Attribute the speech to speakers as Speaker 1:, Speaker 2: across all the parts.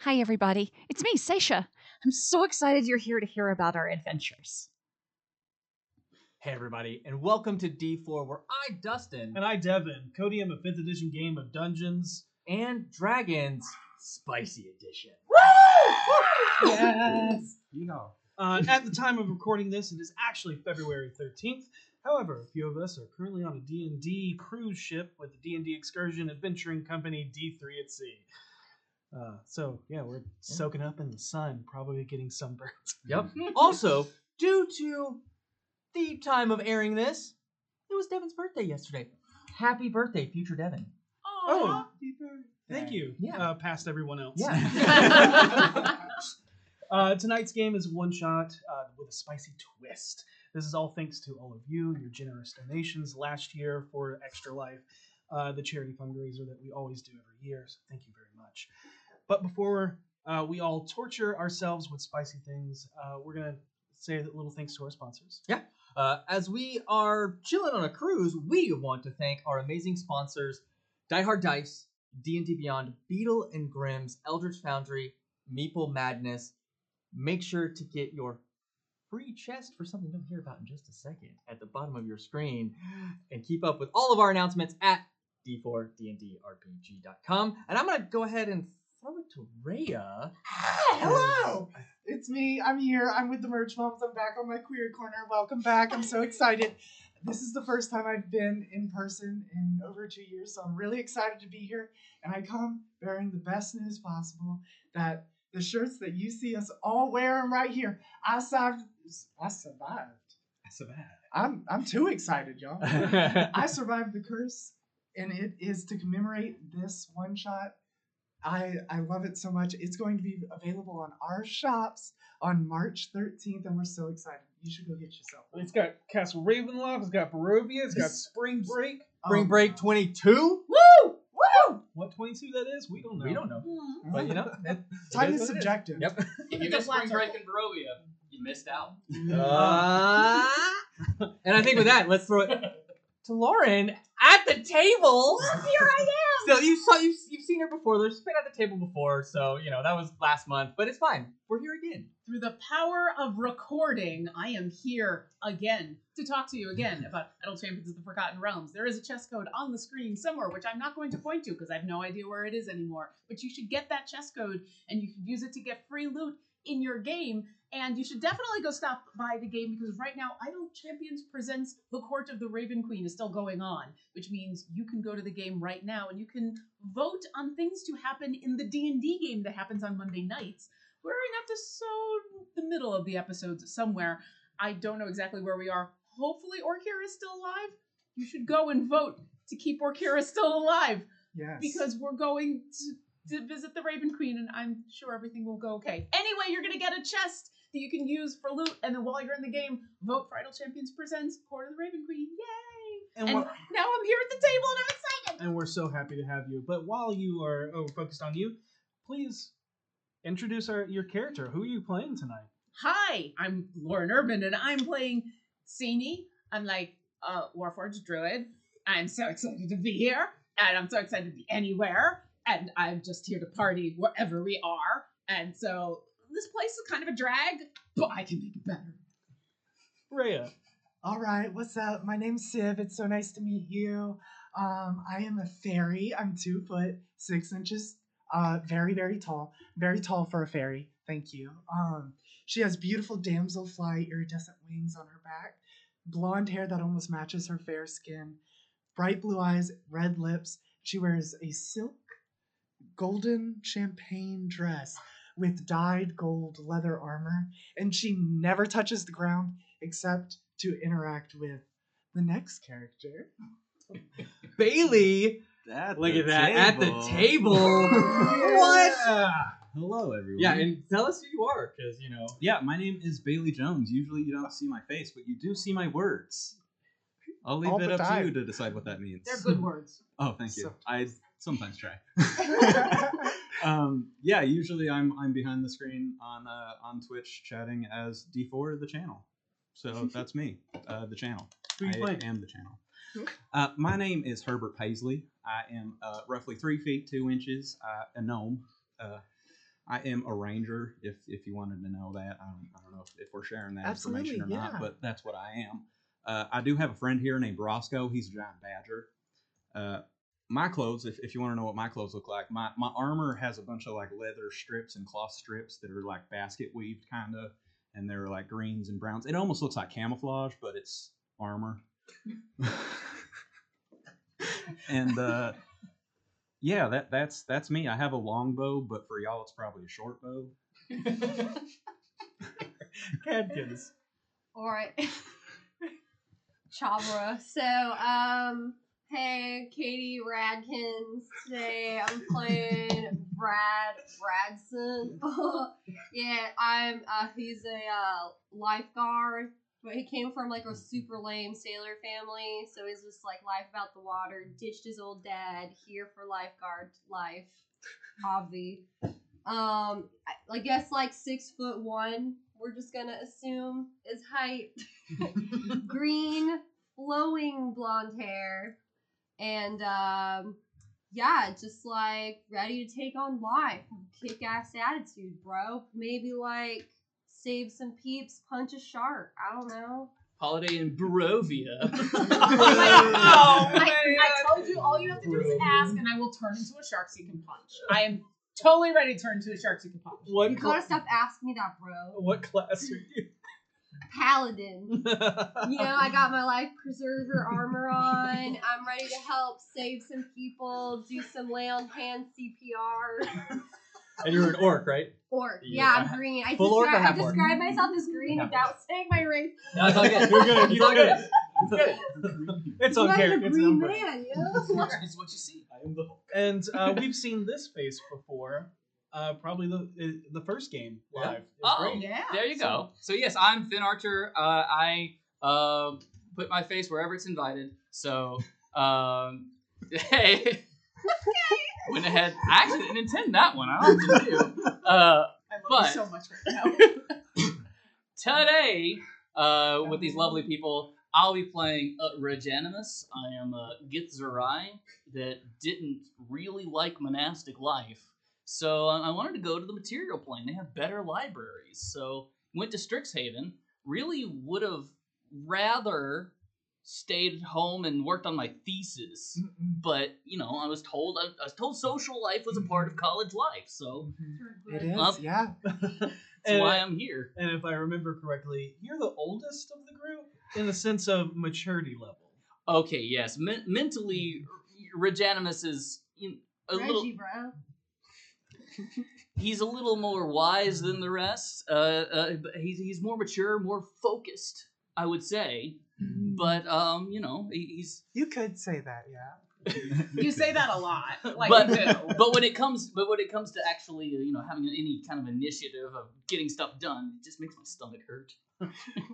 Speaker 1: Hi, everybody. It's me, Seisha. I'm so excited you're here to hear about our adventures.
Speaker 2: Hey everybody, and welcome to D4, where I, Dustin,
Speaker 3: And I, Devin, Cody, I'm a fifth edition game of Dungeons.
Speaker 2: and Dragons Spicy Edition.
Speaker 3: Yes. Uh, at the time of recording this, it is actually February 13th. However, a few of us are currently on a D&D cruise ship with the D&D Excursion Adventuring Company D3 at Sea. Uh, so, yeah, we're soaking up in the sun, probably getting sunburned.
Speaker 2: Yep.
Speaker 3: Mm-hmm.
Speaker 2: also, due to the time of airing this, it was Devin's birthday yesterday. Happy birthday, future Devin.
Speaker 3: Oh, thank you.
Speaker 2: Yeah.
Speaker 3: Uh, past everyone else.
Speaker 2: Yeah.
Speaker 3: Uh, tonight's game is one shot uh, with a spicy twist. This is all thanks to all of you, your generous donations last year for Extra Life, uh, the charity fundraiser that we always do every year. So thank you very much. But before uh, we all torture ourselves with spicy things, uh, we're gonna say a little thanks to our sponsors.
Speaker 2: Uh, as we are chilling on a cruise, we want to thank our amazing sponsors: Die Hard Dice, D and D Beyond, Beetle and Grimm's, Eldritch Foundry, Meeple Madness. Make sure to get your free chest for something you'll hear about in just a second at the bottom of your screen, and keep up with all of our announcements at d4dndrpg.com. And I'm gonna go ahead and throw it to Rhea.
Speaker 4: Ah, Hello! It's me. I'm here. I'm with the Merch Moms. I'm back on my queer corner. Welcome back. I'm so excited. This is the first time I've been in person in over two years, so I'm really excited to be here. And I come bearing the best news possible that the shirts that you see us all wearing right here, I survived. I survived. I'm, I'm too excited, y'all. I survived the curse, and it is to commemorate this one shot. I I love it so much. It's going to be available on our shops on March 13th, and we're so excited. You should go get yourself. one.
Speaker 3: It's got Castle Ravenloft. It's got Barovia. It's got Spring Break.
Speaker 2: Spring
Speaker 4: Um,
Speaker 2: Break 22.
Speaker 4: Woo! Woo!
Speaker 3: What 22 that is? We don't know.
Speaker 2: We don't know, but you know. that-
Speaker 4: Um, Time
Speaker 2: it
Speaker 4: is
Speaker 2: what it
Speaker 4: subjective.
Speaker 2: Yep.
Speaker 5: If you missed spring break in Barovia, you missed out.
Speaker 2: Uh, and I think with that, let's throw it to Lauren at the table. Here I am. So you saw you you've seen her before. There's been at the table before, so you know that was last month. But it's fine. We're here again.
Speaker 6: Through the power of recording, I am here again to talk to you again about Adult Champions of the Forgotten Realms. There is a chess code on the screen somewhere, which I'm not going to point to because I have no idea where it is anymore. But you should get that chess code and you should use it to get free loot in your game. And you should definitely go stop by the game because right now, Idle Champions Presents The Court of the Raven Queen is still going on, which means you can go to the game right now and you can vote on things to happen in the D&D game that happens on Monday nights we're in episode the middle of the episode somewhere. I don't know exactly where we are. Hopefully Orkira is still alive. You should go and vote to keep Orkira still alive
Speaker 4: Yes.
Speaker 6: because we're going to, to visit the Raven Queen and I'm sure everything will go okay. Anyway, you're going to get a chest that you can use for loot and then while you're in the game, vote for Idol Champions Presents Court of the Raven Queen. Yay!
Speaker 3: And,
Speaker 6: And
Speaker 3: what-
Speaker 6: now I'm here at the table and I'm excited.
Speaker 3: and we're so happy to have you. But while you are oh, focused on you, please introduce our, your character. Who are you playing tonight?
Speaker 6: Hi, I'm Lauren Urban, and I'm playing Sini. I'm like a Warforged Druid. I'm so excited to be here, and I'm so excited to be anywhere, and I'm just here to party wherever we are. And so this place is kind of a drag, but I can make it better.
Speaker 3: Rhea.
Speaker 4: All right, what's up? My name's Siv. It's so nice to meet you. Um, I am a fairy. I'm two foot six inches. Uh, very, very tall. Very tall for a fairy. Thank you. Um, she has beautiful damselfly iridescent wings on her back, blonde hair that almost matches her fair skin, bright blue eyes, red lips. She wears a silk golden champagne dress with dyed gold leather armor, and she never touches the ground except to interact with the next character.
Speaker 2: Bailey,
Speaker 7: At
Speaker 2: look
Speaker 7: the
Speaker 2: at that at the table. what?
Speaker 3: Yeah.
Speaker 7: Hello, everyone.
Speaker 2: Yeah, and tell us who you are, because you know.
Speaker 7: yeah, my name is Bailey Jones. Usually, you don't see my face, but you do see my words. I'll leave
Speaker 4: All
Speaker 7: it
Speaker 4: the
Speaker 7: up
Speaker 4: time.
Speaker 7: to you to decide what that means.
Speaker 6: They're good words.
Speaker 7: Oh, thank you.
Speaker 4: So-
Speaker 7: I sometimes try. um, yeah, usually I'm I'm behind the screen on uh, on Twitch chatting as D4 the channel. So that's me, uh, the channel.
Speaker 3: Who you
Speaker 7: I
Speaker 3: playing?
Speaker 7: am the channel. Uh, my name is Herbert Paisley. I am uh, roughly three feet two inches, uh, a gnome. Uh, I am a ranger. If if you wanted to know that, I don't, I don't know if, if we're sharing that
Speaker 4: Absolutely,
Speaker 7: information or
Speaker 4: yeah.
Speaker 7: not, but that's what I am. Uh, I do have a friend here named Roscoe. He's a giant badger. Uh, my clothes, if, if you want to know what my clothes look like, my, my armor has a bunch of like leather strips and cloth strips that are like basket weaved kind of, and they're like greens and browns. It almost looks like camouflage, but it's armor. and uh, yeah, that that's that's me. I have a long bow, but for y'all, it's probably a short bow.
Speaker 3: Cadkins.
Speaker 8: All right. Chabra. So, um, hey, Katie Radkins. Today I'm playing Brad Radson. yeah, I'm. Uh, he's a uh, lifeguard, but he came from like a super lame sailor family, so he's just like life about the water. Ditched his old dad here for lifeguard life. Obvi. Um, I- I guess like six foot one. We're just gonna assume is height. Green, flowing blonde hair, and um, yeah, just like ready to take on life. Kick ass attitude, bro. Maybe like save some peeps, punch a shark. I don't know.
Speaker 5: Holiday in Barovia.
Speaker 6: oh,
Speaker 4: man.
Speaker 6: I, I told you all you have to do is ask, and I will turn into a shark so you can punch. I am totally ready to turn into a shark so you can punch.
Speaker 3: One
Speaker 8: You gotta
Speaker 3: cla-
Speaker 8: stop asking me that, bro.
Speaker 3: what class are you?
Speaker 8: Paladin. you know, I got my life preserver armor on. I'm ready to help save some people, do some lay on hand CPR.
Speaker 2: And you're an orc, right?
Speaker 8: Orc.
Speaker 2: Yeah.
Speaker 8: Yeah, I'm green. I,
Speaker 2: Full orc or
Speaker 8: describe, I
Speaker 2: half orc?
Speaker 8: describe myself as green
Speaker 2: Half orc.
Speaker 8: without saying my race.
Speaker 2: No, it's all good.
Speaker 3: You're good.
Speaker 2: It's
Speaker 3: You're
Speaker 2: all good.
Speaker 3: good. It's on
Speaker 8: I'm a
Speaker 3: character. It's
Speaker 8: green
Speaker 3: on brand.
Speaker 8: man, you know?
Speaker 5: is what you see.
Speaker 3: I am the Hulk. And uh, we've seen this face before. Uh, probably the uh, the first game
Speaker 2: Yeah.
Speaker 3: live. It was
Speaker 5: Oh.
Speaker 3: great.
Speaker 6: Yeah.
Speaker 5: There you go. So yes, I'm Finn Archer. Uh, I um, put my face wherever it's invited. So um, hey, went ahead. I actually didn't intend that one. I often do.
Speaker 6: I
Speaker 5: Uh,
Speaker 6: love
Speaker 5: But-
Speaker 6: you so much right now.
Speaker 5: today, uh, with these lovely people, I'll be playing uh, Regenimus. I am a Gitzurai that didn't really like monastic life, so I I wanted to go to the material plane. They have better libraries, so went to Strixhaven. Really would have rather stayed at home and worked on my thesis,
Speaker 3: Hmm.
Speaker 5: but you know, I was told I, I was told social life was a part of college life, so
Speaker 4: It is,
Speaker 5: Up.
Speaker 4: yeah.
Speaker 5: that's
Speaker 3: And-
Speaker 5: why I'm here.
Speaker 3: And if I remember correctly, you're the oldest of the group in the sense of maturity level.
Speaker 5: Okay, yes. Men- mentally, Regenimus is you know, a little.
Speaker 8: Reggie, bro.
Speaker 5: He's a little more wise than the rest. Uh, uh, but he's he's more mature, more focused, I would say. But um, you know, he- he's.
Speaker 4: You could say that, yeah.
Speaker 6: You say that a lot. Like
Speaker 5: but
Speaker 6: you do.
Speaker 5: but when it comes but when it comes to actually you know having any kind of initiative of getting stuff done, it just makes my stomach hurt.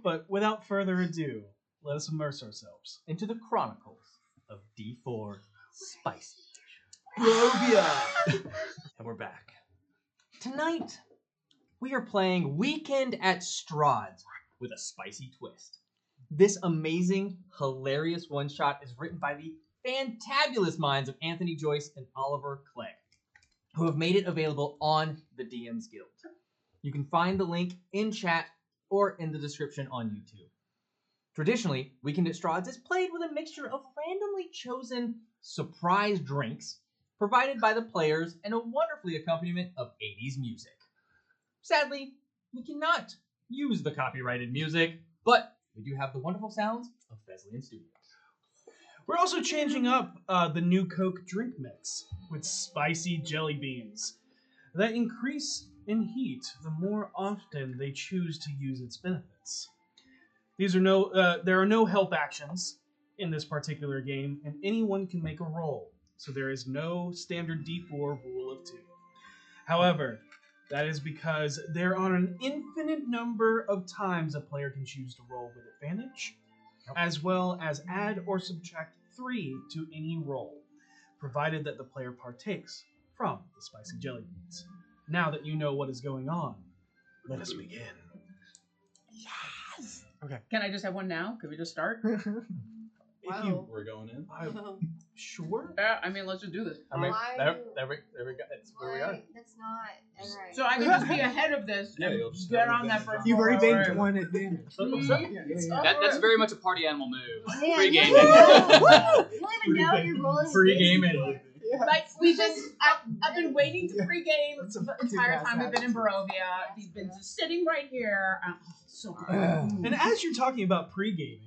Speaker 3: But without further ado, let us immerse ourselves.
Speaker 2: Into the Chronicles of D4 Spicy.
Speaker 3: Barovia.
Speaker 2: And we're back. Tonight, we are playing Weekend at Strahd's with a spicy twist. This amazing, hilarious one shot is written by the fantabulous minds of Anthony Joyce and Oliver Clegg, who have made it available on the DM's Guild. You can find the link in chat or in the description on YouTube. Traditionally, Weekend at Strahd's is played with a mixture of randomly chosen surprise drinks provided by the players and a wonderfully accompaniment of 80s music. Sadly, we cannot use the copyrighted music, but we do have the wonderful sounds of Beslian Studios.
Speaker 3: We're also changing up uh, the new Coke drink mix with spicy jelly beans that increase in heat the more often they choose to use its benefits. These are no, uh, there are no help actions in this particular game, and anyone can make a roll, so there is no standard D4 rule of two. However, that is because there are an infinite number of times a player can choose to roll with advantage as well as add or subtract three to any roll, provided that the player partakes from the spicy jelly beans. Now that you know what is going on, let us begin.
Speaker 6: Can I just have one now? Could we just start?
Speaker 7: If you were going in,
Speaker 6: Um,
Speaker 3: I-
Speaker 2: Sure.
Speaker 6: Yeah, I mean, let's just do this.
Speaker 2: I mean,
Speaker 8: Why-
Speaker 2: there, there we, there we go. That's where we are.
Speaker 8: Why? That's not alright.
Speaker 6: So I can just be ahead of this
Speaker 7: Yeah,
Speaker 6: and
Speaker 7: you'll just
Speaker 6: get
Speaker 7: have
Speaker 6: on that
Speaker 7: advantage
Speaker 6: first.
Speaker 7: on-
Speaker 4: You've already
Speaker 6: roll.
Speaker 4: banked one advantage.
Speaker 6: Mhm.
Speaker 4: Yeah, yeah, yeah.
Speaker 5: That, that's very much a party animal move.
Speaker 8: Man,
Speaker 5: Pre-game.
Speaker 8: you don't even know
Speaker 2: Pre-game.
Speaker 8: you're rolling.
Speaker 2: Pre-game
Speaker 8: dice
Speaker 2: it.
Speaker 8: for.
Speaker 4: Yeah.
Speaker 6: Like we just, I, I've been waiting to
Speaker 4: Yeah.
Speaker 6: pregame
Speaker 4: That's a
Speaker 6: the
Speaker 4: fucking
Speaker 6: entire
Speaker 4: ass
Speaker 6: time we've been in
Speaker 4: attitude.
Speaker 6: Barovia. He's been just sitting right here. Oh, so good.
Speaker 3: And as you're talking about pre-gaming,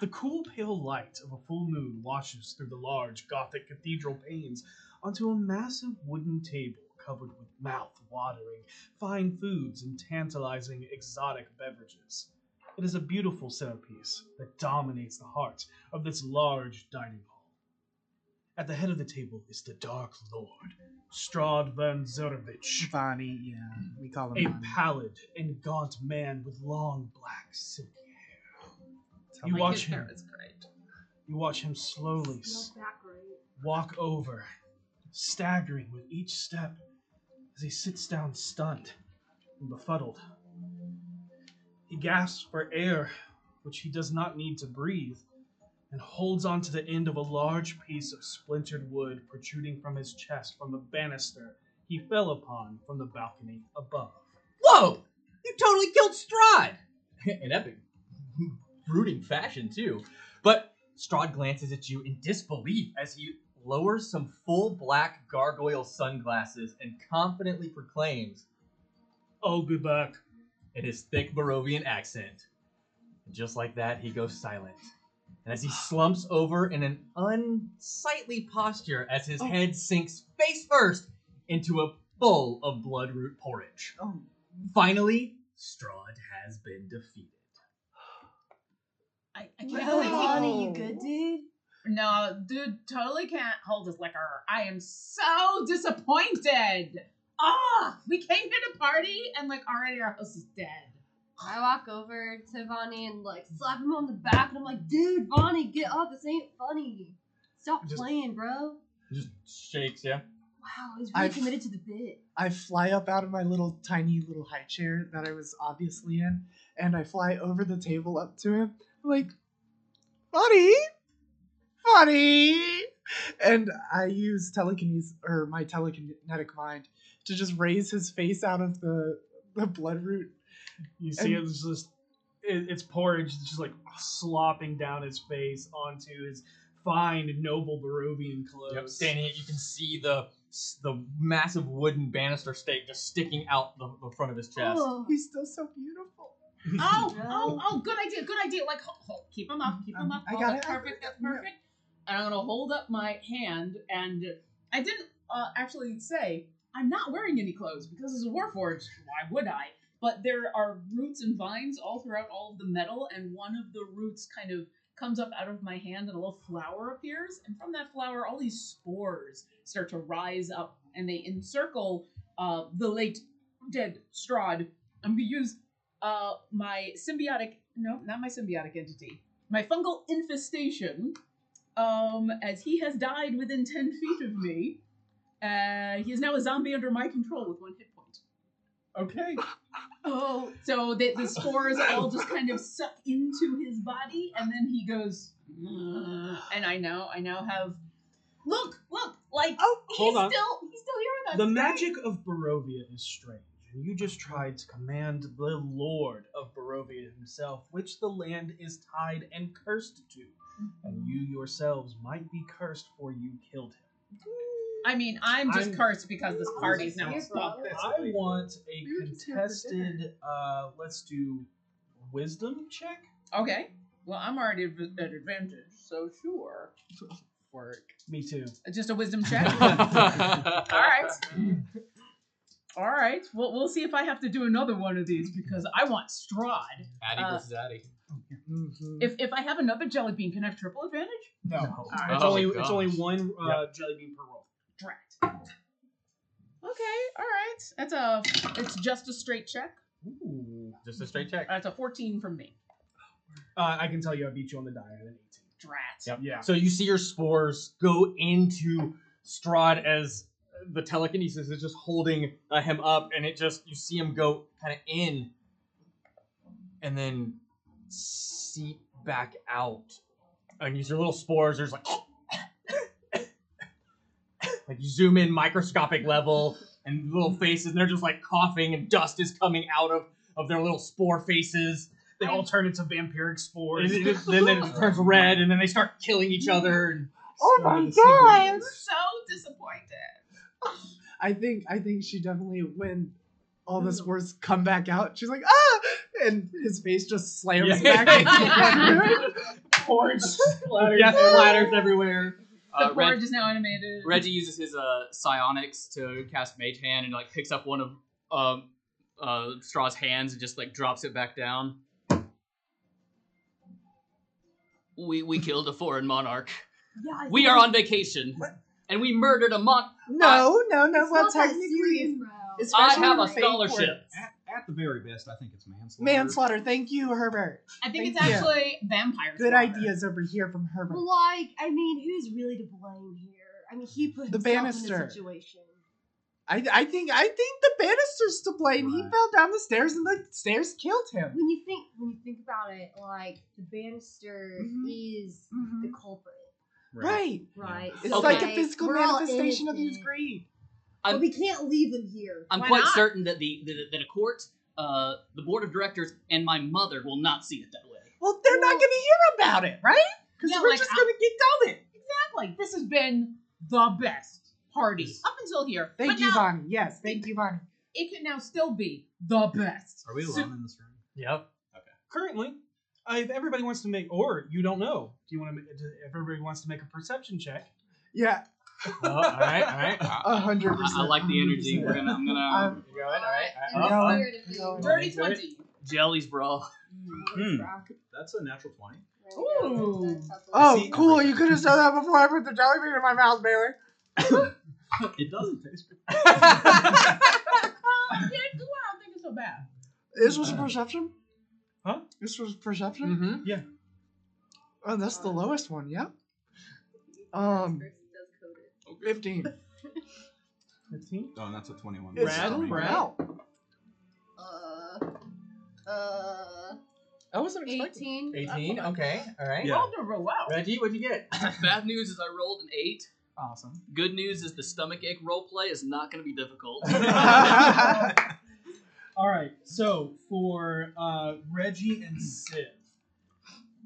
Speaker 3: the cool pale light of a full moon washes through the large Gothic cathedral panes onto a massive wooden table covered with mouth-watering fine foods and tantalizing exotic beverages. It is a beautiful centerpiece that dominates the heart of this large dining hall. At the head of the table is the Dark Lord, Strad van Zerovich.
Speaker 4: Vani, yeah, we call
Speaker 3: A
Speaker 4: him.
Speaker 3: pallid and gaunt man with long black silky hair.
Speaker 6: Oh,
Speaker 3: You
Speaker 6: my
Speaker 3: watch
Speaker 6: kid there
Speaker 3: him.
Speaker 6: is great.
Speaker 3: You watch him slowly s-
Speaker 8: Smell back right.
Speaker 3: walk over, staggering with each step as he sits down stunned and befuddled. He gasps for air, which he does not need to breathe, and holds on to the end of a large piece of splintered wood protruding from his chest from the banister he fell upon from the balcony above.
Speaker 2: Whoa! You totally killed Strahd! In epic, brooding fashion, too. But Strahd glances at you in disbelief as he lowers some full black gargoyle sunglasses and confidently proclaims
Speaker 3: I'll be back.
Speaker 2: in his thick Barovian accent. And just like that, he goes silent. And as he slumps over in an unsightly posture, as his head sinks face first into a bowl of bloodroot porridge.
Speaker 4: Oh,
Speaker 2: Finally, Strahd has been defeated.
Speaker 6: I, I can't
Speaker 8: Well,
Speaker 6: believe he
Speaker 8: Bonnie, you good dude?
Speaker 6: No, dude, totally can't hold his liquor. I am so disappointed. Ah, we came here to party and like already our host is dead.
Speaker 8: I walk over to Vonnie and like slap him on the back, and I'm like, dude, Vonnie, get up. This ain't funny. Stop
Speaker 2: Just-
Speaker 8: playing, bro.
Speaker 2: Just shakes, yeah.
Speaker 8: Wow, he's really
Speaker 4: I've-
Speaker 8: committed to the bit.
Speaker 4: I fly up out of my little tiny little high chair that I was obviously in, and I fly over the table up to him, like, funny, funny. And I use telekinesis or my telekinetic mind to just raise his face out of the the bloodroot.
Speaker 3: You see, it's just it, it's porridge that's just like slopping down his face onto his fine noble Barovian
Speaker 2: Yep,
Speaker 3: clothes.
Speaker 2: standing, you can see the the massive wooden banister stake just sticking out the, the front of his chest.
Speaker 8: Oh,
Speaker 4: He's still so beautiful.
Speaker 6: Oh,
Speaker 8: No.
Speaker 6: oh, oh, good idea, good idea. Like, hold, hold, keep him up, keep him
Speaker 4: Um,
Speaker 6: up.
Speaker 4: I
Speaker 6: hold
Speaker 4: got
Speaker 6: it.
Speaker 4: it.
Speaker 6: Perfect, that's perfect. And I'm gonna hold up my hand, and I didn't uh, actually say I'm not wearing any clothes because it's a warforged. Why would I? But there are roots and vines all throughout all of the metal, and one of the roots kind of comes up out of my hand, and a little flower appears, and from that flower, all these spores start to rise up, and they encircle uh, the late dead Strahd. I'm gonna use uh, my symbiotic no not my symbiotic entity my fungal infestation um as he has died within 10 feet of me uh he is now a zombie under my control with one hit point
Speaker 3: Okay.
Speaker 6: oh so that the spores all just kind of suck into his body and then he goes "Ugh," and i now i now have look look like
Speaker 3: Oh,
Speaker 6: he's
Speaker 3: hold on.
Speaker 6: still he's still here with us
Speaker 3: The
Speaker 6: It's great.
Speaker 3: magic of Barovia is strange, and you just tried to command the Lord of Barovia himself, which the land is tied and cursed to, and you yourselves might be cursed for you killed him.
Speaker 6: i mean i'm just
Speaker 3: I'm-
Speaker 6: cursed because this party's now
Speaker 8: Here, bro.
Speaker 6: fucked
Speaker 3: I want a
Speaker 4: We were just here for
Speaker 3: contested. Uh, let's do wisdom check.
Speaker 6: Okay. Well, I'm already at at advantage, so sure. Work.
Speaker 3: Me too.
Speaker 6: Just a wisdom check. All right. All right. Well, we'll see if I have to do another one of these because I want Strahd.
Speaker 5: Addy
Speaker 6: Uh,
Speaker 5: versus Addy.
Speaker 4: Mhm.
Speaker 6: If if I have another jelly bean, can I have triple advantage?
Speaker 3: Mm-hmm. No,
Speaker 6: right.
Speaker 3: it's
Speaker 5: Oh,
Speaker 3: only
Speaker 5: gosh.
Speaker 3: it's only one uh, jelly bean per roll.
Speaker 6: Drat. Okay. All right. That's a. It's just a straight check.
Speaker 3: Ooh.
Speaker 2: Just a straight check.
Speaker 6: That's a 14 from me.
Speaker 3: Uh, I can tell you, I beat you on the die at an eighteen.
Speaker 6: Drat.
Speaker 2: Yep.
Speaker 3: Yeah.
Speaker 2: So you see your spores go into Strahd as the telekinesis is just holding uh, him up, and it just you see him go kind of in, and then seep back out, and these are little spores. There's like like you zoom in microscopic level and little faces and they're just like coughing and dust is coming out of of their little spore faces
Speaker 3: They all turn into vampiric spores.
Speaker 2: And it- it- then then it turns red and then they start killing each other and
Speaker 4: Oh
Speaker 3: Started
Speaker 4: my
Speaker 3: to see
Speaker 6: I'm
Speaker 4: god!
Speaker 6: so disappointed.
Speaker 4: I think I think she definitely when all
Speaker 8: Mm.
Speaker 4: the spores come back out, she's like ah, and his face just slams
Speaker 2: Yeah.
Speaker 4: back into the
Speaker 3: Orange splatters.
Speaker 2: death splatters everywhere.
Speaker 6: The
Speaker 5: Uh,
Speaker 6: board
Speaker 5: Reg-
Speaker 6: is now animated.
Speaker 5: Reggie uses his uh, psionics to cast Mage Hand and like picks up one of um, uh, Straw's hands and just like drops it back down. We we killed a foreign monarch.
Speaker 8: Yeah,
Speaker 5: We are on vacation, and we murdered a monk.
Speaker 4: No, no, no.
Speaker 8: It's
Speaker 4: well,
Speaker 8: not that serious,
Speaker 4: technically,
Speaker 8: bro.
Speaker 5: I
Speaker 4: especially
Speaker 5: have
Speaker 4: in
Speaker 5: a
Speaker 4: fake
Speaker 5: scholarship.
Speaker 4: court.
Speaker 7: At, at the very best, I think it's manslaughter.
Speaker 4: Manslaughter. Thank you, Herbert.
Speaker 6: I think it's
Speaker 4: Thank you.
Speaker 6: actually vampire.
Speaker 4: Good
Speaker 6: slaughter.
Speaker 4: ideas over here from Herbert.
Speaker 8: Well, like, I mean, who's really to blame here? I mean, he put
Speaker 4: The
Speaker 8: himself in
Speaker 4: banister.
Speaker 8: this situation.
Speaker 4: I, I think I think the banister's to blame. He
Speaker 7: Right.
Speaker 4: fell down the stairs and the stairs killed him.
Speaker 8: When you think when you think about it, like the banister
Speaker 4: Mhm.
Speaker 8: is the culprit,
Speaker 4: Right.
Speaker 8: right?
Speaker 4: It's
Speaker 5: Okay.
Speaker 4: like a physical
Speaker 8: we're all
Speaker 4: manifestation of his
Speaker 8: innocent,
Speaker 4: greed.
Speaker 8: But we can't leave him here.
Speaker 5: I'm
Speaker 6: Why
Speaker 5: quite
Speaker 6: not?
Speaker 5: certain that the, the that a court, uh, the board of directors, and my mother will not see it that way.
Speaker 4: Well, they're not
Speaker 8: Well-
Speaker 4: going to hear about it, right? Because
Speaker 6: Yeah,
Speaker 4: we're
Speaker 6: like,
Speaker 4: just
Speaker 6: I-
Speaker 4: going to get going.
Speaker 6: Exactly. This has been the best party up until here.
Speaker 4: Thank
Speaker 6: but
Speaker 4: you,
Speaker 6: now,
Speaker 4: Bonnie. Yes, thank you, Bonnie.
Speaker 6: It can now still be the best.
Speaker 7: Are we alone
Speaker 6: So-
Speaker 7: in this room?
Speaker 2: Yep.
Speaker 3: Currently, uh, if everybody wants to make, or you don't know, do you want to? If everybody wants to make a perception check,
Speaker 4: Yeah,
Speaker 2: Oh, all right, all right.
Speaker 4: a hundred
Speaker 5: I, I
Speaker 4: percent.
Speaker 5: like the energy. We're gonna, I'm gonna
Speaker 4: Um,
Speaker 2: You're going, all right.
Speaker 8: In
Speaker 2: All
Speaker 8: the
Speaker 2: right. Uh, uh,
Speaker 8: spirit
Speaker 4: Going.
Speaker 8: of being-
Speaker 6: Dirty
Speaker 2: into it.
Speaker 6: twenty.
Speaker 5: jellies, bro.
Speaker 7: Hmm. That's a natural 20.
Speaker 6: Ooh.
Speaker 4: Oh,
Speaker 7: See
Speaker 4: cool!
Speaker 7: everything.
Speaker 4: You could have said that before I put the jelly bean in my mouth, Baylor.
Speaker 7: It doesn't taste good.
Speaker 6: Yeah, Oh, I don't think it's so bad.
Speaker 4: This was perception.
Speaker 3: Huh?
Speaker 4: This was perception.
Speaker 2: mhm.
Speaker 4: Oh, that's the lowest one. Yep. Um, fifteen.
Speaker 3: fifteen.
Speaker 7: Oh, and that's a 21.
Speaker 4: It's
Speaker 3: Brad?
Speaker 4: still
Speaker 3: Brad?
Speaker 4: out.
Speaker 8: Uh, uh,
Speaker 2: I wasn't expecting.
Speaker 8: 18.
Speaker 2: 18. Okay. All right.
Speaker 7: Yeah.
Speaker 6: Rolled a roll well.
Speaker 2: Reggie, what'd you get?
Speaker 5: Bad news is I rolled an eight.
Speaker 2: Awesome.
Speaker 5: Good news is the stomach ache role play is not going to be difficult.
Speaker 3: All right. So for uh, Reggie and Siv,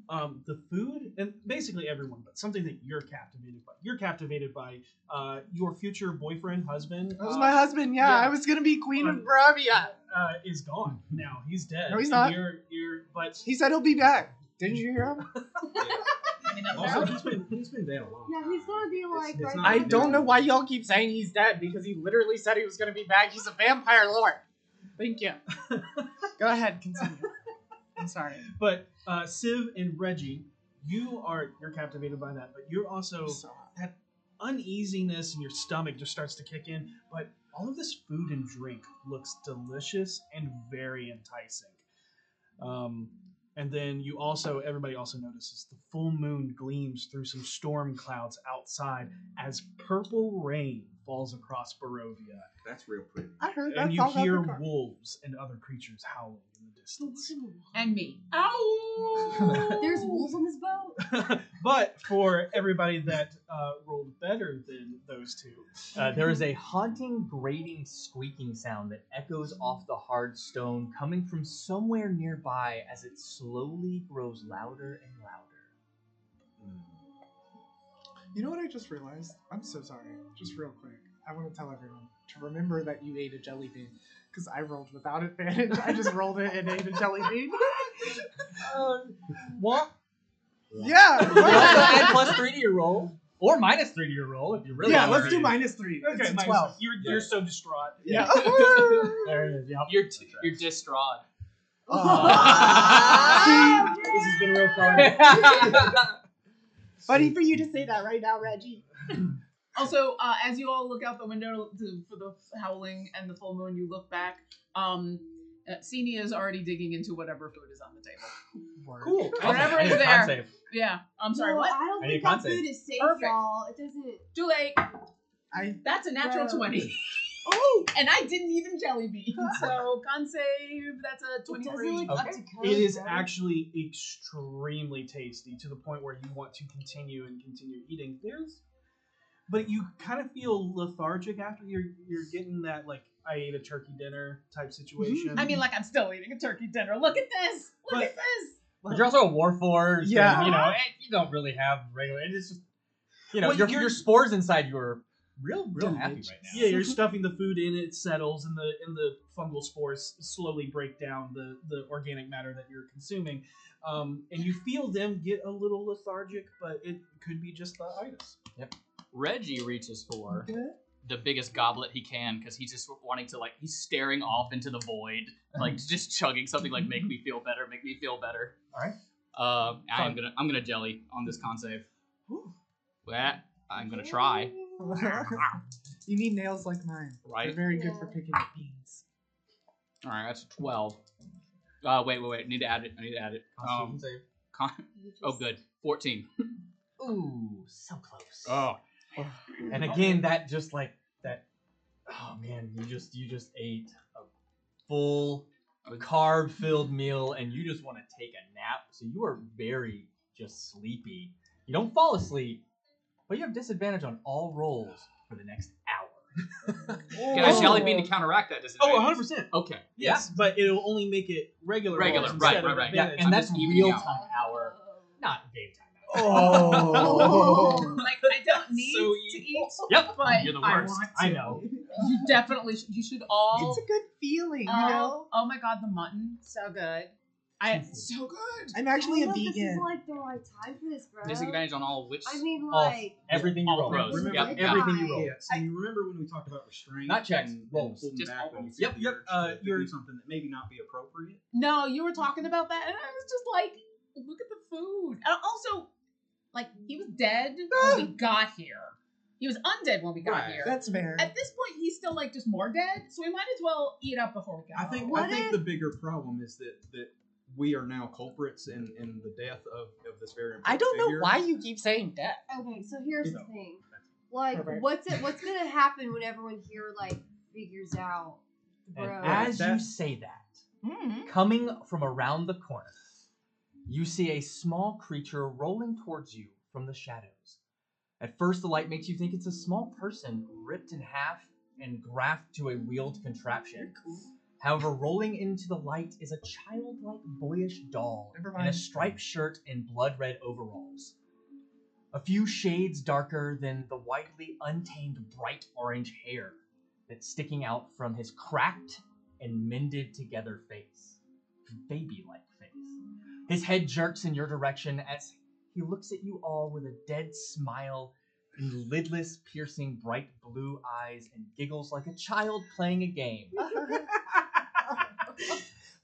Speaker 3: um, the food and basically everyone, but something that you're captivated by. You're captivated by uh, your future boyfriend, husband.
Speaker 4: That was
Speaker 3: uh,
Speaker 4: my husband. Yeah,
Speaker 3: yeah.
Speaker 4: I was gonna be queen of
Speaker 3: Um,
Speaker 4: Bravia.
Speaker 3: uh, is gone now. He's dead.
Speaker 4: No, he's
Speaker 3: And
Speaker 4: not.
Speaker 3: You're, you're, but
Speaker 4: He said he'll be back. Didn't you hear him?
Speaker 7: Also, he's been, he's been dead a long
Speaker 8: Yeah, he's gonna be
Speaker 7: It's-
Speaker 8: like.
Speaker 7: it's
Speaker 8: right
Speaker 7: not
Speaker 4: I
Speaker 8: now.
Speaker 4: don't know why y'all keep saying he's dead because he literally said he was gonna be back. He's a vampire lord. Thank you. Go ahead, continue. I'm sorry.
Speaker 3: but uh, Siv and Reggie, you are you're captivated by that, but you're also uneasiness in your stomach just starts to kick in. But all of this food and drink looks delicious and very enticing. Um, and then you also, everybody also notices the full moon gleams through some storm clouds outside as purple rain falls across Barovia,
Speaker 7: That's real pretty.
Speaker 4: I heard that.
Speaker 3: and you hear wolves and other creatures howling in the distance.
Speaker 6: And me. Ow!
Speaker 8: There's wolves on this boat.
Speaker 3: but for everybody that uh, rolled better than those two,
Speaker 2: Uh, there is a haunting, grating, squeaking sound that echoes off the hard stone coming from somewhere nearby as it slowly grows louder and louder.
Speaker 4: You know what I just realized? I'm so sorry. Just real quick, I want to tell everyone to remember that you ate a jelly bean because I rolled without advantage. I just rolled it and ate a jelly bean.
Speaker 2: What?
Speaker 4: yeah.
Speaker 2: You also
Speaker 4: right.
Speaker 2: add plus three to your roll, or minus three to your roll if you really
Speaker 4: yeah.
Speaker 2: want
Speaker 4: Let's
Speaker 2: to.
Speaker 4: do minus three.
Speaker 3: Okay,
Speaker 4: it's a
Speaker 3: minus-
Speaker 4: twelve.
Speaker 3: You're, you're so distraught.
Speaker 4: Yeah.
Speaker 2: There it is. Yep.
Speaker 5: you're t- you're distraught.
Speaker 4: Ah.
Speaker 3: this has been real fun.
Speaker 2: yeah.
Speaker 4: Funny for you to say that right now, Reggie.
Speaker 6: Also, uh, as you all look out the window to, for the howling and the full moon, you look back. Um, uh, Senia is already digging into whatever food is on the table.
Speaker 3: Cool.
Speaker 6: Whatever
Speaker 2: I need
Speaker 6: is
Speaker 2: a con
Speaker 6: there.
Speaker 2: save.
Speaker 6: Yeah, I'm sorry.
Speaker 8: No,
Speaker 6: What?
Speaker 8: I don't
Speaker 2: I
Speaker 8: think
Speaker 2: need
Speaker 8: that
Speaker 2: contact.
Speaker 8: food is safe,
Speaker 6: Perfect.
Speaker 8: y'all. It doesn't.
Speaker 6: Too late.
Speaker 4: I
Speaker 6: That's a natural
Speaker 4: Well.
Speaker 6: twenty. Oh, and I didn't even jelly bean. So con save. That's a
Speaker 8: It doesn't
Speaker 6: twenty-three.
Speaker 8: look up
Speaker 2: Okay.
Speaker 8: to code.
Speaker 3: It is
Speaker 8: bro.
Speaker 3: actually extremely tasty to the point where you want to continue and continue eating. There's but you kind of feel lethargic after you're you're getting that like I ate a turkey dinner type situation.
Speaker 6: I mean, like I'm still eating a turkey dinner. Look at this. Look
Speaker 3: But-
Speaker 6: at this.
Speaker 2: But you're also a warforged. Yeah.
Speaker 4: Yeah.
Speaker 2: you know, and you don't really have regular. It's just, you know,
Speaker 3: Well,
Speaker 2: your,
Speaker 3: you're-
Speaker 2: your spores inside you are real, real happy right now.
Speaker 3: yeah, you're stuffing the food in, it settles, and the and the fungal spores slowly break down the the organic matter that you're consuming, um, and you feel them get a little lethargic, but it could be just the itis.
Speaker 5: Reggie reaches for the biggest goblet he can because he's just wanting to like he's staring off into the void, like just chugging something like make me feel better, make me feel better.
Speaker 2: All right.
Speaker 5: Uh, I am
Speaker 2: Fine.
Speaker 5: gonna I'm gonna jelly on this con save. Well, I'm gonna try.
Speaker 4: you need nails like mine. They're
Speaker 5: Right.
Speaker 4: very good
Speaker 8: Yeah.
Speaker 4: for picking up beans.
Speaker 5: All right. That's twelve. Uh, wait, wait, wait. Need to add it. I need to add it.
Speaker 2: Constitution
Speaker 5: Um,
Speaker 2: save.
Speaker 5: con- oh, good. Fourteen.
Speaker 2: Ooh, so close.
Speaker 5: Oh,
Speaker 2: And again, that just like that. Oh man, you just you just ate a full carb-filled meal, and you just want to take a nap. So you are very just sleepy. You don't fall asleep, but you have disadvantage on all rolls for the next hour.
Speaker 5: can I
Speaker 2: Oh.
Speaker 5: jelly bean to counteract that disadvantage?
Speaker 3: Oh, 100 percent.
Speaker 5: Okay.
Speaker 3: Yes, but it'll only make it regular.
Speaker 5: Regular,
Speaker 3: rolls
Speaker 5: right,
Speaker 3: instead of
Speaker 5: right, right.
Speaker 2: Yeah,
Speaker 3: advantage.
Speaker 2: and
Speaker 5: I'm
Speaker 2: that's
Speaker 5: just evening
Speaker 2: real
Speaker 5: out.
Speaker 2: time hour, not game time hour.
Speaker 4: Oh.
Speaker 6: Like I don't need
Speaker 5: So
Speaker 6: to
Speaker 5: you-
Speaker 6: eat,
Speaker 5: Yep.
Speaker 6: but
Speaker 5: You're the
Speaker 6: I
Speaker 5: worst.
Speaker 6: want to.
Speaker 2: I know.
Speaker 6: You definitely. Should, you should all.
Speaker 4: it's a good feeling,
Speaker 6: oh,
Speaker 4: you know.
Speaker 6: oh my god, the mutton, so good. I so good.
Speaker 4: I'm actually a
Speaker 8: I don't know if Oh, This
Speaker 4: vegan.
Speaker 8: is like the right time for this, bro.
Speaker 5: Disadvantage on all which.
Speaker 8: I mean,
Speaker 2: All-
Speaker 8: like,
Speaker 2: Everything you
Speaker 5: All
Speaker 2: roll.
Speaker 5: throws.
Speaker 7: Remember
Speaker 5: Yep,
Speaker 8: like,
Speaker 5: yep.
Speaker 2: everything you roll.
Speaker 8: guys.
Speaker 7: Yeah, so you remember when we talked about restraint?
Speaker 2: Not checks,
Speaker 7: and- and
Speaker 2: rolls.
Speaker 7: pulling
Speaker 5: Just
Speaker 7: back
Speaker 5: all
Speaker 7: when you
Speaker 5: rolls.
Speaker 7: feel
Speaker 3: Yep,
Speaker 7: you're-
Speaker 3: yep, uh,
Speaker 7: to do
Speaker 3: you're-
Speaker 7: something that maybe not be appropriate.
Speaker 6: No, you were talking about that, and I was just like, look at the food. And also, like, he was dead when we got here. He was undead when we got
Speaker 7: Right.
Speaker 6: here.
Speaker 4: That's fair.
Speaker 6: At this point, he's still like just more dead, so we might as well eat up before we go.
Speaker 7: I think I
Speaker 8: What
Speaker 7: think
Speaker 8: if-
Speaker 7: the bigger problem is that that we are now culprits in, in the death of, of this very important
Speaker 4: I don't know
Speaker 7: figure.
Speaker 4: why you keep saying death.
Speaker 8: okay, so here's the
Speaker 7: No.
Speaker 8: thing. Like,
Speaker 4: Perfect.
Speaker 8: what's it? What's gonna happen when everyone here like figures out,
Speaker 2: And
Speaker 8: bro?
Speaker 2: as you
Speaker 3: That-
Speaker 2: say that,
Speaker 6: Hmm.
Speaker 2: coming from around the corner, you see a small creature rolling towards you from the shadows. At first, the light makes you think it's a small person ripped in half and graphed to a wheeled contraption. However, rolling into the light is a childlike, boyish doll
Speaker 4: Never
Speaker 2: in a
Speaker 4: mind.
Speaker 2: striped shirt and blood red overalls. A few shades darker than the widely untamed bright orange hair that's sticking out from his cracked and mended together face. Baby like face. His head jerks in your direction as he looks at you all with a dead smile and lidless, piercing, bright blue eyes and giggles like a child playing a game.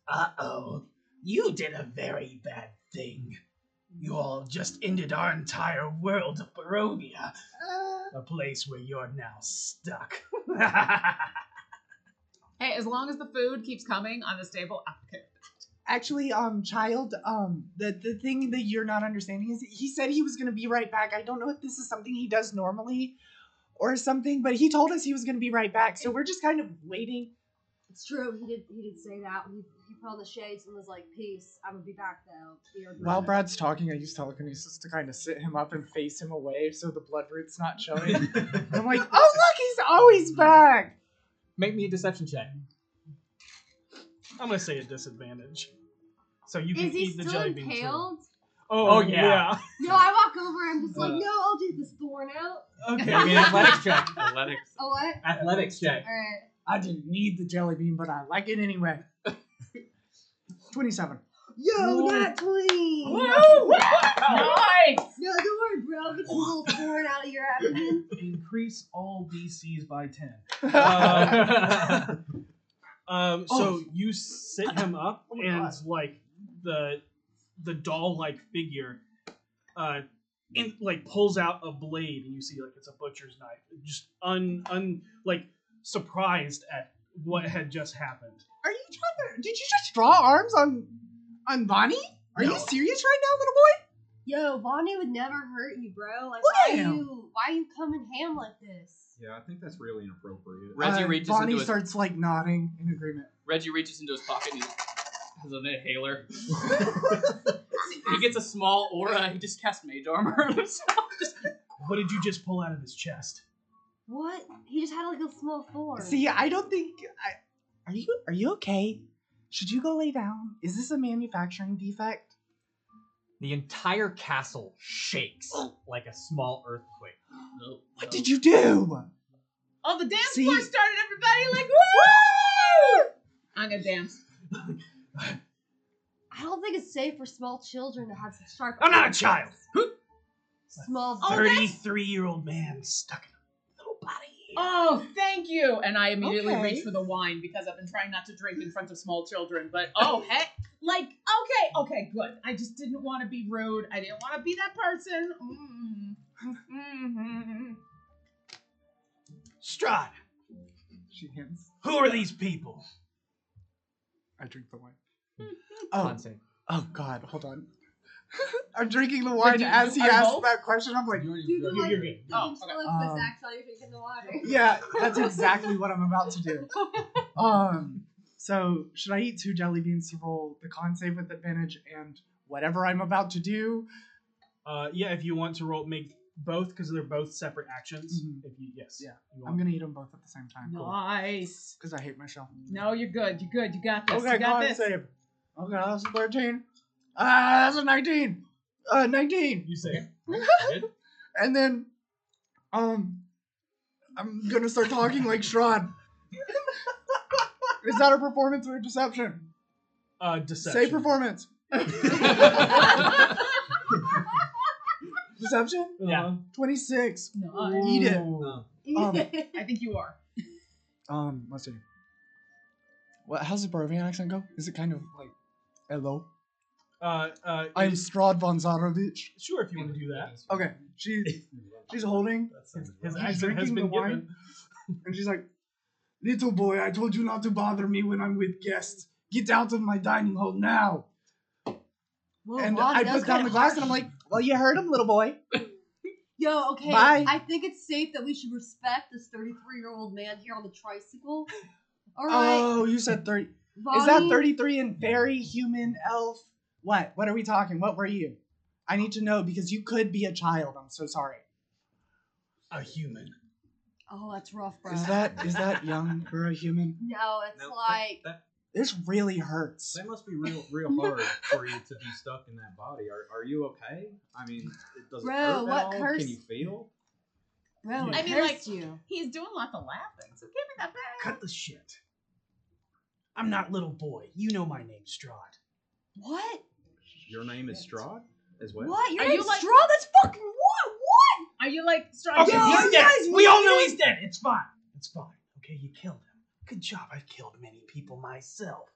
Speaker 9: Uh oh. You did a very bad thing. You all just ended our entire world of Barovia,
Speaker 8: Uh.
Speaker 9: a place where you're now stuck.
Speaker 6: Hey, as long as the food keeps coming on this table, I'm okay.
Speaker 4: Actually, um, child, um, the the thing that you're not understanding is he said he was gonna be right back. I don't know if this is something he does normally or something, but he told us he was gonna be right back. So we're just kind of waiting.
Speaker 8: It's true. He did. He did say that. He, he put on the shades and was like, "Peace. I'm gonna be back though." You know,
Speaker 4: While Brad's talking, I use telekinesis to kind of sit him up and face him away so the blood root's not showing. I'm like, oh look, he's always back.
Speaker 2: Make me a deception check.
Speaker 3: I'm gonna say a disadvantage. So you can
Speaker 8: Is he
Speaker 3: eat the
Speaker 8: still
Speaker 3: jelly beans.
Speaker 8: impaled?
Speaker 3: Oh,
Speaker 2: Oh, yeah.
Speaker 3: yeah.
Speaker 8: No, I walk over. I'm just like,
Speaker 3: Uh,
Speaker 8: "No, I'll take this thorn out."
Speaker 3: Okay.
Speaker 2: Make me an athletics check.
Speaker 5: Athletics.
Speaker 8: Oh what?
Speaker 2: Athletics check.
Speaker 8: All right.
Speaker 4: I didn't need the jelly bean, but I like it anyway. Twenty-seven.
Speaker 8: Yo, not clean.
Speaker 6: Oh. Nice!
Speaker 8: No, don't worry, bro. Get the little thorn out of your abdomen.
Speaker 3: Increase all DCs by ten.
Speaker 2: Uh,
Speaker 3: Um,
Speaker 4: Oh.
Speaker 3: So you sit him up,
Speaker 4: Oh my
Speaker 3: and
Speaker 4: God.
Speaker 3: like the the doll like figure, uh, in, like pulls out a blade, and you see like it's a butcher's knife. Just un un like surprised at what had just happened.
Speaker 4: Are you trying to? Did you just draw arms on on Bonnie? Are
Speaker 3: No.
Speaker 4: you serious right now, little boy?
Speaker 8: Yo, Bonnie would never hurt you, bro. Like,
Speaker 4: Look
Speaker 8: why
Speaker 4: at him.
Speaker 8: you? Why you coming ham like this?
Speaker 7: Yeah, I think that's really inappropriate.
Speaker 5: Reggie
Speaker 4: Uh,
Speaker 5: reaches
Speaker 4: Bonnie
Speaker 5: into his
Speaker 4: starts like nodding in agreement.
Speaker 5: Reggie reaches into his pocket and he has an inhaler. he gets a small aura. He just casts mage armor on himself. Just
Speaker 10: What did you just pull out of his chest?
Speaker 8: What? He just had like a small form.
Speaker 4: See, I don't think. I, are you are you okay? Should you go lay down? Is this a manufacturing defect?
Speaker 2: The entire castle shakes like a small earthquake.
Speaker 11: Nope,
Speaker 4: What
Speaker 11: nope.
Speaker 4: did you do?
Speaker 6: All Oh, the dance
Speaker 4: See?
Speaker 6: floor started. Everybody like woo! I'm gonna dance.
Speaker 8: I don't think it's safe for small children to have such sharp.
Speaker 3: I'm not a child.
Speaker 8: Small.
Speaker 6: Oh, that's-
Speaker 3: 33 year old man stuck in a little body.
Speaker 6: Oh, thank you. And I immediately
Speaker 4: Okay.
Speaker 6: reach for the wine because I've been trying not to drink in front of small children. But oh heck, like okay, okay, good. I just didn't want to be rude. I didn't want to be that person. Mm. Mhm.
Speaker 3: Strahd,
Speaker 4: She hands.
Speaker 3: who are these people?
Speaker 4: I drink the wine. Oh,
Speaker 2: Con save.
Speaker 4: oh God! Hold on. I'm drinking the wine as he
Speaker 6: are
Speaker 4: asks
Speaker 6: both?
Speaker 4: that question. I'm like,
Speaker 2: You already-
Speaker 8: Do
Speaker 2: you
Speaker 8: the
Speaker 2: already-
Speaker 8: like,
Speaker 3: You're good.
Speaker 6: Oh,
Speaker 8: things to
Speaker 6: okay.
Speaker 8: look
Speaker 4: Um,
Speaker 8: the Zach you drink in the water.
Speaker 4: yeah, that's exactly what I'm about to do. Um, so should I eat two jelly beans to roll the con save with advantage and whatever I'm about to do?
Speaker 10: Uh, yeah, if you want to roll, make both because they're both separate actions.
Speaker 4: Mhm.
Speaker 10: If you yes,
Speaker 4: Yeah.
Speaker 10: you
Speaker 4: I'm
Speaker 10: want.
Speaker 4: gonna eat them both at the same time. Cool.
Speaker 6: Nice.
Speaker 4: Because I hate myself.
Speaker 6: No, you're good. You're good. You got this.
Speaker 4: Okay,
Speaker 6: you got
Speaker 4: con
Speaker 6: this.
Speaker 4: save. Okay, that's a 13. Ah, that's a 19. Uh, 19.
Speaker 10: You say
Speaker 4: And then, um, I'm gonna start talking like Shroud. Is that a performance or a deception?
Speaker 10: uh, deception.
Speaker 4: Say performance. Deception?
Speaker 10: Yeah.
Speaker 4: 26.
Speaker 6: Nice.
Speaker 4: Eat it. Uh,
Speaker 8: Easy.
Speaker 6: I think you are.
Speaker 4: Um, let's see. What, how's the Peruvian accent go? Is it kind of like, hello?
Speaker 10: Uh, uh,
Speaker 4: I'm Strad von Zarovich.
Speaker 10: sure if you want to do that.
Speaker 4: Okay, she, she's holding,
Speaker 10: His, his
Speaker 4: He's
Speaker 10: accent has been
Speaker 4: drinking the wine.
Speaker 10: given.
Speaker 4: and she's like, Little boy, I told you not to bother me when I'm with guests. Get out of my dining hall now.
Speaker 8: Whoa,
Speaker 4: And
Speaker 8: Vaughn
Speaker 4: I
Speaker 8: does
Speaker 4: put down
Speaker 8: get
Speaker 4: the glass
Speaker 8: harsh.
Speaker 4: and I'm like, Well, you heard him, little boy.
Speaker 8: Yo, okay.
Speaker 4: Bye.
Speaker 8: I think it's safe that we should respect this 33 year old man here on the tricycle. All right.
Speaker 4: Oh, you said 30. Is that
Speaker 8: Bonnie,
Speaker 4: 33 in fairy, human, elf? What? What are we talking? What were you? I need to know because you could be a child. I'm so sorry.
Speaker 3: A human.
Speaker 8: Oh, that's rough, bro.
Speaker 4: Is that is that young for a human?
Speaker 8: No, it's
Speaker 7: No,
Speaker 8: like.
Speaker 7: that,
Speaker 4: This really hurts.
Speaker 7: that, that must be real, real hard for you to be stuck in that body. Are, are you okay? I mean, it does it
Speaker 8: Bro,
Speaker 7: hurt at
Speaker 8: what
Speaker 7: all?
Speaker 8: curse-
Speaker 7: Can you feel?
Speaker 8: Bro, it
Speaker 6: I mean,
Speaker 8: hurts
Speaker 6: like-
Speaker 8: you.
Speaker 6: He's doing lots of laughing, so give me that back.
Speaker 3: Cut the shit. I'm not little boy. You know my name, Strahd.
Speaker 8: What?
Speaker 7: Your name is Strahd as well.
Speaker 8: What? Your
Speaker 6: Are
Speaker 8: name's
Speaker 6: you like-
Speaker 8: Straw? That's fucking what? What?
Speaker 6: Are you like strong?
Speaker 3: Okay,
Speaker 8: Yo,
Speaker 3: he's
Speaker 8: you
Speaker 3: dead.
Speaker 8: guys
Speaker 3: we all know
Speaker 8: really-
Speaker 3: he's dead. It's fine. It's fine. Okay, you killed him. Good job. I've killed many people myself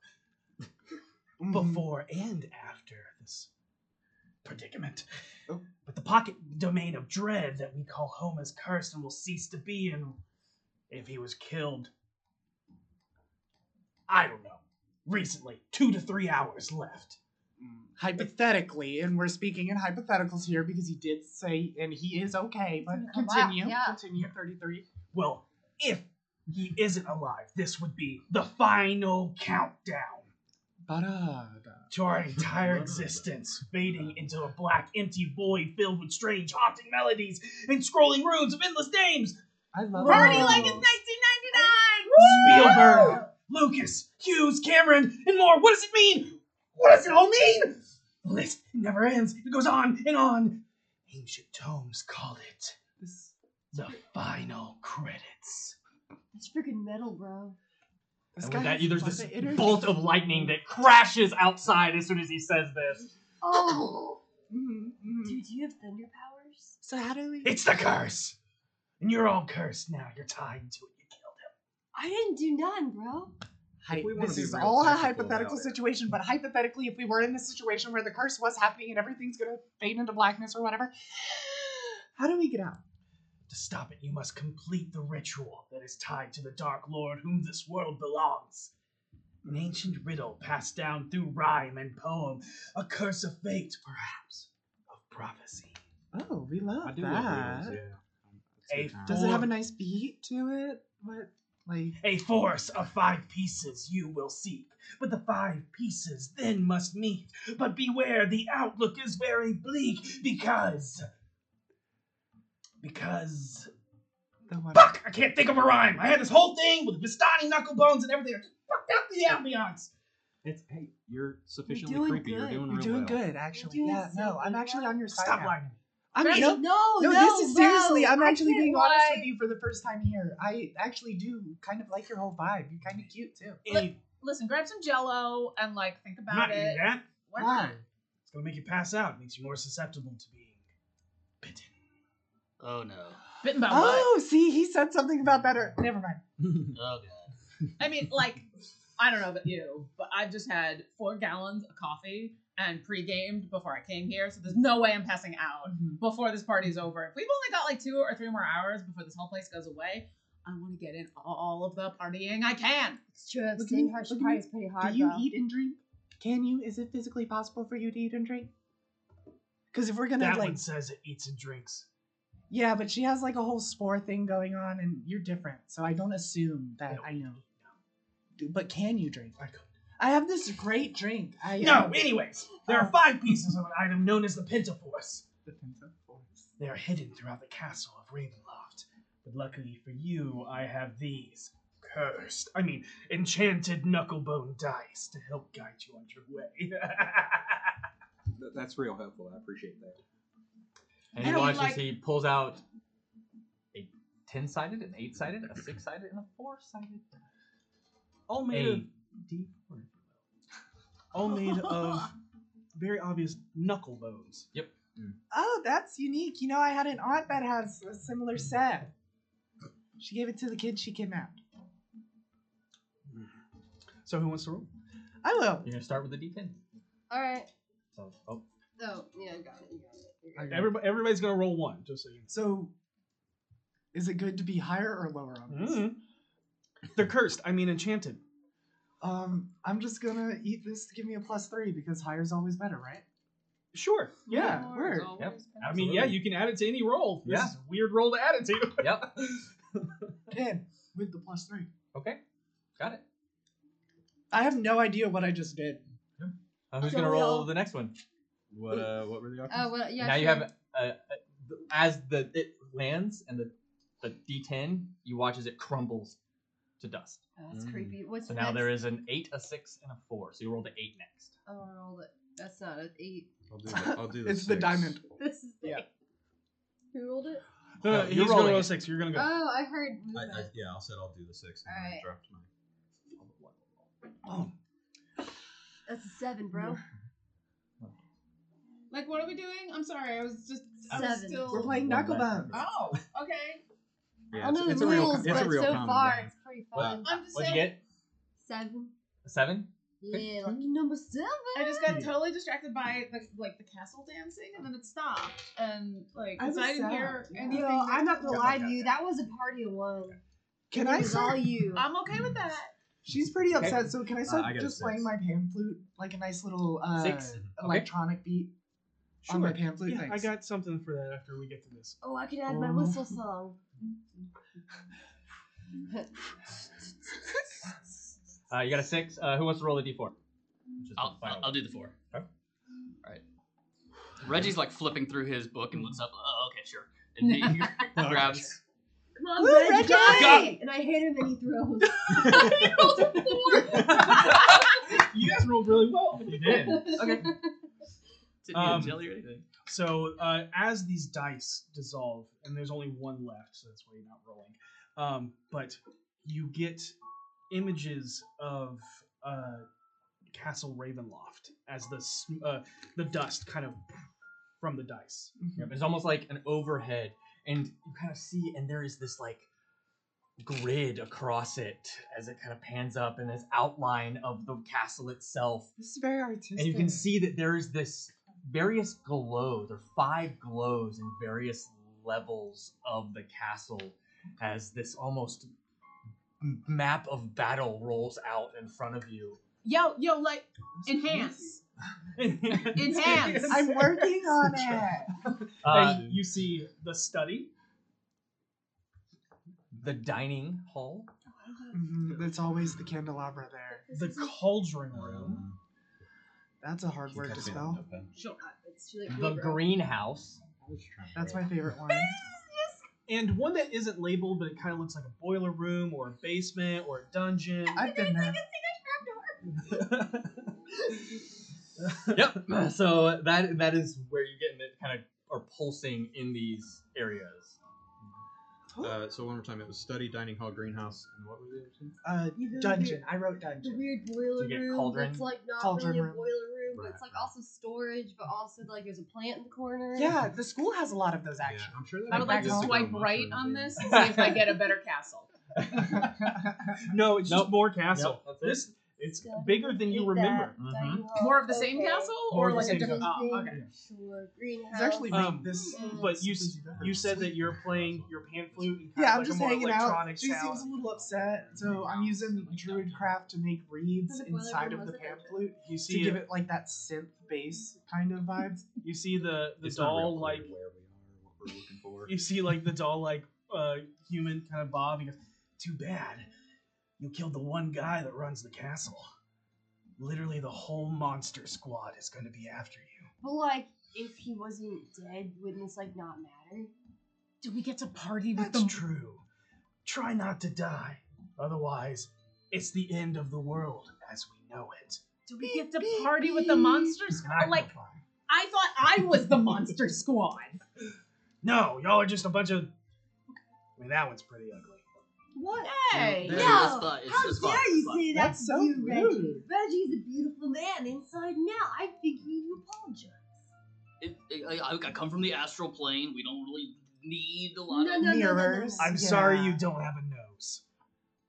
Speaker 4: Mm-hmm.
Speaker 3: before and after this predicament.
Speaker 4: Oh.
Speaker 3: But the pocket domain of dread that we call home is cursed and will cease to be in if he was killed. I don't know. Recently, two to three hours left.
Speaker 4: Hypothetically, and we're speaking in hypotheticals here because he did say, and he is okay, but
Speaker 8: come back,
Speaker 4: continue.
Speaker 8: yeah.
Speaker 4: Continue, 33.
Speaker 3: Well, if he isn't alive, this would be the final countdown.
Speaker 4: Ba-da-da.
Speaker 3: to our entire existence, fading into a black, empty void filled with strange, haunting melodies and scrolling runes of endless names.
Speaker 4: I love
Speaker 6: Party
Speaker 4: it.
Speaker 6: like it's 1999.
Speaker 3: Spielberg, Lucas, Hughes, Cameron, and more. What does it mean? What does it all mean? The list never ends. It goes on and on. Ancient tomes called it
Speaker 4: This,
Speaker 3: the final credits.
Speaker 8: That's freaking metal, bro.
Speaker 4: this
Speaker 2: And
Speaker 4: guy
Speaker 2: with that,
Speaker 4: has
Speaker 2: there's
Speaker 4: a lot
Speaker 2: this
Speaker 4: of energy.
Speaker 2: bolt of lightning that crashes outside as soon as he says this.
Speaker 8: Oh,
Speaker 4: Mhm, mhm.
Speaker 8: dude, do you have thunder powers?
Speaker 4: So how do we?
Speaker 3: It's the curse, and you're all cursed now. You're tied to it. You killed him.
Speaker 8: I didn't do none, bro.
Speaker 4: Hi-
Speaker 7: we wanna
Speaker 4: this
Speaker 7: be
Speaker 4: is
Speaker 7: real
Speaker 4: all a
Speaker 7: technical
Speaker 4: hypothetical
Speaker 7: about it.
Speaker 4: situation, but hypothetically, if we were in this situation where the curse was happening and everything's gonna fade into blackness or whatever, how do we get out?
Speaker 3: To stop it, you must complete the ritual that is tied to the Dark Lord whom this world belongs. An ancient riddle passed down through rhyme and poem, a curse of fate, perhaps, of prophecy.
Speaker 4: Oh, we love
Speaker 7: I do
Speaker 4: that.
Speaker 7: love reels, yeah. It's
Speaker 3: A
Speaker 7: good time.
Speaker 4: Does it have a nice beat to it? What like?
Speaker 3: A force of five pieces you will seek, but the five pieces then must meet. But beware, the outlook is very bleak because because
Speaker 4: The one-
Speaker 3: fuck, I can't think of a rhyme. I had this whole thing with Vistani knuckle bones and everything. I just fucked up the ambiance.
Speaker 7: It's hey, you're
Speaker 4: You're
Speaker 7: sufficiently
Speaker 4: doing
Speaker 7: creepy.
Speaker 4: good.
Speaker 7: You're doing
Speaker 4: You're
Speaker 7: real
Speaker 4: doing
Speaker 7: well.
Speaker 4: good, actually.
Speaker 8: doing
Speaker 4: yeah, no,
Speaker 8: so
Speaker 4: I'm
Speaker 8: well.
Speaker 4: actually on your side.
Speaker 3: Stop
Speaker 4: now.
Speaker 3: lying.
Speaker 4: I'm
Speaker 8: Right?
Speaker 4: no,
Speaker 8: no,
Speaker 4: no, this is
Speaker 8: bro,
Speaker 4: seriously. I'm
Speaker 8: I
Speaker 4: actually
Speaker 8: can't
Speaker 4: being honest
Speaker 8: lie.
Speaker 4: with you for the first time here. I actually do kind of like your whole vibe. You're kind of cute too.
Speaker 3: Any,
Speaker 6: Listen, grab some Jello and like think about
Speaker 3: not
Speaker 6: it.
Speaker 3: eating that.
Speaker 6: Why
Speaker 4: Why?
Speaker 6: not?
Speaker 3: It's gonna make you pass out. Makes you more susceptible to being bitten.
Speaker 5: Oh no.
Speaker 6: Bitten by
Speaker 4: Oh, see, he said something about that. Or never mind.
Speaker 5: Oh god.
Speaker 6: what? I mean, like, I don't know about you, but I've just had four gallons of coffee and pre-gamed before I came here, so there's no way I'm passing out
Speaker 4: Mm-hmm.
Speaker 6: before this party's over. If we've only got like two or three more hours before this whole place goes away, I want to get in all of the partying I can.
Speaker 8: It's true. I've
Speaker 4: Look at
Speaker 8: seen
Speaker 4: me,
Speaker 8: her. She
Speaker 4: look at
Speaker 8: parties pretty hard,
Speaker 4: Do you
Speaker 8: though.
Speaker 4: eat and drink? Can you? Is it physically possible for you to eat and drink? Because if we're gonna
Speaker 3: That
Speaker 4: like,
Speaker 3: one says it eats and drinks.
Speaker 4: yeah, but she has like a whole spore thing going on, and you're different, so I don't assume that
Speaker 3: No.
Speaker 4: I know. Do- But can you drink?
Speaker 3: I couldn't.
Speaker 4: I have this great drink. I
Speaker 3: No,
Speaker 4: um,
Speaker 3: anyways, there are five pieces of an item known as the Pentaforce.
Speaker 4: the Prince of Forest.
Speaker 3: They are hidden throughout the castle of Ravenloft. But luckily for you, I have these cursed, I mean, enchanted knucklebone dice to help guide you on your way.
Speaker 7: Th- That's real helpful. I appreciate that.
Speaker 2: And he
Speaker 6: I don't
Speaker 2: watches.
Speaker 6: like-
Speaker 2: He pulls out a ten-sided, an eight-sided, a six-sided, and a four-sided.
Speaker 6: Oh,
Speaker 3: all made of,
Speaker 2: A D4.
Speaker 3: all made of very obvious knuckle bones.
Speaker 4: Oh, that's unique. You know, I had an aunt that has a similar set. She gave it to the kid she kidnapped.
Speaker 3: So who wants to roll?
Speaker 4: I will.
Speaker 2: You're gonna start with a D10.
Speaker 8: All right.
Speaker 2: So, oh,
Speaker 8: Oh, yeah, got it. You got it. You got it.
Speaker 3: Everybody, everybody's gonna roll one, just so you
Speaker 4: So, is it good to be higher or lower on
Speaker 3: know.
Speaker 4: this?
Speaker 3: They're cursed. I mean, enchanted.
Speaker 4: Um, I'm just gonna eat this to give me a plus three because higher's always better, right?
Speaker 3: Sure.
Speaker 4: Yeah,
Speaker 8: Lord,
Speaker 4: word.
Speaker 8: always
Speaker 2: Yep.
Speaker 8: been-
Speaker 3: I mean, yeah,
Speaker 2: Absolutely.
Speaker 3: you can add it to any roll. This
Speaker 2: Yeah.
Speaker 3: is a weird roll to add it to.
Speaker 2: yep.
Speaker 4: Ten with the plus three.
Speaker 2: Okay, got it.
Speaker 4: I have no idea what I just did.
Speaker 2: Uh, who's
Speaker 8: So
Speaker 2: gonna
Speaker 8: we
Speaker 2: roll
Speaker 8: all-
Speaker 2: the next one?
Speaker 7: What uh, what were the options?
Speaker 8: Oh, well, yeah.
Speaker 2: now you
Speaker 8: sure.
Speaker 2: have uh, uh, as the it lands and the the D10, you watch as it crumbles to dust.
Speaker 8: Oh, that's
Speaker 7: Mm.
Speaker 8: creepy. What's
Speaker 2: So now
Speaker 8: next?
Speaker 2: there is an eight, a six, and a four. So you roll the eight next.
Speaker 8: Oh, I rolled it. That's not an eight.
Speaker 7: I'll do the, I'll do the
Speaker 4: It's the
Speaker 7: six.
Speaker 4: diamond.
Speaker 8: This is the
Speaker 4: Yeah.
Speaker 8: eight. Who rolled it?
Speaker 3: No,
Speaker 2: No,
Speaker 3: no,
Speaker 4: Oh,
Speaker 2: you're
Speaker 3: he's gonna
Speaker 2: rolling
Speaker 3: roll
Speaker 2: it.
Speaker 3: a six. You're gonna go.
Speaker 8: Oh, I heard
Speaker 7: I, I,
Speaker 8: movement.
Speaker 7: yeah, I said I'll do the six. And then I
Speaker 8: Alright.
Speaker 7: dropped mine.
Speaker 4: Oh,
Speaker 8: That's a seven, bro.
Speaker 6: Like, what are we doing? I'm sorry, I was just I was
Speaker 8: Seven.
Speaker 6: still.
Speaker 4: we're playing
Speaker 7: One
Speaker 4: knucklebones.
Speaker 7: back.
Speaker 6: Oh, okay.
Speaker 7: Yeah,
Speaker 8: I don't
Speaker 7: it's,
Speaker 8: know the
Speaker 7: it's a real,
Speaker 8: rules,
Speaker 7: it's a
Speaker 8: but
Speaker 7: real
Speaker 8: so
Speaker 7: common
Speaker 8: far
Speaker 7: game.
Speaker 8: it's pretty
Speaker 7: Well,
Speaker 8: fun.
Speaker 6: I'm just
Speaker 2: What'd
Speaker 6: saying.
Speaker 2: you get?
Speaker 8: seven.
Speaker 2: A seven?
Speaker 8: Yeah, lucky number seven.
Speaker 6: I just got totally distracted by the, like the castle dancing, and then it stopped, and like
Speaker 4: I
Speaker 6: 'cause
Speaker 4: was
Speaker 6: I didn't hear
Speaker 4: sad.
Speaker 6: anything.
Speaker 8: Yo,
Speaker 6: that-
Speaker 8: I'm not gonna
Speaker 3: Yeah,
Speaker 8: lie
Speaker 3: yeah,
Speaker 8: to you.
Speaker 3: yeah.
Speaker 8: That was a party of one.
Speaker 4: Can
Speaker 8: It
Speaker 4: I
Speaker 8: was all
Speaker 4: start?
Speaker 8: you.
Speaker 6: I'm okay with that.
Speaker 4: She's pretty
Speaker 2: Okay.
Speaker 4: upset, so can
Speaker 3: Uh,
Speaker 4: I start
Speaker 7: I got a
Speaker 4: just
Speaker 7: six.
Speaker 4: playing my pan flute like a nice little uh,
Speaker 2: Six? Okay.
Speaker 4: electronic beat on my
Speaker 3: Sure.
Speaker 4: pan flute?
Speaker 3: Yeah, I
Speaker 4: Thanks.
Speaker 3: got something for that after we get to this.
Speaker 8: Oh, I could add my
Speaker 4: Oh.
Speaker 8: whistle song.
Speaker 2: Uh, you got a six. Uh, who wants to roll a D4? Just
Speaker 5: I'll,
Speaker 2: the
Speaker 5: I'll,
Speaker 2: final
Speaker 5: I'll do the four.
Speaker 2: Okay.
Speaker 5: All right. Reggie's like flipping through his book and looks up. Oh, okay, sure. And he grabs.
Speaker 8: Come on,
Speaker 4: Woo,
Speaker 8: Reggie!
Speaker 4: Reggie!
Speaker 8: And I hit him and he throws.
Speaker 3: You guys rolled really well.
Speaker 2: one. You did. Okay.
Speaker 5: Didn't need a
Speaker 3: Um,
Speaker 5: jelly or anything.
Speaker 3: So uh, as these dice dissolve, and there's only one left, so that's why you're not rolling. Um, but you get images of uh, Castle Ravenloft as the sm- uh, the dust kind of from the dice.
Speaker 2: Yep, it's almost like an overhead, and you kind of see, and there is this like grid across it as it kind of pans up, and this outline of the castle itself.
Speaker 4: This is very artistic.
Speaker 2: and you can see that there is this various glows or five glows in various levels of the castle as this almost m- map of battle rolls out in front of you
Speaker 6: Yo, yo, like enhance, enhance.
Speaker 4: I'm working on it.
Speaker 2: uh,
Speaker 3: and you see the study.
Speaker 2: the dining hall
Speaker 4: Mhm, That's always the candelabra there.
Speaker 3: The cauldron room,
Speaker 7: Um,
Speaker 4: That's a hard word to spell.
Speaker 8: It's too late for
Speaker 2: the
Speaker 8: me, bro.
Speaker 2: greenhouse
Speaker 4: That's my favorite one.
Speaker 8: This is just
Speaker 3: and one that isn't labeled, but it kind of looks like a boiler room or a basement or a dungeon.
Speaker 4: I've been there.
Speaker 2: yep. So that that is where you're getting it kind of are pulsing in these areas.
Speaker 7: Uh, so one more time, it was study, dining hall, greenhouse, and what was the other two?
Speaker 4: Uh, dungeon. I wrote
Speaker 8: The
Speaker 4: dungeon.
Speaker 8: weird boiler
Speaker 2: To get
Speaker 8: room
Speaker 2: cauldron-
Speaker 8: that's like not
Speaker 4: cauldron
Speaker 8: really a
Speaker 4: room.
Speaker 8: boiler room, but
Speaker 7: Right,
Speaker 8: it's like
Speaker 7: right.
Speaker 8: also storage, but also like there's a plant in the corner.
Speaker 4: Yeah, the school has a lot of those
Speaker 7: Yeah,
Speaker 4: actually.
Speaker 7: I'm sure that
Speaker 6: I would like to
Speaker 4: Back home.
Speaker 6: swipe right on this and see if I get a better castle.
Speaker 3: No, it's just more castle.
Speaker 2: Yep, that's it.
Speaker 3: This it's
Speaker 8: Dungeon,
Speaker 3: bigger than you
Speaker 8: hate
Speaker 3: remember.
Speaker 8: that.
Speaker 2: Mhm.
Speaker 8: Dining hall,
Speaker 6: More of the same
Speaker 8: okay.
Speaker 6: castle,
Speaker 3: More
Speaker 6: or
Speaker 3: of the
Speaker 6: like a
Speaker 3: same
Speaker 6: different?
Speaker 3: castle.
Speaker 6: Oh,
Speaker 8: Dungeon,
Speaker 6: okay.
Speaker 8: Sure. Greenhouse.
Speaker 4: It's actually
Speaker 3: Um,
Speaker 4: make this.
Speaker 3: But you s- you said that you're playing your pan flute. And kind
Speaker 4: Yeah,
Speaker 3: of
Speaker 4: I'm
Speaker 3: like
Speaker 4: just
Speaker 3: a more
Speaker 4: hanging out.
Speaker 3: electronic
Speaker 4: She
Speaker 3: sound.
Speaker 4: seems a little upset, so I'm using druidcraft to make reeds
Speaker 8: Does it boil
Speaker 4: inside
Speaker 8: everyone
Speaker 4: of the
Speaker 8: with
Speaker 4: pan
Speaker 8: attention?
Speaker 4: flute
Speaker 3: You
Speaker 4: to
Speaker 3: see
Speaker 4: give
Speaker 3: it-
Speaker 4: it like that synth bass kind of vibes.
Speaker 3: you see the the
Speaker 7: It's not real
Speaker 3: doll
Speaker 7: clear
Speaker 3: like
Speaker 7: where we are, what we're looking for.
Speaker 3: you see like the doll like uh human kind of bob. He goes,
Speaker 9: Too bad. You killed the one guy that runs the castle. Literally, the whole monster squad is going to be after you.
Speaker 8: But like, if he wasn't dead, wouldn't this like not matter?
Speaker 6: Do we get to party with
Speaker 9: That's
Speaker 6: them?
Speaker 9: true. Try not to die. Otherwise, it's the end of the world as we know it.
Speaker 6: Do we get to party with the monster squad? Like I thought I was the monster squad.
Speaker 9: No, y'all are just a bunch of. I mean, that one's pretty ugly.
Speaker 8: What?
Speaker 6: Hey,
Speaker 5: There,
Speaker 8: No.
Speaker 5: it's fine, it's-
Speaker 8: How
Speaker 5: it's fine,
Speaker 8: dare you
Speaker 5: it's fine.
Speaker 8: say that
Speaker 4: That's
Speaker 8: to
Speaker 4: so
Speaker 8: you, Reggie?
Speaker 4: rude.
Speaker 8: Reggie's a beautiful man inside and out. I think you need to apologize.
Speaker 5: It, it, I, I come from the astral plane. We don't really need a
Speaker 8: No,
Speaker 5: lot
Speaker 8: no,
Speaker 5: of.
Speaker 8: no, no, no.
Speaker 4: Mirrors.
Speaker 9: I'm
Speaker 4: Yeah.
Speaker 9: sorry you don't have a nose.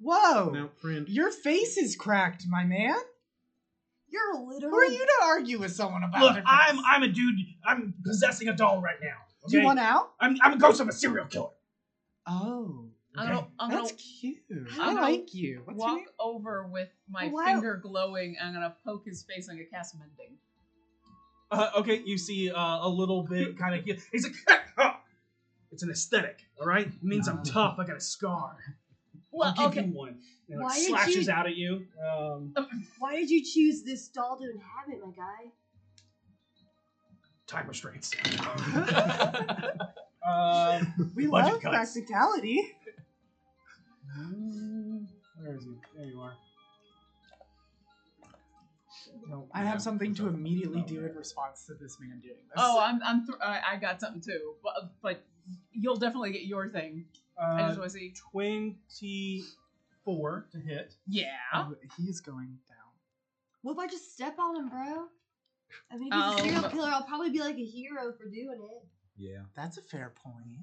Speaker 4: Whoa!
Speaker 7: Now, friend,
Speaker 4: Your face is cracked, my man.
Speaker 8: You're literally.
Speaker 4: Who are you to argue with someone about?
Speaker 9: Look,
Speaker 4: their face?
Speaker 9: I'm I'm a dude. I'm possessing a doll right now.
Speaker 4: Do you
Speaker 9: okay?
Speaker 4: want out?
Speaker 9: I'm I'm a ghost of a serial killer.
Speaker 4: Oh,
Speaker 6: I'm gonna, I'm
Speaker 8: Uh-huh.
Speaker 6: gonna
Speaker 4: that's cute.
Speaker 6: I
Speaker 4: I,
Speaker 6: don't-
Speaker 4: like you. What's your
Speaker 6: walk
Speaker 4: name?
Speaker 6: over with my
Speaker 4: Why-
Speaker 6: finger glowing. and I'm gonna poke his face. I'm gonna cast mending.
Speaker 3: uh, okay, you see uh, a little bit kind of
Speaker 9: He's like, "Ah, ah." it's an aesthetic, all right? It means I'm
Speaker 3: Ah.
Speaker 9: tough. I got a scar.
Speaker 6: Well,
Speaker 9: I'll give
Speaker 6: okay.
Speaker 9: you one. And it
Speaker 8: Why
Speaker 9: like,
Speaker 8: did
Speaker 9: slashes
Speaker 8: you-
Speaker 9: out at you. Um,
Speaker 8: Why did you choose this doll to inhabit, my guy?
Speaker 9: time restraints.
Speaker 3: um,
Speaker 4: We
Speaker 9: Budget
Speaker 4: love
Speaker 9: cuts.
Speaker 4: practicality.
Speaker 3: Um, where is he? There you are.
Speaker 4: No, I have something to immediately do in response to this man doing this.
Speaker 6: Oh, I'm, I'm th- I I got something too, but, but you'll definitely get your thing. I
Speaker 3: Uh,
Speaker 6: just want to see.
Speaker 3: Twenty four to hit.
Speaker 6: Yeah.
Speaker 4: Oh, he's going down.
Speaker 8: What if I just step on him, bro? I mean, if he's
Speaker 6: Um,
Speaker 8: a serial killer, I'll probably be like a hero for doing it.
Speaker 7: yeah,
Speaker 4: That's a fair point.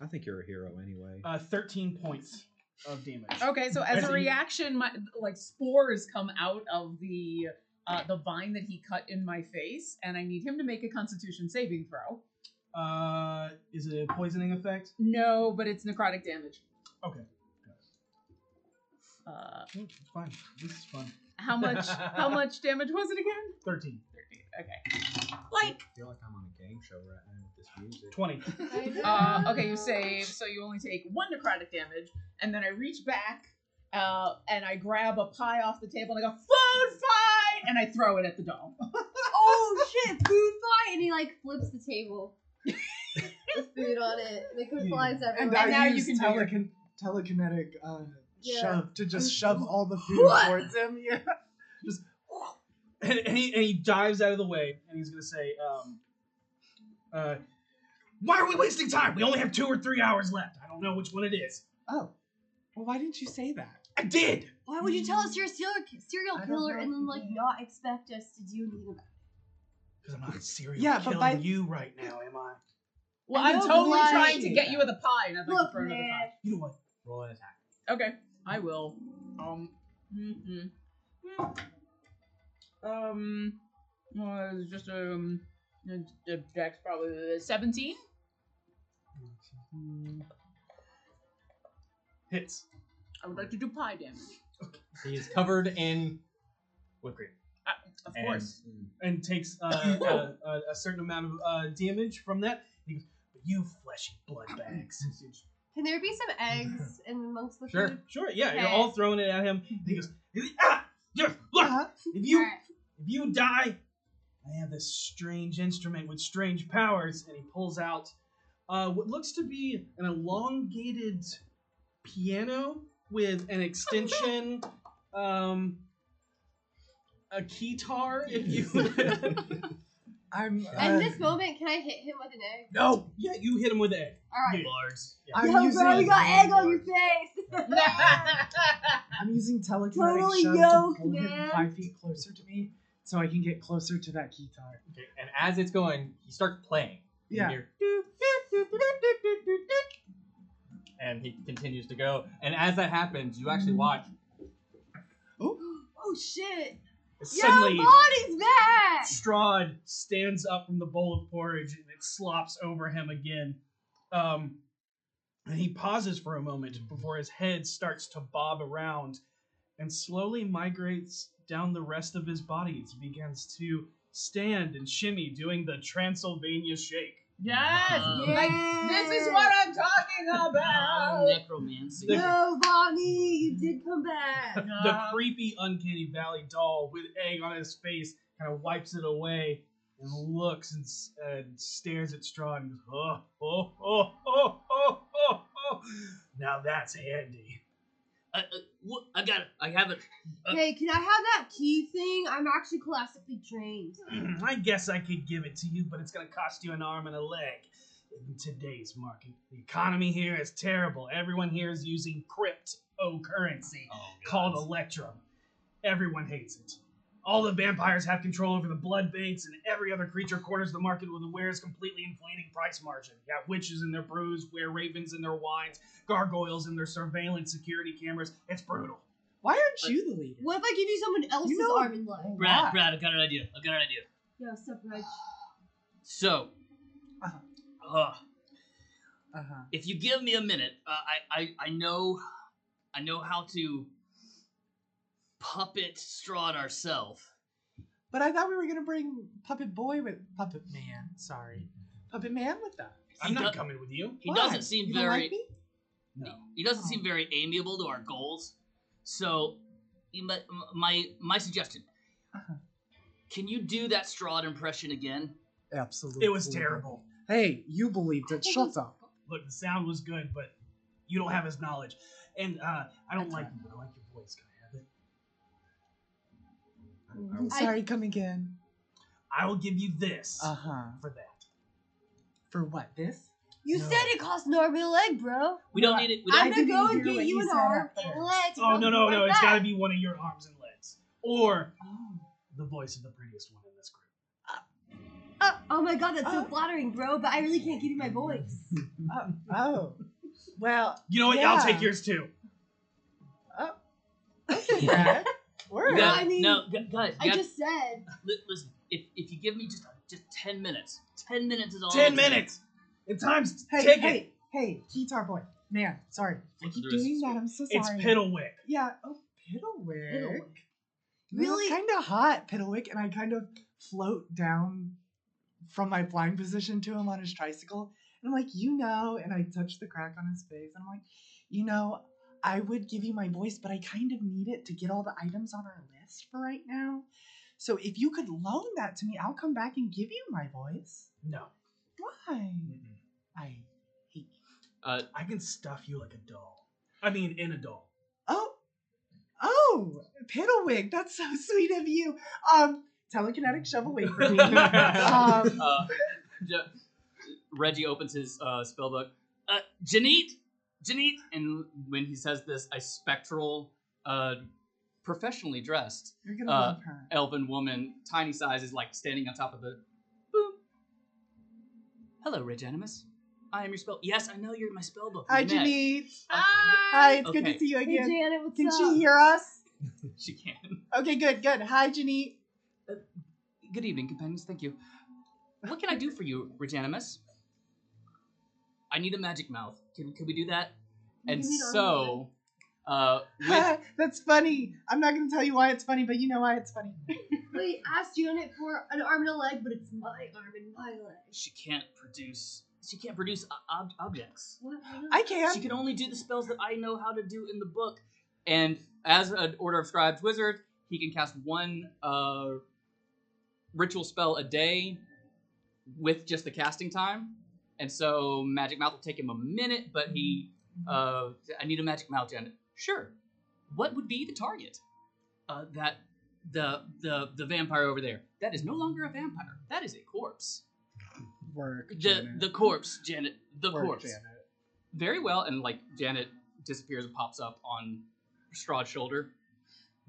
Speaker 7: I think you're a hero anyway.
Speaker 3: Uh, Thirteen points of damage.
Speaker 6: Okay, so as
Speaker 3: As
Speaker 6: a
Speaker 3: he-
Speaker 6: reaction, my like spores come out of the uh, the vine that he cut in my face, and I need him to make a Constitution saving throw.
Speaker 3: Uh, is it a poisoning effect?
Speaker 6: No, but it's necrotic damage.
Speaker 3: Okay. Oh,
Speaker 6: Uh,
Speaker 3: it's fine. This is fun.
Speaker 6: how much? how much damage was it again?
Speaker 3: Thirteen.
Speaker 6: Okay. Like,
Speaker 7: I feel like I'm on a game show right now with this music.
Speaker 3: Twenty.
Speaker 6: uh, okay, you save, so you only take one necrotic damage, and then I reach back uh, and I grab a pie off the table and I go, food fight! And I throw it at the doll.
Speaker 8: oh shit, food fight! And he like flips the table. with food on it. The food flies
Speaker 4: And,
Speaker 8: everywhere.
Speaker 4: I
Speaker 6: now you
Speaker 4: use
Speaker 6: can do your-
Speaker 4: telecin- telekinetic uh,
Speaker 8: Yeah.
Speaker 4: shove to just
Speaker 8: Mm.
Speaker 4: shove all the food
Speaker 8: What?
Speaker 4: towards him. Yeah.
Speaker 3: and, and he, and he dives out of the way and he's gonna say um, uh,
Speaker 9: Why are we wasting time? We only have two or three hours left. I don't know which one it is.
Speaker 4: Oh, well, why didn't you say that?
Speaker 9: I did.
Speaker 8: Why would you tell us you're a serial, serial
Speaker 4: I don't
Speaker 8: killer
Speaker 4: know
Speaker 8: and
Speaker 4: if
Speaker 8: then
Speaker 4: you
Speaker 8: like
Speaker 4: can.
Speaker 8: not expect us to do anything about
Speaker 9: Because I'm not serial
Speaker 4: Yeah,
Speaker 9: yeah,
Speaker 4: but
Speaker 9: killing
Speaker 4: by-
Speaker 9: you right now, am I?
Speaker 6: Well,
Speaker 4: I
Speaker 6: I'm
Speaker 4: know, but
Speaker 6: totally
Speaker 4: why-
Speaker 6: trying to get you with a pie, and I'd
Speaker 8: it?
Speaker 6: like to
Speaker 8: Look,
Speaker 6: throw another
Speaker 8: man.
Speaker 6: pie.
Speaker 9: You know what? Roll an attack.
Speaker 6: Okay, I will. Um, mm-mm.
Speaker 8: Mm-hmm.
Speaker 6: um, well, it's just um, uh, Jack's probably seventeen.
Speaker 3: hits.
Speaker 6: I would like to do pie damage.
Speaker 2: He is covered in whipped cream.
Speaker 6: Uh, of
Speaker 2: And-
Speaker 6: course.
Speaker 3: and takes uh, a, a, a certain amount of uh, damage from that.
Speaker 9: But you fleshy blood bags.
Speaker 8: Can there be some eggs in amongst the
Speaker 2: Sure.
Speaker 8: food?
Speaker 3: Sure, yeah, you're
Speaker 8: Okay.
Speaker 3: all throwing it at him.
Speaker 9: And he goes, ah, yes, look,
Speaker 4: Uh-huh.
Speaker 9: if you
Speaker 8: Alright.
Speaker 9: if you die, I have this strange instrument with strange powers, and he pulls out
Speaker 3: uh, what looks to be an elongated piano with an extension, um, a keytar, if you.
Speaker 4: I'm.
Speaker 8: At
Speaker 4: uh,
Speaker 8: this moment, can I hit him with an egg?
Speaker 3: no, yeah, you hit him with an egg.
Speaker 8: Alright.
Speaker 5: Lars.
Speaker 4: I'm
Speaker 8: Yo,
Speaker 4: using.
Speaker 8: bro, you got egg on your face!
Speaker 4: I'm using telekinetic
Speaker 8: Totally
Speaker 4: shove
Speaker 8: yoked,
Speaker 4: to pull him
Speaker 8: man.
Speaker 4: five feet closer to me, so I can get closer to that keytar.
Speaker 2: Okay, and as it's going, he starts playing. You
Speaker 4: Yeah.
Speaker 2: hear, and he continues to go. And as that happens, you actually watch.
Speaker 8: oh shit!
Speaker 3: Suddenly,
Speaker 8: Yo, body's back!
Speaker 3: Strahd stands up from the bowl of porridge and it slops over him again. Um, and he pauses for a moment before his head starts to bob around and slowly migrates down the rest of his body as he begins to stand and shimmy, doing the Transylvania shake.
Speaker 6: Yes.
Speaker 5: Wow.
Speaker 6: Like, this is what I'm talking
Speaker 5: Oh,
Speaker 6: about.
Speaker 5: necromancy.
Speaker 3: The-
Speaker 8: Yo, Bonnie, you did come back!
Speaker 3: The
Speaker 6: Um,
Speaker 3: creepy Uncanny Valley doll with egg on his face kind of wipes it away and looks and, s- and stares at Strahd and goes, oh, oh, oh, oh, oh, oh, oh. Now that's handy.
Speaker 5: I, I, wha- I got it. I have it.
Speaker 8: Hey, can I have that key thing? I'm actually classically trained.
Speaker 3: I guess I could give it to you, but it's going to cost you an arm and a leg in today's market. The economy here is terrible. Everyone here is using cryptocurrency.
Speaker 5: Oh,
Speaker 3: called Electrum. Everyone hates it. All the vampires have control over the blood banks, and every other creature corners the market with a wares completely inflating price margin. You got witches in their brews, were ravens in their wines, gargoyles in their surveillance security cameras. It's brutal.
Speaker 4: Why aren't you the leader?
Speaker 8: What if I give you someone else's
Speaker 4: know-
Speaker 8: arm and leg?
Speaker 5: Brad,
Speaker 4: Why?
Speaker 5: Brad, I've got an idea. I've got an idea.
Speaker 8: Yo, sup, Reg?
Speaker 5: So,
Speaker 4: Uh-huh.
Speaker 5: uh,
Speaker 4: Uh-huh.
Speaker 5: if you give me a minute, uh, I, I I know I know how to puppet Strahd ourselves.
Speaker 4: But I thought we were gonna bring Puppet Boy with Puppet Man. Sorry, Puppet Man with us.
Speaker 3: I'm
Speaker 5: He
Speaker 3: not
Speaker 5: do-
Speaker 3: coming with you.
Speaker 5: He
Speaker 4: Why?
Speaker 5: doesn't seem
Speaker 4: you
Speaker 5: very
Speaker 4: Don't like me?
Speaker 5: he
Speaker 8: Oh.
Speaker 5: doesn't seem very amiable to our goals. So, you might, m- my my suggestion.
Speaker 4: Uh-huh.
Speaker 5: Can you do that Strahd impression again?
Speaker 4: Absolutely.
Speaker 3: It was terrible.
Speaker 4: Hey, you believed it. Shut up.
Speaker 3: Look, the sound was good, but you don't have his knowledge. And uh, I don't
Speaker 4: That's
Speaker 3: like
Speaker 4: right.
Speaker 3: you, but I like your voice. Can I have it?
Speaker 4: I'm sorry. Come again.
Speaker 3: I will give you this
Speaker 4: Uh huh.
Speaker 3: for that.
Speaker 4: For what? This?
Speaker 8: You
Speaker 3: No.
Speaker 8: said it cost an arm and a leg, bro.
Speaker 5: We don't
Speaker 4: Well,
Speaker 5: need it. We don't
Speaker 8: I'm
Speaker 4: I
Speaker 8: gonna
Speaker 4: didn't
Speaker 8: go and
Speaker 4: hear
Speaker 8: get
Speaker 4: what
Speaker 8: you
Speaker 4: you
Speaker 8: an
Speaker 4: said
Speaker 8: arm
Speaker 4: at
Speaker 8: and
Speaker 4: first.
Speaker 8: legs.
Speaker 3: Oh no no no! It's got to
Speaker 8: gotta
Speaker 3: be one of your arms and legs, or
Speaker 5: Oh.
Speaker 3: the voice of the prettiest one in this group.
Speaker 8: Oh, oh my god, that's so flattering, bro. But I really can't give you my voice.
Speaker 4: Oh, oh. Well,
Speaker 3: You know what? I'll take
Speaker 4: Yeah.
Speaker 3: yours too.
Speaker 4: okay, Brad.
Speaker 5: You
Speaker 4: Word.
Speaker 8: Yeah.
Speaker 5: got-
Speaker 8: I mean,
Speaker 5: no, gu- guys,
Speaker 8: I
Speaker 5: guys,
Speaker 8: just said.
Speaker 5: li- listen. If, if you give me just just ten minutes, ten minutes is all.
Speaker 3: Ten
Speaker 5: I need.
Speaker 3: minutes. And times
Speaker 4: Hey,
Speaker 3: ticket.
Speaker 4: hey, hey, guitar boy. Man, sorry. I
Speaker 5: Look,
Speaker 4: keep
Speaker 5: there is-
Speaker 4: doing that. I'm so
Speaker 3: It's
Speaker 4: sorry.
Speaker 3: Piddlewick.
Speaker 4: Yeah. Oh, Piddlewick.
Speaker 8: Piddlewick.
Speaker 4: Really?
Speaker 8: Really?
Speaker 4: Kind of hot, Piddlewick, and I kind of float down from my flying position to him on his tricycle. And I'm like, you know, and I touch the crack on his face. And I'm like, you know, I would give you my voice, but I kind of need it to get all the items on our list for right now. So if you could loan that to me, I'll come back and give you my voice.
Speaker 3: No,
Speaker 4: Why? I hate you.
Speaker 3: I can stuff you like a doll. I mean, in a doll.
Speaker 4: Oh, oh, Piddlewig, that's so sweet of you. Um, telekinetic shove away from me. um,
Speaker 5: uh, Ju- Reggie opens his uh, spell book. Uh, Janit, Janit, and when he says this, a spectral, uh, professionally dressed
Speaker 4: you're gonna
Speaker 5: Uh,
Speaker 4: love her.
Speaker 5: elven woman, tiny size, is like standing on top of the. Boom. Hello, Reg Animus. I am your spell. Yes, I know you're my spell book.
Speaker 4: Hi,
Speaker 5: We met.
Speaker 4: Janine.
Speaker 6: Hi.
Speaker 8: Ah.
Speaker 4: Hi, it's good
Speaker 5: Okay.
Speaker 4: to see you
Speaker 8: Hey,
Speaker 4: again.
Speaker 8: Janet, what's
Speaker 4: Can
Speaker 8: up?
Speaker 4: she hear us?
Speaker 5: She can.
Speaker 4: Okay, good, good. Hi, Janine.
Speaker 5: Good evening, companions. Thank you. What can I do for you, Reg Animus? I need a magic mouth. Can, can we do that?
Speaker 8: You
Speaker 5: and
Speaker 8: need our help.
Speaker 5: so, uh, with
Speaker 4: That's funny. I'm not gonna tell you why it's funny, but you know why it's funny.
Speaker 8: Wait, asked Janet for an arm and a leg, but it's my arm and my leg.
Speaker 5: she can't produce she can't produce o- ob- objects
Speaker 8: What?
Speaker 4: I can.
Speaker 5: she can only do the spells that i know how to do in the book and as an order of scribes wizard he can cast one uh, ritual spell a day with just the casting time And so Magic Mouth will take him a minute, but he, uh, I need a Magic Mouth gem. Sure. What would be the target? Uh, that the the the vampire over there. That is no longer a vampire. That is a corpse.
Speaker 3: Work.
Speaker 5: The
Speaker 3: Janet.
Speaker 5: the corpse, Janet. The
Speaker 3: Work,
Speaker 5: corpse.
Speaker 3: Janet.
Speaker 5: Very well, and like Janet disappears and pops up on Strahd's shoulder.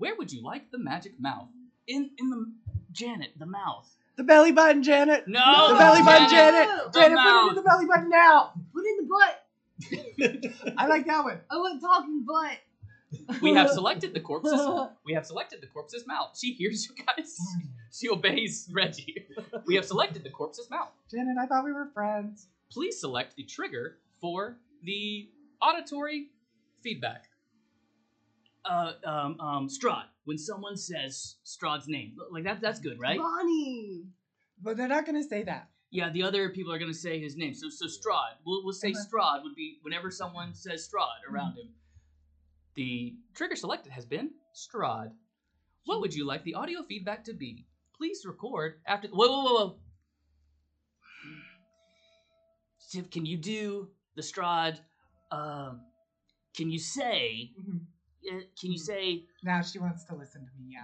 Speaker 5: Where would you like the magic mouth? In in the Janet, the mouth.
Speaker 4: The belly button, Janet.
Speaker 5: No,
Speaker 4: the belly button,
Speaker 5: Janet,
Speaker 4: Janet.
Speaker 8: No,
Speaker 5: the
Speaker 4: Janet, put it
Speaker 5: mouth.
Speaker 4: in the belly button now.
Speaker 8: Put in the butt.
Speaker 4: I like that one.
Speaker 8: I want talking butt.
Speaker 5: We have selected the corpse's. We have selected the corpse's mouth. She hears you guys. She obeys Reggie. We have selected the corpse's mouth.
Speaker 4: Janet, I thought we were friends.
Speaker 5: Please select the trigger for the auditory feedback. Uh, um, um, Strahd. When someone says Strahd's name, like that, that's good, right?
Speaker 8: Bonnie.
Speaker 4: But they're not gonna say that.
Speaker 5: Yeah, the other people are gonna say his name. So, so Strahd. We'll, we'll say
Speaker 4: Okay.
Speaker 5: Strahd would be whenever someone says Strahd around him. The trigger selected has been Strahd. What would you like the audio feedback to be? Please record after. Whoa, whoa, whoa, whoa. Sip, can you do the Strahd? Um, can you say?
Speaker 4: Mhm.
Speaker 5: uh, Can you say?
Speaker 4: Now she wants to listen to me. Yeah.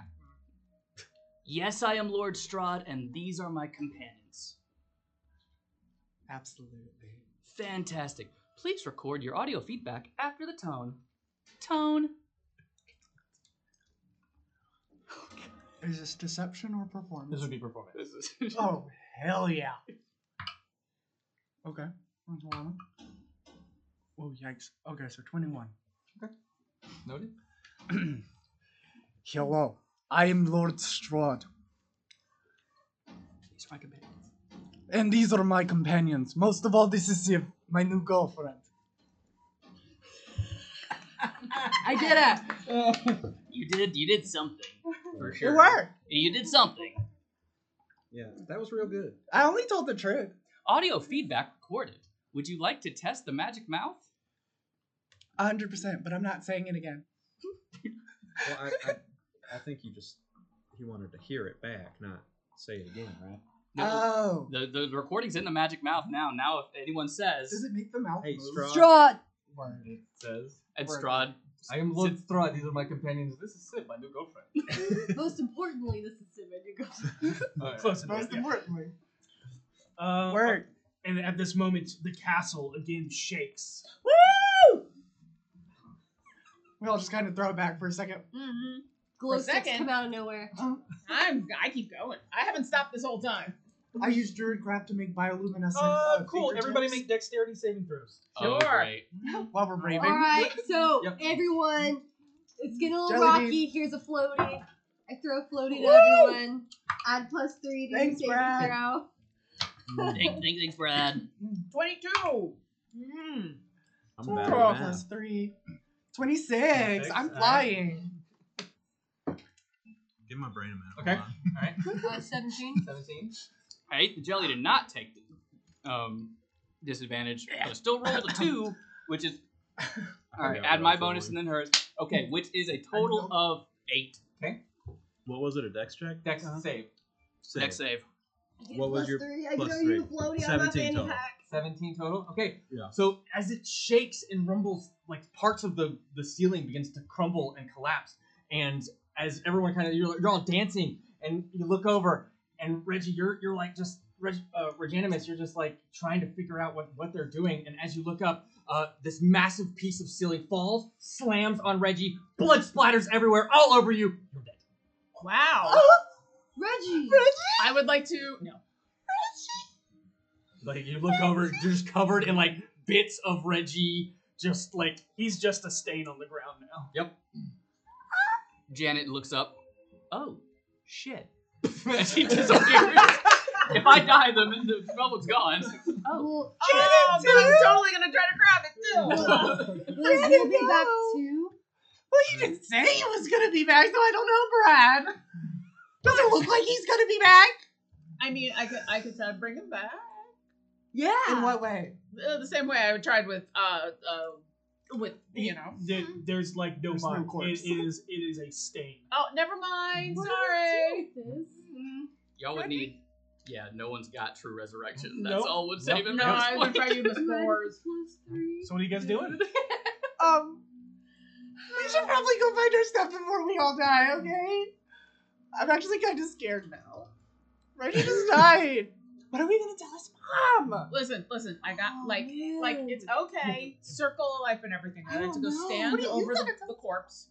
Speaker 5: Yes, I am Lord Strahd, and these are my companions.
Speaker 4: Absolutely.
Speaker 5: Fantastic. Please record your audio feedback after the tone. Tone.
Speaker 4: Is this deception or performance?
Speaker 3: This would be performance.
Speaker 4: oh hell yeah.
Speaker 3: Okay.
Speaker 4: Hold on.
Speaker 3: Oh yikes. Okay, so twenty-one.
Speaker 2: Noted.
Speaker 3: Hello, I am Lord Strahd,
Speaker 5: These are my companions.
Speaker 3: and these are my companions. Most of all, this is Siv, my new girlfriend.
Speaker 8: I did it.
Speaker 5: You did. You did something. For sure.
Speaker 4: It worked.
Speaker 5: You did something.
Speaker 7: Yeah, that was real good.
Speaker 4: I only told the truth.
Speaker 5: Audio feedback recorded. Would you like to test the magic mouth?
Speaker 4: A hundred percent. But I'm not saying it again.
Speaker 7: Well, I, I, I think you just you wanted to hear it back, not say it again, right?
Speaker 4: Oh.
Speaker 5: The, the recording's in the magic mouth now. Now, if anyone
Speaker 4: Does
Speaker 5: says,
Speaker 4: it make the mouth
Speaker 7: Hey,
Speaker 4: move?
Speaker 7: Strahd.
Speaker 8: Strahd.
Speaker 4: Word.
Speaker 2: It says,
Speaker 5: and Strahd,
Speaker 2: I am Lord Strahd. These are my companions. This is Sid, my new girlfriend.
Speaker 8: Most importantly, this is Simon. You go.
Speaker 3: Close enough.
Speaker 4: Most importantly.
Speaker 9: Uh,
Speaker 4: Word.
Speaker 9: And at this moment, the castle again shakes.
Speaker 4: We all just kind of throw it back for a second.
Speaker 8: Mm-hmm. Glow
Speaker 6: For a
Speaker 8: sticks
Speaker 6: second.
Speaker 8: come out of nowhere.
Speaker 6: I'm I keep going. I haven't stopped this whole time.
Speaker 4: I used druid craft to make bioluminescent.
Speaker 3: Oh,
Speaker 9: Uh, cool. Everybody
Speaker 4: fingertips
Speaker 9: make dexterity saving throws.
Speaker 5: oh,
Speaker 6: Sure.
Speaker 5: great.
Speaker 4: while we're
Speaker 8: All
Speaker 4: raving.
Speaker 8: right, so
Speaker 2: Yep.
Speaker 8: everyone, it's getting a little
Speaker 4: Jelly
Speaker 8: rocky.
Speaker 4: bean.
Speaker 8: Here's a floaty. I throw a floaty
Speaker 4: Woo!
Speaker 8: to everyone. Add plus three to
Speaker 4: Thanks,
Speaker 8: your
Speaker 4: Brad.
Speaker 8: saving throw.
Speaker 5: Thanks, thanks, thanks, Brad.
Speaker 6: Twenty-two. Hmm.
Speaker 7: I'm
Speaker 4: Twelve
Speaker 7: bad at
Speaker 4: plus
Speaker 7: math.
Speaker 4: three. 26.
Speaker 9: Perfect.
Speaker 4: I'm
Speaker 9: Alright.
Speaker 4: flying.
Speaker 7: Give my brain a
Speaker 2: Okay.
Speaker 7: minute. hold on.
Speaker 8: Uh, Seventeen.
Speaker 2: Seventeen.
Speaker 5: All right, the jelly did not take the um, disadvantage, but still rolled a two, which is all right.
Speaker 7: Yeah, I
Speaker 5: Add my
Speaker 7: rolled for
Speaker 5: bonus
Speaker 7: one.
Speaker 5: and then hers. Okay, which is a total of eight.
Speaker 7: What was it? A dex check?
Speaker 2: Dex save.
Speaker 7: Save.
Speaker 5: Next save.
Speaker 8: I get
Speaker 7: What
Speaker 8: a
Speaker 7: was
Speaker 8: plus
Speaker 7: your
Speaker 8: three. I
Speaker 7: plus
Speaker 8: get to use a
Speaker 7: three?
Speaker 8: floaty on my
Speaker 7: 17
Speaker 8: fanny
Speaker 7: total.
Speaker 8: pack.
Speaker 2: 17 total. Okay.
Speaker 7: Yeah.
Speaker 2: So as it shakes and rumbles, like parts of the the ceiling begins to crumble and collapse. And as everyone kind of you're, you're all dancing, and you look over, and Reggie, you're you're like just Reg, uh, Reginimus, you're just like trying to figure out what what they're doing. And as you look up, uh, this massive piece of ceiling falls, slams on Reggie, blood splatters everywhere, all over you. You're dead.
Speaker 6: Wow.
Speaker 8: Oh, Reggie.
Speaker 6: Oh. I would like to no.
Speaker 2: Like you look over, you're just covered in like bits of Reggie, just like
Speaker 9: He's just a stain on the ground now.
Speaker 5: Janet looks up. Oh, shit. And she disappears. if I die, the, the has gone.
Speaker 8: Will,
Speaker 6: Oh, but I'm totally gonna try to grab it too.
Speaker 8: will, will Zia be back too?
Speaker 4: Well, you didn't say he was gonna be back, so I don't know, Brad. Does it look like he's gonna be back?
Speaker 6: I mean, I could I could try to bring him back
Speaker 8: Yeah.
Speaker 4: In what way?
Speaker 6: uh, the same way I tried with uh uh with you know.
Speaker 9: There- there's like no
Speaker 4: There's no
Speaker 9: body.
Speaker 4: corpse.
Speaker 9: it is. It is a stain.
Speaker 6: Oh, never mind.
Speaker 8: What
Speaker 6: Sorry.
Speaker 8: do I do with this?
Speaker 5: Y'all would need to Yeah, no one's got true resurrection. That's
Speaker 3: Nope.
Speaker 5: all would save him
Speaker 6: No,
Speaker 5: at
Speaker 6: I
Speaker 5: this
Speaker 6: would
Speaker 5: point.
Speaker 6: probably miss fours.
Speaker 8: Plus three.
Speaker 3: So what are you guys
Speaker 6: Hmm.
Speaker 3: doing?
Speaker 4: Um, we should probably go find our stuff before we all die, okay? I'm actually kind of scared now. Reggie just died. What are we gonna tell his mom?
Speaker 6: Listen, listen. I got
Speaker 8: Oh,
Speaker 6: like,
Speaker 8: man.
Speaker 6: like it's okay. Circle of life and everything.
Speaker 4: I
Speaker 6: I'd like to go
Speaker 4: don't know.
Speaker 6: stand
Speaker 4: What are you
Speaker 6: over the,
Speaker 4: gonna tell-
Speaker 6: the corpse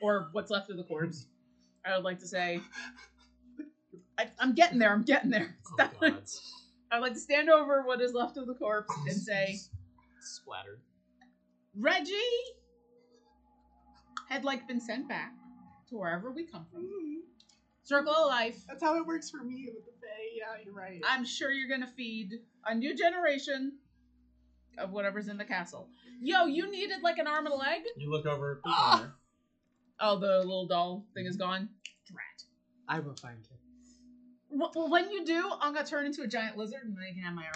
Speaker 6: or what's left of the corpse. I would like to say, I, I'm getting there. I'm getting there.
Speaker 5: Oh, God.
Speaker 6: I'd like to stand over what is left of the corpse and say,
Speaker 5: Splattered.
Speaker 6: Reggie had like been sent back to wherever we come from. Circle of life.
Speaker 4: That's how it works for me with the Fae. Yeah, you're right.
Speaker 6: I'm sure you're gonna feed a new generation of whatever's in the castle. Yo, you needed like an arm and a leg?
Speaker 2: You look over at the
Speaker 6: Ah.
Speaker 2: corner. Mm-hmm.
Speaker 6: Oh, the little doll thing is gone. Drat.
Speaker 2: I will find him.
Speaker 6: Wh- Well, when you do, I'm gonna turn into a giant lizard and then you can have my arm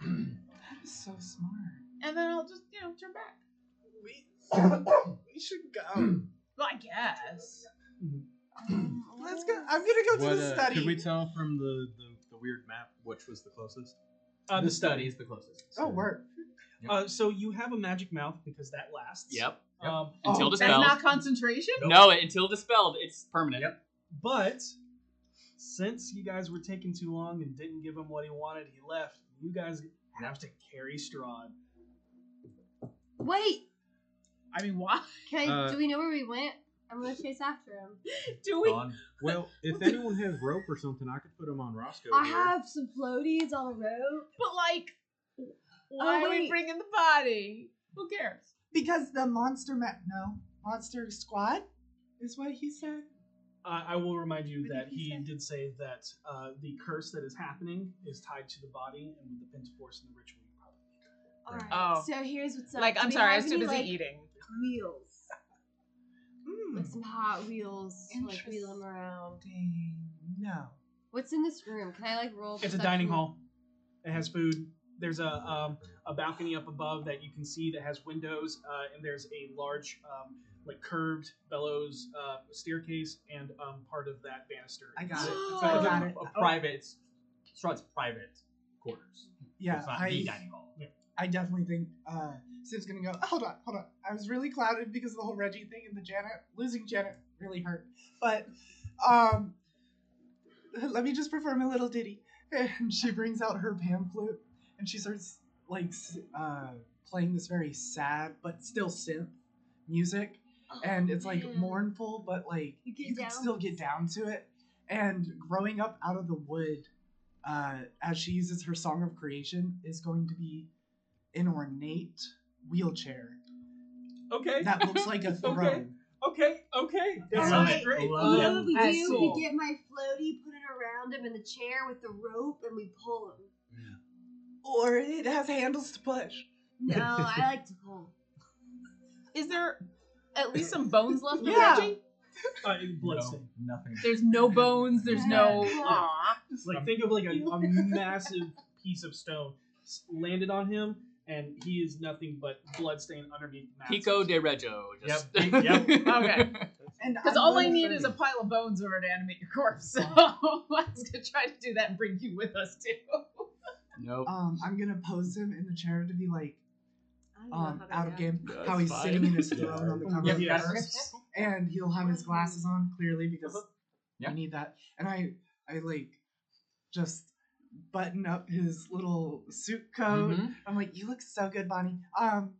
Speaker 6: and my leg.
Speaker 4: I'm so smart.
Speaker 6: And then I'll just, you know, turn back.
Speaker 4: We, we should go.
Speaker 6: Well, I guess.
Speaker 4: Let's go. I'm gonna go to
Speaker 7: What,
Speaker 4: the
Speaker 7: uh,
Speaker 4: study.
Speaker 7: Could we tell from the, the, the weird map which was the closest?
Speaker 3: Uh,
Speaker 2: the study is the closest.
Speaker 4: oh, work.
Speaker 3: Uh, so you have a magic mouth because that lasts.
Speaker 5: Yep.
Speaker 3: Um,
Speaker 5: Until
Speaker 4: Oh,
Speaker 5: dispelled.
Speaker 6: That's not concentration?
Speaker 5: No, until dispelled, it's permanent.
Speaker 2: Yep.
Speaker 3: but since you guys were taking too long and didn't give him what he wanted, he left. You guys have to carry Strahd.
Speaker 8: Wait,
Speaker 6: I mean, why
Speaker 8: can I,
Speaker 7: Uh,
Speaker 8: do we know where we went? I'm gonna chase after him.
Speaker 6: do we?
Speaker 2: Gone.
Speaker 7: Well, if anyone has rope or something, I could put them on Roscoe.
Speaker 8: I
Speaker 7: here.
Speaker 8: have some floaties on the road.
Speaker 6: But like, why are we
Speaker 8: wait.
Speaker 6: bringing the body? Who cares?
Speaker 4: Because the monster met. No, monster squad is what he said.
Speaker 3: Uh, I will remind you
Speaker 4: What did
Speaker 3: that he
Speaker 4: he say?
Speaker 3: did say that uh, the curse that is happening is tied to the body, and with the Pentaforce and the ritual, you probably
Speaker 8: All right.
Speaker 6: Oh.
Speaker 8: So here's what's up.
Speaker 6: Like,
Speaker 8: Do
Speaker 6: I'm
Speaker 8: we
Speaker 6: sorry, I
Speaker 8: have
Speaker 6: was too
Speaker 8: any,
Speaker 6: busy
Speaker 8: like,
Speaker 6: eating.
Speaker 8: Wheels, like
Speaker 4: Mm.
Speaker 8: some hot wheels, to, like wheel them
Speaker 4: Interesting.
Speaker 8: around.
Speaker 4: Dang, no.
Speaker 8: What's in this room? Can I like roll?
Speaker 3: It's a
Speaker 8: perception?
Speaker 3: dining hall. It has food. There's a um, a balcony up above that you can see that has windows, uh, and there's a large um, like curved bellows uh, staircase and um, part of that banister.
Speaker 4: I got it.
Speaker 2: It's
Speaker 4: I
Speaker 2: like
Speaker 4: got
Speaker 2: a,
Speaker 4: it.
Speaker 2: a private. It's Strahd's private quarters.
Speaker 4: Yeah,
Speaker 2: it's not the
Speaker 4: I,
Speaker 2: dining hall.
Speaker 4: I definitely think uh, Sib's gonna go. Hold on, hold on. I was really clouded because of the whole Reggie thing and the Janet losing Janet really hurt. But um, let me just perform a little ditty. And she brings out her pan flute and she starts like s- uh, playing this very sad but still synth music.
Speaker 8: Oh,
Speaker 4: and it's like
Speaker 8: man.
Speaker 4: mournful, but like you,
Speaker 8: You get
Speaker 4: can
Speaker 8: down
Speaker 4: still
Speaker 8: with
Speaker 4: get down to it. And growing up out of the wood, uh, as she uses her song of creation, is going to be an ornate wheelchair
Speaker 3: Okay.
Speaker 4: that looks like a
Speaker 3: Okay.
Speaker 4: throne.
Speaker 3: okay. Okay. That
Speaker 8: All
Speaker 3: sounds
Speaker 8: right.
Speaker 3: great.
Speaker 8: You know
Speaker 3: Um,
Speaker 8: what Oh, we
Speaker 6: That's
Speaker 8: do?
Speaker 6: cool.
Speaker 8: We get my floaty, put it around him in the chair with the rope, and we pull him.
Speaker 4: Or it has handles to push.
Speaker 8: No, I like to pull.
Speaker 6: Is there at least some bones left of
Speaker 4: Yeah.
Speaker 6: Reggie?
Speaker 3: uh, bloodstain.
Speaker 2: No, nothing.
Speaker 6: There's no bones. There's no.
Speaker 8: Yeah.
Speaker 6: Aw.
Speaker 3: Like think of like a, a massive piece of stone s- landed on him, and he is nothing but bloodstain underneath. masses.
Speaker 5: Pico de Reggio. Just...
Speaker 3: Yep, yep.
Speaker 6: Okay.
Speaker 4: And
Speaker 6: Because
Speaker 4: I'm
Speaker 6: all I
Speaker 4: gonna
Speaker 6: need
Speaker 4: say-
Speaker 6: is a pile of bones over to animate your corpse. So let's go try to do that and bring you with us too.
Speaker 5: Nope.
Speaker 4: Um, I'm gonna pose him in the chair to be like
Speaker 8: I don't know
Speaker 4: um,
Speaker 8: how that
Speaker 4: out of
Speaker 8: happened.
Speaker 4: game.
Speaker 5: That's
Speaker 4: how he's
Speaker 5: fine.
Speaker 4: sitting in his
Speaker 7: Yeah.
Speaker 4: throne on the cover
Speaker 3: Yeah,
Speaker 4: of
Speaker 3: yeah.
Speaker 4: Curse, and he'll have his glasses on clearly because
Speaker 2: Yeah.
Speaker 4: I need that. And I, I like, just button up his little suit coat.
Speaker 2: Mhm.
Speaker 4: I'm like, you look so good, Bonnie. Um,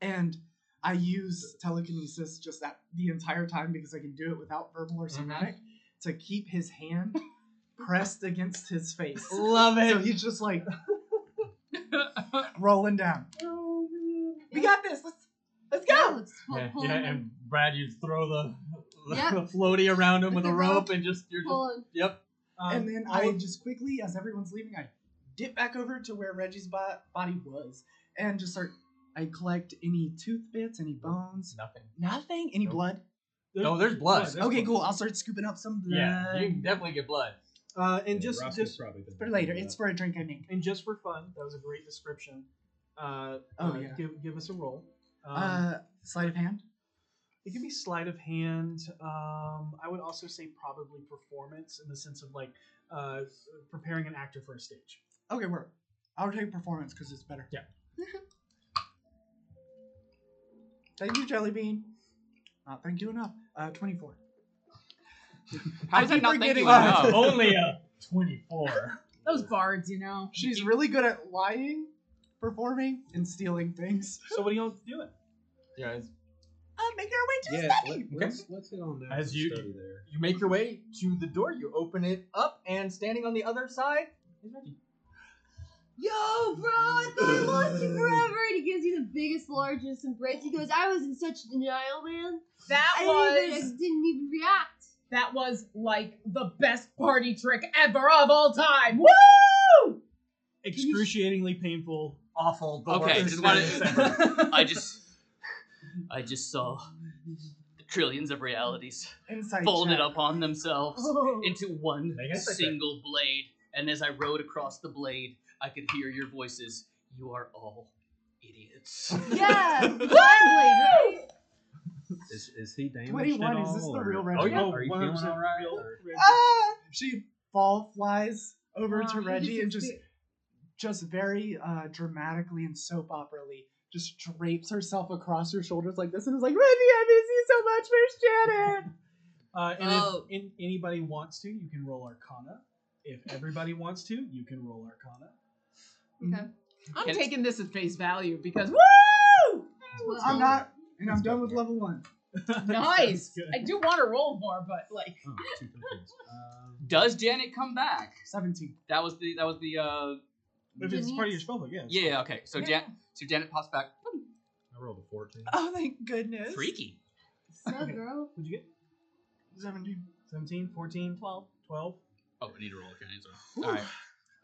Speaker 4: and I use telekinesis just that the entire time because I can do it without verbal or
Speaker 2: Mhm.
Speaker 4: somatic to keep his hand pressed against his face.
Speaker 2: Love
Speaker 4: So he's just like rolling down. We got this. Let's let's
Speaker 8: Yeah,
Speaker 4: go.
Speaker 8: let's pull, pull
Speaker 2: yeah,
Speaker 8: him.
Speaker 2: and Brad, you throw the, the,
Speaker 8: Yep.
Speaker 2: floaty around him with,
Speaker 8: With the
Speaker 2: a
Speaker 8: rope.
Speaker 2: rope, and just you're just
Speaker 8: pull him.
Speaker 2: yep.
Speaker 3: Um,
Speaker 4: and then
Speaker 3: all
Speaker 4: I
Speaker 3: of-
Speaker 4: just quickly, as everyone's leaving, I dip back over to where Reggie's bo- body was and just start. I collect any tooth bits, any bones,
Speaker 2: Nothing.
Speaker 4: nothing, any
Speaker 2: Nope.
Speaker 4: blood.
Speaker 2: No, there's blood.
Speaker 3: there's
Speaker 4: okay,
Speaker 3: blood.
Speaker 4: cool. I'll start scooping up some blood
Speaker 2: Yeah, you can definitely get blood.
Speaker 3: Uh, and
Speaker 7: Yeah,
Speaker 3: just
Speaker 7: Roscoe's
Speaker 3: just
Speaker 7: probably been
Speaker 4: for later.
Speaker 7: doing
Speaker 4: It's
Speaker 7: that.
Speaker 4: for a drink, I think.
Speaker 3: and just for fun, that was a great description. Uh,
Speaker 4: Oh,
Speaker 3: uh,
Speaker 4: yeah.
Speaker 3: give give us a roll. Um,
Speaker 4: uh, sleight of hand.
Speaker 3: It could be sleight of hand. Um, I would also say probably performance in the sense of like uh, preparing an actor for a stage.
Speaker 4: Okay, we're. I'll take performance because it's better.
Speaker 3: Yeah.
Speaker 4: thank you, Jelly Bean. Not thank you enough. Uh, twenty-four.
Speaker 5: How
Speaker 4: I
Speaker 5: does that
Speaker 4: keep
Speaker 5: not Oh. make you
Speaker 4: forgetting
Speaker 5: laugh?
Speaker 4: that.
Speaker 9: Only a 24.
Speaker 6: Those bards, you know.
Speaker 4: She's really good at lying, performing, and stealing things.
Speaker 3: So what do y'all doing?
Speaker 2: Yeah, it's-
Speaker 4: Uh, make our way to the
Speaker 7: Yeah,
Speaker 4: study.
Speaker 7: let, us let's hit on that
Speaker 2: As you-
Speaker 7: study there.
Speaker 2: you make your way to the door. You open it up, and standing on the other side is Reggie.
Speaker 8: Yo, bro, I thought I lost you forever. And he gives you the biggest, largest embrace. He goes, I was in such denial, man.
Speaker 6: That
Speaker 8: I didn't even,
Speaker 6: was
Speaker 8: I didn't even react.
Speaker 6: that was like the best party trick ever of all time. Woo!
Speaker 3: Excruciatingly painful.
Speaker 2: Awful. the
Speaker 5: Okay,
Speaker 2: worst
Speaker 5: just wanted-
Speaker 2: thing.
Speaker 5: I just, I just saw the trillions of realities
Speaker 4: Insight
Speaker 5: folded
Speaker 4: check.
Speaker 5: up on themselves
Speaker 4: Oh.
Speaker 5: into one
Speaker 9: I guess I could-
Speaker 5: single blade. And as I rode across the blade, I could hear your voices. You are all idiots.
Speaker 8: Yeah, blindly, right?
Speaker 7: Is, is he damaged
Speaker 4: 21,
Speaker 7: at
Speaker 4: is this
Speaker 7: all,
Speaker 4: the
Speaker 7: or-
Speaker 4: real
Speaker 7: Oh,
Speaker 4: Reggie?
Speaker 7: yeah.
Speaker 4: Oh,
Speaker 7: Are you feeling
Speaker 3: 100%
Speaker 7: all right?
Speaker 3: real.
Speaker 7: or-
Speaker 4: Ah! She ball flies over
Speaker 6: Wow,
Speaker 4: to
Speaker 6: he
Speaker 4: Reggie and
Speaker 6: is
Speaker 4: just,
Speaker 6: the-
Speaker 4: just very uh, dramatically and soap operally just drapes herself across her shoulders like this and is like, Reggie, I miss you so much. Where's Shannon?
Speaker 3: Uh, and
Speaker 5: Oh.
Speaker 3: if in, anybody wants to, you can roll Arcana. If everybody wants to, you can roll Arcana.
Speaker 6: I'm
Speaker 5: Can-
Speaker 6: taking this at face value because
Speaker 8: Well,
Speaker 4: I'm not, and I'm done with level one.
Speaker 6: nice.
Speaker 3: good.
Speaker 6: I do want to roll more, but like
Speaker 7: Oh, two fifties. Um,
Speaker 5: Does Janet come back?
Speaker 4: 17.
Speaker 5: That was the that was the uh
Speaker 3: If it's part of your spellbook, yeah. it's
Speaker 5: yeah, yeah okay so
Speaker 4: Yeah.
Speaker 5: Jan so Janet pops back
Speaker 7: I rolled a fourteen.
Speaker 4: Oh, thank goodness.
Speaker 5: freaky
Speaker 8: So, bro.
Speaker 3: fine. What'd you get?
Speaker 4: 17.
Speaker 3: 17, 14,
Speaker 6: 12.
Speaker 3: 12.
Speaker 5: oh I need to roll okay sorry all right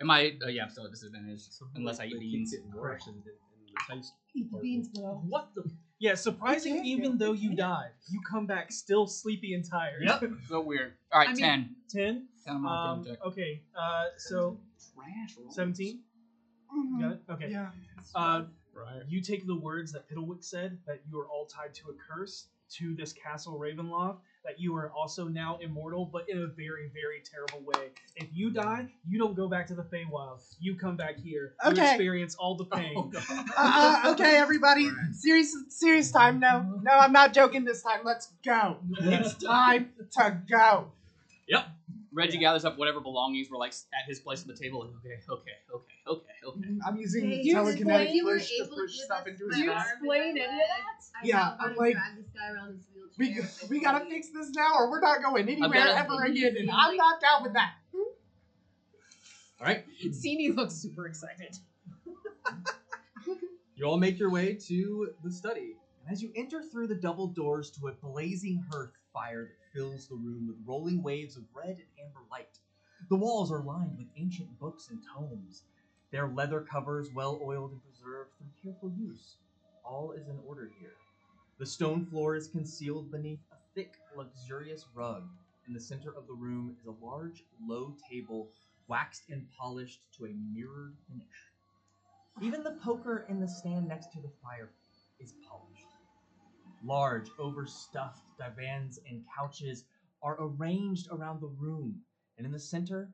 Speaker 5: am I uh, yeah I'm still at disadvantage unless I eat beans
Speaker 7: Worse in, in, in the taste.
Speaker 8: Eat the beans, bro.
Speaker 3: What the? Yeah, surprising.
Speaker 4: Okay.
Speaker 3: Even though you died, you come back still sleepy and tired.
Speaker 5: yep so weird all right
Speaker 6: I mean-
Speaker 5: ten
Speaker 3: Ten.
Speaker 5: ten on my
Speaker 3: Um,
Speaker 5: damn check.
Speaker 3: okay. Uh, so
Speaker 5: trash rolls.
Speaker 3: seventeen. You
Speaker 8: Mm-hmm.
Speaker 3: Got it. Okay.
Speaker 4: Yeah.
Speaker 3: Uh,
Speaker 7: Right.
Speaker 3: you take the words that Piddlewick said that you are all tied to a curse to this castle Ravenloft. That you are also now immortal, but in a very, very terrible way. If you die, you don't go back to the Feywild. You come back here. You
Speaker 4: Okay.
Speaker 3: experience all the pain.
Speaker 4: Uh, uh, okay, everybody. Serious, serious time. No, no, I'm not joking this time. Let's go. It's time to go.
Speaker 5: Reggie gathers up whatever belongings were like at his place at the table like okay okay okay okay okay
Speaker 4: I'm using
Speaker 8: Hey,
Speaker 6: you
Speaker 4: telekinetic
Speaker 8: You were
Speaker 4: push to
Speaker 8: able to
Speaker 4: push
Speaker 8: give
Speaker 4: stuff
Speaker 8: us
Speaker 4: into his
Speaker 8: my
Speaker 6: You
Speaker 4: mouth.
Speaker 8: arm
Speaker 6: explain
Speaker 8: and my
Speaker 6: it.
Speaker 8: leg. I
Speaker 4: Yeah,
Speaker 8: felt
Speaker 4: I'm
Speaker 8: about
Speaker 4: like-
Speaker 8: to drag this guy around his
Speaker 4: We,
Speaker 8: wheelchair.
Speaker 4: we gotta fix this now, or we're not going anywhere
Speaker 5: gotta-
Speaker 4: ever again. And I'm not down with that.
Speaker 2: All right,
Speaker 6: Sini looks super excited.
Speaker 2: you all make your way to the study, and as you enter through the double doors to a blazing hearth fire that fills the room with rolling waves of red and amber light. The walls are lined with ancient books and tomes, their leather covers well oiled and preserved through careful use. All is in order here. The stone floor is concealed beneath a thick, luxurious rug. In the center of the room is a large, low table, waxed and polished to a mirrored finish. Even the poker in the stand next to the fire is polished. Large, overstuffed divans and couches are arranged around the room, and in the center,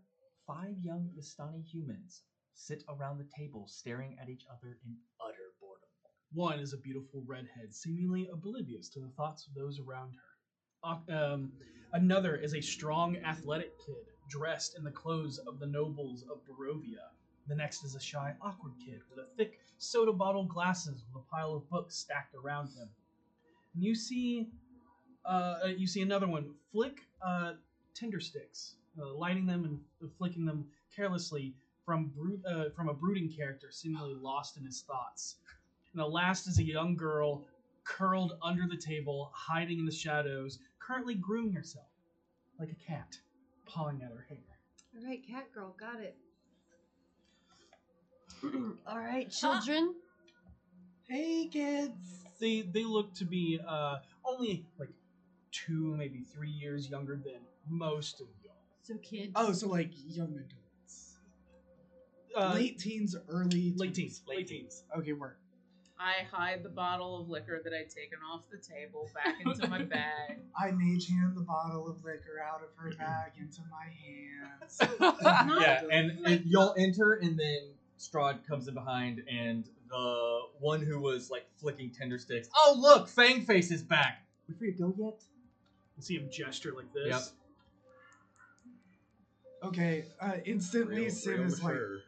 Speaker 2: five young Mistani humans sit around the table staring at each other in utter boredom.
Speaker 3: One is a beautiful redhead, seemingly oblivious to the thoughts of those around her. O- Um, another is a strong, athletic kid dressed in the clothes of the nobles of Barovia. The next is a shy, awkward kid with a thick soda bottle glasses with a pile of books stacked around him. And you see, uh, you see another one flick uh, tinder sticks, uh, lighting them and flicking them carelessly from brood, uh, from a brooding character seemingly lost in his thoughts. And the last is a young girl curled under the table, hiding in the shadows, currently grooming herself like a cat, pawing at her hair.
Speaker 8: All right, cat girl, got it. All right, children.
Speaker 4: Hey, kids.
Speaker 3: They they look to be uh, only like two, maybe three years younger than most of y'all.
Speaker 8: So kids.
Speaker 4: Oh, so like young adults.
Speaker 3: Uh,
Speaker 2: Uh,
Speaker 4: late teens, early.
Speaker 3: late teens,
Speaker 2: Late
Speaker 3: late
Speaker 2: teens.
Speaker 3: teens.
Speaker 4: Okay, we're.
Speaker 6: I hide the bottle of liquor that I'd taken off the table back into my bag.
Speaker 4: I mage hand the bottle of liquor out of
Speaker 7: Mm-hmm.
Speaker 4: her bag into my hands.
Speaker 6: Not
Speaker 2: yeah,
Speaker 6: good.
Speaker 2: and, and y'all enter, and then Strahd comes in behind, and the one who was like flicking tender sticks. Oh, look, Fangface is back. We free to go yet?
Speaker 3: You see him gesture like this.
Speaker 2: Yep.
Speaker 4: Okay, uh, instantly
Speaker 7: Real-
Speaker 4: Sim
Speaker 7: real
Speaker 4: is like,
Speaker 7: mature.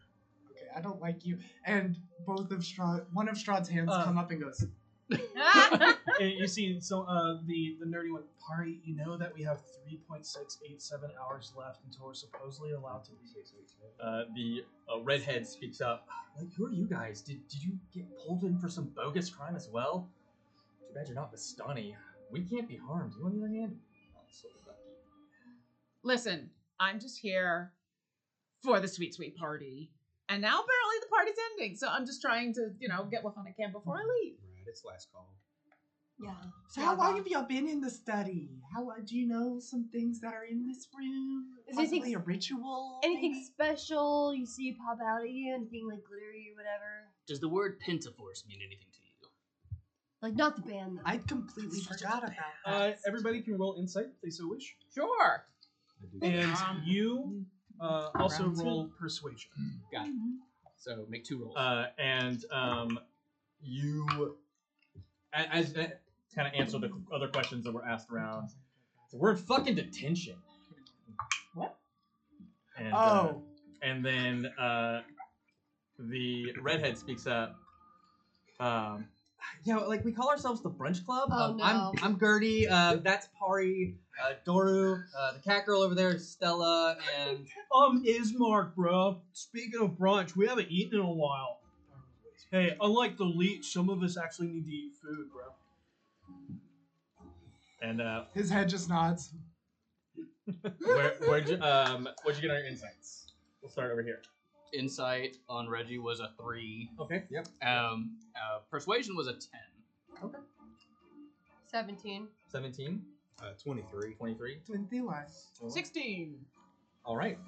Speaker 4: okay, I don't like you. And both of Strahd, one of Strahd's hands
Speaker 3: Uh,
Speaker 4: come up and goes,
Speaker 3: and you see so uh, the the nerdy one party. You know that we have three point six eight seven hours left until we're supposedly allowed to leave.
Speaker 2: Uh, the uh, redhead speaks up. Like, who are you guys? Did did you get pulled in for some bogus crime as well? Too bad you're not Vistani. We can't be harmed. You on the other hand, not so lucky.
Speaker 6: Listen, I'm just here for the sweet, sweet party. And now apparently the party's ending, so I'm just trying to, you know, get what fun I can before I leave.
Speaker 7: Right, it's last call.
Speaker 8: Yeah.
Speaker 4: So how long have y'all been in the study? How long, do you know some things that are in this room?
Speaker 8: Is there anything
Speaker 4: Possibly a
Speaker 8: s-
Speaker 4: ritual?
Speaker 8: Anything
Speaker 4: maybe?
Speaker 8: special you see pop out at you? Anything like glittery or whatever?
Speaker 5: Does the word pentaforce mean anything to you?
Speaker 8: Like not the band. Though.
Speaker 4: I completely forgot about
Speaker 3: Uh,
Speaker 4: that.
Speaker 3: everybody can roll insight if they so wish,
Speaker 6: Sure.
Speaker 7: I do.
Speaker 3: and
Speaker 6: Um,
Speaker 3: you uh, also
Speaker 4: Round two.
Speaker 3: roll persuasion.
Speaker 5: So make two rolls.
Speaker 2: Uh, and um, you, a- as kind of answer the other questions that were asked around. So we're in fucking detention.
Speaker 4: What?
Speaker 2: And, uh,
Speaker 4: oh,
Speaker 2: and then uh, the redhead speaks up. Um, yeah, like we call ourselves the Brunch Club.
Speaker 8: Oh,
Speaker 2: um,
Speaker 8: no.
Speaker 2: I'm I'm Gertie. Uh, that's Pari. Uh, Doru. Uh, the cat girl over there is Stella. And
Speaker 3: Um, Ismark, bro. Speaking of brunch, we haven't eaten in a while. Hey, unlike the leech, some of us actually need to eat food, bro.
Speaker 2: and uh,
Speaker 4: his head just nods.
Speaker 2: where where'd you um where'd you get our insights? We'll start over here.
Speaker 5: Insight on Reggie was a three.
Speaker 2: Okay. Yep.
Speaker 5: Um, uh, persuasion was a ten.
Speaker 8: Seventeen.
Speaker 2: 17,
Speaker 7: Uh, 23.
Speaker 2: 23.
Speaker 4: Twenty one.
Speaker 7: Oh.
Speaker 6: 16.
Speaker 2: All right.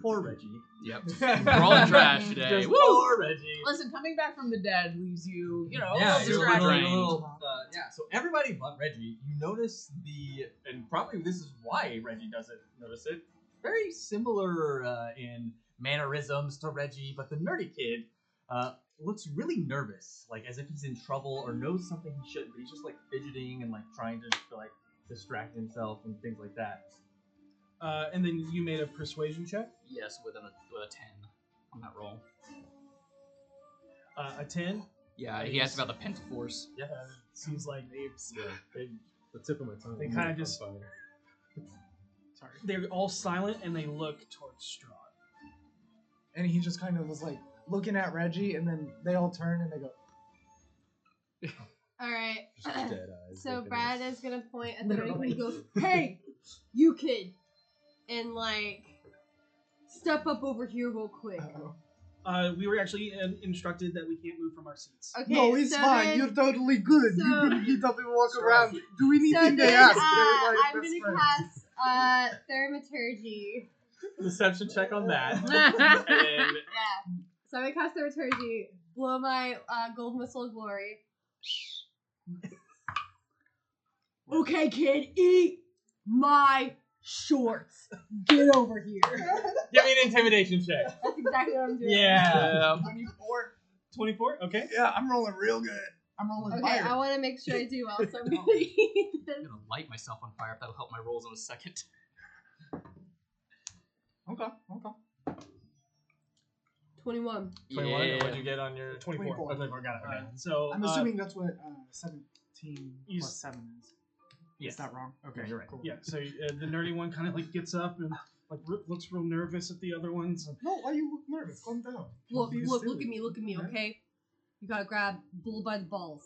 Speaker 2: Poor Reggie.
Speaker 5: Yep.
Speaker 2: We're
Speaker 5: We're all trash today.
Speaker 2: Just
Speaker 5: Woo!
Speaker 2: poor Reggie.
Speaker 6: Listen, coming back from the dead leaves you, you know, a
Speaker 2: yeah,
Speaker 6: little
Speaker 2: you're
Speaker 5: distracted.
Speaker 2: little-
Speaker 6: distracted.
Speaker 2: you're little, uh, yeah. So everybody but Reggie. You notice the, and probably this is why Reggie doesn't notice it. Very similar uh, in mannerisms to Reggie, but the nerdy kid uh, looks really nervous, like as if he's in trouble or knows something he shouldn't. But he's just like fidgeting and like trying to like distract himself and things like that.
Speaker 3: Uh, and then you made a persuasion check,
Speaker 5: Yes, with, an, with a ten on that roll.
Speaker 3: uh, a ten.
Speaker 5: Yeah, he asked about the pentaforce.
Speaker 3: Yeah, seems like
Speaker 7: They- The tip of my tongue.
Speaker 3: They kinda just-
Speaker 7: On fire.
Speaker 3: they're all silent and they look towards Strahd.
Speaker 4: And he just kind of was like looking at Reggie, and then they all turn and they go,
Speaker 8: All right.
Speaker 7: Just dead eyes.
Speaker 8: so
Speaker 7: looking
Speaker 8: Brad
Speaker 7: at us.
Speaker 8: is gonna point at the right
Speaker 6: Literally.
Speaker 8: and go, "Hey, you kid," and like step up over here real quick.
Speaker 4: "Uh-oh."
Speaker 3: Uh, we were actually uh, instructed that we can't move from our seats.
Speaker 8: Okay.
Speaker 4: "No, it's
Speaker 8: so
Speaker 4: fine.
Speaker 8: then-
Speaker 4: You're totally good. you
Speaker 8: so-
Speaker 4: can get up and walk
Speaker 2: Sure.
Speaker 4: around. Do
Speaker 8: so
Speaker 4: anything
Speaker 8: then,
Speaker 4: they ask.
Speaker 8: uh,
Speaker 4: They're my
Speaker 8: I'm
Speaker 4: best
Speaker 8: gonna
Speaker 4: friend."
Speaker 8: cast uh, thaumaturgy.
Speaker 2: Deception check on that. and
Speaker 8: Yeah. So I cast Thaumaturgy, blow my uh, gold missile of glory. okay, kid, eat my shorts. Get over here.
Speaker 2: give me an intimidation check.
Speaker 8: That's exactly what I'm doing.
Speaker 2: Yeah.
Speaker 3: 24? Okay.
Speaker 4: Yeah, I'm rolling real good. I'm rolling
Speaker 8: Okay,
Speaker 4: fire.
Speaker 8: I want to make sure I do well, so I'm gonna eat
Speaker 5: I'm
Speaker 8: this.
Speaker 5: gonna light myself on fire if that'll help my rolls in a second.
Speaker 4: okay, okay.
Speaker 8: 21.
Speaker 2: 21.
Speaker 5: Yeah.
Speaker 2: What'd you get on your
Speaker 3: 24.
Speaker 4: 24.
Speaker 2: Oh, 24, Got it.
Speaker 3: Uh,
Speaker 2: Okay.
Speaker 3: so
Speaker 4: I'm
Speaker 3: uh,
Speaker 4: assuming that's what uh, 17
Speaker 3: you
Speaker 4: plus
Speaker 3: s-
Speaker 4: 7 is.
Speaker 2: Yes.
Speaker 4: Is that wrong? Okay,
Speaker 2: you're right.
Speaker 4: Cool.
Speaker 3: yeah, so uh, the nerdy one kind of like gets up and like r- looks real nervous at the other ones.
Speaker 4: No, why you look nervous? Calm down.
Speaker 8: Look,
Speaker 4: Be
Speaker 8: look,
Speaker 4: silly.
Speaker 8: look at me, look at me,
Speaker 4: Yeah.
Speaker 8: okay? You gotta grab bull by the balls,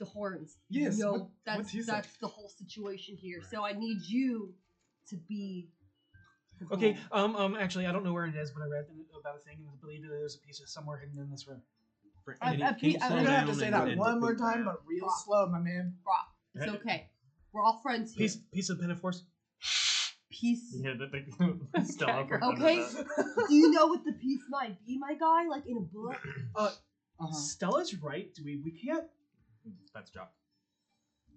Speaker 8: the horns.
Speaker 4: Yes,
Speaker 8: Yo,
Speaker 4: what- what
Speaker 8: that's
Speaker 4: he said.
Speaker 8: that's the whole situation here. So I need you to be. the
Speaker 3: Okay,
Speaker 8: bull.
Speaker 3: um, um, actually, I don't know where it is, but I read about a thing and I believe that there's a piece of somewhere hidden in this room.
Speaker 4: I,
Speaker 7: Can you-
Speaker 4: I,
Speaker 7: can you
Speaker 4: I'm
Speaker 7: slow
Speaker 4: gonna have to
Speaker 7: down
Speaker 4: say
Speaker 7: and-
Speaker 4: that
Speaker 7: and
Speaker 4: one
Speaker 7: look
Speaker 4: more
Speaker 7: at
Speaker 4: time,
Speaker 7: Brad?
Speaker 4: but real slow, my man.
Speaker 8: Brock, it's okay. We're all friends here.
Speaker 3: Piece, piece of pentaforce.
Speaker 8: Peace.
Speaker 2: Yeah, that thing still
Speaker 8: Okay. Do you know what the piece might be, my guy? Like in a book?
Speaker 4: Uh, Uh-huh.
Speaker 3: Stella's right, Dweeb. We can't.
Speaker 2: That's job.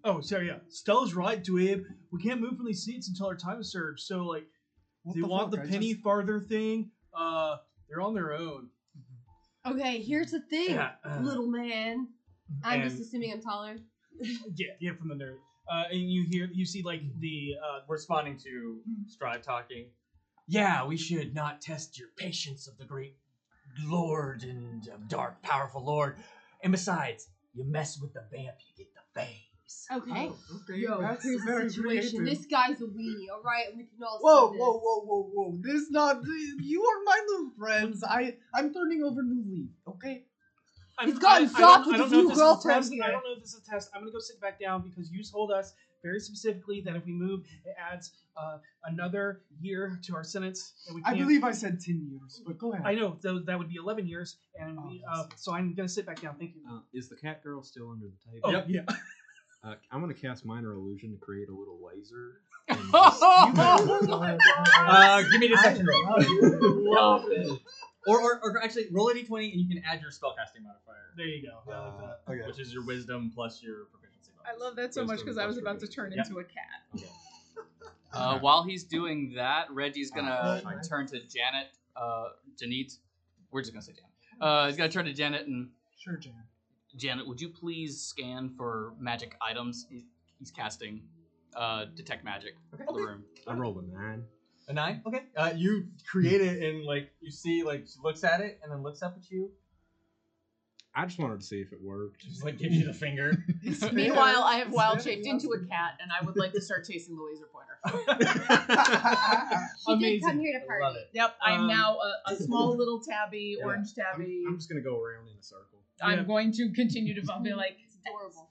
Speaker 3: Oh, sorry, yeah. Stella's right, Dweeb. We can't move from these seats until our time is served. So, like,
Speaker 4: What
Speaker 3: they want
Speaker 4: fuck?
Speaker 3: the
Speaker 4: I
Speaker 3: penny
Speaker 4: just-
Speaker 3: farther thing. Uh, they're on their own.
Speaker 8: Okay, here's the thing,
Speaker 3: Yeah, uh,
Speaker 8: little man. I'm
Speaker 3: and-
Speaker 8: just assuming I'm taller.
Speaker 3: yeah, yeah, from the nerd. Uh, and you hear, you see, like the uh,
Speaker 2: Responding to Strive talking. Yeah, we should not test your patience of the great lord and uh, dark, powerful lord. And besides, you mess with the vamp, you get the phase.
Speaker 8: Okay.
Speaker 4: Oh, Okay, that's very creative.
Speaker 8: This guy's a weenie, all right? We can all
Speaker 4: Whoa,
Speaker 8: see
Speaker 4: whoa,
Speaker 8: this.
Speaker 4: whoa, whoa, whoa! This is not you are my new friends. I I'm turning over new leaf. Okay.
Speaker 3: I'm,
Speaker 8: He's gotten
Speaker 3: I- I
Speaker 8: soft
Speaker 3: don't- I
Speaker 8: with
Speaker 3: don't
Speaker 8: his
Speaker 3: know if
Speaker 8: new
Speaker 3: this is a
Speaker 8: girlfriend
Speaker 3: test. I
Speaker 8: here.
Speaker 3: don't know if this is a test. I'm gonna go sit back down because you told us very specifically that if we move, it adds uh, another year to our sentence, and we
Speaker 4: I
Speaker 3: can't.
Speaker 4: believe I said ten years, but go ahead.
Speaker 3: I know that, that would be 11 years, and we,
Speaker 4: Oh,
Speaker 3: uh, so I'm gonna sit back down. Thank you.
Speaker 7: Uh, is the cat girl still under the table?
Speaker 3: Oh, yeah.
Speaker 7: Uh, I'm gonna cast minor illusion to create a little laser. and just-
Speaker 4: Oh,
Speaker 2: uh, give me deception roll.
Speaker 5: Love it.
Speaker 2: Or, or, or actually, roll a d20 and you can add your spellcasting modifier,
Speaker 3: There you go. I like that.
Speaker 7: Uh, okay.
Speaker 2: which is your wisdom plus your proficiency bonus.
Speaker 6: I love that so much because I was about to turn
Speaker 2: Yeah.
Speaker 6: into a cat.
Speaker 5: Uh, while he's doing that, Reggie's gonna
Speaker 7: Uh,
Speaker 5: turn to Janet. Uh, Janit. We're just gonna say Janet. Uh, he's gonna turn to Janet and
Speaker 4: Sure, Jan.
Speaker 5: Janet, would you please scan for magic items? He's, he's casting uh, detect magic for the room.
Speaker 7: I rolled a nine.
Speaker 2: A nine? Okay. Uh, you create it and like you see like she looks at it and then looks up at you.
Speaker 7: I just wanted to see if it worked.
Speaker 2: Just like gives you the finger.
Speaker 6: Meanwhile, I have wild shaped into a cat, and I would like to start chasing the laser pointer.
Speaker 8: She did
Speaker 3: Amazing.
Speaker 8: come here to party.
Speaker 2: love it.
Speaker 6: Yep, I am
Speaker 3: Um,
Speaker 6: now a, a small little tabby,
Speaker 7: Yeah,
Speaker 6: orange tabby.
Speaker 7: I'm, I'm
Speaker 6: I'm,
Speaker 7: just gonna go around in a circle.
Speaker 3: Yeah.
Speaker 6: going to continue to bump, be like,
Speaker 8: It's adorable.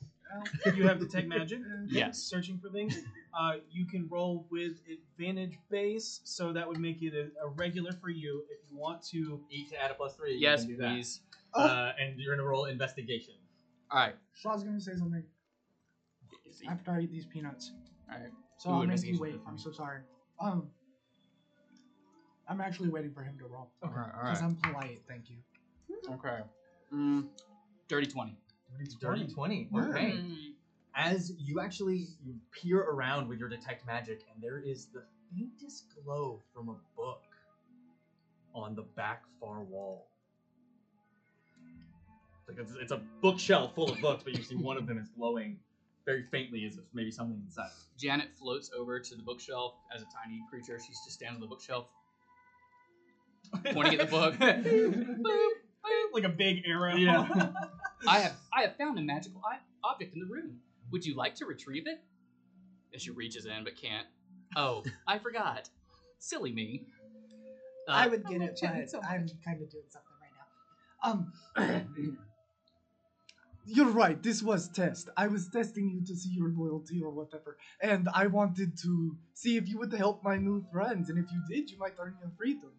Speaker 3: you have detect magic.
Speaker 4: Uh,
Speaker 5: Yes.
Speaker 3: Searching for things. Uh, you can roll with advantage base, so that would make it a, a regular for you. If you want to,
Speaker 2: Each to add a plus three. you
Speaker 5: Yes,
Speaker 2: can do that.
Speaker 5: please.
Speaker 2: Uh, and you're gonna roll investigation.
Speaker 5: All right.
Speaker 4: Shaw's gonna say something. I've tried these peanuts.
Speaker 5: Alright.
Speaker 4: So
Speaker 5: Ooh,
Speaker 4: I'll make you
Speaker 5: investigation
Speaker 4: wait.
Speaker 5: for
Speaker 4: I'm
Speaker 5: me.
Speaker 4: so sorry. Um, I'm actually waiting for him to roll
Speaker 5: All right. All
Speaker 4: because
Speaker 5: right.
Speaker 4: I'm polite. Thank you.
Speaker 5: Okay. Mm, dirty twenty.
Speaker 2: Dirty twenty.
Speaker 4: Mm.
Speaker 2: Okay.
Speaker 6: "Mm,
Speaker 2: As you actually peer around with your detect magic, and there is the faintest glow from a book on the back far wall. Like it's, it's a bookshelf full of books, but you see one of them is glowing very faintly, as if maybe something inside.
Speaker 5: Janet floats over to the bookshelf as a tiny creature. She's just standing on the bookshelf. Pointing at the book.
Speaker 3: like a big arrow.
Speaker 2: Yeah.
Speaker 5: I have I have found a magical I- object in the room. Would you like to retrieve it? And she reaches in but can't. Oh, I forgot. Silly me. Uh,
Speaker 4: I would get
Speaker 6: I
Speaker 4: it,
Speaker 6: love Jan
Speaker 4: but
Speaker 6: so
Speaker 4: I'm kind of doing something right now. Um, you're right. This was test. I was testing you to see your loyalty or whatever, and I wanted to see if you would help my new friends. And if you did, you might earn your freedom.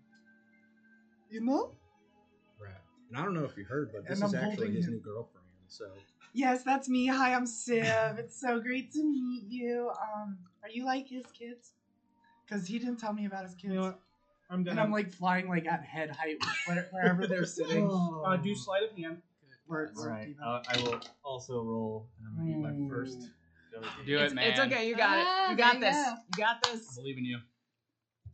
Speaker 4: You know?
Speaker 7: Right. And I don't know if you heard, but this
Speaker 4: And
Speaker 7: is
Speaker 4: I'm
Speaker 7: actually
Speaker 4: holding
Speaker 7: his
Speaker 4: him.
Speaker 7: new girlfriend. So
Speaker 4: Yes, that's me. Hi, I'm Siv. it's so great to meet you. Um, are you like his kids? Because he didn't tell me about his kids.
Speaker 3: You know what? I'm
Speaker 4: and
Speaker 3: gonna
Speaker 4: I'm like flying like at head height where- wherever they're sitting.
Speaker 3: uh, do sleight of hand.
Speaker 4: Where,
Speaker 2: Oh. All
Speaker 4: where
Speaker 2: right.
Speaker 4: people-
Speaker 2: Uh, I will also roll, and I'm gonna need my first.
Speaker 5: do it,
Speaker 6: it's,
Speaker 5: man.
Speaker 6: it's okay, you got
Speaker 8: Ah,
Speaker 6: it. You got
Speaker 8: there
Speaker 6: this.
Speaker 8: you
Speaker 6: You got
Speaker 5: I
Speaker 6: this.
Speaker 5: believe in you.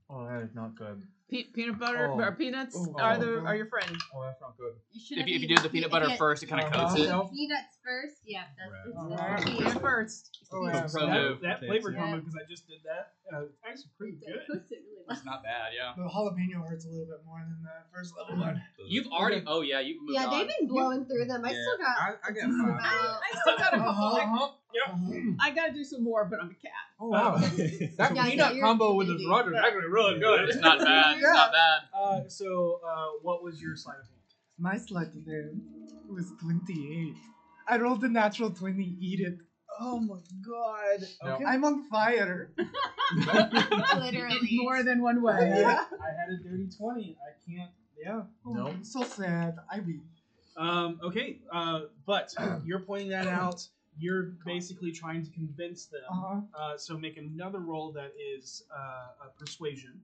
Speaker 2: Oh, that is not good.
Speaker 6: Pe- peanut butter
Speaker 2: Oh.
Speaker 6: or peanuts
Speaker 4: Oh,
Speaker 6: are
Speaker 2: oh,
Speaker 6: the
Speaker 4: God.
Speaker 6: are your friend.
Speaker 2: Oh, that's not good.
Speaker 8: You should
Speaker 5: If you, if you do the peanut butter first, it kind
Speaker 3: Uh,
Speaker 5: of coats it.
Speaker 2: Uh-huh.
Speaker 8: Peanuts first? Yeah, that's
Speaker 4: Right.
Speaker 8: that's
Speaker 4: Alright.
Speaker 8: the
Speaker 6: Peanut
Speaker 8: peanut.
Speaker 6: first.
Speaker 4: Oh,
Speaker 7: yeah.
Speaker 3: That-
Speaker 5: Pro move.
Speaker 3: that, flavor
Speaker 8: Yeah.
Speaker 3: combo because I just did that. Uh, it's actually pretty
Speaker 8: It
Speaker 3: good.
Speaker 8: cooks it really well.
Speaker 5: It's not bad, yeah.
Speaker 4: The jalapeno hurts a little bit more than the first level
Speaker 3: Uh,
Speaker 4: one.
Speaker 5: You've already. Oh yeah, you've moved
Speaker 8: Yeah,
Speaker 5: on.
Speaker 8: they've been blowing through them. I
Speaker 7: Yeah,
Speaker 8: still got.
Speaker 7: I, I got
Speaker 8: decent
Speaker 7: five.
Speaker 8: amount.
Speaker 6: I still got a couple.
Speaker 4: Uh-huh.
Speaker 6: I, I gotta do some more, but I'm a cat.
Speaker 2: Oh
Speaker 3: wow.
Speaker 2: that
Speaker 8: Yeah,
Speaker 2: peanut
Speaker 8: you're-
Speaker 2: combo with this
Speaker 8: maybe.
Speaker 2: Roger is actually really good.
Speaker 5: It's not bad. It's not bad.
Speaker 3: Uh, so, uh, what was your sleight of hand?
Speaker 4: My slut today was 28. I rolled a natural 20, eat it.
Speaker 3: Oh my god.
Speaker 2: No.
Speaker 3: Okay.
Speaker 4: I'm on fire.
Speaker 8: Literally.
Speaker 6: In more than one way.
Speaker 3: I had a dirty 20. I can't. Yeah.
Speaker 4: Oh,
Speaker 2: No.
Speaker 4: I'm so sad. I weep.
Speaker 3: Um, okay. Uh, but you're pointing that out. You're basically trying to convince them.
Speaker 4: Uh-huh. Ah.
Speaker 3: Uh, so make another roll that is uh, a persuasion.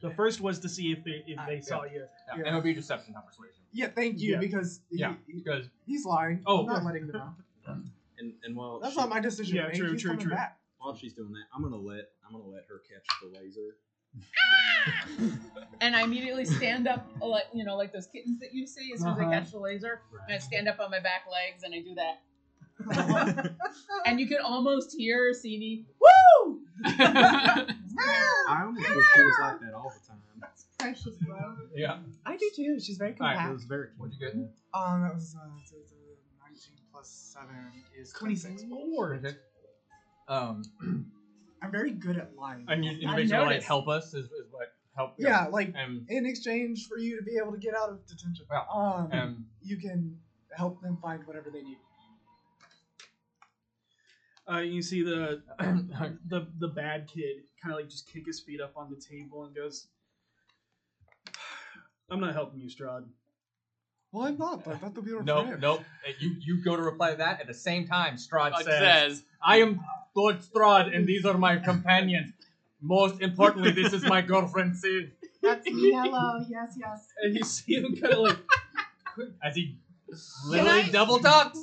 Speaker 3: The first was to see if they if
Speaker 2: Ah,
Speaker 3: they
Speaker 2: yeah.
Speaker 3: saw you.
Speaker 2: Yeah,
Speaker 4: Yeah.
Speaker 2: And it would be deception, not persuasion.
Speaker 4: Yeah, thank you
Speaker 3: Yeah.
Speaker 4: because he-
Speaker 7: Yeah.
Speaker 4: he-
Speaker 2: Because
Speaker 4: he's lying.
Speaker 3: Oh.
Speaker 4: I'm not letting him know.
Speaker 7: And and while
Speaker 4: That's
Speaker 7: she-
Speaker 4: not my decision.
Speaker 3: Yeah,
Speaker 4: to make.
Speaker 3: true,
Speaker 4: He's
Speaker 3: true,
Speaker 4: coming
Speaker 3: true.
Speaker 4: back.
Speaker 7: while she's doing that, I'm gonna let I'm gonna let her catch the laser.
Speaker 6: And I immediately stand up, uh, like you know, like those kittens that you see as soon as I
Speaker 3: Uh-huh.
Speaker 6: catch the laser. And I stand up on my back legs and I do that. and you can almost hear Sini. Woo!
Speaker 7: I almost wish she was like that all the time.
Speaker 8: That's precious, bro.
Speaker 2: yeah.
Speaker 4: I do too. She's very
Speaker 7: All right, it
Speaker 4: compact.
Speaker 7: was very.
Speaker 2: What'd you get?
Speaker 4: Um, that was uh, so it's, uh, 19 plus 7 is 26.
Speaker 2: Four. Um,
Speaker 4: I'm very good at lying.
Speaker 2: and you, and you
Speaker 6: I
Speaker 2: basically like
Speaker 6: noticed.
Speaker 2: help us is, is what help.
Speaker 4: yeah, like
Speaker 2: And
Speaker 4: in exchange for you to be able to get out of detention,
Speaker 2: Yeah.
Speaker 4: um,
Speaker 2: um,
Speaker 4: you can help them find whatever they need.
Speaker 3: Uh, you can see the the the bad kid kind of like just kick his feet up on the table and goes, "I'm not helping you, Strahd."
Speaker 4: Well, I'm not, but that will be
Speaker 2: nope, nope. And You you go to reply to that at the same time. Strahd
Speaker 5: God
Speaker 2: says,
Speaker 5: says,
Speaker 2: "I am Lord Strahd, and these are my companions. Most importantly, this is my girlfriend Sid."
Speaker 8: That's yellow. Yes, yes.
Speaker 3: And you see him kind of like
Speaker 2: As he literally double ducks.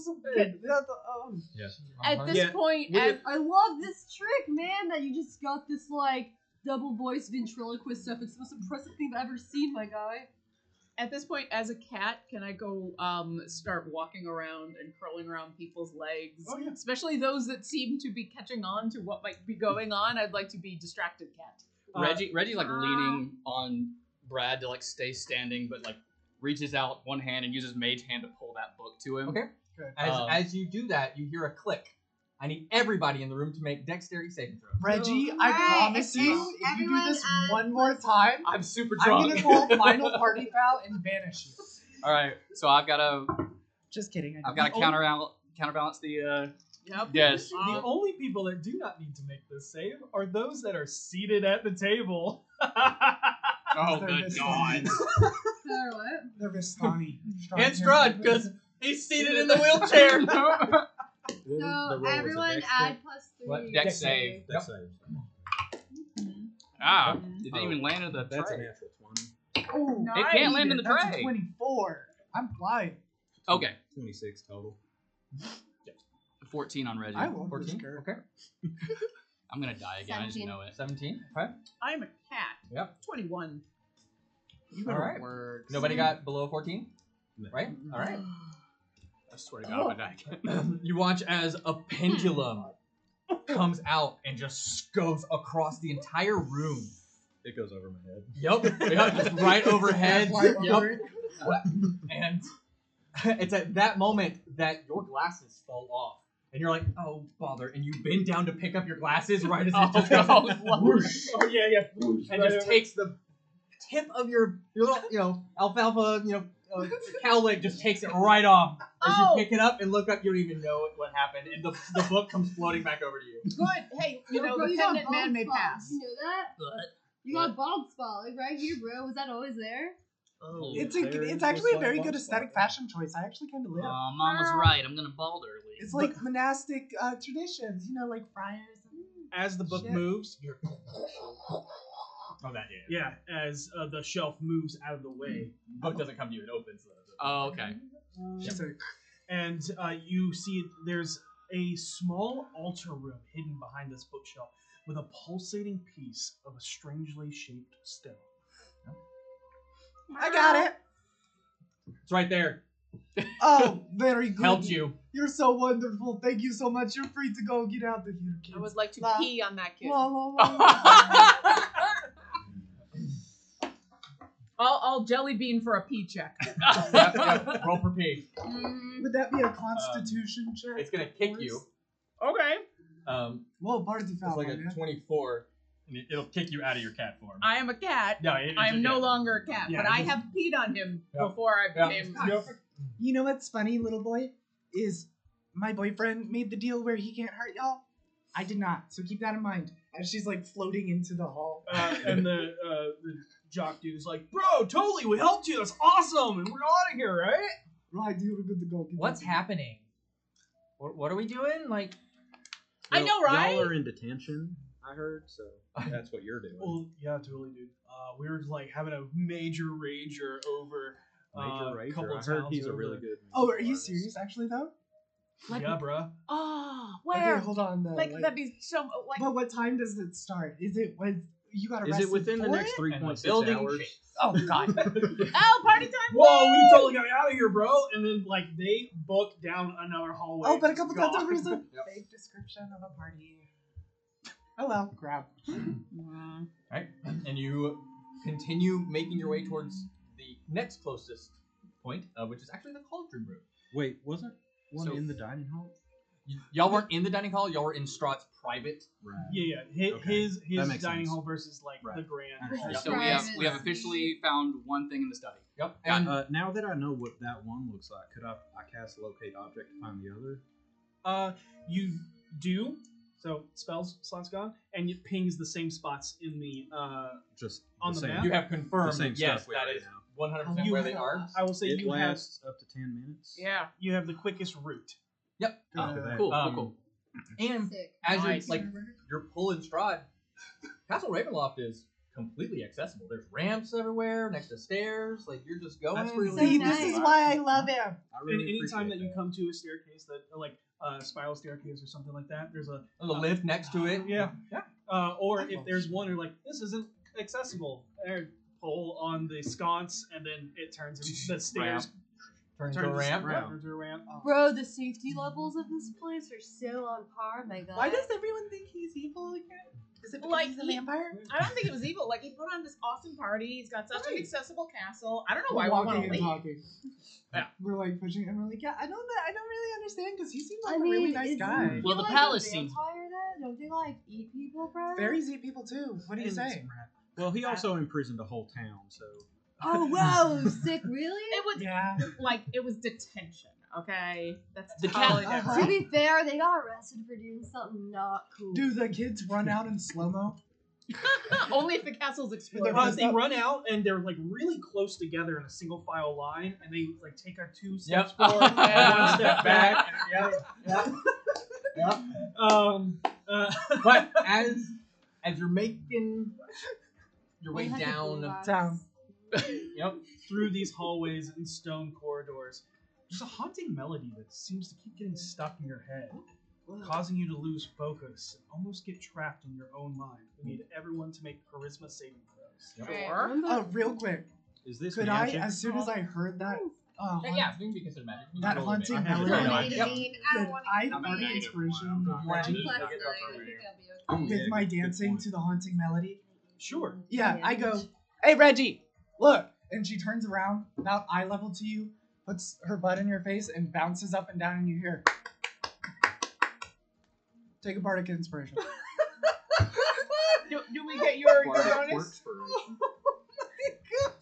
Speaker 2: Yes.
Speaker 6: At this
Speaker 3: Yeah.
Speaker 6: point,
Speaker 3: Would
Speaker 6: as,
Speaker 8: I love this trick, man, that you just got this, like, double voice ventriloquist stuff. It's the most impressive thing I've ever seen, my guy.
Speaker 6: at this point, as a cat, can I go um, start walking around and curling around people's legs,
Speaker 4: Oh, yeah.
Speaker 6: especially those that seem to be catching on to what might be going on? I'd like to be distracted, cat.
Speaker 3: Uh,
Speaker 5: Reggie, Reggie's like
Speaker 6: Ah.
Speaker 5: leaning on Brad to like stay standing, but like reaches out one hand and uses Mage Hand to pull that book to him.
Speaker 2: Okay. As,
Speaker 5: Um,
Speaker 2: as you do that, you hear a click. I need everybody in the room to make dexterity saving throws.
Speaker 4: Reggie, I
Speaker 8: Right,
Speaker 4: promise
Speaker 8: if
Speaker 4: you,
Speaker 8: you-
Speaker 4: if you do
Speaker 8: everyone
Speaker 4: this
Speaker 8: adds
Speaker 4: one more time,
Speaker 2: I'm super
Speaker 4: I'm
Speaker 2: drunk.
Speaker 4: gonna call final party foul and banish you.
Speaker 5: All right. So I've got to
Speaker 4: Just kidding. I
Speaker 5: I've got to counterbalance counterbalance the uh,
Speaker 6: Yep.
Speaker 5: Yes.
Speaker 3: the only people that do not need to make this save are those that are seated at the table.
Speaker 5: Oh,
Speaker 4: They're
Speaker 5: good
Speaker 4: Vistani.
Speaker 5: God.
Speaker 8: Sorry, what?
Speaker 4: They're Vistani.
Speaker 2: And Strahd, because he's seated in the wheelchair.
Speaker 8: So, everyone add plus three.
Speaker 2: What?
Speaker 5: Dex save.
Speaker 7: That saves.
Speaker 5: Ah,
Speaker 6: Mhm.
Speaker 5: it didn't even land in the
Speaker 7: That's a
Speaker 5: tray.
Speaker 7: natural twenty.
Speaker 4: Oh,
Speaker 5: It can't land in the
Speaker 4: that's a
Speaker 5: tray.
Speaker 4: 24. I'm blind.
Speaker 5: Okay,
Speaker 7: Twenty six total.
Speaker 5: 14 on Reggie.
Speaker 4: I
Speaker 5: I'm
Speaker 4: won't be
Speaker 2: 14.
Speaker 4: scared.
Speaker 2: Okay.
Speaker 5: gonna die again. I just
Speaker 8: Seventeen.
Speaker 5: know it.
Speaker 2: 17. Okay.
Speaker 6: I'm a cat.
Speaker 2: Yep.
Speaker 6: 21.
Speaker 4: You
Speaker 2: All
Speaker 4: better
Speaker 2: right.
Speaker 4: work.
Speaker 2: Nobody got below 14?
Speaker 7: No.
Speaker 2: Right? All right. Oh.
Speaker 5: I swear to God, I'm gonna die again.
Speaker 2: you watch as a pendulum comes out and just goes across the entire room.
Speaker 7: It goes over my head.
Speaker 2: Yup. Yup, just right overhead.
Speaker 4: Fly
Speaker 2: Yup.
Speaker 4: over it.
Speaker 2: And it's at that moment that your glasses fall off. And you're like, oh, bother. And you bend down to pick up your glasses right as it just goes
Speaker 5: Oh,
Speaker 2: whoosh,
Speaker 3: Oh yeah, yeah.
Speaker 2: and just takes the tip of your, your little, you know, alfalfa, you know, uh, cow leg just takes it right off. As
Speaker 6: Oh.
Speaker 2: you pick it up and look up, you don't even know what happened. And the, the book comes floating back over to you.
Speaker 6: Good. Hey, you
Speaker 8: Yo,
Speaker 6: know,
Speaker 8: bro,
Speaker 6: the
Speaker 8: you got
Speaker 6: pendant man
Speaker 8: bald
Speaker 6: may
Speaker 8: spots.
Speaker 6: pass.
Speaker 8: You know that? You got bald spot, like right here, bro. Was that always there?
Speaker 5: oh,
Speaker 4: It's, a, it's actually a very good aesthetic fashion choice. I actually kind of
Speaker 5: Uh,
Speaker 4: live.
Speaker 5: Mom was right. I'm gonna bald early.
Speaker 4: It's like monastic uh, traditions, you know, like friars. And...
Speaker 3: As the book
Speaker 4: Shit.
Speaker 3: moves,
Speaker 2: Oh, that, yeah.
Speaker 3: yeah, as uh, the shelf moves out of the way,
Speaker 2: The book doesn't come to you, it opens. The, the-
Speaker 5: Oh, okay.
Speaker 4: She's like,
Speaker 3: and uh, you see there's a small altar room hidden behind this bookshelf with a pulsating piece of a strangely shaped stone.
Speaker 4: I got it.
Speaker 2: It's right there.
Speaker 4: Oh, very good.
Speaker 2: Helped you.
Speaker 4: You're so wonderful. Thank you so much. You're free to go. Get out of here, kids.
Speaker 6: I would like to
Speaker 4: La-
Speaker 6: pee on that kid.
Speaker 4: La, la, la, la.
Speaker 6: I'll, I'll jelly bean for a pee check.
Speaker 2: Yep, yep. Roll for pee.
Speaker 8: Mm,
Speaker 4: Would that be a constitution
Speaker 7: Um,
Speaker 4: check?
Speaker 2: It's gonna kick you.
Speaker 6: Okay.
Speaker 2: Um,
Speaker 4: Well, party
Speaker 2: it's
Speaker 4: foul,
Speaker 2: like
Speaker 4: my
Speaker 2: a
Speaker 4: man.
Speaker 2: 24, and it, it'll kick you out of your cat form.
Speaker 6: I am a cat.
Speaker 2: No, it,
Speaker 6: I am no
Speaker 2: yeah.
Speaker 6: longer a cat,
Speaker 3: Yeah,
Speaker 6: but I
Speaker 3: you-
Speaker 6: have peed on him
Speaker 2: Yeah.
Speaker 6: before I
Speaker 2: Yeah.
Speaker 6: became.
Speaker 4: You know what's funny, little boy? Is my boyfriend made the deal where he can't hurt y'all? I did not, so keep that in mind. As she's like floating into the hall.
Speaker 3: Uh, and the, uh, the jock dude's like, "Bro, totally, we helped you. That's awesome, and we're out of here, right?"
Speaker 4: Right, dude, we're good to go.
Speaker 2: What's happening? What, what are we doing? Like,
Speaker 6: I know, right?
Speaker 7: Y'all are in detention, I heard, so that's what you're doing.
Speaker 3: Well, yeah, totally, dude. Uh, we were like having a major rager over.
Speaker 7: Major
Speaker 3: uh,
Speaker 7: Rager,
Speaker 3: couple
Speaker 7: I heard
Speaker 3: towns
Speaker 7: he's a
Speaker 3: over.
Speaker 7: really good.
Speaker 4: Oh, are you
Speaker 7: artist.
Speaker 4: serious? Actually, though.
Speaker 6: Like,
Speaker 3: yeah, bruh.
Speaker 6: oh,
Speaker 4: Okay,
Speaker 6: where?
Speaker 4: hold on though.
Speaker 6: like,
Speaker 4: wait.
Speaker 6: that'd be so. Like,
Speaker 4: But what time does it start? Is it when you got
Speaker 7: Is
Speaker 4: arrested
Speaker 7: it within the
Speaker 4: for
Speaker 7: next
Speaker 4: it?
Speaker 7: three
Speaker 3: And
Speaker 7: point six
Speaker 3: building
Speaker 7: hours?
Speaker 3: shakes.
Speaker 6: oh god. oh, party time!
Speaker 3: Whoa, we totally got out of here, bro. And then like they booked down another hallway.
Speaker 4: Oh, but a couple
Speaker 3: Gone.
Speaker 4: times over is a vague description of a party. Oh well, grab.
Speaker 6: Mm.
Speaker 2: Right? And you continue making your way towards the next closest point, uh, which is actually the cauldron room.
Speaker 7: Wait, wasn't one
Speaker 2: So-
Speaker 7: in the dining hall?
Speaker 2: Y- y'all weren't in the dining hall, y'all were in Strahd's private.
Speaker 7: Right.
Speaker 3: Yeah, yeah. His
Speaker 7: Okay.
Speaker 3: his, his dining
Speaker 7: makes sense.
Speaker 3: hall versus like the
Speaker 7: Right.
Speaker 3: grand.
Speaker 7: Understand.
Speaker 3: hall.
Speaker 5: So we have we have officially found one thing in the study.
Speaker 2: Yep.
Speaker 5: Got
Speaker 2: And
Speaker 7: Uh, now that I know what that one looks like, could I, I cast locate object to find the other?
Speaker 3: Uh, you do so spells slots gone, and it pings the same spots in the. Uh,
Speaker 7: Just
Speaker 3: On the
Speaker 7: the same.
Speaker 3: map?
Speaker 2: you have confirmed
Speaker 7: The same
Speaker 2: that, yes,
Speaker 7: stuff we
Speaker 2: that
Speaker 7: already
Speaker 2: is
Speaker 7: know.
Speaker 2: 100%
Speaker 3: You
Speaker 2: where they
Speaker 3: have-
Speaker 2: are.
Speaker 3: I will say
Speaker 7: it
Speaker 3: you have
Speaker 7: lasts up to ten minutes.
Speaker 6: Yeah.
Speaker 3: you have the quickest route.
Speaker 2: Yep.
Speaker 7: After
Speaker 3: Uh,
Speaker 7: that,
Speaker 5: Cool,
Speaker 2: Um,
Speaker 5: cool,
Speaker 2: And
Speaker 8: Sick.
Speaker 2: as
Speaker 6: Nice.
Speaker 2: you're like you're pulling Strahd, Castle Ravenloft is completely accessible. There's ramps everywhere, next to stairs. Like you're just going.
Speaker 3: That's really
Speaker 8: So
Speaker 4: See,
Speaker 8: nice.
Speaker 4: this is why I love him.
Speaker 7: I
Speaker 3: And
Speaker 7: really
Speaker 3: anytime
Speaker 7: appreciate
Speaker 3: that you come to a staircase that like uh, spiral staircase or something like that, there's a
Speaker 2: There's a lift next to it.
Speaker 3: yeah yeah. Uh, or
Speaker 4: That's
Speaker 3: if there's one, you're like this isn't accessible. There, pull on the sconce, and then it turns into the stairs.
Speaker 2: Turn
Speaker 3: turns
Speaker 2: to a ramp.
Speaker 3: Ramp. Turns into a ramp. Oh.
Speaker 8: Bro, the safety levels of this place are so on par, my god.
Speaker 4: Why does everyone think he's evil again? Is it because
Speaker 6: Like,
Speaker 4: he's a
Speaker 6: he-
Speaker 4: vampire?
Speaker 6: I don't think it was evil. Like he put on this awesome party. He's got such an accessible castle. I don't know why
Speaker 4: We're
Speaker 6: we
Speaker 4: walking
Speaker 6: want to
Speaker 4: and
Speaker 6: leave.
Speaker 4: talking.
Speaker 5: Yeah.
Speaker 4: We're like pushing, and we're like, yeah, I don't, know- I don't really understand because he seems
Speaker 8: I
Speaker 4: like a
Speaker 8: mean,
Speaker 4: really nice
Speaker 8: isn't
Speaker 4: guy.
Speaker 8: he
Speaker 5: Well, the
Speaker 8: like a
Speaker 5: palace seems-
Speaker 8: vampire, though? Don't they like eat people, bro?
Speaker 4: Fairies eat people too. What do you say?
Speaker 7: that. Well, he also imprisoned a whole town, so
Speaker 8: Oh wow, sick, really?
Speaker 6: It was
Speaker 4: Yeah.
Speaker 6: like it was detention. Okay, that's
Speaker 5: The
Speaker 6: totally
Speaker 4: cat-
Speaker 6: different.
Speaker 8: to be fair, they got arrested for doing something not cool.
Speaker 4: Do the kids run out in slow mo?
Speaker 6: Only if the castle's exploding.
Speaker 3: Uh, they run out and they're like really close together in a single file line, and they like take our two steps
Speaker 2: Yep.
Speaker 3: forward, and one step back. and- yeah,
Speaker 2: Yep.
Speaker 3: yeah. Um, uh,
Speaker 2: but as as you're making your way down,
Speaker 4: Down.
Speaker 2: yep,
Speaker 3: through these hallways and stone corridors, there's a haunting melody that seems to keep getting stuck in your head, causing you to lose focus and almost get trapped in your own mind. We need everyone to make charisma saving throws.
Speaker 4: Uh, real quick,
Speaker 7: is this
Speaker 4: could I,
Speaker 7: magic?
Speaker 4: as soon as I heard that, uh,
Speaker 2: That- yeah, it's going to be considered magic. You can
Speaker 4: That
Speaker 2: roll a bit.
Speaker 4: haunting
Speaker 7: I had it.
Speaker 2: melody.
Speaker 7: Yep.
Speaker 4: could I earn inspiration
Speaker 8: I'm
Speaker 4: one
Speaker 8: flexible,
Speaker 5: Right.
Speaker 8: I think I'll be okay.
Speaker 7: Oh,
Speaker 4: with
Speaker 7: yeah,
Speaker 4: my
Speaker 7: good
Speaker 4: dancing
Speaker 7: point.
Speaker 4: to the haunting melody?
Speaker 3: Sure.
Speaker 4: Yeah, I go, hey Reggie, look, and she turns around about eye level to you, puts her butt in your face, and bounces up and down, and you hear. Take a bardic inspiration.
Speaker 6: do, do we get your, your
Speaker 7: Bardic
Speaker 6: bonus?
Speaker 7: works for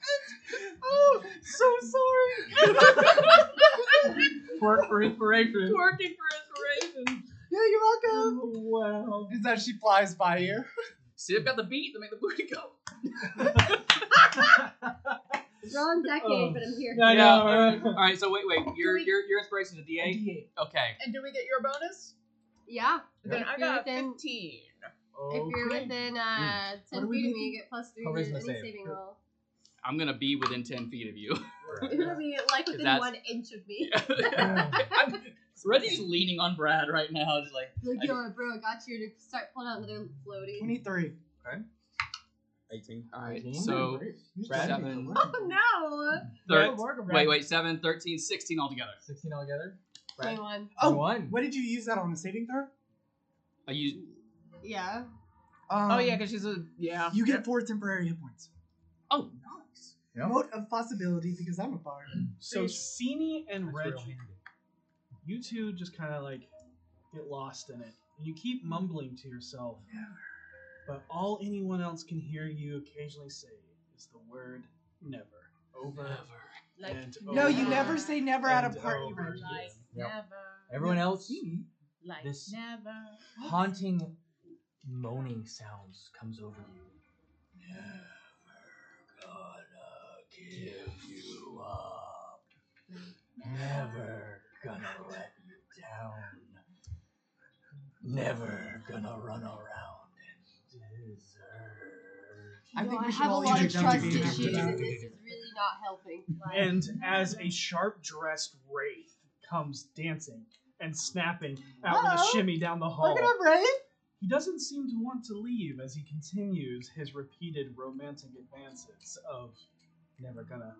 Speaker 4: oh, so sorry.
Speaker 2: Twerk for inspiration.
Speaker 6: Working for inspiration.
Speaker 4: Yeah, you're welcome.
Speaker 3: Wow.
Speaker 4: Is that she flies by you?
Speaker 5: See, they've got the beat to make the booty go.
Speaker 8: Wrong decade,
Speaker 3: Oh.
Speaker 8: but I'm here.
Speaker 3: I know, right?
Speaker 5: All right, so wait, wait. Your your your inspiration's a D8.
Speaker 4: Eighty-eight.
Speaker 5: Okay.
Speaker 6: And do we get your bonus?
Speaker 8: Yeah.
Speaker 6: Then I
Speaker 8: If you're
Speaker 6: got
Speaker 8: within-
Speaker 6: fifteen.
Speaker 8: If you're within uh,
Speaker 4: Mm. What
Speaker 8: 10
Speaker 4: are we
Speaker 8: feet of me,
Speaker 4: making?
Speaker 8: you get plus 3 to
Speaker 2: Charisma
Speaker 8: any
Speaker 2: save.
Speaker 8: saving roll.
Speaker 5: I'm gonna be within ten feet of you.
Speaker 8: You're gonna be like within
Speaker 5: That's-
Speaker 8: one inch of me.
Speaker 5: I'm, Reggie's leaning on Brad right now, just like
Speaker 8: Like,
Speaker 5: I-
Speaker 8: yo, bro, I got you to start pulling out another floaty.
Speaker 4: Twenty-three.
Speaker 7: Eighteen.
Speaker 5: all right. So
Speaker 2: Brad?
Speaker 5: Seven.
Speaker 8: Oh no!
Speaker 5: thir-
Speaker 3: Yeah, work around.
Speaker 5: wait, wait, seven, 13, 16 altogether.
Speaker 2: 16 altogether. Brad?
Speaker 8: 21.
Speaker 4: Oh,
Speaker 2: one.
Speaker 4: What did you use that on? A saving throw?
Speaker 5: I used
Speaker 8: Yeah.
Speaker 4: Um,
Speaker 6: oh yeah, because she's a yeah.
Speaker 4: You get four temporary hit points.
Speaker 5: oh
Speaker 2: Yep.
Speaker 4: Mote of possibility because I'm a bard.
Speaker 3: So Sini and
Speaker 2: That's real
Speaker 3: Reggie,
Speaker 2: handy.
Speaker 3: you two just kind of like get lost in it, and you keep mumbling to yourself. But all anyone else can hear you occasionally say is the word "never" over and over.
Speaker 4: No, you never say never at a
Speaker 3: And
Speaker 4: party.
Speaker 3: over.
Speaker 4: Reggie.
Speaker 6: Like
Speaker 2: Yep.
Speaker 6: never.
Speaker 2: Everyone else,
Speaker 6: Like
Speaker 2: This-
Speaker 6: never.
Speaker 2: haunting, moaning sounds comes over you. Never gonna give you up. Never gonna let you down.
Speaker 9: Never gonna run around and
Speaker 2: I
Speaker 8: Yo,
Speaker 2: think we
Speaker 8: I
Speaker 2: should
Speaker 8: have a
Speaker 2: all
Speaker 8: lot
Speaker 2: eat
Speaker 8: of
Speaker 2: a
Speaker 8: trust
Speaker 2: junkie.
Speaker 8: issues, and this is really not helping. Like,
Speaker 3: And as a sharp dressed wraith comes dancing and snapping out with a
Speaker 4: Hello.
Speaker 3: shimmy down the hall,
Speaker 4: Look at him, right?
Speaker 3: he doesn't seem to want to leave as he continues his repeated romantic advances of never gonna.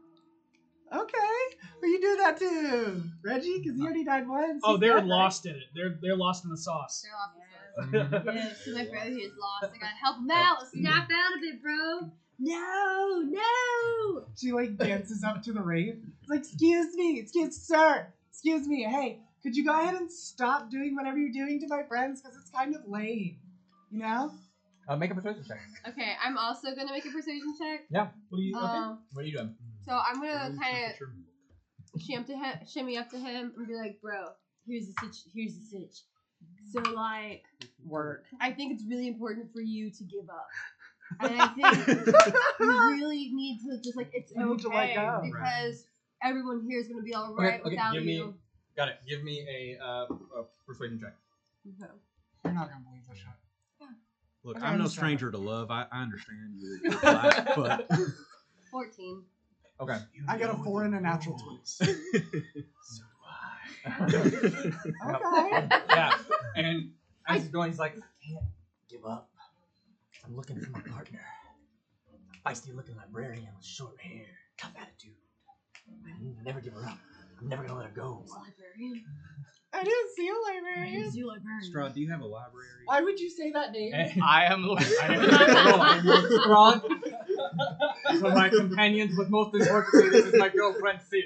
Speaker 4: Okay. Well, you do that too, Reggie, because he already died once.
Speaker 3: Oh,
Speaker 4: He's
Speaker 3: they're
Speaker 4: dead, right?
Speaker 3: lost in it. They're they're lost in the sauce.
Speaker 8: they're off the side.
Speaker 2: Mhm.
Speaker 8: Yeah, so my brother who's lost. I gotta help him out. Snap out of it, bro. No, no.
Speaker 4: She like dances up to the wraith. It's like, excuse me, excuse sir, excuse me. Hey, could you go ahead and stop doing whatever you're doing to my friends? Because it's kind of lame. You know?
Speaker 2: Uh, make a persuasion check.
Speaker 8: Okay, I'm also gonna make a persuasion check.
Speaker 3: What
Speaker 2: Uh,
Speaker 3: do you? Okay.
Speaker 8: Um,
Speaker 2: What are you doing?
Speaker 8: so I'm gonna kind of shim to him, shimmy up to him and be like, "Bro, here's the sitch. Here's the sitch." So like,
Speaker 6: Word.
Speaker 8: I think it's really important for you to give up. And I think you really need to just like it's
Speaker 4: You need to let
Speaker 8: okay
Speaker 4: go.
Speaker 8: because everyone here is gonna be all
Speaker 2: Okay,
Speaker 8: right
Speaker 2: okay,
Speaker 8: without
Speaker 2: give me-
Speaker 8: you.
Speaker 2: Got it. Give me a, uh, a persuasion check.
Speaker 8: Okay.
Speaker 4: You're not gonna believe this shit.
Speaker 7: Look,
Speaker 4: Okay,
Speaker 7: I'm no
Speaker 4: understand.
Speaker 7: stranger to love. I, I understand your, your plight, but
Speaker 8: Fourteen.
Speaker 2: Okay.
Speaker 9: You
Speaker 4: I got a
Speaker 9: know
Speaker 4: four
Speaker 9: the
Speaker 4: and a natural
Speaker 9: rules. so do I.
Speaker 4: Okay.
Speaker 2: Yeah. And as he's going, he's like,
Speaker 9: Give up. I'm looking for my partner. Feisty looking librarian with short hair, tough attitude. I need to never give her up. I'm never gonna let her go.
Speaker 8: Librarian.
Speaker 4: I didn't see a librarian.
Speaker 8: You librarian.
Speaker 7: Strahd, do you have a library?
Speaker 4: Why would you say that name?
Speaker 2: and
Speaker 5: I am the
Speaker 2: Ron. So my companions with most of this work today, this is my girlfriend Sid.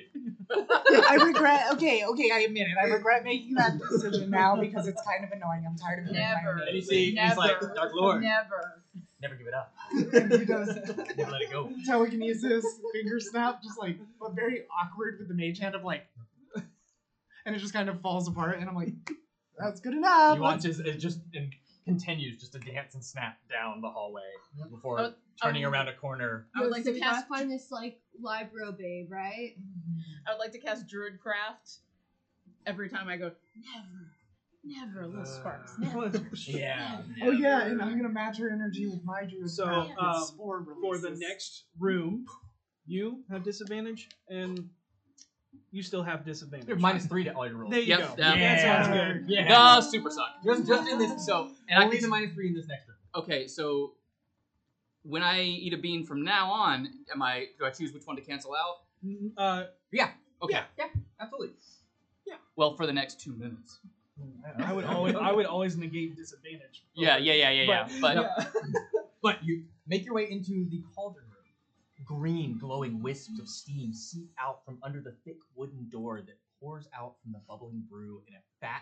Speaker 4: I regret. Okay, okay, I admit it. I regret making that decision now because it's kind of annoying. I'm tired of hearing my
Speaker 6: Never.
Speaker 4: own
Speaker 2: And you see, he's
Speaker 6: Never.
Speaker 2: like, Dark Lord,
Speaker 6: Never.
Speaker 2: never give it up.
Speaker 4: name. He does
Speaker 2: Never let it go.
Speaker 4: telekinesis, finger snap, just like, but very awkward with the mage hand of like, and it just kind of falls apart. And I'm like, that's good enough.
Speaker 2: He watches it just and continues just to dance and snap down the hallway before
Speaker 6: Oh,
Speaker 2: turning
Speaker 6: um,
Speaker 2: around a corner.
Speaker 6: I would like
Speaker 8: so
Speaker 6: to
Speaker 8: we
Speaker 6: cast.
Speaker 8: gotta find this like libro babe, right?
Speaker 6: I would like to cast Druidcraft. Every time I go, never, never,
Speaker 7: Uh,
Speaker 6: little sparks. Never.
Speaker 3: Uh,
Speaker 2: Yeah.
Speaker 4: Oh yeah, and I'm gonna match her energy with my druid.
Speaker 3: So,
Speaker 4: craft with
Speaker 3: um,
Speaker 4: spore
Speaker 3: For the
Speaker 4: releases.
Speaker 3: next room, you have disadvantage, and you still have disadvantage.
Speaker 2: You're minus three to all your rolls.
Speaker 3: There you
Speaker 5: Yep,
Speaker 3: go.
Speaker 5: that-
Speaker 3: That sounds
Speaker 2: Yeah.
Speaker 3: good.
Speaker 2: Yeah.
Speaker 5: Nah, Uh, super suck.
Speaker 2: Just, just in this. So,
Speaker 5: And I
Speaker 2: only
Speaker 5: can-
Speaker 2: the minus three in this next room.
Speaker 5: Okay, so when I eat a bean from now on, am I do I choose which one to cancel out?
Speaker 3: Mm, Uh,
Speaker 5: Okay.
Speaker 2: Yeah. Absolutely.
Speaker 5: Well, for the next two minutes.
Speaker 3: I would always, I would always negate disadvantage.
Speaker 5: Yeah, yeah, yeah, yeah, yeah. But
Speaker 2: But you make your way into the cauldron room. Green, glowing wisps of steam seep out from under the thick wooden door that pours out from the bubbling brew in a fat,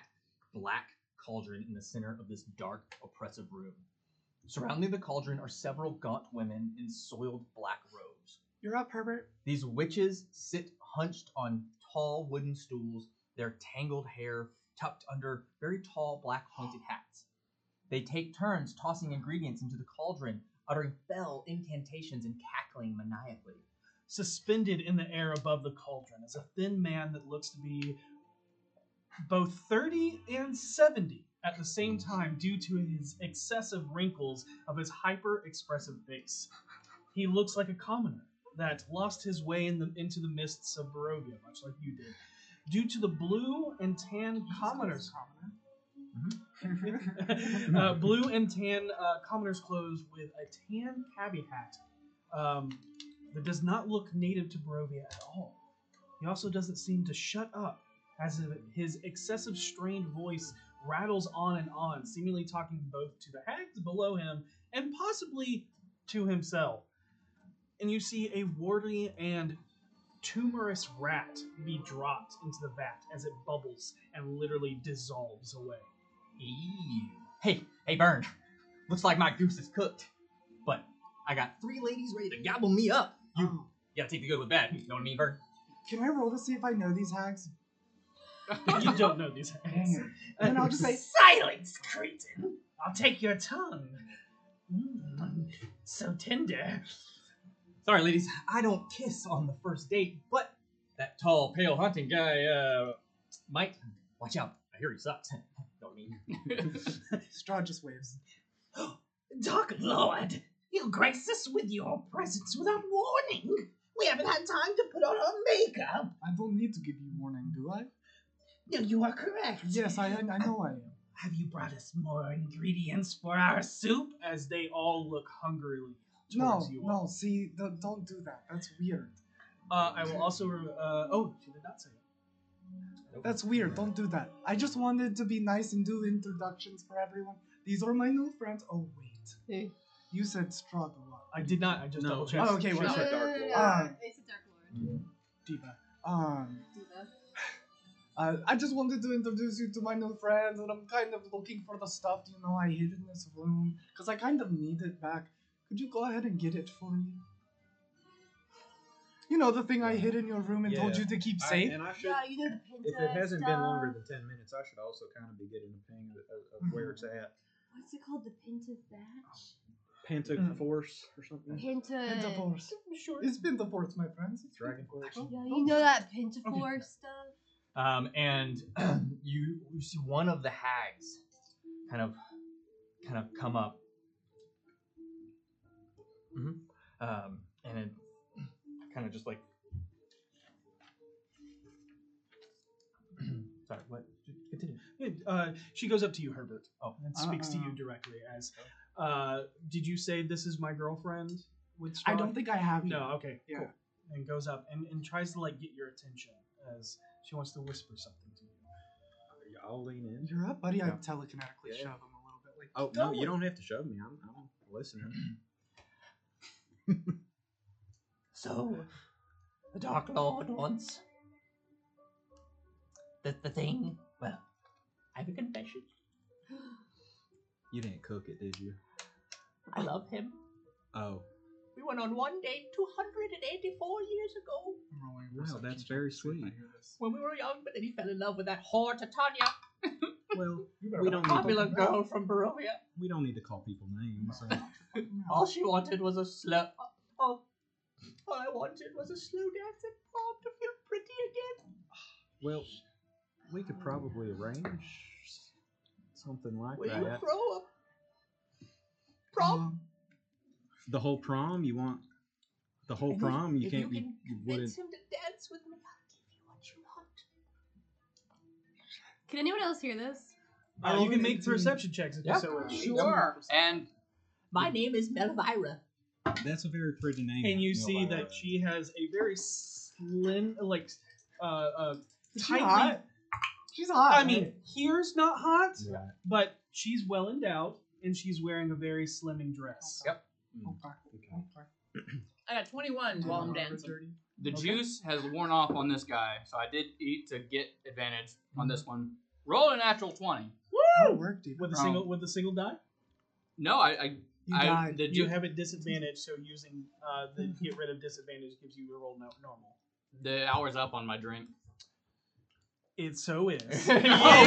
Speaker 2: black cauldron in the center of this dark, oppressive room. Surrounding the cauldron are several gaunt women in soiled black robes.
Speaker 4: you're up, Herbert.
Speaker 2: These witches sit hunched on tall wooden stools, their tangled hair tucked under very tall black pointed hats. They take turns tossing ingredients into the cauldron, uttering fell incantations and cackling maniacally.
Speaker 3: Suspended in the air above the cauldron is a thin man that looks to be both 30 and 70 at the same time due to his excessive wrinkles of his hyper expressive face. He looks like a commoner that lost his way in the, into the mists of Barovia, much like you did, due to the blue and tan commoner's uh, blue and tan uh, commoner's clothes with a tan cabbie hat um, that does not look native to Barovia at all. He also doesn't seem to shut up as if his excessive strained voice rattles on and on, seemingly talking both to the hags below him and possibly to himself. And you see a warty and tumorous rat be dropped into the vat as it bubbles and literally dissolves away.
Speaker 2: Ew. Hey, hey, Burn. Looks like my goose is cooked. But I got three ladies ready to gobble me up. You gotta take the good with bad. You know what I mean, Burn?
Speaker 4: Can I roll to see if I know these hacks?
Speaker 3: you don't know these
Speaker 4: Dang
Speaker 3: hags.
Speaker 4: it. And I'll just say,
Speaker 9: Silence, cretin! I'll take your tongue. Mm, so tender.
Speaker 2: Sorry, ladies, I don't kiss on the first date, but that tall, pale, hunting guy, uh, might. Watch out. I hear he sucks. Don't dummy.
Speaker 4: Straw just waves.
Speaker 9: Dark Lord, you grace us with your presence without warning. We haven't had time to put on our makeup.
Speaker 4: I don't need to give you warning, do I?
Speaker 9: No, you are correct.
Speaker 4: Yes, I I know I am.
Speaker 9: Have you brought us more ingredients for our soup?
Speaker 3: as they all look hungrily
Speaker 4: No,
Speaker 3: towards you
Speaker 4: no.
Speaker 3: all.
Speaker 4: See, don't, don't do that. That's weird.
Speaker 3: Uh, I will also. re- Uh, oh, she did not say it.
Speaker 4: That's weird. Don't do that. I just wanted to be nice and do introductions for everyone. These are my new friends. Oh wait,
Speaker 8: Hey.
Speaker 4: you said straw the lot.
Speaker 3: I did not. I just
Speaker 7: No,
Speaker 3: double
Speaker 7: it's-
Speaker 3: checked.
Speaker 4: Oh, okay,
Speaker 7: it's
Speaker 4: we're
Speaker 8: No,
Speaker 7: a
Speaker 8: no,
Speaker 4: not.
Speaker 8: no,
Speaker 9: uh,
Speaker 7: dark
Speaker 8: no, no,
Speaker 7: lord.
Speaker 8: no,
Speaker 4: Ah.
Speaker 8: It's a dark lord.
Speaker 4: Diva. Um,
Speaker 8: Do the-
Speaker 4: uh, I just wanted to introduce you to my new friends, and I'm kind of looking for the stuff you know I hid in this room because I kind of need it back. Could you go ahead and get it for me? You know the thing I hid in your room and told
Speaker 7: Yeah.
Speaker 4: you to keep
Speaker 7: I-
Speaker 4: safe.
Speaker 7: and I should,
Speaker 8: Yeah, you know the
Speaker 7: if
Speaker 8: pinta
Speaker 7: it hasn't
Speaker 8: stuff.
Speaker 7: been longer than ten minutes, I should also kind of be getting a ping of, of, of where it's at.
Speaker 8: What's it called? The pinta thatch?
Speaker 7: Penta
Speaker 4: Mm.
Speaker 7: Force or something.
Speaker 8: Pinta.
Speaker 4: Pinta force. It's been the force, my friends. It's
Speaker 7: Dragon Force.
Speaker 8: Yeah, you know that pinta
Speaker 4: Okay.
Speaker 8: four stuff?
Speaker 2: Um, and you, you see one of the hags kind of kind of come up. hmm Um, and it kind of just like sorry, what continue.
Speaker 3: Good. Uh, she goes up to you, Herbert.
Speaker 2: Oh.
Speaker 3: and speaks to you
Speaker 4: Uh.
Speaker 3: directly as, uh, "Did you say this is my girlfriend?" With
Speaker 4: I
Speaker 3: straw?
Speaker 4: don't think I have. you.
Speaker 3: No. Okay.
Speaker 4: Yeah.
Speaker 3: Cool. And goes up and, and tries to like get your attention as she wants to whisper something to you.
Speaker 7: I'll lean in.
Speaker 4: You're up, buddy. I
Speaker 7: Yeah.
Speaker 4: telekinetically
Speaker 7: Yeah.
Speaker 4: shove him a little bit. Like,
Speaker 7: Oh
Speaker 4: keep
Speaker 7: no,
Speaker 4: going.
Speaker 7: you don't have to shove me. I'm, I'm listening.
Speaker 2: So, the Dark Lord wants the the thing. Well, I have a confession.
Speaker 7: You didn't cook it, did you?
Speaker 2: I love him.
Speaker 7: Oh,
Speaker 2: We went on one date 284 years ago
Speaker 4: I'm rolling
Speaker 7: Wow,
Speaker 4: perception
Speaker 7: that's very
Speaker 4: checks if I
Speaker 7: sweet.
Speaker 4: hear this.
Speaker 2: when we were young, but then he fell in love with that whore Titania,
Speaker 7: well,
Speaker 4: You
Speaker 7: we don't
Speaker 2: a
Speaker 7: need
Speaker 2: popular
Speaker 7: to,
Speaker 2: girl from Barovia.
Speaker 7: we don't need to call people names. so-
Speaker 2: All she wanted was a slow. Oh, all I wanted was a slow dance at prom to feel pretty again.
Speaker 7: well, we could probably arrange something like
Speaker 2: Will you
Speaker 7: that.
Speaker 2: throw a prom?
Speaker 7: The whole prom? You want the whole
Speaker 2: If you-
Speaker 7: prom? You
Speaker 2: if
Speaker 7: can't.
Speaker 2: you
Speaker 7: You,
Speaker 2: can
Speaker 7: you wouldn't.
Speaker 2: Convince him to dance with me. I'll give you what you want.
Speaker 8: Can anyone else hear this?
Speaker 3: Uh, you
Speaker 4: rolled
Speaker 3: can
Speaker 4: an
Speaker 3: make
Speaker 4: 18.
Speaker 3: perception checks if
Speaker 2: Yeah.
Speaker 3: you so wish.
Speaker 5: Sure. And
Speaker 2: My name is Melvira.
Speaker 7: That's a very pretty name.
Speaker 3: And you
Speaker 7: Mel
Speaker 3: see
Speaker 7: Lyra.
Speaker 3: that she has a very slim, like, uh, uh,
Speaker 4: Is she
Speaker 3: tightly-
Speaker 4: hot? She's hot.
Speaker 3: I mean, here's not hot,
Speaker 7: Right.
Speaker 3: but she's well endowed, and she's wearing a very slimming dress.
Speaker 2: Yep.
Speaker 4: right? okay.
Speaker 7: Okay.
Speaker 6: I got 21 while I'm dancing.
Speaker 5: the juice has worn off on this guy, so I did eat to get advantage on this one. Roll a natural twenty.
Speaker 4: That'll work, dude.
Speaker 3: With a
Speaker 5: Wrong.
Speaker 3: single, with a single die,
Speaker 5: No, I, I,
Speaker 4: You
Speaker 5: I
Speaker 4: died.
Speaker 5: the
Speaker 3: you
Speaker 5: ju-
Speaker 3: have a disadvantage. So using uh, the get rid of disadvantage gives you your roll no- normal.
Speaker 5: the hour's up on my drink.
Speaker 3: It so is.
Speaker 5: Oh,
Speaker 3: Oh,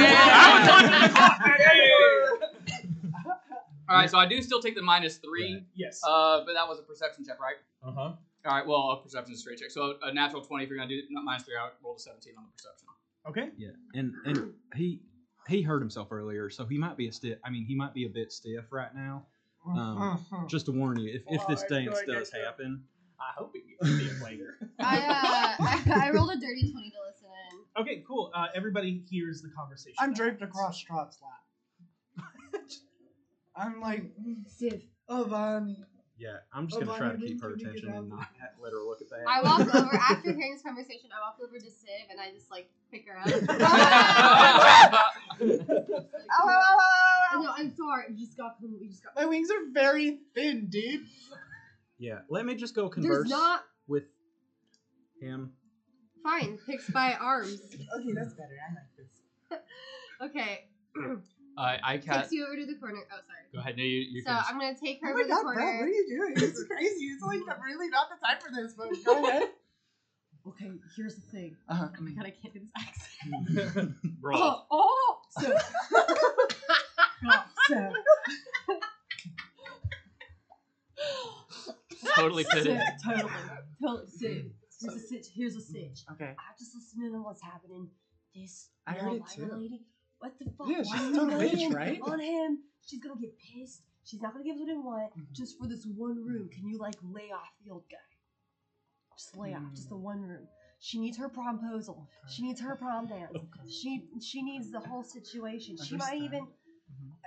Speaker 5: All right, so I do still take the minus three,
Speaker 3: yes.
Speaker 5: uh, but that was a perception check, right?
Speaker 2: Uh huh.
Speaker 5: All right, well, a perception is a straight check. So a natural 20 if you're going to do not minus 3, I rolled a 17 on the perception.
Speaker 3: okay.
Speaker 7: Yeah, and and he he hurt himself earlier, so he might be a stiff. I mean, he might be a bit stiff right now. Um,
Speaker 4: Mm-hmm.
Speaker 7: Just to warn you, if, if this dance does happen,
Speaker 2: I hope it gets me later.
Speaker 8: I, uh, I, I rolled a dirty 20 to listen in.
Speaker 3: Okay. Cool. Uh, everybody hears the conversation.
Speaker 4: I'm draped
Speaker 3: happens.
Speaker 4: across Strahd's lap. I'm like, Sif. Oh, Bonnie.
Speaker 7: yeah, I'm just
Speaker 4: Oh,
Speaker 7: gonna try to
Speaker 4: Bonnie,
Speaker 7: keep
Speaker 4: when
Speaker 7: her
Speaker 4: can you get
Speaker 7: attention and
Speaker 4: out?
Speaker 7: not ha- let her look at that.
Speaker 8: I walked over after hearing this conversation. I walked over to Siv and I just like pick her up.
Speaker 5: Uh,
Speaker 4: Ow, ow, ow, ow, ow,
Speaker 8: no, I'm sorry. We just got we just got.
Speaker 4: ow. My wings are very thin, dude.
Speaker 7: yeah, let me just go
Speaker 8: There's
Speaker 7: converse
Speaker 8: not
Speaker 7: with him.
Speaker 8: fine. Picks by arms.
Speaker 4: Okay, that's better. I like this.
Speaker 8: Okay,
Speaker 5: Uh, I
Speaker 8: takes
Speaker 5: cast.
Speaker 8: you over to the corner. Oh, sorry.
Speaker 5: Go ahead. No, you, you
Speaker 8: So
Speaker 5: can.
Speaker 8: I'm gonna take her
Speaker 4: Oh
Speaker 8: over
Speaker 4: my
Speaker 8: to the
Speaker 4: god, Brad, what are
Speaker 8: corner.
Speaker 4: you doing? This is crazy. It's like really not the time for this, but go ahead.
Speaker 6: Okay, here's the thing.
Speaker 4: Uh-huh.
Speaker 6: Oh my god, I can't do this accent.
Speaker 5: roll.
Speaker 8: Oh, oh.
Speaker 6: So,
Speaker 4: So,
Speaker 5: totally fitted.
Speaker 6: totally,
Speaker 8: Oh,
Speaker 6: totally. Sid,
Speaker 4: Mm.
Speaker 6: here's a sitch. Here's a sitch.
Speaker 4: okay.
Speaker 8: I just listened to what's happening. This
Speaker 4: I heard
Speaker 8: little
Speaker 4: it
Speaker 8: white
Speaker 4: too.
Speaker 8: lady What the fuck?
Speaker 4: Yeah,
Speaker 8: Why
Speaker 4: she's
Speaker 8: are
Speaker 4: a
Speaker 8: you
Speaker 4: total bitch,
Speaker 8: laying
Speaker 4: right?
Speaker 8: On him, she's gonna get pissed. She's not gonna give us what I want
Speaker 4: Mm-hmm.
Speaker 8: just for this one room. Can you like lay off the old guy? Just lay off, just the
Speaker 4: Mm.
Speaker 8: one room. She needs her promposal. She needs her prom dance. She she needs the whole situation. She might even.
Speaker 4: Mm-hmm.
Speaker 8: uh,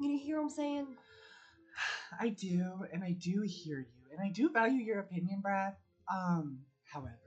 Speaker 8: You know, hear what I'm saying?
Speaker 4: I do, and I do hear you, and I do value your opinion, Brad. Um, however,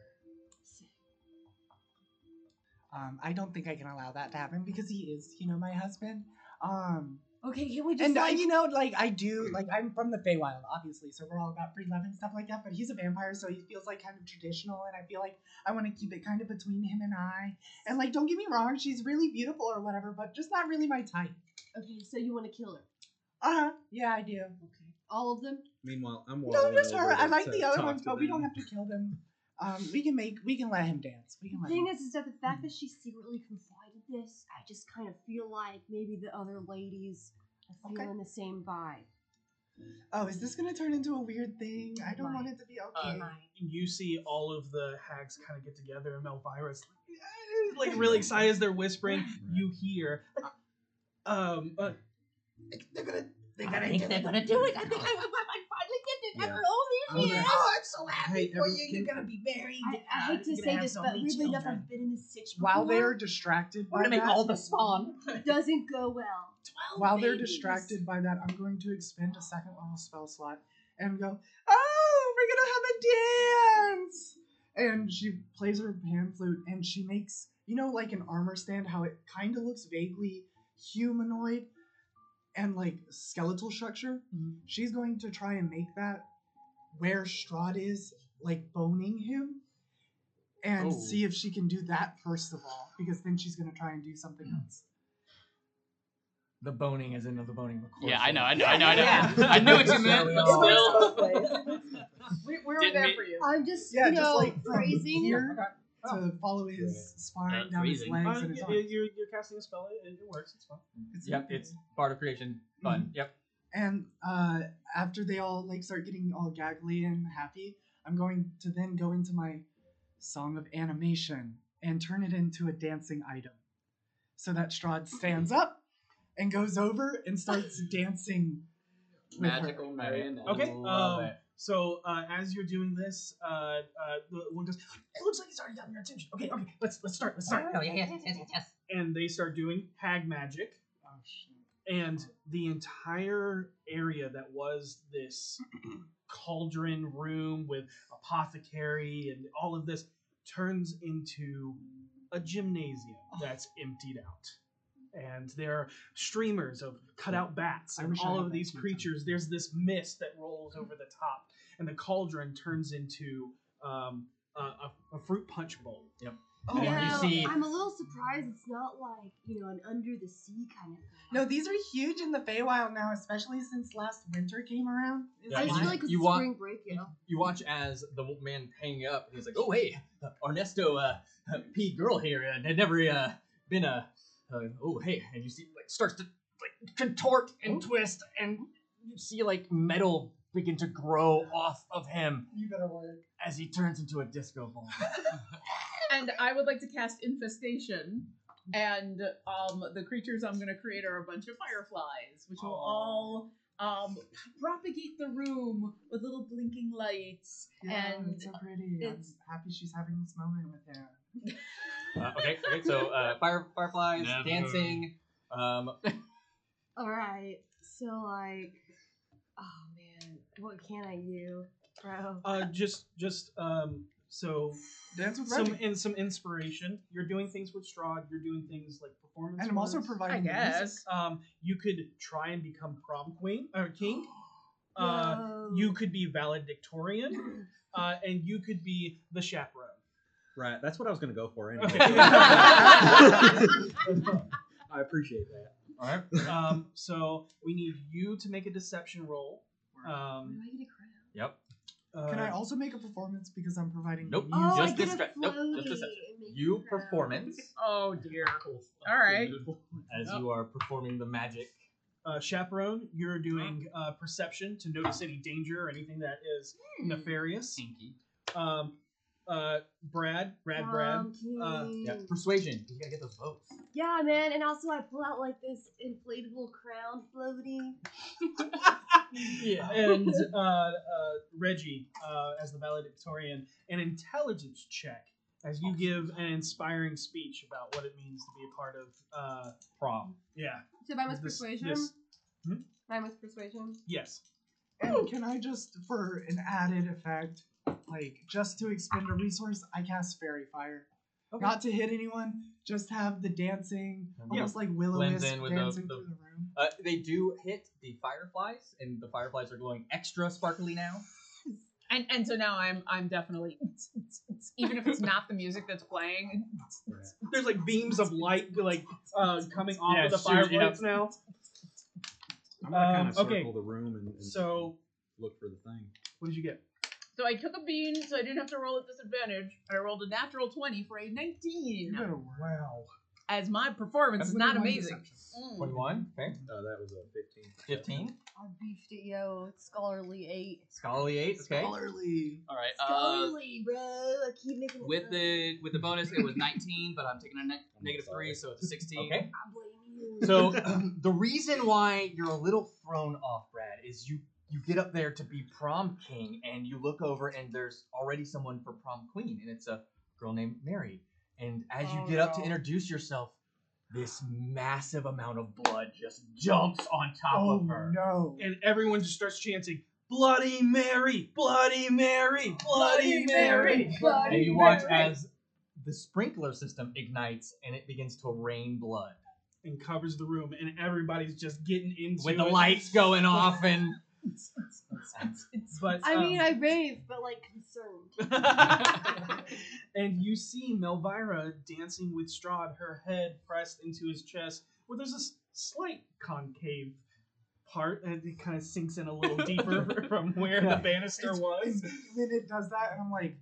Speaker 4: um, I don't think I can allow that to happen because he is, you know, my husband. Um,
Speaker 8: Okay, can we just
Speaker 4: and I,
Speaker 8: like
Speaker 4: you know, like I do, like I'm from the Feywild, obviously, so we're all about free love and stuff like that. But he's a vampire, so he feels like kind of traditional, and I feel like I want to keep it kind of between him and I. And like, don't get me wrong, she's really beautiful or whatever, but just not really my type.
Speaker 8: Okay, so you want to kill her?
Speaker 4: Uh huh. Yeah, I do.
Speaker 8: Okay, all of them.
Speaker 7: Meanwhile, I'm
Speaker 4: No,
Speaker 7: walking
Speaker 4: just
Speaker 7: over
Speaker 4: her. I
Speaker 7: to-
Speaker 4: like
Speaker 7: to
Speaker 4: the other
Speaker 7: talk
Speaker 4: ones,
Speaker 7: to
Speaker 4: but we
Speaker 7: them.
Speaker 4: don't have to kill them. Um, we can make, we can let him dance. We can let
Speaker 8: The thing
Speaker 4: him.
Speaker 8: is, is that the
Speaker 4: hmm.
Speaker 8: fact that she secretly confided this, I just kind of feel like maybe the other ladies are
Speaker 4: Okay.
Speaker 8: feeling the same vibe.
Speaker 4: Oh, is this gonna turn into a weird thing? I don't want
Speaker 8: Right. Uh,
Speaker 4: it to be okay.
Speaker 3: you see all of the hags kind of get together and Elvira's like, like really excited as they're whispering. You hear, um, uh,
Speaker 4: They're gonna, they're
Speaker 5: I think they're gonna do it. I think I
Speaker 7: Yeah.
Speaker 8: all
Speaker 7: Okay.
Speaker 4: Oh, I'm so
Speaker 7: Hey, every- can-
Speaker 4: gonna be married.
Speaker 8: I, I hate to say this, but weirdly enough, I've been in this situation
Speaker 4: While they are
Speaker 8: before.
Speaker 4: distracted by
Speaker 5: We're gonna make
Speaker 4: that,
Speaker 5: all the spawn.
Speaker 8: It doesn't go well.
Speaker 4: while they're
Speaker 5: babies.
Speaker 4: distracted by that, I'm going to expend a second level spell slot and go, Oh, we're gonna have a dance! And she plays her pan flute and she makes, you know, like an armor stand, how it kind of looks vaguely humanoid and like skeletal structure.
Speaker 5: Mm-hmm.
Speaker 4: She's going to try and make that where Strahd is, like boning him. And
Speaker 5: Oh.
Speaker 4: see if she can do that first of all, because then she's gonna try and do something
Speaker 5: Mm.
Speaker 4: else.
Speaker 2: The boning is another boning record.
Speaker 5: Yeah, I know, I know, I know, I know.
Speaker 4: Yeah.
Speaker 5: I knew what you meant, but
Speaker 4: It works
Speaker 5: still.
Speaker 4: both ways.
Speaker 6: We, we were
Speaker 5: Didn't
Speaker 6: there
Speaker 5: mean-
Speaker 6: for you.
Speaker 8: I'm just,
Speaker 4: Yeah,
Speaker 8: you
Speaker 4: just
Speaker 8: know,
Speaker 4: like um, from
Speaker 8: phrasing.
Speaker 4: here
Speaker 3: Oh.
Speaker 4: to follow his spine
Speaker 5: Uh,
Speaker 4: down his
Speaker 5: freezing.
Speaker 4: legs
Speaker 3: uh,
Speaker 4: and his
Speaker 3: you're,
Speaker 4: arms.
Speaker 3: you're, you're casting a spell. It, it works. It's fine.
Speaker 2: Yep, it's part of creation. Fun. Yep.
Speaker 4: And uh, after they all like start getting all gaggly and happy, I'm going to then go into my song of animation and turn it into a dancing item, so that Strahd stands up and goes over and starts dancing. with her.
Speaker 5: Magical marionette.
Speaker 3: Okay.
Speaker 2: Love
Speaker 3: Um,
Speaker 2: it.
Speaker 3: so uh, as you're doing this, uh, uh, the one goes, "It looks like he's already gotten your attention." Okay, okay, let's let's start. Let's start.
Speaker 6: Oh,
Speaker 3: And they start doing hag magic, and the entire area that was this cauldron room with apothecary and all of this turns into a gymnasium
Speaker 4: Oh.
Speaker 3: that's emptied out. And there are streamers of cutout bats
Speaker 4: I
Speaker 3: and
Speaker 4: wish I
Speaker 3: all of
Speaker 4: had that
Speaker 3: these
Speaker 4: sometime.
Speaker 3: creatures. There's this mist that rolls over the top, and the cauldron turns into um, a, a, a fruit punch bowl. Yep.
Speaker 4: Oh,
Speaker 2: Yeah.
Speaker 4: wow.
Speaker 2: you see-
Speaker 8: I'm a little surprised it's not like, you know, an under the sea kind of thing.
Speaker 4: No, these are huge in the Feywild now, especially since last winter came around. It's
Speaker 8: I
Speaker 2: Yeah,
Speaker 8: just
Speaker 2: you-
Speaker 8: feel like because
Speaker 2: you
Speaker 8: it's
Speaker 2: want-
Speaker 8: spring break, you know.
Speaker 2: You watch as the man hanging up, and he's like, "Oh hey, uh, Ernesto uh, uh, P. Girl here uh, had never uh, been a. Uh, oh hey," and you see like starts to like contort
Speaker 3: Mm-hmm.
Speaker 2: and twist, and you see like metal begin to grow off of him
Speaker 4: You better work.
Speaker 2: as he turns into a disco ball.
Speaker 6: And I would like to cast infestation. And um, the creatures I'm going to create are a bunch of fireflies, which will all um, propagate the room with little blinking lights.
Speaker 4: Yeah,
Speaker 6: and
Speaker 4: it's so pretty.
Speaker 6: it's-
Speaker 4: I'm happy she's having this moment with him.
Speaker 2: Uh, okay, okay, so uh, fire, fireflies
Speaker 5: Never.
Speaker 2: dancing. Um,
Speaker 8: All right, so like, oh man, what can I do, bro?
Speaker 3: Uh, just, just um, so
Speaker 4: Dance with
Speaker 3: some
Speaker 4: Reggie.
Speaker 3: in some inspiration. You're doing things with Strahd. You're doing things like performance.
Speaker 4: And I'm also
Speaker 3: wise.
Speaker 6: I
Speaker 4: providing the music.
Speaker 6: guess.
Speaker 3: Um, you could try and become prom queen or king. Uh, you could be valedictorian, uh, and you could be the chaperone.
Speaker 7: Right, that's what I was gonna go for anyway.
Speaker 3: Okay.
Speaker 7: I appreciate that.
Speaker 2: all right.
Speaker 3: Um, so we need you to make a deception roll.
Speaker 8: Do
Speaker 3: Um,
Speaker 8: I get a crown?
Speaker 2: Yep.
Speaker 3: uh,
Speaker 4: Can I also make a performance because I'm providing
Speaker 2: Nope.
Speaker 4: the
Speaker 8: Oh,
Speaker 4: music?
Speaker 2: just
Speaker 8: I get a
Speaker 2: distract- nope, just distract.
Speaker 8: floaty and make a
Speaker 2: You
Speaker 8: crown.
Speaker 2: performance
Speaker 6: Oh dear. All right.
Speaker 2: as you are performing the magic.
Speaker 3: uh, chaperone, you're doing uh,
Speaker 8: Hmm.
Speaker 3: perception to notice any danger or anything that is nefarious.
Speaker 5: Stinky.
Speaker 3: Um, Uh, Brad,
Speaker 8: Oh,
Speaker 3: Brad,
Speaker 8: Um,
Speaker 3: Brad. uh,
Speaker 2: Yeah.
Speaker 4: Hmm.
Speaker 2: Persuasion. You gotta get those votes.
Speaker 8: Yeah, man. And also, I pull out like this inflatable crown floaty.
Speaker 3: Yeah. And uh, uh, Reggie, uh, as the valedictorian, an intelligence check as you give an inspiring speech about what it means to be a part of. Uh,
Speaker 2: Prom.
Speaker 3: yeah.
Speaker 8: So mine was
Speaker 3: this-
Speaker 8: persuasion.
Speaker 3: Yes.
Speaker 8: Mine was persuasion.
Speaker 3: Yes.
Speaker 4: And can I just, for an added effect, like just to expend a resource, I cast Fairy Fire. Not to hit anyone, just have the dancing,
Speaker 2: Yeah.
Speaker 4: almost like will o
Speaker 2: Uh-huh. Blends
Speaker 4: wisp
Speaker 2: in with the-
Speaker 4: dancing
Speaker 2: the-
Speaker 4: through the room.
Speaker 2: Uh, they do hit the fireflies, and the fireflies are glowing extra sparkly now.
Speaker 6: And and so now I'm I'm definitely even if it's not the music that's playing.
Speaker 3: There's like beams of light like uh, coming off
Speaker 5: Yeah,
Speaker 3: of the
Speaker 5: shoot, yeah.
Speaker 3: fireplace now.
Speaker 7: I'm gonna kind
Speaker 3: Um,
Speaker 7: of circle
Speaker 3: okay.
Speaker 7: the room and, and
Speaker 3: So
Speaker 7: look for the thing.
Speaker 3: what did you get?
Speaker 6: So I took a bean, so I didn't have to roll at disadvantage, and I rolled a natural twenty for a nineteen.
Speaker 4: You better wow.
Speaker 6: As my performance is not amazing. Mm.
Speaker 2: 21, okay.
Speaker 7: Uh, that was a 15.
Speaker 2: 15.
Speaker 8: I beefed it, yo. It's scholarly eight.
Speaker 2: Scholarly 8, okay.
Speaker 4: Scholarly.
Speaker 5: All right. Uh,
Speaker 8: Scholarly, bro. I keep making it
Speaker 5: with
Speaker 8: up.
Speaker 5: the with the bonus, it was 19, but I'm taking a ne- negative three, so it's a 16.
Speaker 2: Okay.
Speaker 8: I blame you.
Speaker 2: So the reason why you're a little thrown off, Brad, is you you get up there to be prom king, and you look over, and there's already someone for prom queen, and it's a girl named Mary. And as you
Speaker 8: Oh,
Speaker 2: get up to
Speaker 8: no.
Speaker 2: introduce yourself, this massive amount of blood just jumps on top
Speaker 4: Oh
Speaker 2: of her.
Speaker 4: no.
Speaker 3: And everyone just starts chanting, "Bloody Mary! Bloody Mary! Bloody Mary!"
Speaker 2: And you watch as the sprinkler system ignites, and it begins to rain blood
Speaker 3: And covers the room, and everybody's just getting into
Speaker 2: with the
Speaker 3: it.
Speaker 2: lights going off, and
Speaker 3: But
Speaker 8: I
Speaker 3: um,
Speaker 8: mean, I rave, but like concerned.
Speaker 3: and you see Melvira dancing with Strahd, her head pressed into his chest, where there's a s- slight concave part, and it kind of sinks in a little deeper from where
Speaker 2: Yeah.
Speaker 3: the banister was.
Speaker 4: then it does that, and I'm like,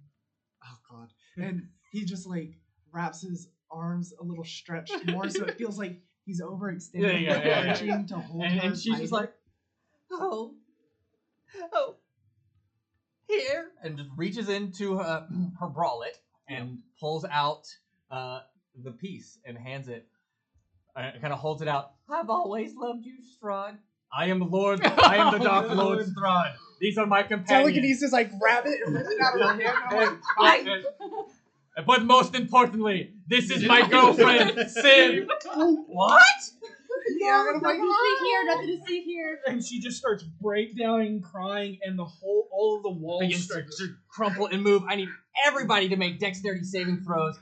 Speaker 4: oh god. And he just like wraps his arms a little stretched more, so it feels like he's overextended,
Speaker 3: Yeah, yeah,
Speaker 4: like,
Speaker 3: yeah, yeah,
Speaker 4: reaching to hold
Speaker 2: and,
Speaker 4: her
Speaker 2: and she's just
Speaker 4: tighter.
Speaker 2: like, oh, oh, here, and just reaches into her, her bralette and pulls out uh, the piece and hands it, uh, kind of holds it out. I've always loved you, Strahd. I am Lord. I am the Dark Lord Strahd. These are my companions.
Speaker 4: Telekinesis like grab it and rip it out of her hand. I'm like,
Speaker 2: And- and- But most importantly, this is my girlfriend, Sim. what?
Speaker 4: yeah, and I'm like,
Speaker 8: Nothing to see here, nothing to see here.
Speaker 3: And she just starts breakdown and crying, and the whole all of the walls
Speaker 2: begins
Speaker 3: start
Speaker 2: to, to crumple and move. I need everybody to make dexterity saving throws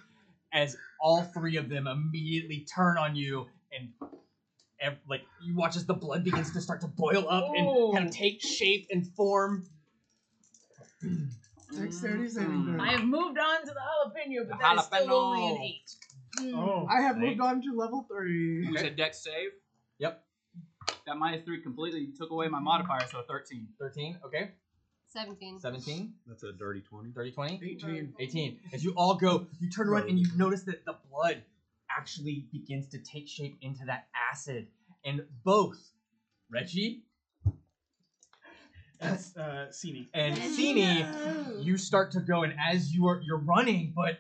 Speaker 2: as all three of them immediately turn on you and ev- like you watch as the blood begins to start to boil up
Speaker 6: Oh.
Speaker 2: and kind of take shape and form.
Speaker 4: Dexterity saving
Speaker 5: Mm.
Speaker 4: throw.
Speaker 6: I have moved on to the jalapeno, but that is still
Speaker 5: Jalapeno.
Speaker 6: only an eight.
Speaker 3: Oh,
Speaker 4: I have moved on to level three.
Speaker 5: You said dex save?
Speaker 2: Yep.
Speaker 5: That minus three completely took away my modifier, so 13.
Speaker 2: 13, okay.
Speaker 8: Seventeen.
Speaker 2: 17,
Speaker 7: That's a dirty 20.
Speaker 2: 30, 20,
Speaker 4: Eighteen.
Speaker 2: 18. As you all go, you turn around and you notice that the blood actually begins to take shape into that acid. And both Reggie
Speaker 3: that's uh, Sini.
Speaker 2: and Sini
Speaker 8: Oh.
Speaker 2: you start to go and as you are you're running but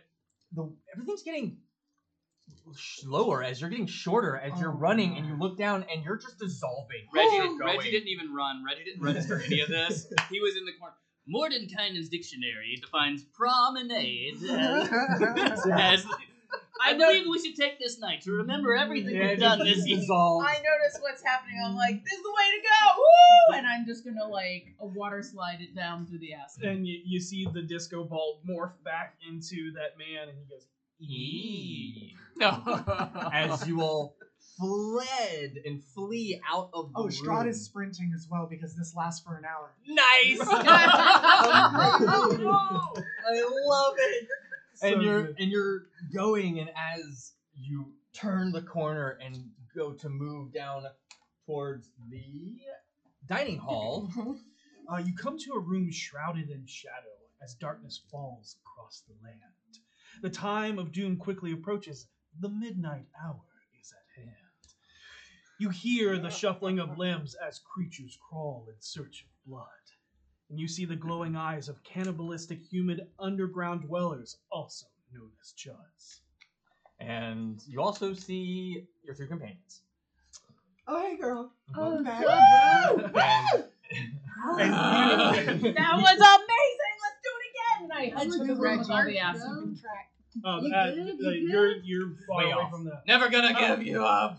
Speaker 2: the everything's getting slower as you're getting shorter as you're
Speaker 4: Oh,
Speaker 2: running
Speaker 4: no.
Speaker 2: and you look down and you're just dissolving
Speaker 5: Reggie,
Speaker 2: You're
Speaker 5: Reggie
Speaker 2: going.
Speaker 5: didn't even run. Reggie didn't register any of this. He was in the corner. Mordenkainen's dictionary defines promenade as, as I believe we should take this night to remember everything
Speaker 2: yeah,
Speaker 5: we've done this
Speaker 2: just
Speaker 5: evening.
Speaker 2: dissolve.
Speaker 6: I notice what's happening. I'm like, this is the way to go! Woo! And I'm just gonna like a water slide it down through the acid.
Speaker 3: And you, you see the disco ball morph back into that man, and he goes,
Speaker 2: Eee.
Speaker 5: No.
Speaker 2: E. as you all fled and flee out of the
Speaker 4: Oh,
Speaker 2: room.
Speaker 4: Strahd is sprinting as well because this lasts for an hour.
Speaker 2: nice I love it and you're and you're going and as you turn the corner and go to move down towards the dining hall
Speaker 3: Uh, you come to a room shrouded in shadow as darkness falls across the land. The time of doom quickly approaches. The midnight hour is at hand. You hear the shuffling of limbs as creatures crawl in search of blood. and you see the glowing eyes of cannibalistic humid underground dwellers, also known as Jaws.
Speaker 2: And you also see your three companions.
Speaker 4: Oh, hey, girl. I'm back.
Speaker 2: And- and-
Speaker 6: That was amazing. Let's do it again. And I
Speaker 8: Let's
Speaker 6: hugged the
Speaker 8: do
Speaker 6: room
Speaker 8: it
Speaker 6: with all the
Speaker 8: again.
Speaker 6: ass.
Speaker 8: Go.
Speaker 3: Um,
Speaker 8: You
Speaker 3: uh,
Speaker 8: good?
Speaker 3: uh,
Speaker 8: You
Speaker 3: you're you're far
Speaker 2: Way
Speaker 3: away
Speaker 2: off.
Speaker 3: from the.
Speaker 5: Never gonna give you up.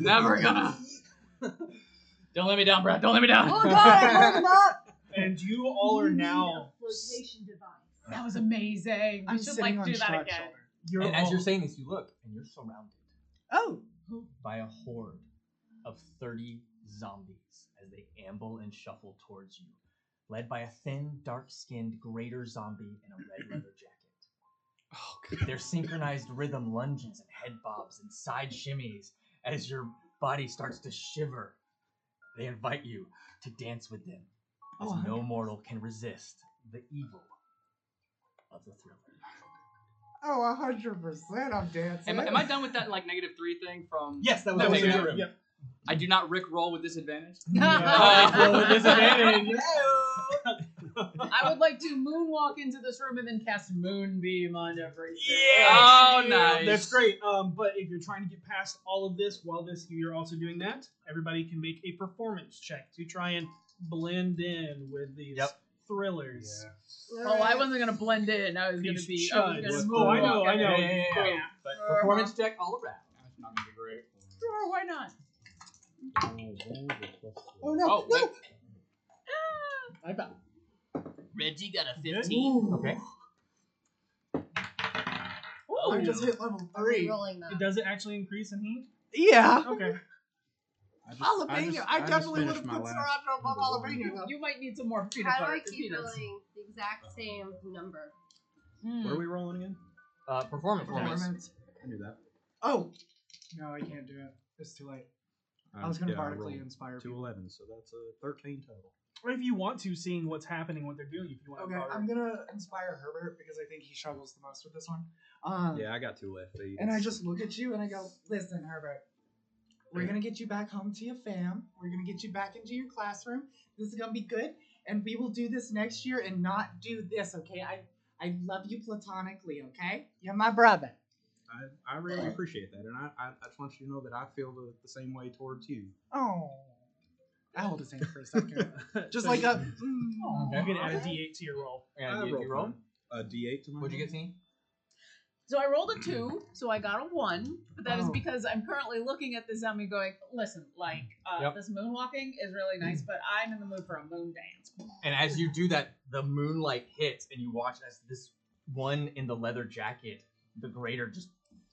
Speaker 5: Never gonna. Don't let me down, Brad. Don't let me down.
Speaker 8: Oh god, I heard him up!
Speaker 3: And you all are now.
Speaker 8: Flotation device.
Speaker 6: That was amazing.
Speaker 4: I'm
Speaker 6: we should
Speaker 4: sitting
Speaker 6: like
Speaker 4: on
Speaker 6: do that
Speaker 4: Shark's
Speaker 6: again.
Speaker 4: shoulder.
Speaker 3: You're
Speaker 2: and as
Speaker 3: all-
Speaker 2: you're saying this, you look and you're surrounded
Speaker 4: Oh,
Speaker 2: by a horde of 30 zombies as they amble and shuffle towards you, led by a thin, dark skinned greater zombie in a red leather jacket. Their synchronized rhythm lunges and head bobs and side shimmies as your body starts to shiver. They invite you to dance with them, as
Speaker 4: Oh,
Speaker 2: no mortal can resist the evil of the thriller.
Speaker 4: oh, a hundred percent. I'm dancing.
Speaker 5: Am, am I done with that like negative three thing from?
Speaker 3: Yes, that was
Speaker 5: That
Speaker 3: all
Speaker 5: was
Speaker 3: in
Speaker 5: it.
Speaker 3: the room.
Speaker 2: Yep.
Speaker 5: I do not Rick roll with disadvantage.
Speaker 3: Uh, roll with disadvantage.
Speaker 6: I would like to moonwalk into this room and then cast moonbeam on everything.
Speaker 5: Oh,
Speaker 3: dude.
Speaker 5: nice.
Speaker 3: That's great. Um, but if you're trying to get past all of this while this you're also doing that, everybody can make a performance check to try and blend in with these
Speaker 2: Yep.
Speaker 3: thrillers.
Speaker 6: Oh, I wasn't gonna blend in. I was gonna
Speaker 3: These
Speaker 6: be. I was
Speaker 3: chuds.
Speaker 6: gonna
Speaker 3: Oh, I know,
Speaker 6: moonwalk
Speaker 3: I
Speaker 6: in.
Speaker 3: know.
Speaker 2: Yeah, yeah, yeah, yeah. But performance check all around.
Speaker 5: That's not gonna be great.
Speaker 6: Sure, why not?
Speaker 4: Oh no! no.
Speaker 5: Oh, wait. Reggie got a fifteen.
Speaker 4: Ooh.
Speaker 2: Okay.
Speaker 5: Oh.
Speaker 4: I just hit level
Speaker 8: Are we
Speaker 4: three.
Speaker 8: rolling
Speaker 3: It
Speaker 8: that?
Speaker 3: does it actually increase in heat?
Speaker 4: Yeah.
Speaker 3: Okay.
Speaker 7: I just- I,
Speaker 4: Jalapeno.
Speaker 7: just-
Speaker 4: I,
Speaker 7: I just
Speaker 4: definitely would
Speaker 7: finished
Speaker 4: have
Speaker 7: my
Speaker 4: put
Speaker 7: last
Speaker 4: sriracha above
Speaker 7: number one.
Speaker 4: jalapeno though.
Speaker 6: You might need some more peanut
Speaker 8: How do
Speaker 6: butter.
Speaker 8: I keep
Speaker 6: Peanuts.
Speaker 8: rolling the exact same number?
Speaker 6: Hmm.
Speaker 7: Where are we rolling again?
Speaker 2: Uh, performance. performance.
Speaker 4: Performance.
Speaker 7: I knew that.
Speaker 4: Oh. No, I can't do it. It's too late. I was going to
Speaker 7: yeah, I
Speaker 4: vertically
Speaker 7: rolled
Speaker 4: inspire
Speaker 7: Two
Speaker 4: people.
Speaker 7: eleven, so that's a thirteen total.
Speaker 3: Or if you want to, seeing what's happening, what they're doing, if you want
Speaker 4: Okay,
Speaker 3: to.
Speaker 4: I'm going to inspire Herbert because I think he struggles the most with this one. Um,
Speaker 7: Yeah, I got two left. to eat.
Speaker 4: And I just look at you and I go, listen, Herbert, we're going to get you back home to your fam. We're going to get you back into your classroom. This is going to be good. And we will do this next year and not do this, okay? I, I love you platonically, okay? You're my brother.
Speaker 7: I, I really appreciate that, and I, I, I just want you to know that I feel the, the same way towards you.
Speaker 4: Oh. I hold his hand for a second. Just
Speaker 3: So
Speaker 4: like
Speaker 3: you-
Speaker 4: a.
Speaker 3: You
Speaker 4: Mm,
Speaker 3: can
Speaker 2: Okay.
Speaker 3: add a D8 to your roll.
Speaker 2: And you, you roll.
Speaker 7: rolled a D8 uh, to my.
Speaker 2: What'd you get,
Speaker 7: roll.
Speaker 2: Zane?
Speaker 6: So I rolled a two, so I got a one, but that is
Speaker 4: Oh.
Speaker 6: because I'm currently looking at the zombie going, listen, like, uh,
Speaker 2: Yep.
Speaker 6: this moonwalking is really nice, but I'm in the mood for a moon dance.
Speaker 2: And as you do that, the moonlight hits, and you watch as this one in the leather jacket, the greater, just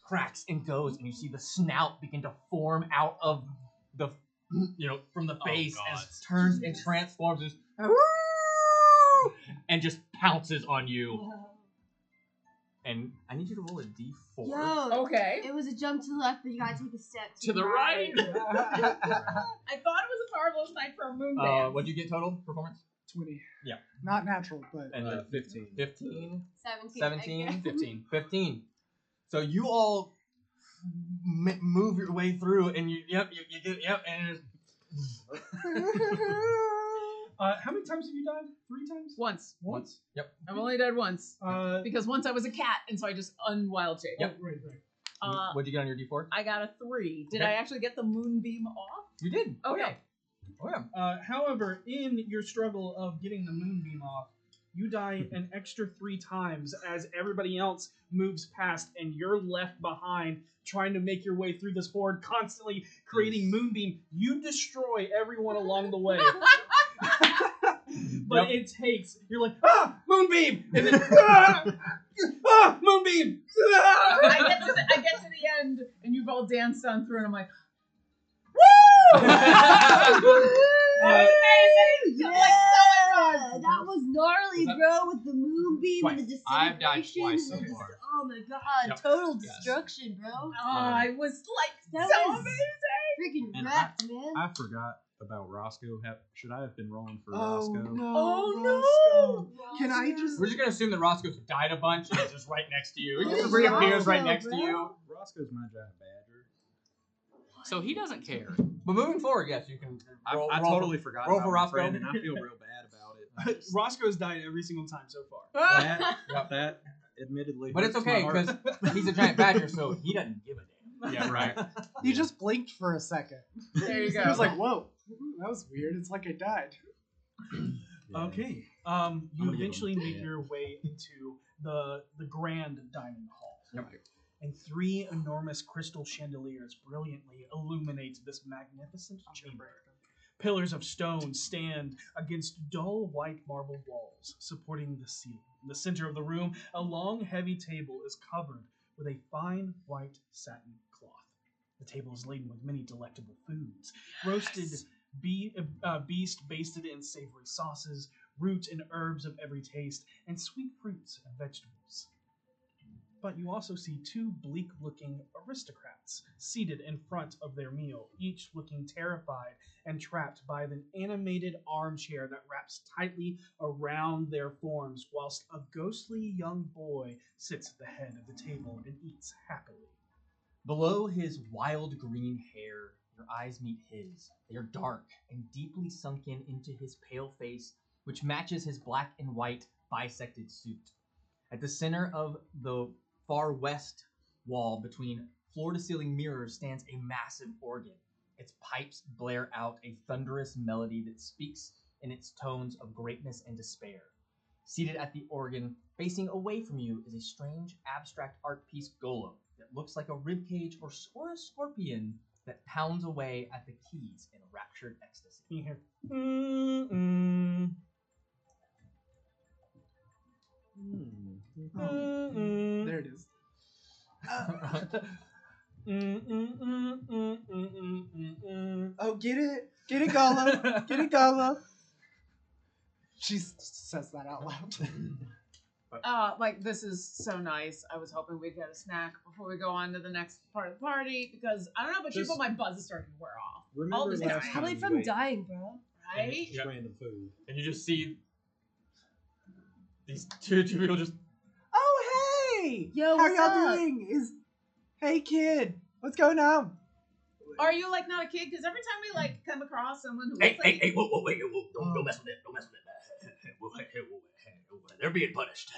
Speaker 2: cracks and goes, and you see the snout begin to form out of the, you know, from
Speaker 3: Oh,
Speaker 2: the face as
Speaker 5: God.
Speaker 2: it turns and transforms, just, and just pounces on you. And I need you to roll a d4.
Speaker 8: Yo,
Speaker 6: Okay.
Speaker 8: it was a jump to the left, but you gotta take a step to,
Speaker 5: To the right.
Speaker 6: I thought it was a marvelous night for a moon
Speaker 2: Uh,
Speaker 6: dance.
Speaker 2: what'd you get total performance?
Speaker 4: 20.
Speaker 2: Yeah.
Speaker 4: Not natural, but.
Speaker 2: And
Speaker 7: Uh,
Speaker 2: then
Speaker 7: Fifteen.
Speaker 2: 15.
Speaker 8: 17. I
Speaker 2: 17,
Speaker 8: guess.
Speaker 2: 15. 15. So you all m- move your way through, and you, yep, you, you get, yep, and
Speaker 3: Uh, how many times have you died? Three times?
Speaker 6: once.
Speaker 2: once. Yep.
Speaker 6: I've only died once.
Speaker 3: Uh,
Speaker 6: Because once I was a cat, and so I just unwild shape.
Speaker 2: Yep.
Speaker 3: Right, right.
Speaker 6: Uh,
Speaker 2: What'd you get on your D4?
Speaker 6: I got a three. Did
Speaker 2: Okay.
Speaker 6: I actually get the moonbeam off?
Speaker 2: You did. Oh, yeah.
Speaker 6: Okay.
Speaker 2: Oh, yeah.
Speaker 3: Uh, however, in your struggle of getting the moonbeam off, you die an extra three times as everybody else moves past, and you're left behind trying to make your way through this horde, constantly creating moonbeam. You destroy everyone along the way. but it takes, you're like, ah, moonbeam! And then, ah, ah moonbeam! Ah!
Speaker 6: Oh, I get, to the, I get to the end, and you've all danced on through, and I'm like,
Speaker 3: Uh,
Speaker 8: Yeah, that was gnarly,
Speaker 5: Was that-
Speaker 8: bro, with the moonbeam and the
Speaker 5: I've died
Speaker 8: disintegration.
Speaker 5: twice so
Speaker 8: and just-
Speaker 5: far.
Speaker 8: oh my god,
Speaker 2: Yep.
Speaker 8: total
Speaker 5: Yes.
Speaker 8: destruction, bro.
Speaker 6: oh, I was like
Speaker 8: That
Speaker 6: so
Speaker 8: was-
Speaker 6: amazing.
Speaker 8: Freaking
Speaker 7: And
Speaker 8: wrecked, man.
Speaker 7: I forgot about Roscoe. Have, should I have been rolling for
Speaker 4: oh,
Speaker 7: Roscoe?
Speaker 4: no.
Speaker 6: Oh,
Speaker 4: Roscoe. Can I just.
Speaker 2: We're just gonna assume that Roscoe's died a bunch and is just right next to you. He
Speaker 8: Oh,
Speaker 2: just reappears right
Speaker 8: Roscoe,
Speaker 2: next to
Speaker 8: bro.
Speaker 2: you.
Speaker 7: Roscoe's my giant badger.
Speaker 5: So he doesn't care.
Speaker 2: But moving forward, yes, you can.
Speaker 7: I,
Speaker 2: roll-
Speaker 7: I
Speaker 2: roll for-
Speaker 7: totally forgot
Speaker 2: roll
Speaker 7: about
Speaker 2: for
Speaker 7: my
Speaker 2: Roscoe.
Speaker 7: friend, and I feel real bad about it.
Speaker 3: Roscoe's died every single time so far.
Speaker 7: That, that admittedly.
Speaker 2: But it's
Speaker 7: hurts my
Speaker 2: okay
Speaker 7: heart.
Speaker 2: because he's a giant badger, so he doesn't give a damn.
Speaker 7: Yeah, right.
Speaker 4: He just blinked for a second.
Speaker 6: There you go.
Speaker 4: He was like, "Whoa, that was weird. It's like I died."
Speaker 3: Okay. Um,
Speaker 7: I'm
Speaker 3: you
Speaker 7: gonna get
Speaker 3: eventually
Speaker 7: them.
Speaker 3: make
Speaker 7: Yeah.
Speaker 3: your way into the the grand dining hall.
Speaker 7: Yep.
Speaker 3: And three enormous crystal chandeliers brilliantly illuminate this magnificent chamber. Pillars of stone stand against dull white marble walls, supporting the ceiling. In the center of the room, a long, heavy table is covered with a fine white satin cloth. The table is laden with many delectable foods roasted bee, uh, beast basted in savory sauces, root and herbs of every taste, and sweet fruits and vegetables. But you also see two bleak looking aristocrats seated in front of their meal, each looking terrified and trapped by an animated armchair that wraps tightly around their forms, whilst a ghostly young boy sits at the head of the table and eats happily.
Speaker 2: Below his wild green hair, your eyes meet his. They are dark and deeply sunken into his pale face, which matches his black and white bisected suit. At the center of the far west wall, between floor to ceiling mirrors, stands a massive organ. Its pipes blare out a thunderous melody that speaks in its tones of greatness and despair. Seated at the organ, facing away from you, is a strange abstract art piece golem that looks like a ribcage or, s- or a scorpion that pounds away at the keys in raptured ecstasy.
Speaker 3: Can you hear? Mm-mm. Mm-mm.
Speaker 4: Oh, There it is.
Speaker 3: Mm-mm-mm-mm-mm-mm-mm.
Speaker 4: Oh, get it, get it, Gollum, get it, Gollum. She s- says that out loud.
Speaker 6: Uh, like this is so nice. I was hoping we'd get a snack before we go on to the next part of the party because I don't know about you,
Speaker 7: Just-
Speaker 6: but my buzz is starting to wear off.
Speaker 7: Remember
Speaker 6: All this
Speaker 7: last
Speaker 6: guy.
Speaker 7: time
Speaker 6: Probably
Speaker 7: you
Speaker 8: from
Speaker 7: ate
Speaker 8: dying, bro.
Speaker 6: Right?
Speaker 7: just Random food.
Speaker 2: And you just see these two, two people just.
Speaker 4: Oh, hey, how
Speaker 8: Yo, what's
Speaker 4: y'all
Speaker 8: up?
Speaker 4: doing? Is hey, kid, what's going on?
Speaker 6: Are you like not a kid? Because every time we like come across someone who
Speaker 12: Hey,
Speaker 6: looks like
Speaker 12: hey, hey, whoa, whoa, wait, whoa, don't, don't mess with it, don't mess with it. Whoa, hey, hey, whoa, hey, whoa, They're being punished.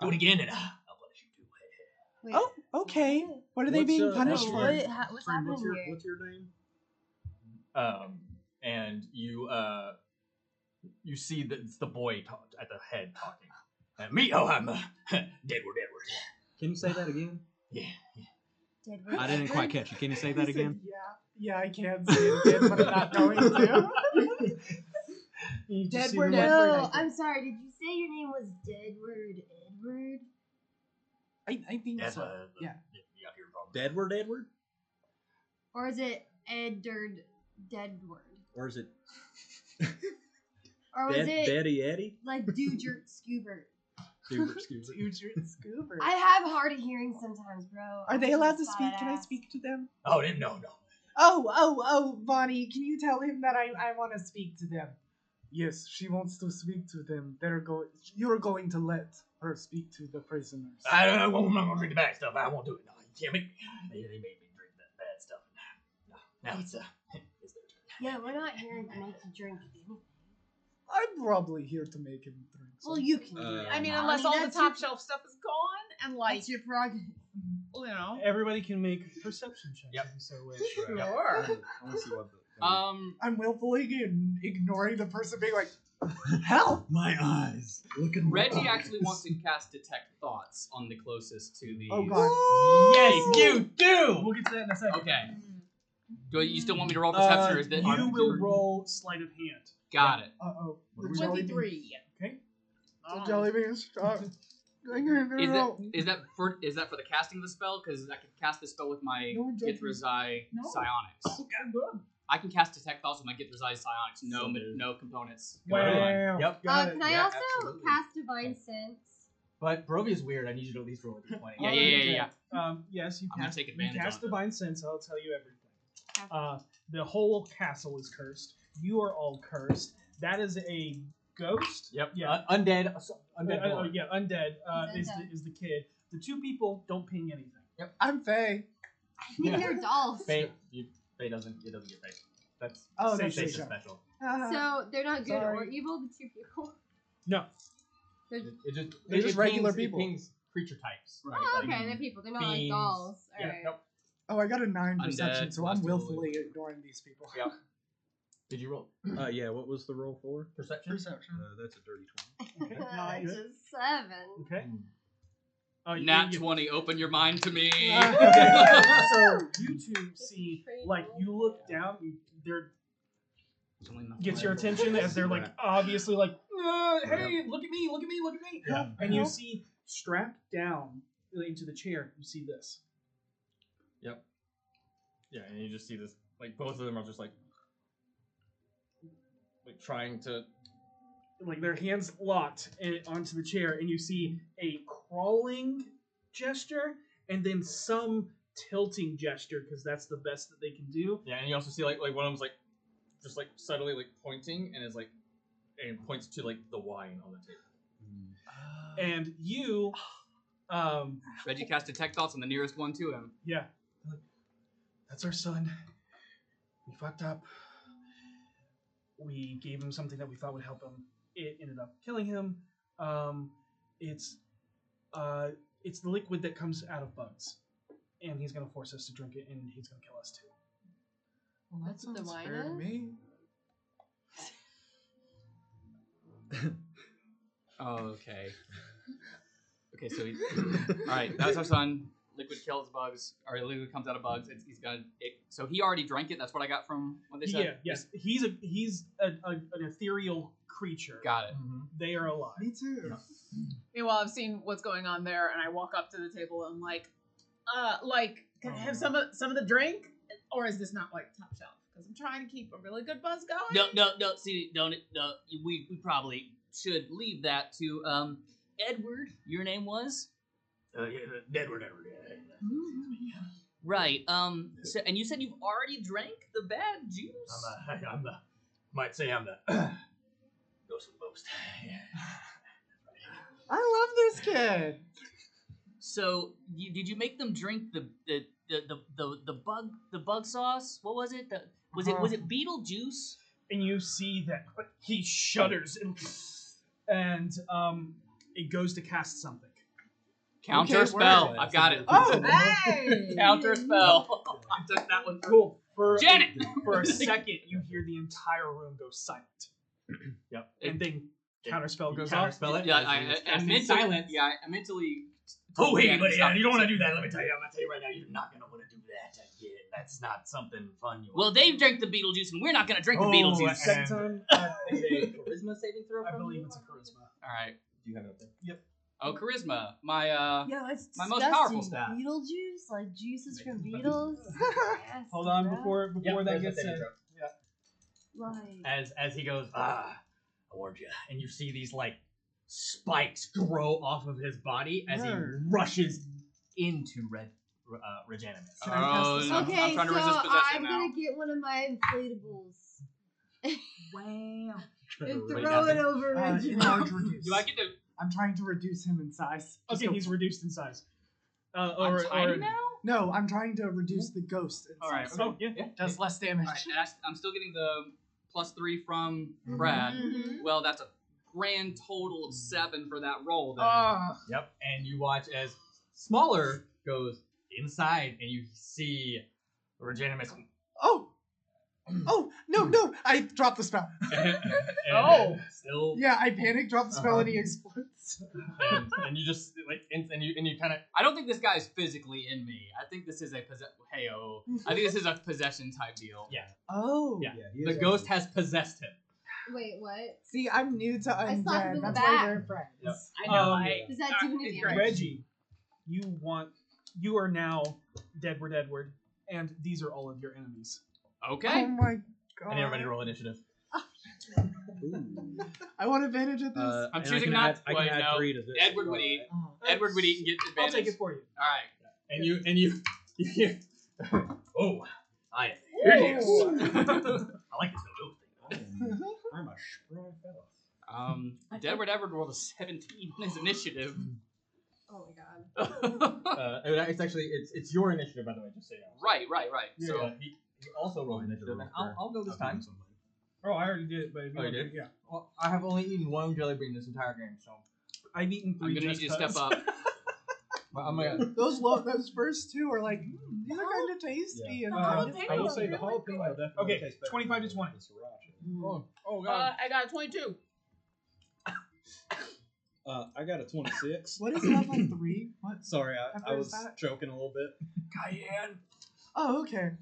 Speaker 12: Do
Speaker 2: Uh-huh.
Speaker 12: it again and uh, I'll punish you too.
Speaker 8: Wait,
Speaker 4: Oh, okay. What are they
Speaker 7: What's,
Speaker 4: being
Speaker 7: uh,
Speaker 4: punished
Speaker 7: what's
Speaker 4: for?
Speaker 7: your-
Speaker 8: ha- what's
Speaker 7: Friend, what's your
Speaker 8: happening here?
Speaker 7: what's your name?
Speaker 2: Um, and you uh, you see that it's the boy ta- at the head talking.
Speaker 12: Uh, me, oh, I'm uh, Deadward, Edward.
Speaker 7: Can you say that again?
Speaker 8: Did
Speaker 7: I didn't quite catch you. Can you say that
Speaker 4: He said,
Speaker 7: again?
Speaker 4: yeah, yeah, I can say it again, but I'm not going to.
Speaker 3: You just
Speaker 4: Dead
Speaker 3: see
Speaker 4: were
Speaker 3: the-
Speaker 4: dead.
Speaker 8: No, I'm sorry. Did you say your name was Deadward Edward?
Speaker 4: I, I think
Speaker 12: That's
Speaker 4: so.
Speaker 12: uh, the-
Speaker 4: Yeah.
Speaker 12: You got here from.
Speaker 7: Deadward Edward?
Speaker 8: Or is it Eddard Deadward?
Speaker 7: Or is it
Speaker 8: Or was
Speaker 7: Dad,
Speaker 8: it
Speaker 7: Daddy Eddie?
Speaker 8: like Dujert Scoobert?
Speaker 7: Dude, excuse me.
Speaker 4: Dude, you're in scuba.
Speaker 8: I have hard of hearing sometimes, bro.
Speaker 4: Are
Speaker 8: I'm
Speaker 4: they
Speaker 8: just
Speaker 4: allowed to
Speaker 8: fat
Speaker 4: speak? Can I
Speaker 8: ass.
Speaker 4: speak to them?
Speaker 12: Oh, then, no, no.
Speaker 4: Oh, oh, oh, Bonnie, can you tell him that I, I want to speak to them? Yes, she wants to speak to them. They're go- You're going to let her speak to the prisoners.
Speaker 12: I, I won't, I'm not gonna drink the bad stuff. I won't do it. No, you can't make me. They, they made me drink that bad stuff. No, now it's, uh, it's their turn.
Speaker 8: Yeah, we're not here to make you drink anything.
Speaker 4: I'm probably here to make him drink.
Speaker 8: Well,
Speaker 4: something.
Speaker 8: you can do
Speaker 7: Uh,
Speaker 8: it.
Speaker 6: I mean,
Speaker 7: Um,
Speaker 6: unless
Speaker 8: I mean,
Speaker 6: all the
Speaker 8: that's
Speaker 6: top
Speaker 8: your-
Speaker 6: shelf stuff is gone and like
Speaker 8: That's your prerogative.
Speaker 6: you know.
Speaker 3: Everybody can make perception checks
Speaker 2: Yep.
Speaker 3: if you so wish.
Speaker 6: Sure.
Speaker 7: I want to see what the.
Speaker 5: Um,
Speaker 4: I'm willfully ign- ignoring the person being like, help!
Speaker 7: my eyes. Look at
Speaker 5: Reggie actually wants to cast detect thoughts on the closest to the.
Speaker 4: Oh, God.
Speaker 5: Yes, you do.
Speaker 3: We'll get to that in a second.
Speaker 5: Okay. Do you still want me to roll
Speaker 3: Uh,
Speaker 5: perception, or is that
Speaker 3: you will roll sleight of hand.
Speaker 5: Got it.
Speaker 4: Uh oh.
Speaker 6: Twenty-three.
Speaker 3: Okay.
Speaker 4: The jelly beans. Uh,
Speaker 5: Is that is that for is that for the casting of the spell? Because I can cast the spell with my
Speaker 4: No one judge me.
Speaker 5: Githra's Eye
Speaker 3: No.
Speaker 5: psionics. I can cast detect thoughts with my Githra's Eye psionics. No, ma- no components.
Speaker 3: Wow.
Speaker 2: Yep.
Speaker 8: Uh,
Speaker 3: Got it.
Speaker 8: can I
Speaker 2: Yeah,
Speaker 8: also
Speaker 2: absolutely.
Speaker 8: cast divine sense?
Speaker 2: But Brovia's weird. I need you to at least roll a d20.
Speaker 5: Yeah, yeah, yeah, yeah. yeah.
Speaker 3: Um, yes, you
Speaker 5: I'm gonna
Speaker 3: cast,
Speaker 5: take
Speaker 3: you
Speaker 5: advantage
Speaker 3: cast
Speaker 5: on it.
Speaker 3: divine sense. I'll tell you everything.
Speaker 8: Okay.
Speaker 3: Uh, the whole castle is cursed. You are all cursed. That is a ghost.
Speaker 2: Yep.
Speaker 3: Yeah.
Speaker 2: Uh, undead.
Speaker 3: Uh,
Speaker 2: Undead.
Speaker 3: uh, yeah, undead, uh,
Speaker 8: He's
Speaker 3: is, The, is the kid. The two people don't ping anything.
Speaker 4: I'm Faye.
Speaker 8: I think
Speaker 2: Yeah.
Speaker 8: they're dolls.
Speaker 2: Faye, you, Faye doesn't. It doesn't get Faye. That's
Speaker 4: Oh,
Speaker 2: Faye-
Speaker 4: no,
Speaker 2: Faye's
Speaker 4: Seisha.
Speaker 2: special.
Speaker 4: Uh,
Speaker 8: So they're not good or
Speaker 4: Sorry.
Speaker 8: evil, the two people.
Speaker 3: No.
Speaker 8: They're,
Speaker 2: It, it just
Speaker 4: They're
Speaker 2: it-
Speaker 4: just
Speaker 2: it
Speaker 4: regular
Speaker 2: pings-
Speaker 4: people.
Speaker 2: It pings creature types.
Speaker 5: Right.
Speaker 8: oh,
Speaker 5: like,
Speaker 8: okay, they're people. They're not like
Speaker 2: fiends.
Speaker 8: dolls.
Speaker 2: Yeah,
Speaker 8: Alright.
Speaker 2: nope.
Speaker 4: Oh, I got a nine
Speaker 5: Undead,
Speaker 4: perception, so I'm
Speaker 5: last
Speaker 4: willfully
Speaker 5: will.
Speaker 4: ignoring these people.
Speaker 2: Yeah. Did you roll
Speaker 7: Uh, yeah, what was the roll for?
Speaker 2: perception?
Speaker 4: Perception.
Speaker 7: Uh, that's a dirty 20.
Speaker 3: Okay.
Speaker 8: Nine
Speaker 3: good.
Speaker 8: to seven.
Speaker 3: Okay. Oh, you-
Speaker 5: Hmm. Nat
Speaker 3: you-
Speaker 5: 20, open your mind to me.
Speaker 3: Okay. so you two see, like, you look down, you, they're gets your attention as they're like
Speaker 7: Right.
Speaker 3: obviously like, uh, hey, look at me, look at me, look at me.
Speaker 7: Yeah.
Speaker 3: And you see strapped down into the chair, you see this.
Speaker 2: Yeah, and you just see this. Like both of them are just like, like trying to.
Speaker 3: like their hands locked and onto the chair, and you see a crawling gesture and then some tilting gesture because that's the best that they can do.
Speaker 2: Yeah, and you also see like like one of them's like, just like subtly like pointing and is like, and points to like the wine on the table.
Speaker 3: And you, um,
Speaker 5: Reggie cast detect thoughts on the nearest one to him.
Speaker 3: yeah,
Speaker 9: That's our son. We fucked up.
Speaker 3: we gave him something that we thought would help him. It ended up killing him. Um, it's, uh, it's the liquid that comes out of bugs, and he's gonna force us to drink it, and he's gonna kill us too.
Speaker 4: Well,
Speaker 6: That's what the wine
Speaker 4: to
Speaker 6: is?
Speaker 4: me.
Speaker 5: Oh, okay. Okay, so he, all right, that's our son. Liquid kills bugs, or liquid comes out of bugs. It's, he's gonna. It, so he already drank it. That's what I got from what they said.
Speaker 3: Yeah, yes, he's a he's a, a, an ethereal creature.
Speaker 5: Got it.
Speaker 3: They are alive.
Speaker 4: Me too.
Speaker 6: Meanwhile, I've seen what's going on there, and I walk up to the table and I'm like, uh, like, can I have some of some of the drink, or is this not like top shelf? Because I'm trying to keep a really good buzz going.
Speaker 5: No, no, no. See, don't. No, we we probably should leave that to um Edward. Your name was
Speaker 12: Uh, yeah, uh, Edward, Edward. yeah, yeah.
Speaker 6: Mm-hmm.
Speaker 5: right. Um, so, and you said you've already drank the bad juice.
Speaker 12: I'm, uh, I'm the, might say I'm the ghost of the most. Yeah.
Speaker 4: I love this kid.
Speaker 5: So you, did you make them drink the the, the, the, the the bug the bug sauce? What was it? The, was
Speaker 3: Uh-huh.
Speaker 5: it was it beetle juice?
Speaker 3: and you see that he shudders and and um it goes to cast something.
Speaker 5: Counter
Speaker 4: Okay,
Speaker 5: spell.
Speaker 4: word.
Speaker 5: I've got it.
Speaker 4: Oh,
Speaker 6: Hey!
Speaker 5: Counter spell.
Speaker 3: I took that one cool. For
Speaker 5: Janet!
Speaker 3: for a second you hear the entire room go silent. yep. And then counterspell goes off.
Speaker 2: Counterspell it.
Speaker 5: Yeah, I, I, I
Speaker 2: Casting
Speaker 5: mentally,
Speaker 2: silence.
Speaker 5: yeah, I mentally.
Speaker 12: Oh, hey,
Speaker 5: Yeah,
Speaker 12: buddy,
Speaker 5: stop.
Speaker 12: yeah, you don't want to do that. Let me tell you, I'm gonna tell you right now, you're not gonna want to do that again. That's not something fun. You
Speaker 5: Well, they've drank the beetle juice, and we're not gonna drink the
Speaker 12: Oh,
Speaker 5: beetle
Speaker 12: I-
Speaker 5: juice.
Speaker 3: Second time, uh,
Speaker 2: charisma saving throw.
Speaker 3: I
Speaker 2: from
Speaker 3: believe
Speaker 2: you?
Speaker 3: it's a charisma.
Speaker 5: All right.
Speaker 2: Do you have it up there?
Speaker 5: Oh, charisma. My uh.
Speaker 8: Yeah, that's
Speaker 5: My most powerful
Speaker 8: disgusting.
Speaker 5: stat.
Speaker 8: Beetle juice, like juices from beetles.
Speaker 3: Hold on before before that gets in.
Speaker 8: Like,
Speaker 2: as as he goes, ah, I warned you. And you see these like spikes grow off of his body as he
Speaker 4: Nerd.
Speaker 2: rushes into Red uh, Regenimus.
Speaker 4: Can I cast
Speaker 5: oh,
Speaker 4: this
Speaker 5: no,
Speaker 4: on?
Speaker 5: I'm,
Speaker 8: okay,
Speaker 5: trying to
Speaker 8: so
Speaker 5: resist possession
Speaker 8: I'm
Speaker 5: now.
Speaker 8: gonna get one of my inflatables
Speaker 6: Wow.
Speaker 8: and
Speaker 2: Right
Speaker 8: throw it
Speaker 2: now.
Speaker 8: over
Speaker 4: Uh,
Speaker 8: Reggie.
Speaker 4: enlarge reduce.
Speaker 5: Do I get to?
Speaker 4: I'm trying to reduce him in size. Just
Speaker 3: Okay,
Speaker 4: go-
Speaker 3: he's reduced in size. Uh,
Speaker 5: I'm
Speaker 3: or,
Speaker 5: tiny
Speaker 3: or-
Speaker 5: now.
Speaker 4: No, I'm trying to reduce the ghost. in
Speaker 5: All right,
Speaker 4: size.
Speaker 3: Oh yeah.
Speaker 4: Does less damage.
Speaker 5: All right, and I, am still getting the plus three from Brad.
Speaker 8: Mhm.
Speaker 5: Well, that's a grand total of seven for that roll. Then.
Speaker 3: Oh.
Speaker 2: Yep. And you watch as smaller goes inside, and you see Regenimus.
Speaker 4: Oh, oh no, no! I dropped the spell.
Speaker 2: oh, still.
Speaker 4: Yeah, I panic, drop the spell, and he explodes.
Speaker 2: And, and you just like, and, and you and you kind of
Speaker 5: I don't think this guy is physically in me. I think this is a possess. Hey, oh, I think this is a possession type deal.
Speaker 2: Yeah.
Speaker 4: Oh,
Speaker 2: Yeah.
Speaker 7: he
Speaker 2: the
Speaker 7: is
Speaker 2: ghost
Speaker 7: already-
Speaker 2: has possessed him.
Speaker 8: Wait, what?
Speaker 4: See, I'm new to
Speaker 8: I
Speaker 4: undead.
Speaker 8: saw him in the
Speaker 4: That's
Speaker 8: back.
Speaker 4: why they're friends.
Speaker 2: Yep.
Speaker 6: I
Speaker 3: Um,
Speaker 6: know. I,
Speaker 8: Does that
Speaker 6: Ah,
Speaker 8: do any
Speaker 6: it's
Speaker 8: damage?
Speaker 6: great.
Speaker 3: Reggie, you want you are now Deadward Edward, and these are all of your enemies.
Speaker 5: Okay.
Speaker 4: Oh my god!
Speaker 2: And
Speaker 4: "Ah."
Speaker 2: everybody roll initiative.
Speaker 7: Ooh.
Speaker 4: I want advantage at this.
Speaker 7: Uh,
Speaker 5: I'm
Speaker 7: and I
Speaker 5: choosing
Speaker 7: can
Speaker 5: not-
Speaker 7: add- I can
Speaker 5: wait,
Speaker 7: add
Speaker 5: no.
Speaker 7: three to this.
Speaker 5: Edward
Speaker 7: as
Speaker 5: would
Speaker 7: well,
Speaker 5: eat.
Speaker 4: Oh.
Speaker 5: Edward would eat and get advantage.
Speaker 3: Uh-huh. I'll take it for you.
Speaker 5: All right.
Speaker 2: And you and you you hear.
Speaker 12: Oh, I am furious. I like this no thing.
Speaker 7: right? I am- I'm a spry fella.
Speaker 5: Um, Edward Edward rolled a 17 in his initiative.
Speaker 8: Oh my god.
Speaker 5: right,
Speaker 2: Uh, and it's actually it's it's your initiative, by the way. Just so you know.
Speaker 5: right, right.
Speaker 2: So uh, he, he also rolled
Speaker 7: I need to
Speaker 2: initiative,
Speaker 7: roll
Speaker 2: and I'll,
Speaker 7: for-
Speaker 2: I'll go this
Speaker 7: I'll give him
Speaker 2: time.
Speaker 7: something.
Speaker 3: Oh, I already did it, but if
Speaker 2: Oh, you
Speaker 3: want
Speaker 2: did?
Speaker 3: to- Yeah,
Speaker 2: Well, I have only eaten one jelly bean this entire game, so
Speaker 3: I've eaten
Speaker 5: I'm
Speaker 3: three.
Speaker 5: gonna need
Speaker 3: just
Speaker 5: you to step
Speaker 3: cuts.
Speaker 5: up.
Speaker 2: but I'm gonna.
Speaker 4: Those lo- those first two are like, mm, these are kind of tasty.
Speaker 8: Oh,
Speaker 4: And
Speaker 3: Uh,
Speaker 4: kind of
Speaker 3: I will
Speaker 4: good.
Speaker 3: say the
Speaker 4: Really
Speaker 3: jalapeno
Speaker 4: good.
Speaker 3: definitely
Speaker 9: Okay,
Speaker 3: tastes better
Speaker 9: 25 to
Speaker 3: than
Speaker 9: 20.
Speaker 7: The sriracha.
Speaker 2: Oh, oh
Speaker 6: Uh,
Speaker 2: god.
Speaker 6: I got a 22.
Speaker 7: Uh, I got a 26.
Speaker 4: What is level three? What?
Speaker 7: Sorry, I, I
Speaker 4: Pepper is
Speaker 7: was
Speaker 4: that?
Speaker 7: choking a little
Speaker 3: Uh,
Speaker 7: bit.
Speaker 2: Cayenne.
Speaker 4: Oh, okay.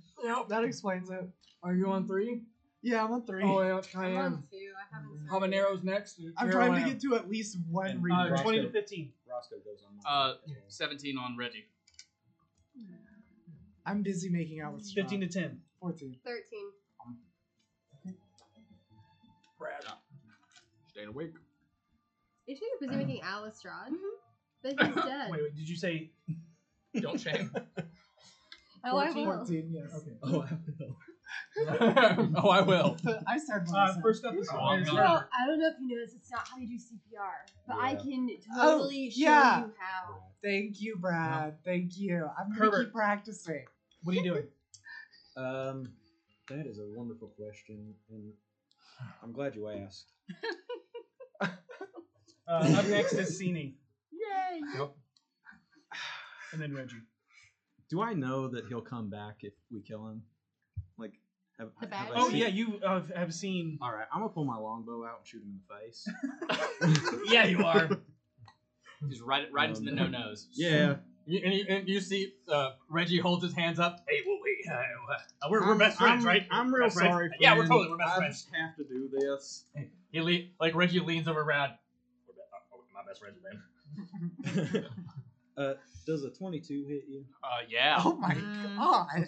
Speaker 4: That explains it.
Speaker 12: Uh,
Speaker 2: Are you on three?
Speaker 4: Yeah, I'm on three.
Speaker 2: Oh yeah,
Speaker 8: I'm on
Speaker 2: Cayenne.
Speaker 8: two. I haven't
Speaker 5: Mm-hmm.
Speaker 8: started.
Speaker 2: Habaneros next.
Speaker 4: I'm trying to get to at least one
Speaker 7: And,
Speaker 4: read.
Speaker 3: Uh,
Speaker 7: Roscoe.
Speaker 3: Twenty to fifteen.
Speaker 7: Roscoe goes on.
Speaker 5: Uh,
Speaker 7: mine.
Speaker 5: 17 on Reggie.
Speaker 4: I'm busy making out with Strahd.
Speaker 3: Fifteen to ten.
Speaker 4: 14.
Speaker 8: 13.
Speaker 5: Staying awake.
Speaker 8: You think you're busy making
Speaker 5: Mm-hmm.
Speaker 8: Alice Rod? But he's dead.
Speaker 3: Wait, wait, did you say?
Speaker 5: Don't shame.
Speaker 8: oh, I will.
Speaker 4: 14, yes.
Speaker 7: Oh, I will.
Speaker 2: oh, I will.
Speaker 4: I started
Speaker 3: Uh,
Speaker 4: myself.
Speaker 3: first up is
Speaker 5: Oh,
Speaker 3: is
Speaker 5: God.
Speaker 3: Herbert.
Speaker 8: Well, I don't know if you know this. It's not how you do CPR, but I
Speaker 7: Yeah.
Speaker 8: can
Speaker 4: Oh,
Speaker 8: totally show
Speaker 4: yeah.
Speaker 8: you how.
Speaker 4: Thank you, Brad. Thank you. I'm going to
Speaker 3: Herbert.
Speaker 4: keep practicing.
Speaker 3: What are you doing?
Speaker 7: Um, that is a wonderful question, and I'm glad you asked.
Speaker 3: Uh, up next is Sini,
Speaker 6: Yay!
Speaker 3: and then Reggie.
Speaker 7: Do I know that he'll come back if we kill him? Like, have,
Speaker 8: The
Speaker 7: have I
Speaker 8: bad
Speaker 3: Oh
Speaker 7: seen-
Speaker 3: yeah, you uh, have seen.
Speaker 7: All right, I'm gonna pull my longbow out and shoot him in the face.
Speaker 5: yeah, you are. Just right, right into the
Speaker 7: Um,
Speaker 5: no nos.
Speaker 7: yeah,
Speaker 2: You, and, you, and you see uh, Reggie holds his hands up.
Speaker 12: Hey, well, wait. Uh, uh, we're, we're
Speaker 7: I'm-
Speaker 12: best friends,
Speaker 7: I'm-
Speaker 12: right?
Speaker 7: I'm real
Speaker 12: Best friends?
Speaker 7: sorry.
Speaker 12: Yeah, we're
Speaker 7: friend.
Speaker 12: totally- we're best
Speaker 7: I
Speaker 12: friends.
Speaker 7: just have to do this.
Speaker 2: He le- like Reggie leans over Rad.
Speaker 12: We're be- uh, oh, my best friends with him.
Speaker 7: uh, does a 22 hit you?
Speaker 5: Uh, yeah.
Speaker 4: Oh my god.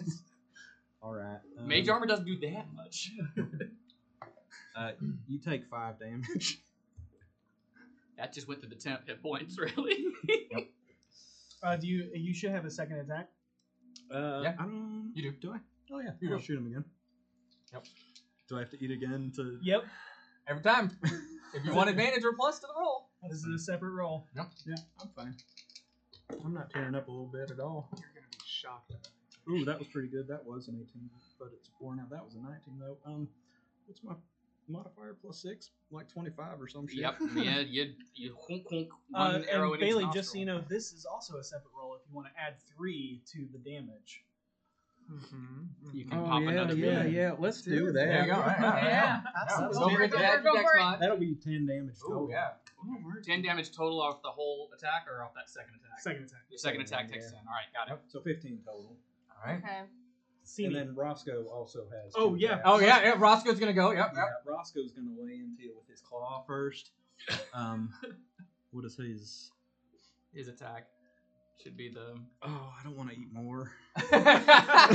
Speaker 7: All right. Um,
Speaker 5: Mage armor doesn't do that much.
Speaker 7: Uh, you take five damage.
Speaker 5: That just went to the temp hit points, really.
Speaker 3: Uh, do you? You should have a second attack.
Speaker 7: Uh,
Speaker 2: Yeah.
Speaker 7: I don't.
Speaker 2: You do.
Speaker 7: Do I? Oh yeah.
Speaker 2: You
Speaker 7: I'll
Speaker 2: do.
Speaker 7: shoot him again.
Speaker 2: Yep.
Speaker 7: Do I have to eat again to?
Speaker 3: Yep.
Speaker 2: Every time. if you want advantage or plus to the roll.
Speaker 3: This is a separate roll.
Speaker 7: Yeah, I'm fine. I'm not tearing up a little bit at all.
Speaker 4: You're going to be shocked.
Speaker 7: Ooh, that was pretty good. That was an 18, but it's a four now. That was a 19 though. Um, what's my modifier plus six? Like 25 or some shit.
Speaker 5: yep. Yeah. You you honk, honk,
Speaker 3: Uh,
Speaker 5: one arrow
Speaker 3: and
Speaker 5: in each
Speaker 3: Bailey,
Speaker 5: nostril.
Speaker 3: just so you know, this is also a separate roll. If you want to add three to the damage,
Speaker 5: You can pop another bean.
Speaker 7: Let's
Speaker 4: do
Speaker 7: that.
Speaker 2: Mm-hmm. There you go. All right, all right, all right.
Speaker 6: Yeah.
Speaker 2: Absolutely.
Speaker 6: Go for it,
Speaker 2: Don't
Speaker 6: go for
Speaker 2: forget
Speaker 6: it, go
Speaker 2: that
Speaker 6: for it.
Speaker 2: next
Speaker 7: That'll be 10 damage
Speaker 2: mod. Ooh,
Speaker 7: total.
Speaker 2: yeah.
Speaker 5: Ten damage total off the whole attack, or off that second attack.
Speaker 3: second attack.
Speaker 5: Your second
Speaker 7: Second
Speaker 5: attack
Speaker 7: one,
Speaker 5: takes
Speaker 7: yeah.
Speaker 5: ten. All right, got it.
Speaker 7: So 15 total.
Speaker 2: All right.
Speaker 8: Okay.
Speaker 7: And
Speaker 3: Sini.
Speaker 7: then Roscoe also has.
Speaker 3: Oh,
Speaker 7: two
Speaker 3: yeah.
Speaker 7: attacks.
Speaker 2: Oh yeah, yeah. Roscoe's gonna go. Yep.
Speaker 7: Yeah,
Speaker 2: yep.
Speaker 7: Roscoe's gonna lay into you with his claw first. Um, what is his?
Speaker 5: His attack should be the.
Speaker 7: Oh, I don't want to eat more.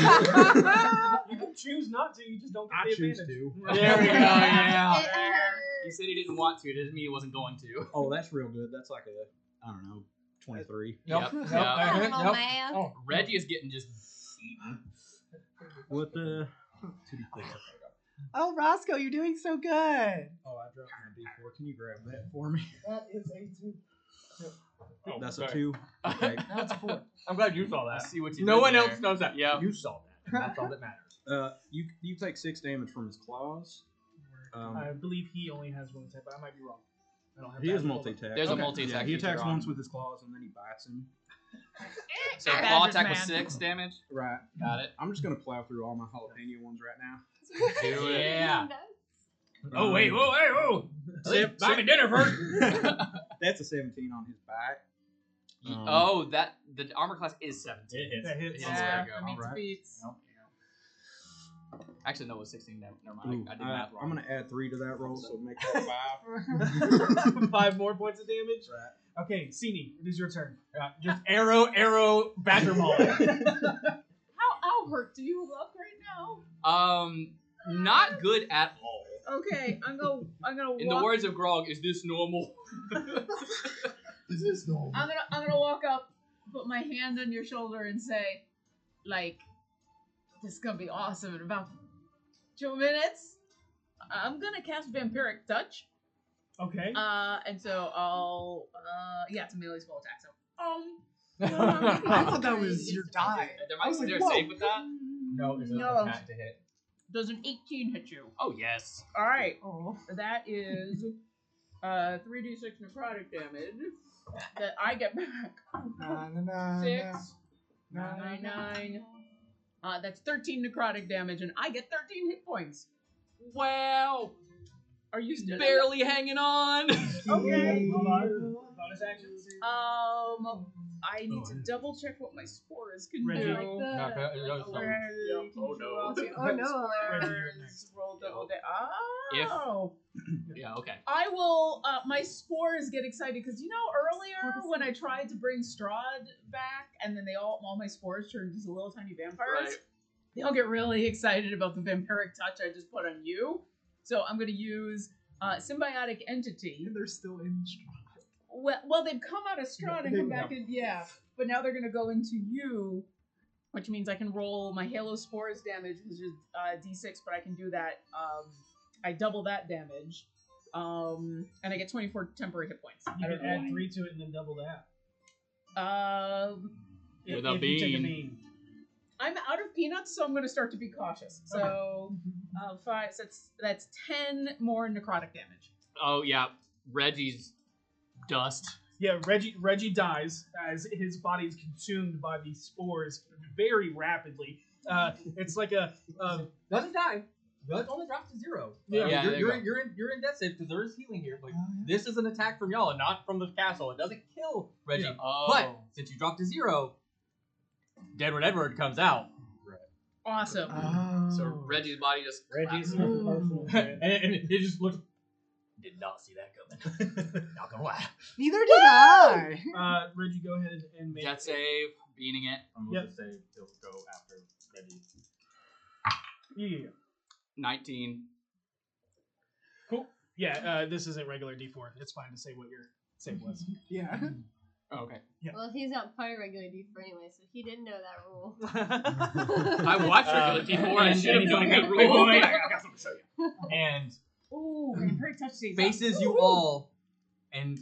Speaker 3: you can choose not to. You just don't get
Speaker 7: I
Speaker 3: the
Speaker 7: choose
Speaker 3: advantage.
Speaker 7: to.
Speaker 2: there we go. Yeah.
Speaker 8: It
Speaker 5: He
Speaker 8: hurts.
Speaker 5: said he didn't want to. Doesn't mean he wasn't going to.
Speaker 7: Oh, that's real good. That's like a, I don't know, twenty-three.
Speaker 2: Yep.
Speaker 5: Yep,
Speaker 2: Yep.
Speaker 5: yeah.
Speaker 8: Come
Speaker 2: Yep.
Speaker 8: on,
Speaker 2: yep.
Speaker 8: man.
Speaker 2: Oh.
Speaker 5: Reggie is getting just eaten.
Speaker 7: What the?
Speaker 4: Oh, Roscoe, you're doing so good.
Speaker 7: Oh, I dropped my D four. Can you grab that for me?
Speaker 4: That is a two.
Speaker 2: Oh,
Speaker 7: That's a
Speaker 2: sorry.
Speaker 7: two. Okay.
Speaker 2: That's a four. I'm glad you saw
Speaker 5: I
Speaker 2: that.
Speaker 5: see what you.
Speaker 2: No
Speaker 5: did
Speaker 2: one
Speaker 5: there.
Speaker 2: else knows that.
Speaker 5: Yeah.
Speaker 2: You saw that. and That's all that matters.
Speaker 7: Uh, you you take six damage from his claws. Um,
Speaker 3: I believe he only has one attack, but I might be wrong. I don't have
Speaker 7: he
Speaker 3: that
Speaker 7: is
Speaker 3: roll.
Speaker 7: multi-attack.
Speaker 5: There's a
Speaker 7: Okay.
Speaker 5: multi-attack
Speaker 7: Yeah, he
Speaker 5: feature
Speaker 7: attacks
Speaker 5: on.
Speaker 7: once with his claws and then he bites him.
Speaker 5: So
Speaker 6: Badger's
Speaker 5: claw attack was
Speaker 6: man.
Speaker 5: six damage.
Speaker 7: Right.
Speaker 5: Got it.
Speaker 7: I'm just gonna plow through all my jalapeno ones right now. Um,
Speaker 5: Do it.
Speaker 2: Yeah.
Speaker 12: Oh, wait. Whoa, hey, whoa.
Speaker 7: Sip,
Speaker 12: Buy me
Speaker 7: sip.
Speaker 12: dinner first.
Speaker 7: That's a 17 on his back.
Speaker 5: Ye-
Speaker 7: Um,
Speaker 5: oh, that the armor class is seventeen.
Speaker 3: That hits.
Speaker 5: Yeah.
Speaker 6: Yeah,
Speaker 5: There you go.
Speaker 6: I mean,
Speaker 5: All
Speaker 6: it's
Speaker 5: right.
Speaker 6: beats.
Speaker 5: Yep. Actually, no, it was sixteen. Never, never mind.
Speaker 7: Ooh,
Speaker 5: I, I did
Speaker 7: I,
Speaker 5: that
Speaker 7: am
Speaker 5: wrong.
Speaker 7: Uh, gonna add three to that roll, so make that five.
Speaker 3: Five more points of damage. Right. Okay, Sini, it is your turn.
Speaker 2: Yeah, Just arrow, arrow, badger ball.
Speaker 6: How how hurt do you look right now?
Speaker 5: Um, not good at all.
Speaker 6: Okay, I'm gonna I'm gonna walk.
Speaker 5: In the words of Grog, is this normal?
Speaker 4: This is normal.
Speaker 6: I'm gonna I'm gonna walk up, put my hand on your shoulder, and say, like, this is gonna be awesome in about two minutes. I'm gonna cast vampiric touch.
Speaker 3: Okay.
Speaker 6: Uh, and so I'll uh yeah, it's a melee spell attack. So um.
Speaker 4: I thought that was your die.
Speaker 5: There
Speaker 4: I
Speaker 5: might
Speaker 4: was
Speaker 5: be
Speaker 4: like,
Speaker 5: there
Speaker 4: whoa.
Speaker 5: safe with that.
Speaker 2: no, it's
Speaker 6: No.
Speaker 2: not to hit.
Speaker 6: Does an 18 hit you?
Speaker 5: Oh yes.
Speaker 6: All right.
Speaker 4: Oh.
Speaker 6: That is uh 3d6 necrotic damage that I get back.
Speaker 4: Na, na, na,
Speaker 6: Six,
Speaker 4: na, na,
Speaker 6: nine,
Speaker 4: na.
Speaker 6: nine. Uh, that's 13 necrotic damage, and I get 13 hit points. Wow. Are you still
Speaker 5: Barely hanging on.
Speaker 6: Okay.
Speaker 9: Hold on. Bonus actions.
Speaker 4: Uh,
Speaker 6: Um, I need to double check what my spore is. Can
Speaker 3: Reggie.
Speaker 6: you
Speaker 3: Yeah,
Speaker 6: like
Speaker 2: No,
Speaker 6: the,
Speaker 2: okay,
Speaker 6: like,
Speaker 2: yeah, so-
Speaker 6: where
Speaker 5: Yeah,
Speaker 6: you can show
Speaker 5: oh no.
Speaker 6: off your
Speaker 8: Oh, no.
Speaker 6: spores,
Speaker 3: Reggie, you're next.
Speaker 6: Roll double da- Oh.
Speaker 5: yeah. Okay.
Speaker 6: I will. Uh, my spores get excited because you know
Speaker 8: Spores.
Speaker 6: earlier when I tried to bring Strahd back, and then they all all my spores turned into little tiny vampires.
Speaker 5: Right.
Speaker 6: They all get really excited about the vampiric touch I just put on you. So I'm going to use uh, symbiotic entity.
Speaker 4: They're still in. Strong.
Speaker 6: Well, well, they've come out of Strahd and
Speaker 4: They-
Speaker 6: come back in, yeah. But now they're going to go into you, which means I can roll my Halo Spores damage, which is uh, D6, but I can do that. Um, I double that damage. Um, and I get 24 temporary hit points. I
Speaker 3: You
Speaker 6: don't
Speaker 3: can
Speaker 6: know
Speaker 3: add
Speaker 6: why.
Speaker 3: three to it and then double that.
Speaker 6: Um,
Speaker 3: If-
Speaker 5: With a
Speaker 3: if you take
Speaker 5: bean.
Speaker 6: I'm out of peanuts, so I'm going to start to be cautious. So, uh, five, so that's, that's 10 more necrotic damage.
Speaker 5: Oh yeah. Reggie's dust.
Speaker 3: Yeah, Reggie Reggie dies as his body is consumed by these spores very rapidly. Uh, it's like a, a
Speaker 2: Doesn't die. Does only drops to zero.
Speaker 3: Yeah.
Speaker 2: Uh,
Speaker 5: Yeah,
Speaker 2: you're,
Speaker 5: there you
Speaker 2: you're,
Speaker 5: go.
Speaker 2: in, you're in you're in death save because there is healing here. But
Speaker 4: Oh, yeah.
Speaker 2: this is an attack from y'all and not from the castle. It doesn't kill Reggie.
Speaker 3: Yeah.
Speaker 5: Oh.
Speaker 2: But since you dropped to zero, Deadwood Edward comes out.
Speaker 6: Awesome.
Speaker 4: Oh.
Speaker 5: so Reggie's body just.
Speaker 9: Reggie's
Speaker 5: collapsed.
Speaker 9: personal friend.
Speaker 2: and, and he just looks.
Speaker 12: Did not see that coming. not gonna lie.
Speaker 4: Neither did I.
Speaker 3: uh, Reggie. Go ahead and make
Speaker 5: Death save. Beating it.
Speaker 12: I'm
Speaker 3: Yep.
Speaker 12: gonna say he'll go after Reggie.
Speaker 3: Yeah, yeah,
Speaker 5: Nineteen.
Speaker 3: yeah. Yeah, Uh, this isn't regular D four. It's fine to say what your save was.
Speaker 4: Yeah.
Speaker 5: Oh, okay.
Speaker 8: Well, he's not part of regular D4 anyway, so he didn't know that rule.
Speaker 5: I watched
Speaker 3: Uh,
Speaker 5: regular
Speaker 12: Um,
Speaker 5: T4. I
Speaker 12: and-
Speaker 5: should have
Speaker 12: and-
Speaker 5: known
Speaker 3: Oh,
Speaker 5: that
Speaker 12: wait, wait,
Speaker 5: rule.
Speaker 12: wait, I got- I got something to show you.
Speaker 2: And
Speaker 6: Ooh, vampiric touch stays up.
Speaker 2: faces you
Speaker 6: Woo-hoo.
Speaker 2: all, and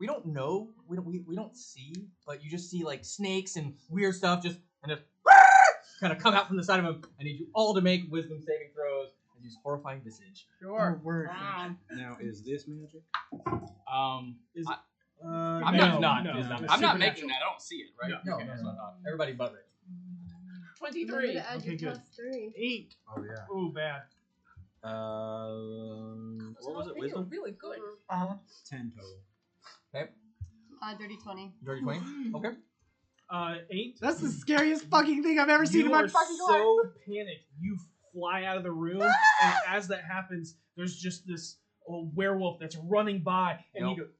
Speaker 2: we don't know. We don't. We, we don't see. But you just see like snakes and weird stuff. Just and just kind of come out from the side of him. I need you all to make wisdom saving throws. And use horrifying visage.
Speaker 4: Oh,
Speaker 6: Sure.
Speaker 4: word.
Speaker 6: Wow.
Speaker 7: Now, is this magic?
Speaker 5: Um,
Speaker 3: Uh,
Speaker 5: I'm
Speaker 3: no,
Speaker 5: not. not
Speaker 3: no,
Speaker 5: it's not-
Speaker 3: it's
Speaker 5: I'm not
Speaker 3: supernatural.
Speaker 5: making that. I don't see it. Right.
Speaker 2: No, no,
Speaker 5: Okay,
Speaker 2: no,
Speaker 5: that's what I thought.
Speaker 2: Everybody but Rick.
Speaker 6: 23.
Speaker 8: Add
Speaker 3: Okay,
Speaker 8: your
Speaker 3: good.
Speaker 8: plus three.
Speaker 3: eight.
Speaker 7: Oh yeah.
Speaker 3: Oh, bad.
Speaker 7: Um, what was it? Wisdom.
Speaker 6: Really good.
Speaker 4: Uh-huh.
Speaker 7: Ten total.
Speaker 8: Uh, dirty 20.
Speaker 2: Dirty twenty. Okay.
Speaker 3: Uh, eight.
Speaker 4: That's the scariest fucking thing I've ever seen
Speaker 3: you
Speaker 4: in my
Speaker 3: are
Speaker 4: fucking
Speaker 3: so
Speaker 4: life.
Speaker 3: panicked. You fly out of the room, and as that happens, there's just this uh, werewolf that's running by, and
Speaker 2: Nope.
Speaker 3: you go,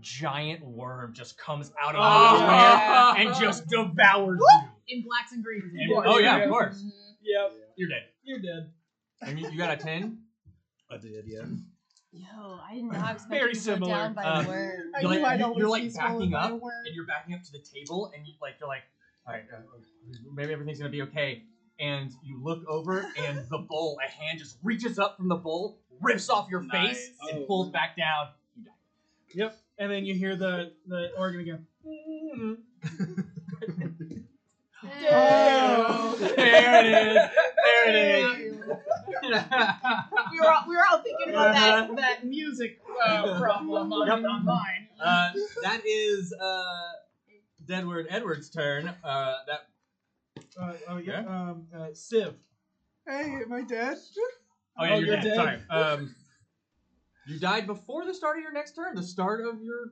Speaker 2: Giant worm just comes out of
Speaker 3: Oh,
Speaker 2: nowhere
Speaker 3: yeah.
Speaker 2: and just devours
Speaker 6: In blacks and greens.
Speaker 2: you.
Speaker 3: Of course,
Speaker 2: oh yeah,
Speaker 3: yeah.
Speaker 2: of course.
Speaker 3: "Yep,
Speaker 2: You're dead.
Speaker 3: you're dead."
Speaker 2: And you, you got a ten.
Speaker 7: I did, yeah.
Speaker 8: Yo, I did not expect
Speaker 3: Very
Speaker 8: you to
Speaker 3: similar.
Speaker 8: go down by
Speaker 2: Um,
Speaker 4: Uh,
Speaker 8: the worm.
Speaker 4: I
Speaker 2: You're
Speaker 4: knew
Speaker 2: like-
Speaker 4: I'd
Speaker 2: you're
Speaker 4: always
Speaker 2: like
Speaker 4: be swallowed
Speaker 2: backing
Speaker 4: by a
Speaker 2: up,
Speaker 4: worm.
Speaker 2: and you're backing up to the table, and you like you're like, all right, uh, maybe everything's gonna be okay. And you look over, and the bowl, a hand just reaches up from the bowl, rips off your face,
Speaker 5: Nice.
Speaker 2: and pulls back down.
Speaker 3: And then you hear the the organ again.
Speaker 2: There it is. There it
Speaker 8: is.
Speaker 2: is.
Speaker 6: We were all, we were all thinking about
Speaker 2: Uh-huh.
Speaker 6: that that music uh, problem on,
Speaker 2: Yep.
Speaker 6: online.
Speaker 2: uh, that is uh, Deadward Edwards' turn. Uh, that
Speaker 3: Uh, oh yeah,
Speaker 2: Yeah.
Speaker 3: um, uh, Civ.
Speaker 4: Hey, am I dead?
Speaker 2: oh yeah,
Speaker 3: Oh,
Speaker 2: you're,
Speaker 3: you're
Speaker 2: dead.
Speaker 3: dead.
Speaker 2: Sorry. Um, you died before the start of your next turn. The start of your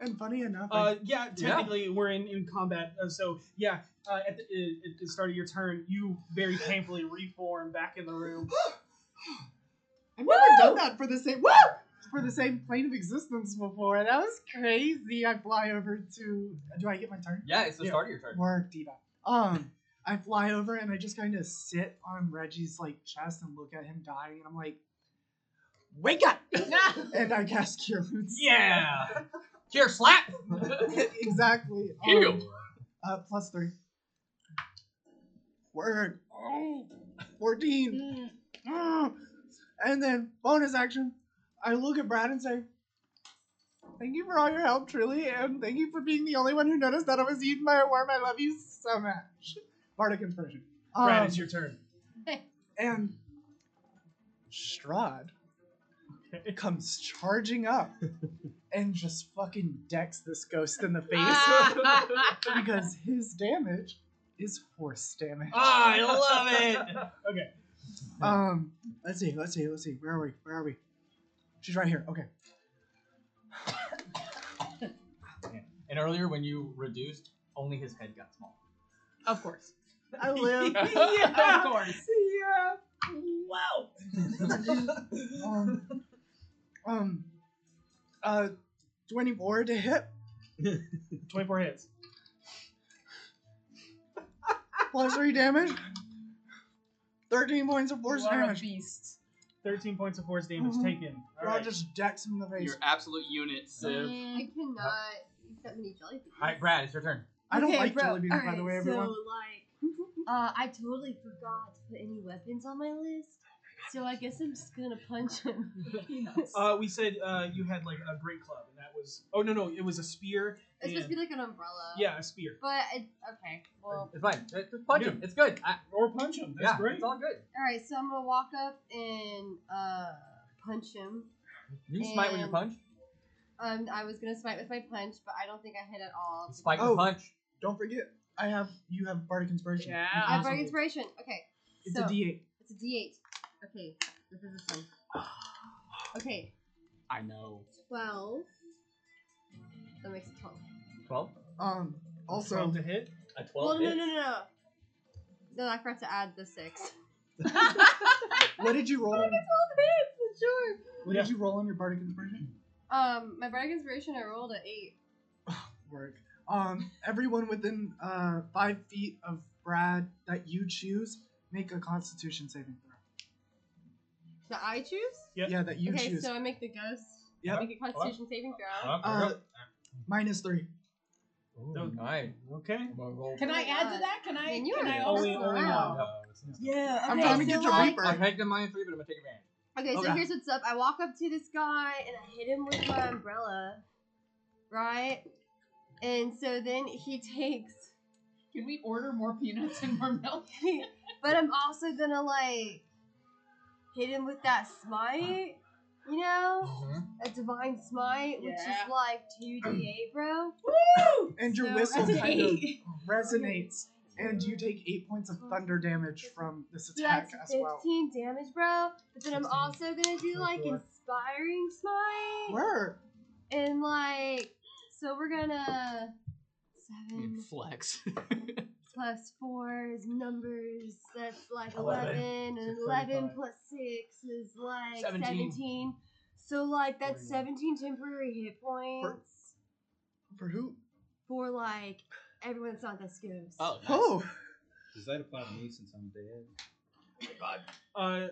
Speaker 4: And funny enough, I
Speaker 3: Uh, yeah, technically we're in, in combat, uh, so yeah. Uh, at, the, uh, at the start of your turn, you very painfully reform back in the room.
Speaker 4: I've never done that for the same woo! for the same plane of existence before. That was crazy. I fly over to. Do I get my turn?
Speaker 2: yeah, it's the
Speaker 3: Yeah.
Speaker 2: start of your turn.
Speaker 4: Work, Diva. Um, I fly over and I just kind of sit on Reggie's like chest and look at him dying, and I'm like, "Wake up!" and I cast Cure Wounds.
Speaker 2: Yeah. Here, slap.
Speaker 4: exactly. Um,
Speaker 5: Heal.
Speaker 4: Uh, plus three. Word.
Speaker 3: Oh.
Speaker 4: Fourteen. Mm. And then bonus action. I look at Brad and say, Thank you for all your help, truly, and thank you for being the only one who noticed that I was eaten by a worm. I love you so much. Bardic inspiration.
Speaker 3: Brad,
Speaker 4: Um,
Speaker 3: it's your turn.
Speaker 4: and Strahd comes charging up and just fucking decks this ghost in the face because his damage is horse damage.
Speaker 13: Ah,
Speaker 2: Ah,
Speaker 13: I love it.
Speaker 3: Okay.
Speaker 4: Um, let's see, let's see, let's see. Where are we? Where are we? She's right here. Okay.
Speaker 2: And earlier when you reduced, only his head got small.
Speaker 6: Of course.
Speaker 4: I live.
Speaker 6: Of course.
Speaker 3: Wow.
Speaker 4: um, um, uh, 24 to hit
Speaker 3: 24 hits.
Speaker 4: plus three damage. 13 points of force
Speaker 6: you are a
Speaker 4: damage.
Speaker 6: beast.
Speaker 3: 13 points of force damage
Speaker 8: Mm-hmm.
Speaker 4: Mhm.
Speaker 3: taken. All
Speaker 4: Rod
Speaker 3: right.
Speaker 4: just decks him in the face.
Speaker 5: Your absolute unit, Civ.
Speaker 8: I cannot eat that many jelly beans.
Speaker 2: All right, Brad, it's your turn.
Speaker 4: I don't
Speaker 8: Okay,
Speaker 4: like
Speaker 8: bro.
Speaker 4: jelly beans, by
Speaker 8: Alright,
Speaker 4: the way, everyone.
Speaker 8: So, like, uh, I totally forgot to put any weapons on my list, so I guess I'm just gonna punch him.
Speaker 6: Peanuts.
Speaker 3: Uh, we said uh, you had like a great club, and that was. Oh, no, no. It was a spear.
Speaker 8: It's supposed
Speaker 3: And,
Speaker 8: to be like an umbrella.
Speaker 3: yeah, a spear.
Speaker 8: But it, okay, well,
Speaker 2: It's fine. Just punch him. It's good. I,
Speaker 3: Or punch him. That's
Speaker 2: yeah,
Speaker 3: great.
Speaker 2: it's all good.
Speaker 8: all right. So I'm gonna walk up and uh, punch him.
Speaker 2: You can smite with your
Speaker 8: And-
Speaker 2: punch.
Speaker 8: Um, I was gonna smite with my punch, but I don't think I hit at all.
Speaker 2: Spike
Speaker 4: Oh.
Speaker 2: the punch.
Speaker 4: Don't forget, I have you have bardic inspiration.
Speaker 6: Yeah.
Speaker 8: I have
Speaker 4: Absolutely.
Speaker 8: bardic inspiration. Okay,
Speaker 4: It's
Speaker 8: so
Speaker 4: a D8.
Speaker 8: it's a D8. Okay, this is a fun. Okay,
Speaker 5: I know.
Speaker 8: twelve. That makes it twelve.
Speaker 2: Twelve.
Speaker 4: Um, also,
Speaker 3: Twelve to hit.
Speaker 2: A
Speaker 8: Well,
Speaker 2: twelve.
Speaker 8: Oh, no, no, no, no. No, I forgot to add the six.
Speaker 4: what did you roll? On,
Speaker 8: sure.
Speaker 4: what did you roll on your bardic inspiration?
Speaker 8: Um, my bardic inspiration, I rolled a eight.
Speaker 4: Work. Um, everyone within uh five feet of Brad that you choose make a Constitution saving throw.
Speaker 8: That I choose.
Speaker 3: Yep.
Speaker 4: Yeah, that you
Speaker 8: okay,
Speaker 4: choose.
Speaker 8: so I make the ghost.
Speaker 4: Yep.
Speaker 8: Make a Constitution saving throw.
Speaker 4: uh, minus three.
Speaker 2: Ooh, nice.
Speaker 3: Okay.
Speaker 2: I'm gonna roll.
Speaker 6: Can I add to that? Can I?
Speaker 8: Man, you
Speaker 6: Can
Speaker 8: are
Speaker 6: I
Speaker 8: messing
Speaker 6: also?
Speaker 3: Only- only
Speaker 8: around.
Speaker 3: one.
Speaker 2: No, it's not.
Speaker 8: Yeah,
Speaker 4: I'm
Speaker 8: okay,
Speaker 4: trying to
Speaker 8: so
Speaker 4: get your
Speaker 8: like,
Speaker 4: reaper.
Speaker 2: I pegged him minus three, but I'm gonna take advantage.
Speaker 8: Okay, so
Speaker 4: Okay.
Speaker 8: here's what's up. I walk up to this guy and I hit him with my umbrella, right? And so then he takes.
Speaker 6: Can we order more peanuts and more milk?
Speaker 8: but I'm also gonna like hit him with that smite, you know,
Speaker 4: Mm-hmm.
Speaker 8: a divine smite, which
Speaker 6: Yeah.
Speaker 8: is like two d8, bro.
Speaker 4: And your
Speaker 8: So
Speaker 4: whistle
Speaker 8: that's an
Speaker 4: kind of
Speaker 6: eight.
Speaker 4: resonates, and you take eight points of thunder damage from this
Speaker 8: So
Speaker 4: attack
Speaker 8: that's
Speaker 4: as well.
Speaker 8: 15 damage, bro. But then I'm also gonna do like
Speaker 3: 24.
Speaker 8: inspiring smite
Speaker 4: Word.
Speaker 8: and like so we're gonna
Speaker 4: Mm.
Speaker 8: seven
Speaker 5: Mm. Flex.
Speaker 8: plus four is numbers. That's like
Speaker 3: Eleven.
Speaker 8: eleven, and
Speaker 3: So
Speaker 8: eleven
Speaker 3: 35.
Speaker 8: plus six is like
Speaker 2: Seventeen.
Speaker 8: seventeen. So like that's
Speaker 3: Forty-one.
Speaker 8: seventeen temporary hit points
Speaker 4: For who?
Speaker 8: for like everyone that's not this ghost.
Speaker 5: Oh, nice.
Speaker 4: Oh,
Speaker 7: Does that apply to me since I'm dead?
Speaker 3: Uh,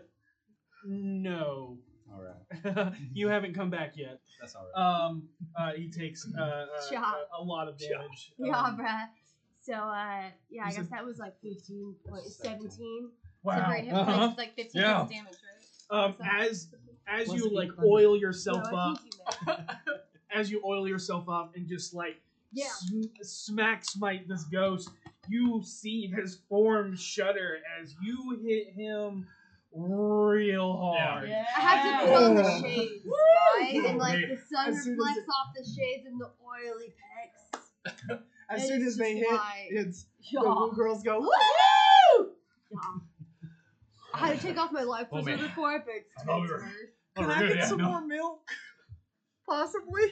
Speaker 3: no.
Speaker 7: All right,
Speaker 3: you haven't come back yet.
Speaker 7: that's all right.
Speaker 3: Um, uh, he takes uh, uh,
Speaker 8: Yeah.
Speaker 3: a, a lot of damage.
Speaker 8: Yeah,
Speaker 3: Um,
Speaker 8: bruh. So uh yeah, I
Speaker 3: You
Speaker 8: guess that was like fifteen point
Speaker 7: Seventeen.
Speaker 8: seventeen.
Speaker 3: Wow.
Speaker 8: Temporary hit points
Speaker 3: Uh-huh.
Speaker 8: is like fifteen
Speaker 3: Yeah.
Speaker 8: points damage, right?
Speaker 3: Um,
Speaker 8: So-
Speaker 3: as as
Speaker 2: Plus
Speaker 3: you
Speaker 2: eight
Speaker 3: like
Speaker 2: thunder.
Speaker 3: oil yourself
Speaker 8: No, I
Speaker 3: up,
Speaker 8: can't do that.
Speaker 3: as you oil yourself up, and just like
Speaker 8: Yeah.
Speaker 3: sm- smack smite this ghost, you see his form shudder as you hit him real hard.
Speaker 6: Yeah.
Speaker 8: I have to put on the
Speaker 4: Oh.
Speaker 8: shades, right?
Speaker 4: Woo!
Speaker 8: And like the sun
Speaker 4: As soon as
Speaker 8: reflects
Speaker 4: it-
Speaker 8: off the shades and the oily pecs.
Speaker 4: as
Speaker 8: And
Speaker 4: soon
Speaker 8: it's
Speaker 4: as they
Speaker 8: just
Speaker 4: hit,
Speaker 8: like,
Speaker 4: it's
Speaker 8: yeah.
Speaker 4: the woo girls go. Woo!
Speaker 8: yeah. I had to take off my life
Speaker 13: Oh, man.
Speaker 8: preserver for it, but it's
Speaker 13: I'm over.
Speaker 8: worse.
Speaker 4: Can
Speaker 3: Oh,
Speaker 4: I get some more milk? Possibly.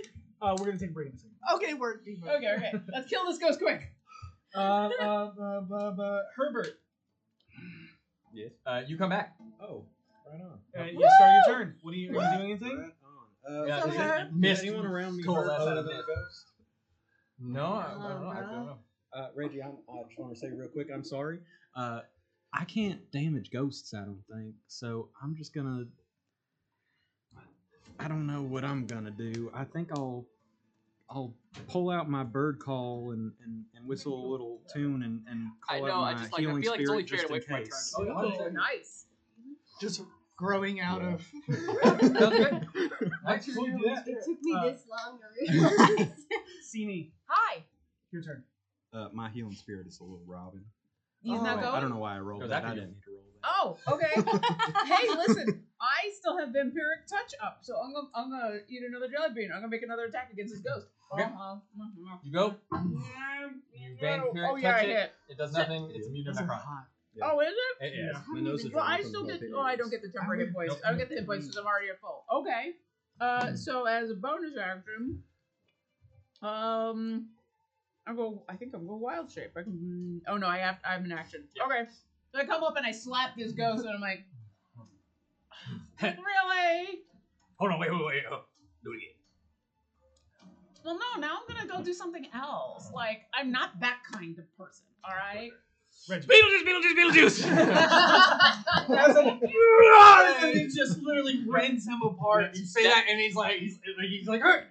Speaker 3: Uh, we're gonna take a break in a second.
Speaker 4: Okay, work people.
Speaker 6: Okay, okay. Let's kill this ghost quick.
Speaker 3: Uh, uh, uh, uh, uh, Herbert,
Speaker 2: Uh, you come back.
Speaker 7: Oh, right on.
Speaker 3: uh, you start your turn. What are you, are you doing? Anything?
Speaker 7: Right on. Uh,
Speaker 2: Yeah,
Speaker 7: is
Speaker 2: is
Speaker 7: it-
Speaker 2: it-
Speaker 7: is
Speaker 2: missed.
Speaker 7: anyone around me
Speaker 2: Cool,
Speaker 7: hurt
Speaker 2: that's
Speaker 7: other
Speaker 2: not a
Speaker 7: than the
Speaker 2: miss.
Speaker 7: ghost?
Speaker 2: No, I, I
Speaker 8: Oh,
Speaker 2: don't know. I don't know.
Speaker 7: Uh, Reggie, I'm, I just want to say real quick, I'm sorry. Uh, I can't damage ghosts, I don't think. So I'm just gonna. I don't know what I'm gonna do. I think I'll, I'll pull out my bird call and, and, and whistle a little tune and, and
Speaker 5: I
Speaker 7: call
Speaker 5: know,
Speaker 7: out
Speaker 5: I
Speaker 7: my
Speaker 5: just, like, I
Speaker 7: healing
Speaker 5: feel like it's
Speaker 7: spirit
Speaker 5: only fair
Speaker 7: just
Speaker 5: to
Speaker 7: in
Speaker 5: wait for my turn to
Speaker 7: case.
Speaker 2: Oh,
Speaker 6: Oh,
Speaker 2: nice.
Speaker 6: nice.
Speaker 4: Just growing out
Speaker 7: Yeah.
Speaker 4: of.
Speaker 2: Sounds good. Nice.
Speaker 3: We'll do that.
Speaker 8: It took me
Speaker 3: Uh,
Speaker 8: this long to realize.
Speaker 3: Sini,
Speaker 6: Hi.
Speaker 3: your turn.
Speaker 7: Uh, my healing spirit is a little Robin.
Speaker 6: He's
Speaker 7: Oh,
Speaker 6: not going.
Speaker 7: I don't know why I rolled
Speaker 2: No, that
Speaker 7: that.
Speaker 2: could
Speaker 7: I
Speaker 2: be-
Speaker 7: didn't need to roll that.
Speaker 6: Oh, okay. hey, listen, I still have vampiric touch up, so I'm gonna, I'm gonna eat another jelly bean. I'm gonna make another attack against this ghost.
Speaker 2: Okay.
Speaker 6: Uh-huh.
Speaker 2: You go.
Speaker 6: You
Speaker 2: vampiric
Speaker 6: oh yeah,
Speaker 2: touch
Speaker 6: I
Speaker 2: it?
Speaker 6: hit.
Speaker 2: It does nothing. It's immune to
Speaker 3: Those are
Speaker 2: necron.
Speaker 3: hot.
Speaker 6: Oh, is it?
Speaker 7: It is.
Speaker 3: Yeah.
Speaker 7: When those
Speaker 6: Well,
Speaker 7: adrenaline
Speaker 6: I
Speaker 7: comes
Speaker 6: still
Speaker 7: up,
Speaker 6: get.
Speaker 7: it
Speaker 6: Oh, I
Speaker 7: is.
Speaker 6: don't get the temporary hit points. I don't get the hit points because I'm already at full. Okay. Uh, so as a bonus action, um, I go. I think I'm go wild shape. I can, oh no, I have. I have an action.
Speaker 2: Yeah.
Speaker 6: Okay. So I come up and I slap this ghost, and I'm like, really?
Speaker 12: Hold on, wait, wait, wait. Oh, do it again.
Speaker 6: Well, no. Now I'm gonna go do something else. Like I'm not that kind of person. All right.
Speaker 12: Beetlejuice, Beetlejuice, Beetlejuice.
Speaker 3: That's like, and it just literally rends him apart.
Speaker 2: You say that, and he's like, he's, he's like, hurt.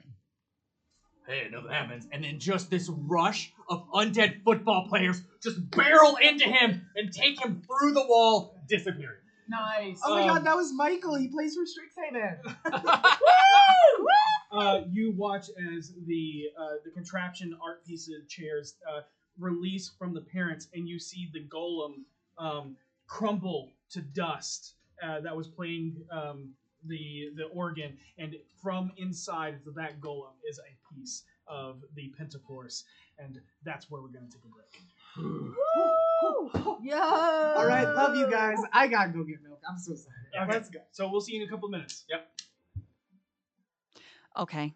Speaker 12: hey, nothing happens. And then just this rush of undead football players just barrel into him and take him through the wall, disappearing.
Speaker 6: Nice.
Speaker 4: Oh my
Speaker 3: Um,
Speaker 4: god, that was Michael. He plays for Strixhaven.
Speaker 3: Uh, you watch as the uh, the contraption art piece of chairs uh, release from the parents, and you see the golem um, crumble to dust uh, that was playing um, the the organ, and from inside of that golem is a piece of the pentaforce, and that's where we're going to take a break.
Speaker 6: Yo.
Speaker 4: All right, love you guys. I gotta go get milk. I'm so sorry.
Speaker 3: Okay.
Speaker 4: Let's go.
Speaker 3: So we'll see you in a couple minutes. Yep.
Speaker 1: Okay.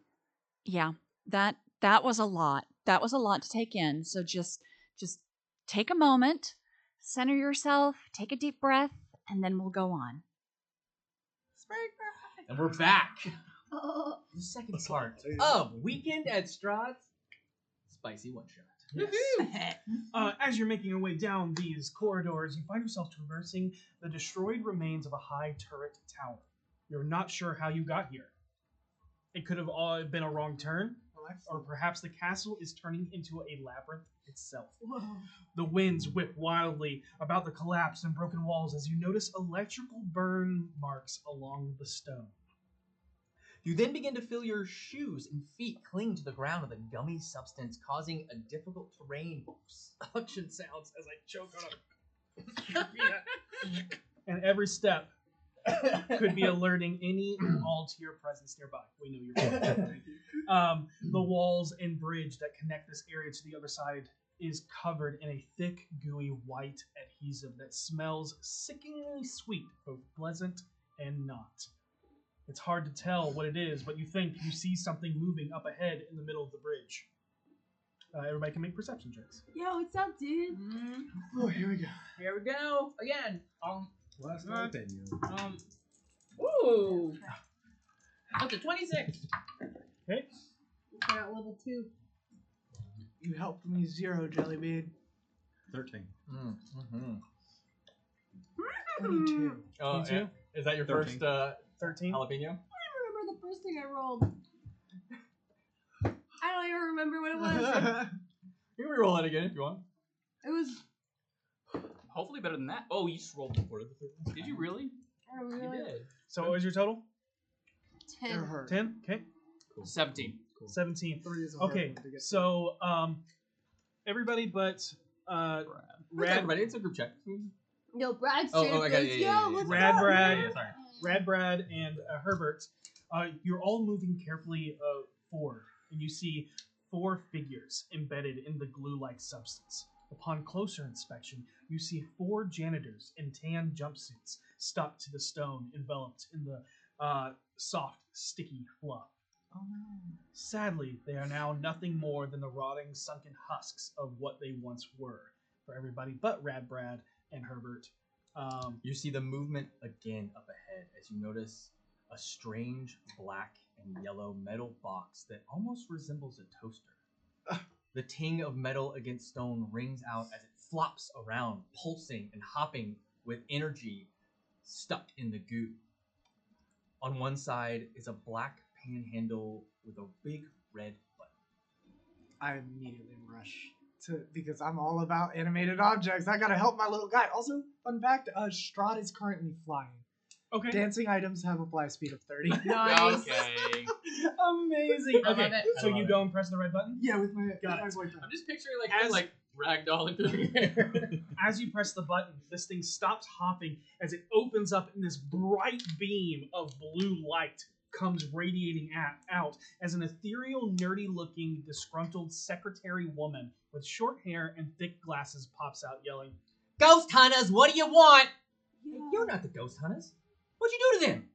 Speaker 1: Yeah. That that was a lot. That was a lot to take in. So just just take a moment, center yourself, take a deep breath, and then we'll go on.
Speaker 2: And we're back.
Speaker 8: Oh,
Speaker 2: The second part of Weekend at Strahd's Spicy One Shot.
Speaker 3: Uh, as you're making your way down these corridors, you find yourself traversing the destroyed remains of a high turret tower. You're not sure how you got here. It could have all been a wrong turn, or perhaps the castle is turning into a labyrinth itself. The winds whip wildly about the collapsed and broken walls as you notice electrical burn marks along the stone.
Speaker 2: You then begin to feel your shoes and feet cling to the ground with a gummy substance, causing a difficult terrain of suction sounds as I choke on
Speaker 3: And every step could be alerting any and all to your presence nearby. We know you're here. um, the walls and bridge that connect this area to the other side is covered in a thick, gooey white adhesive that smells sickeningly sweet, both pleasant and not. It's hard to tell what it is, but you think you see something moving up ahead in the middle of the bridge. Uh, everybody can make perception checks.
Speaker 8: yo, what's up, dude?
Speaker 6: Mm,
Speaker 4: Oh, here we go.
Speaker 6: here we go again. Um.
Speaker 7: Last
Speaker 6: Uh,
Speaker 7: night, you.
Speaker 6: Um. Ooh. Up to 26.
Speaker 8: We're at level two.
Speaker 4: You helped me zero, Jellybean.
Speaker 7: 13.
Speaker 2: them. Mm-hmm.
Speaker 4: 22.
Speaker 2: Oh,
Speaker 3: You too?
Speaker 2: yeah. Is that your
Speaker 7: Thirteen.
Speaker 2: first uh,
Speaker 3: 13?
Speaker 2: jalapeno?
Speaker 8: I remember the first thing I rolled. I don't even remember what it was.
Speaker 2: You can reroll it again if you want.
Speaker 8: it was.
Speaker 5: Hopefully better than that. Oh, you just rolled before the third. Did you really?
Speaker 8: I don't
Speaker 5: You
Speaker 8: really.
Speaker 5: did.
Speaker 3: So what was your total?
Speaker 4: They're
Speaker 8: Ten.
Speaker 4: hurt.
Speaker 3: 10? Okay.
Speaker 5: Seventeen.
Speaker 3: 17.
Speaker 4: Three is a hard
Speaker 3: Okay,
Speaker 4: one to get.
Speaker 3: so um, everybody but uh,
Speaker 2: Rad.
Speaker 3: Rad,
Speaker 2: Everybody, it's a group check.
Speaker 8: No, Brad
Speaker 2: Oh,
Speaker 8: straight
Speaker 2: oh,
Speaker 8: up
Speaker 2: I got-
Speaker 8: goes,
Speaker 2: yeah, yeah,
Speaker 8: yo,
Speaker 2: yeah,
Speaker 8: what's
Speaker 3: Rad
Speaker 8: up?
Speaker 3: Brad.
Speaker 8: man?"
Speaker 2: sorry.
Speaker 3: Rad, Brad, and uh, Herbert. Uh, you're all moving carefully uh, forward, and you see four figures embedded in the glue-like substance. Upon closer inspection, you see four janitors in tan jumpsuits stuck to the stone, enveloped in the uh, soft, sticky fluff.
Speaker 4: Oh, no.
Speaker 3: Sadly, they are now nothing more than the rotting, sunken husks of what they once were for everybody but Rad Brad and Herbert. Um,
Speaker 2: You see the movement again up ahead as you notice a strange black and yellow metal box that almost resembles a toaster. The ting of metal against stone rings out as it flops around, pulsing and hopping with energy stuck in the goo. On one side is a black panhandle with a big red button.
Speaker 4: I immediately rush to because I'm all about animated objects. I gotta help my little guy. Also, fun fact: uh, Strahd is currently flying.
Speaker 3: okay.
Speaker 4: Dancing items have a fly speed of 30.
Speaker 6: Nice.
Speaker 5: Okay.
Speaker 3: Amazing.
Speaker 6: I
Speaker 3: Okay,
Speaker 6: love it.
Speaker 3: so
Speaker 2: I love
Speaker 3: you
Speaker 2: it.
Speaker 3: go and press the red button.
Speaker 4: yeah, with my, with
Speaker 3: Got
Speaker 4: my boyfriend.
Speaker 5: I'm just picturing like him,
Speaker 3: As-
Speaker 5: like ragdolling through the air.
Speaker 3: As you press the button, this thing stops hopping as it opens up, and this bright beam of blue light comes radiating at, out as an ethereal, nerdy looking, disgruntled secretary woman with short hair and thick glasses pops out yelling,
Speaker 2: Ghost hunters, what do you want? You're not the ghost hunters. What'd you do to them?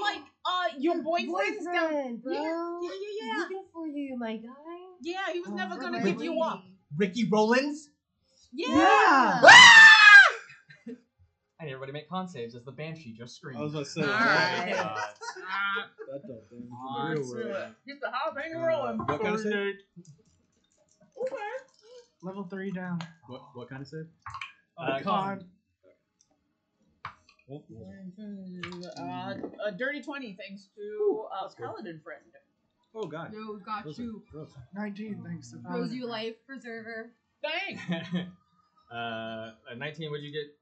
Speaker 6: like, uh, your boyfriend's down.
Speaker 8: boyfriend,
Speaker 6: Yeah,
Speaker 8: bro.
Speaker 6: yeah, yeah, yeah.
Speaker 8: Looking for you, my guy.
Speaker 6: Yeah, he was never
Speaker 4: Oh,
Speaker 6: gonna
Speaker 4: really?
Speaker 6: give you up.
Speaker 2: Ricky Rollins?
Speaker 6: Yeah.
Speaker 4: Yeah.
Speaker 2: And everybody make con saves as the banshee just
Speaker 7: I
Speaker 2: screamed.
Speaker 7: was gonna say.
Speaker 6: Alright.
Speaker 7: God,
Speaker 6: Ah,
Speaker 7: that don't think-
Speaker 5: On
Speaker 7: real world.
Speaker 6: Get the hot banger
Speaker 7: Uh,
Speaker 6: rolling.
Speaker 7: What kind of save?
Speaker 6: Okay.
Speaker 4: Level three down.
Speaker 7: What, what kind of save?
Speaker 2: Uh,
Speaker 4: God.
Speaker 7: Oh, yeah.
Speaker 6: Uh, a dirty 20, thanks to uh, Paladin friend.
Speaker 7: Oh, God.
Speaker 8: No, got
Speaker 7: Those are
Speaker 8: you.
Speaker 7: gross.
Speaker 4: 19, thanks. Uh, to Paladin.
Speaker 8: Rose, you life preserver.
Speaker 6: Thanks.
Speaker 2: uh, a 19, what'd you get?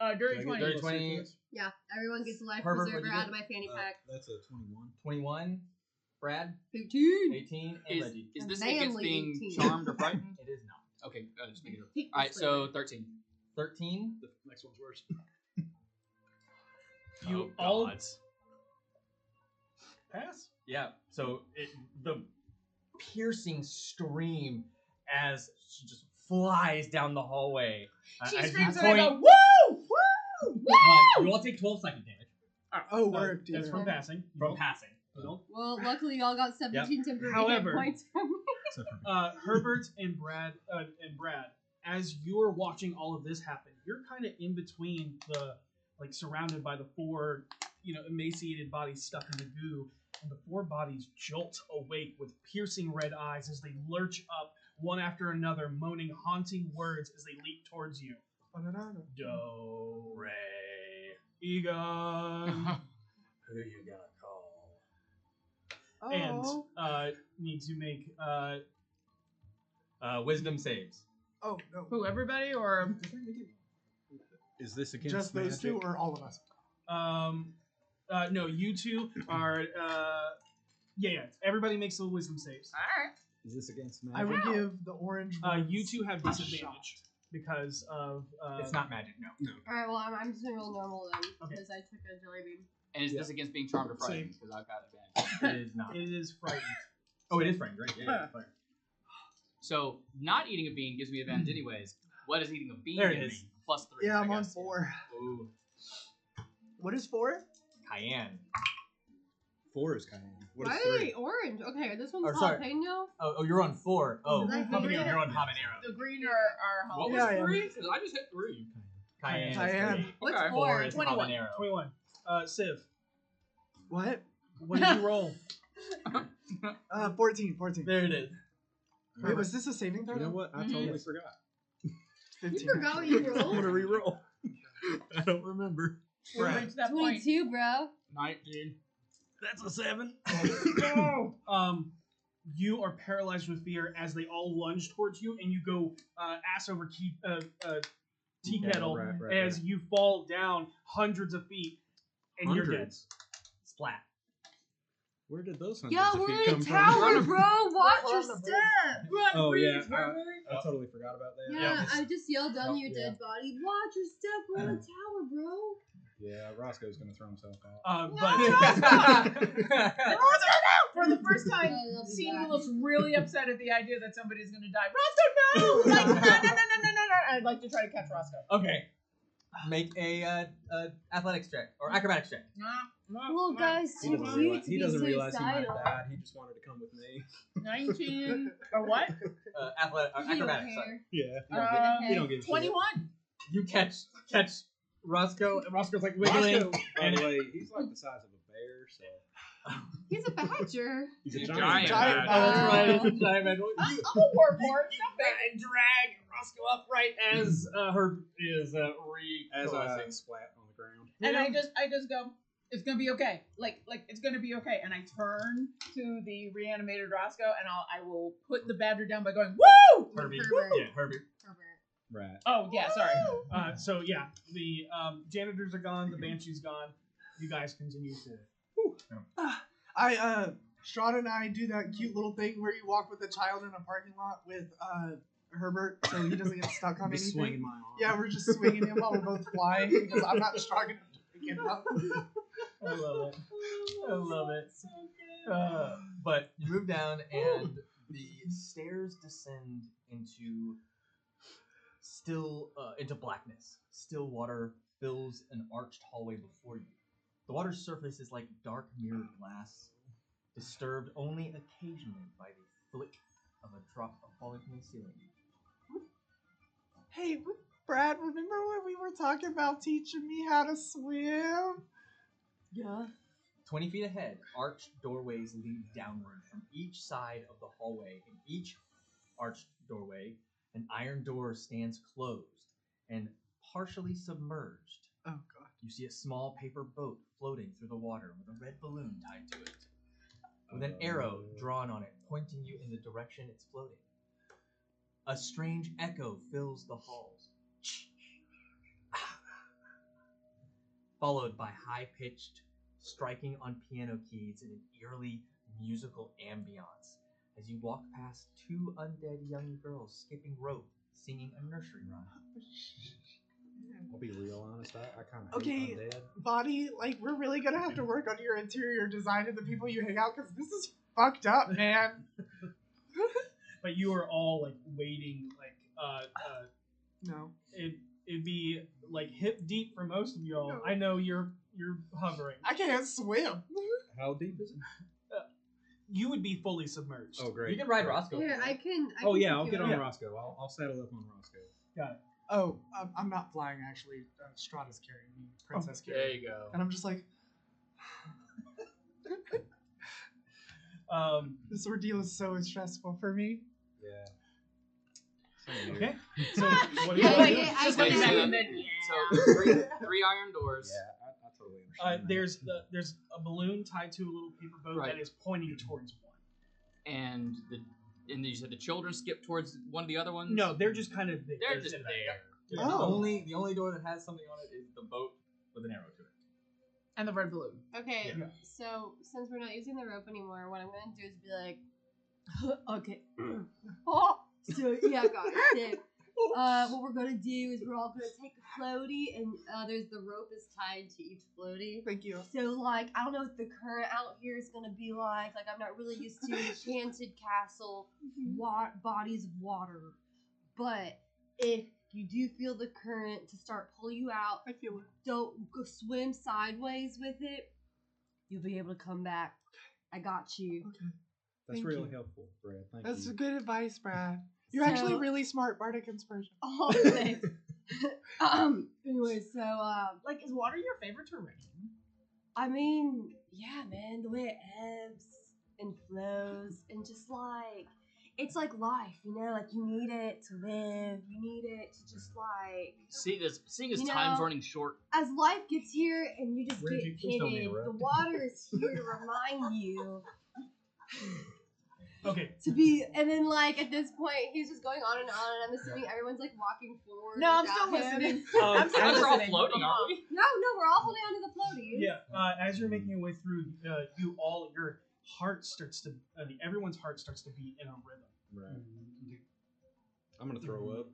Speaker 6: Uh,
Speaker 7: Did
Speaker 6: dirty
Speaker 7: I get
Speaker 6: 20.
Speaker 2: Dirty 20.
Speaker 8: Yeah, everyone gets a life
Speaker 2: Herbert, what'd
Speaker 8: preserver
Speaker 2: you
Speaker 8: out
Speaker 2: get?
Speaker 8: of my fanny
Speaker 7: Uh,
Speaker 8: pack.
Speaker 7: that's a 21.
Speaker 2: 21. Brad?
Speaker 8: 15.
Speaker 2: 18. And
Speaker 5: Is,
Speaker 2: Reggie.
Speaker 5: is this
Speaker 8: Manly
Speaker 5: against being
Speaker 8: 18.
Speaker 5: charmed or frightened?
Speaker 2: It is not.
Speaker 5: Okay, uh, just make it up.
Speaker 6: Take
Speaker 5: All right,
Speaker 6: this flavor.
Speaker 5: so 13.
Speaker 2: 13.
Speaker 7: The next one's worse.
Speaker 3: You
Speaker 5: Oh,
Speaker 3: all
Speaker 5: God.
Speaker 3: pass?
Speaker 2: Yeah. So it, the piercing scream as she just flies down the hallway. Uh,
Speaker 6: She
Speaker 2: at
Speaker 6: screams
Speaker 2: that
Speaker 6: and I go,
Speaker 2: point,
Speaker 6: woo! Woo! Woo!
Speaker 2: uh, you all take 12 psychic damage
Speaker 4: Oh,
Speaker 3: No,
Speaker 4: word.
Speaker 3: That's
Speaker 4: dear.
Speaker 3: from passing. You
Speaker 2: from
Speaker 3: don't-
Speaker 2: passing.
Speaker 3: you don't.
Speaker 8: Well, luckily y'all got 17 temporary
Speaker 3: However-
Speaker 8: hit points from me.
Speaker 7: Except for me.
Speaker 3: uh, Herbert and Brad uh, and Brad, as you're watching all of this happen, you're kind of in between the like surrounded by the four, you know, emaciated bodies stuck in the goo, and the four bodies jolt awake with piercing red eyes as they lurch up one after another, moaning haunting words as they leap towards you.
Speaker 4: Banana.
Speaker 3: Do re e, Egon.
Speaker 12: Who you gonna call?
Speaker 3: and
Speaker 4: Oh.
Speaker 3: uh, need to make uh,
Speaker 2: Uh, wisdom saves.
Speaker 4: Oh, no.
Speaker 6: Who, everybody or?
Speaker 7: Is this against
Speaker 4: Just those two
Speaker 7: magic?
Speaker 4: or all of us?
Speaker 3: Um, uh, no, you two are. Uh, yeah, yeah. Everybody makes the wisdom saves.
Speaker 6: Alright.
Speaker 7: Is this against magic?
Speaker 4: I would give the orange
Speaker 3: Uh,
Speaker 4: ones
Speaker 3: you two have
Speaker 4: a
Speaker 3: disadvantage
Speaker 4: shot.
Speaker 3: because of. Uh,
Speaker 2: It's not magic, no.
Speaker 8: Alright, well, I'm, I'm just gonna roll normal then,
Speaker 3: Okay.
Speaker 8: because I took a jelly bean.
Speaker 5: And is
Speaker 7: Yeah.
Speaker 5: this against being charmed or frightened? Because I've got advantage.
Speaker 2: It is not.
Speaker 3: It is frightened.
Speaker 2: Oh, it is Frank, right? Yeah, yeah, Frank.
Speaker 5: So not eating a bean gives me advantage anyways. What is eating a bean
Speaker 2: There it
Speaker 5: give
Speaker 2: is.
Speaker 5: me? Plus three.
Speaker 4: Yeah,
Speaker 5: I
Speaker 4: I'm on
Speaker 5: guess.
Speaker 4: four.
Speaker 2: Ooh,
Speaker 4: What is four?
Speaker 2: cayenne.
Speaker 7: Four is kind of. What is
Speaker 8: Right,
Speaker 7: three?
Speaker 8: orange. Okay, this one's
Speaker 2: Or, sorry.
Speaker 8: jalapeno.
Speaker 2: Oh, oh, you're on four. Oh,
Speaker 8: Did I
Speaker 2: habanero.
Speaker 8: figure it out?
Speaker 2: You're on habanero.
Speaker 6: The green are, are
Speaker 5: What
Speaker 6: home.
Speaker 5: was
Speaker 4: Yeah, I am.
Speaker 5: three? 'Cause I just hit three.
Speaker 2: Cayenne. is
Speaker 4: Cayenne.
Speaker 2: three.
Speaker 8: What's
Speaker 5: Okay.
Speaker 2: Four
Speaker 8: four?
Speaker 2: is
Speaker 6: 21.
Speaker 2: habanero.
Speaker 3: Twenty-one. Uh, Civ,
Speaker 4: What?
Speaker 3: what did you roll?
Speaker 4: Uh, 14, 14.
Speaker 2: There it is.
Speaker 4: Wait, was this a saving throw?
Speaker 7: You know what? I
Speaker 6: Mhm.
Speaker 7: totally forgot.
Speaker 4: 15.
Speaker 8: You forgot what you
Speaker 7: I'm gonna
Speaker 8: rolled?
Speaker 7: re-roll. I don't remember.
Speaker 6: We'll reach that point.
Speaker 8: 22, bro.
Speaker 5: Nineteen.
Speaker 7: That's a seven.
Speaker 3: no. Um, you are paralyzed with fear as they all lunge towards you, and you go uh, ass over key, uh, uh, tea
Speaker 7: Yeah,
Speaker 3: kettle
Speaker 7: right, right,
Speaker 3: as you fall down hundreds of feet, and you're dead.
Speaker 7: Hundreds?
Speaker 2: Splat.
Speaker 7: Where did those hundreds
Speaker 8: Yeah,
Speaker 7: of
Speaker 8: we're
Speaker 7: feet
Speaker 8: in
Speaker 7: come
Speaker 8: a
Speaker 7: from?
Speaker 8: tower, bro. Watch
Speaker 4: We're
Speaker 8: your
Speaker 4: on the bridge.
Speaker 8: step.
Speaker 7: Oh yeah,
Speaker 6: uh,
Speaker 7: I, I totally forgot about that.
Speaker 8: Yeah, I just yelled down to your dead body. Watch your step. We're in a
Speaker 7: Mm.
Speaker 8: tower, bro.
Speaker 7: Yeah, Roscoe's gonna throw himself out.
Speaker 3: Uh,
Speaker 2: But
Speaker 6: For the first
Speaker 8: I
Speaker 6: time,
Speaker 8: love you,
Speaker 6: Seema
Speaker 8: Brad.
Speaker 6: looks really upset at the idea that somebody's going to die. Roscoe, no! Like, no, no, no, no, no, no. I'd like to try to catch Roscoe.
Speaker 2: okay. Make a uh, uh, athletics check or acrobatics check.
Speaker 6: Nah, nah,
Speaker 8: Well,
Speaker 6: nah.
Speaker 8: guys,
Speaker 7: He
Speaker 8: too
Speaker 7: doesn't
Speaker 8: cute
Speaker 7: realize
Speaker 8: to
Speaker 7: he
Speaker 8: be
Speaker 7: doesn't realize he might have
Speaker 8: suicidal.
Speaker 7: died. He just wanted to come with me.
Speaker 6: 19 or what?
Speaker 2: Uh, athletic, uh,
Speaker 8: You don't
Speaker 2: acrobatics. Sorry.
Speaker 8: care.
Speaker 7: Yeah,
Speaker 6: Uh,
Speaker 7: he don't give a shit.
Speaker 6: 21.
Speaker 2: You catch catch Roscoe, and Roscoe's like wiggling.
Speaker 7: Roscoe, by the way, he's like the size of a bear, so
Speaker 8: He's a badger.
Speaker 7: he's
Speaker 5: He's a
Speaker 7: giant.
Speaker 5: giant.
Speaker 7: guy.
Speaker 2: Oh, that's right.
Speaker 3: Um,
Speaker 2: It's a giant man.
Speaker 6: I'm, I'm a warlord.
Speaker 2: and drag Roscoe upright as uh, her is uh, re
Speaker 7: As I
Speaker 2: coalescing.
Speaker 7: splat on the ground.
Speaker 6: And I just, I just go, it's going to be okay. Like, like it's going to be okay. And I turn to the reanimated Roscoe and I'll, I will put the badger down by going, woo!
Speaker 2: Herbie.
Speaker 8: Herbert.
Speaker 2: Yeah, Herbie.
Speaker 8: Herbert.
Speaker 7: Right.
Speaker 6: Oh, yeah, sorry.
Speaker 3: uh, so yeah, the um, janitors are gone, the banshee's gone. You guys continue to.
Speaker 4: I, uh, Strahd and I do that cute little thing where you walk with a child in a parking lot with, uh, Herbert, so he doesn't get stuck on
Speaker 3: I'm just swinging
Speaker 4: anything.
Speaker 3: my arm.
Speaker 4: Yeah, we're just swinging him while we're both flying because I'm not strong enough to pick him up.
Speaker 3: I love it. I love it. Uh, but
Speaker 2: You move down, and the stairs descend into still uh, into blackness. Still water fills an arched hallway before you. The water's surface is like dark mirrored glass, disturbed only occasionally by the flick of a drop falling from the ceiling.
Speaker 4: Hey, w- Brad, remember when we were talking about teaching me how to swim?
Speaker 2: Yeah. Twenty feet ahead, arched doorways lead downward from each side of the hallway. In each arched doorway, an iron door stands closed and partially submerged.
Speaker 4: Oh god.
Speaker 2: You see a small paper boat floating through the water with a red balloon tied to it, with an arrow drawn on it pointing you in the direction it's floating. A strange echo fills the halls, followed by high pitched striking on piano keys in an eerily musical ambiance as you walk past two undead young girls skipping rope singing a nursery rhyme.
Speaker 7: I'll be real honest. I, I kind of
Speaker 4: Okay.
Speaker 7: Undead.
Speaker 4: Body, like we're really gonna have to work on your interior design and the people you hang out because this is fucked up, man.
Speaker 3: but you are all like waiting, like uh, uh,
Speaker 4: No.
Speaker 3: it it'd be like hip deep for most of y'all. I know you're you're hovering.
Speaker 4: I can't swim.
Speaker 7: How deep is it?
Speaker 3: You would be fully submerged.
Speaker 7: Oh, great.
Speaker 2: You can ride
Speaker 7: Great.
Speaker 2: Roscoe.
Speaker 8: Here, I can. I
Speaker 7: Oh
Speaker 8: can
Speaker 7: yeah,
Speaker 8: pick
Speaker 7: I'll
Speaker 8: you
Speaker 7: get
Speaker 8: up.
Speaker 7: on Roscoe. I'll, I'll saddle up on Roscoe.
Speaker 4: Oh, I'm, I'm not flying actually. Uh, Strata's carrying me. Princess carrying me.
Speaker 5: you go.
Speaker 4: And I'm just like,
Speaker 3: Um,
Speaker 4: this ordeal is so stressful for me.
Speaker 7: Yeah.
Speaker 3: okay. So what do you
Speaker 8: Yeah,
Speaker 3: want to
Speaker 8: yeah,
Speaker 3: do?
Speaker 8: yeah, I
Speaker 5: Just
Speaker 8: can
Speaker 5: wait,
Speaker 8: have
Speaker 5: so-
Speaker 8: him in.
Speaker 5: So three, three iron doors.
Speaker 7: Yeah, I, I totally
Speaker 3: Uh,
Speaker 7: understand. that.
Speaker 3: there's the, there's a balloon tied to a little paper boat
Speaker 5: Right.
Speaker 3: that is pointing towards one.
Speaker 5: and the and you said the children skip towards one of the other ones.
Speaker 3: No, they're just kind of there.
Speaker 5: Um, they're just
Speaker 3: sitting
Speaker 5: there.
Speaker 2: Yeah,
Speaker 4: Oh.
Speaker 2: The
Speaker 3: Oh.
Speaker 2: only the only door that has something on it is the boat with an arrow to it.
Speaker 6: And the red balloon.
Speaker 8: Okay,
Speaker 3: Yeah.
Speaker 8: so since we're not using the rope anymore, what I'm gonna do is be like, okay. oh, so yeah, guys. So, uh, what we're gonna do is we're all gonna take a floaty, and uh, there's the rope is tied to each floaty.
Speaker 4: Thank you.
Speaker 8: So like, I don't know what the current out here is gonna be like. Like, I'm not really used to enchanted castle
Speaker 4: Mm-hmm.
Speaker 8: wa- bodies of water, but if you do feel the current to start pull you out,
Speaker 4: I feel it.
Speaker 8: don't go swim sideways with it, you'll be able to come back. I got you.
Speaker 4: Okay.
Speaker 7: That's
Speaker 4: thank
Speaker 7: really
Speaker 4: you.
Speaker 7: helpful, Brad. Thank
Speaker 4: That's
Speaker 7: you.
Speaker 4: good advice, Brad. You're actually
Speaker 8: So-
Speaker 4: really smart, Bardic Inspiration.
Speaker 8: Oh, thanks. um. Anyway, so um,
Speaker 6: Like, is water your favorite terrain?
Speaker 8: I mean, yeah, man, the way it ebbs and flows, and just like it's like life, you know. Like you need it to live. You need it to just like
Speaker 5: Seeing as seeing as
Speaker 8: You
Speaker 5: time's
Speaker 8: know-
Speaker 5: running short,
Speaker 8: as life gets here and you just
Speaker 7: Reggie,
Speaker 8: get
Speaker 7: please don't
Speaker 8: hit. The
Speaker 7: interrupt.
Speaker 8: water is here to remind you
Speaker 3: Okay.
Speaker 8: to be and then like at this point he's just going on and on and i'm assuming everyone's like walking forward
Speaker 6: No, I'm
Speaker 8: without
Speaker 6: still
Speaker 8: him.
Speaker 6: listening.
Speaker 3: Um,
Speaker 6: I'm sorry.
Speaker 3: as-
Speaker 5: guys are all
Speaker 6: listening.
Speaker 5: floating, aren't we?
Speaker 8: no no we're all holding on to the floaties
Speaker 3: Yeah, uh, as you're making your way through, uh, you all your heart starts to. I mean, everyone's heart starts to beat in a rhythm.
Speaker 7: Right. I'm gonna throw up.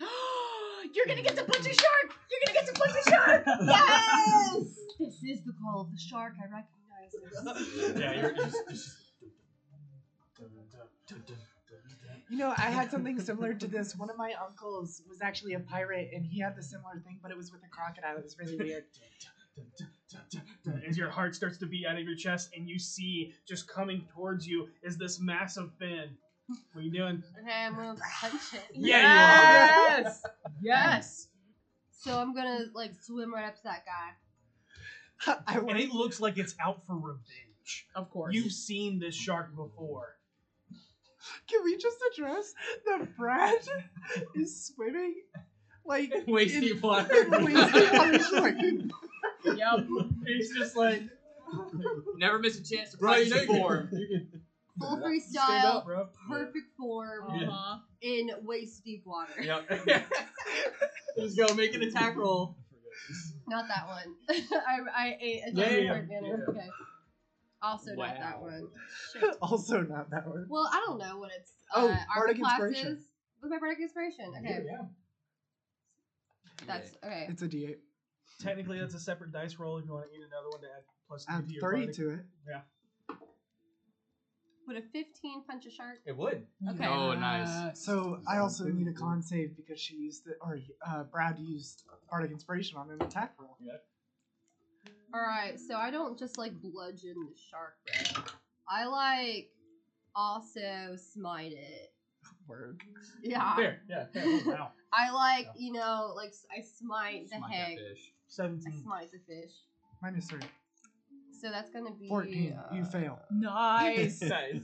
Speaker 6: You're gonna get to punch a shark! You're gonna get to punch a shark!
Speaker 8: yes this is the call of the shark i recognize it
Speaker 3: Yeah, you're just.
Speaker 4: You know, I had something similar to this. One of my uncles was actually a pirate, and he had the similar thing, but it was with a crocodile. It was really weird.
Speaker 3: As your heart starts to beat out of your chest, and you see just coming towards you is this massive fin. What are you doing?
Speaker 8: okay i'm gonna punch it
Speaker 3: Yeah,
Speaker 6: yes! Yes!
Speaker 8: so i'm gonna like swim right up to that guy
Speaker 4: I
Speaker 3: And
Speaker 4: went,
Speaker 3: it looks like it's out for revenge.
Speaker 6: Of course.
Speaker 3: You've seen this shark before.
Speaker 4: can we just address that Brad is swimming like
Speaker 12: Waste
Speaker 4: in-
Speaker 12: deep water.
Speaker 4: in wasted water? He's like,
Speaker 6: yep.
Speaker 3: It's just like
Speaker 5: Never miss a chance to
Speaker 12: Bro, you
Speaker 5: practice
Speaker 12: know
Speaker 5: your
Speaker 12: you can-
Speaker 5: form.
Speaker 8: full
Speaker 3: stand up,
Speaker 8: freestyle
Speaker 3: bro.
Speaker 8: perfect form
Speaker 6: Uh-huh.
Speaker 8: in waist deep water
Speaker 12: Yep. Just go make an attack roll.
Speaker 8: not that one i, I ate a
Speaker 3: Yeah, yeah,
Speaker 8: yeah,
Speaker 3: yeah.
Speaker 8: advantage okay also not that
Speaker 5: Wow.
Speaker 8: one Shit.
Speaker 4: also not that word.
Speaker 8: Well, I don't know what it's. Uh,
Speaker 4: Oh,
Speaker 8: armor
Speaker 4: Bardic
Speaker 8: class
Speaker 4: Inspiration.
Speaker 8: is. With my bardic inspiration. Okay.
Speaker 3: Yeah.
Speaker 8: That's okay.
Speaker 4: It's a D8.
Speaker 3: Technically, that's a separate dice roll. If you want to eat another one to add plus three
Speaker 4: Add
Speaker 3: to your
Speaker 4: three
Speaker 3: bardic.
Speaker 4: to it.
Speaker 8: Would a 15 punch a shark?
Speaker 2: It would.
Speaker 8: Okay.
Speaker 5: Oh, nice.
Speaker 6: Uh,
Speaker 4: So I also need a con save because she used it, or uh, Brad used bardic inspiration on an attack roll.
Speaker 8: All right, so I don't just like bludgeon the shark. Right? I like also smite it.
Speaker 4: Word.
Speaker 8: Yeah.
Speaker 3: Fair, yeah. Fair. Oh, wow.
Speaker 8: I like, you know, like s- I smite the
Speaker 5: Smack that
Speaker 8: heck.
Speaker 5: fish.
Speaker 3: 17.
Speaker 8: I smite the fish.
Speaker 4: Minus three.
Speaker 8: So that's gonna be
Speaker 4: 14. you
Speaker 8: uh,
Speaker 4: fail.
Speaker 6: Nice.
Speaker 2: Nice.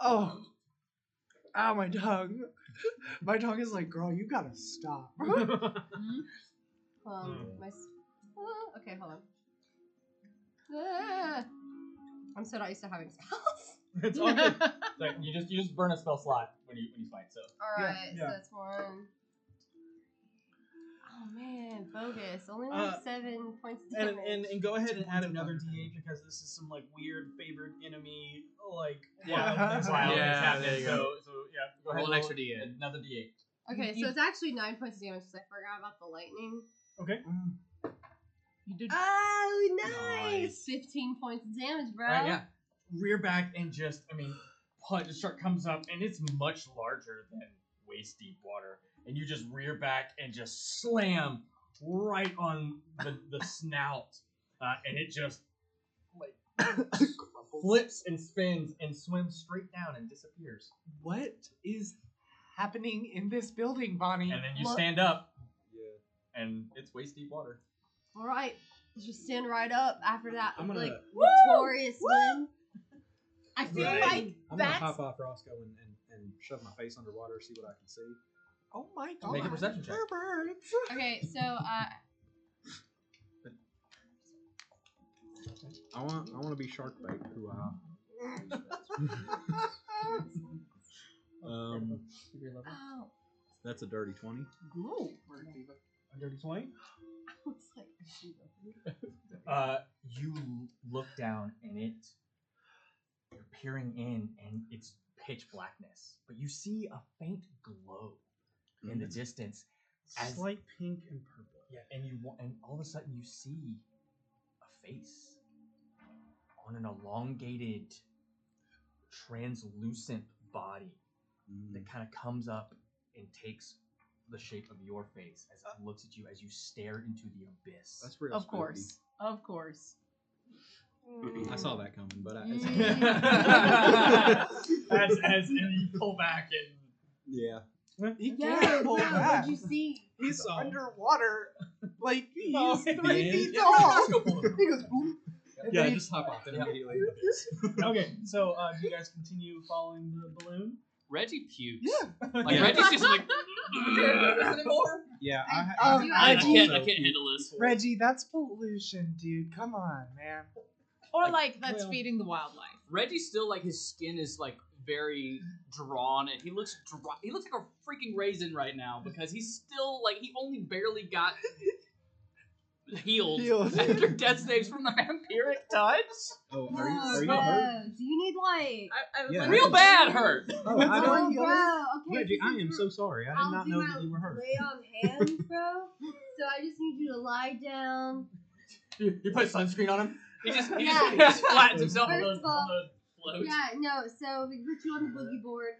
Speaker 4: Oh. Ow, my tongue. my tongue is like, girl, you gotta stop.
Speaker 8: Um, my s- uh, okay, hold on. Ah. I'm so not used to having spells.
Speaker 2: it's all good. So you just you just burn a spell slot when you when you fight. So
Speaker 8: All
Speaker 3: Yeah,
Speaker 8: right,
Speaker 3: yeah.
Speaker 8: so that's one. Oh man, bogus. Only like
Speaker 3: Uh,
Speaker 8: seven points of
Speaker 3: and,
Speaker 8: damage.
Speaker 3: and and go ahead and add another
Speaker 4: Damage.
Speaker 3: D8 because this is some like weird favorite enemy like
Speaker 2: Yeah.
Speaker 3: wild things
Speaker 2: Wild things
Speaker 3: happening.
Speaker 5: Yeah,
Speaker 2: happen,
Speaker 5: there you
Speaker 2: so,
Speaker 5: go.
Speaker 2: So yeah, go ahead.
Speaker 5: Roll an extra D8.
Speaker 2: Another D8.
Speaker 8: Okay,
Speaker 6: You-
Speaker 8: so it's actually nine points of damage because I forgot about the lightning.
Speaker 4: Mm.
Speaker 6: You did
Speaker 8: Oh,
Speaker 5: Nice.
Speaker 8: Fifteen points of damage, bro.
Speaker 2: Right, yeah. Rear back and just, I mean, put, the shark comes up and it's much larger than waist deep water. And you just rear back and just slam right on the, the snout. Uh, and it just flips and spins and swims straight down and disappears.
Speaker 4: What is happening in this building, Bonnie?
Speaker 2: And then you
Speaker 8: Look-
Speaker 2: stand up. And it's waist deep water.
Speaker 8: All right, just stand right up after that.
Speaker 7: I'm gonna-
Speaker 8: like
Speaker 6: Woo!
Speaker 8: victorious
Speaker 6: Woo!
Speaker 8: win.
Speaker 6: I feel
Speaker 7: Right.
Speaker 6: like
Speaker 7: I'm
Speaker 6: that's
Speaker 7: gonna pop off Roscoe and, and, and shove my face underwater, see what I can see.
Speaker 4: oh my god.
Speaker 2: Make a perception check.
Speaker 4: We're birds.
Speaker 8: Okay, so uh,
Speaker 7: I want I want to be shark bait. Who I um,
Speaker 8: oh,
Speaker 7: that's a dirty twenty.
Speaker 6: Ooh.
Speaker 3: A dirty 20?
Speaker 8: I was like, I should go.
Speaker 2: Uh, you l- look down and it you're peering in and it's pitch blackness, but you see a faint glow in the distance, As-
Speaker 3: Slight pink and purple.
Speaker 2: yeah, and you wa- and all of a sudden you see a face on an elongated, translucent body
Speaker 7: Mm.
Speaker 2: that kind of comes up and takes the shape of your face as
Speaker 3: Uh.
Speaker 2: it looks at you as you stare into the abyss.
Speaker 7: That's real.
Speaker 6: Of
Speaker 7: spooky.
Speaker 6: course. Of course.
Speaker 7: I saw that coming, but I.
Speaker 2: Mm. as as and you pull back and
Speaker 7: yeah.
Speaker 4: He
Speaker 8: Yeah,
Speaker 4: can't pull
Speaker 8: yeah.
Speaker 4: back.
Speaker 8: What'd you see?
Speaker 4: He's
Speaker 3: So-
Speaker 4: underwater. Like, he's
Speaker 2: Oh,
Speaker 4: three
Speaker 7: yeah.
Speaker 4: feet
Speaker 2: Yeah,
Speaker 4: tall.
Speaker 2: let's go pull him.
Speaker 4: He goes, boom. And
Speaker 7: Yeah,
Speaker 4: then
Speaker 7: just hop off
Speaker 2: Yeah.
Speaker 7: immediately.
Speaker 3: okay, so uh, do you guys continue following the balloon?
Speaker 5: Reggie pukes.
Speaker 4: Yeah.
Speaker 5: Like
Speaker 7: Yeah.
Speaker 5: Reggie's just like
Speaker 7: Yeah, I,
Speaker 4: Oh,
Speaker 7: I,
Speaker 8: I- do
Speaker 5: I
Speaker 8: have-
Speaker 5: can't I
Speaker 7: also-
Speaker 5: can't handle this.
Speaker 4: Reggie, that's pollution, dude. Come on, man.
Speaker 6: Or like that's
Speaker 3: well-
Speaker 6: feeding the wildlife.
Speaker 5: Reggie's still like his skin is like very drawn and he looks dry. he looks like a freaking raisin right now because he's still like he only barely got healed,
Speaker 4: Healed.
Speaker 5: after death saves from the vampiric touch.
Speaker 7: oh, are you
Speaker 8: Oh,
Speaker 7: are you
Speaker 8: bro,
Speaker 7: hurt?
Speaker 8: Do you need like?
Speaker 6: I, I was
Speaker 7: Yeah.
Speaker 6: like,
Speaker 5: Real bad hurt.
Speaker 7: Oh, I
Speaker 8: oh,
Speaker 7: don't.
Speaker 8: bro. Okay.
Speaker 7: Reggie,
Speaker 8: this
Speaker 7: I
Speaker 8: is
Speaker 7: am
Speaker 8: not-
Speaker 7: so sorry. I did
Speaker 8: I'll
Speaker 7: not
Speaker 8: do
Speaker 7: know
Speaker 8: my
Speaker 7: that you were hurt.
Speaker 8: Lay on hands, bro. so I just need you to lie down.
Speaker 2: you, you put sunscreen on him.
Speaker 5: He just he
Speaker 8: Yeah.
Speaker 5: just, he just flattens himself on the,
Speaker 8: First of all-
Speaker 5: on the float.
Speaker 8: Yeah, no. So we put you on the boogie board.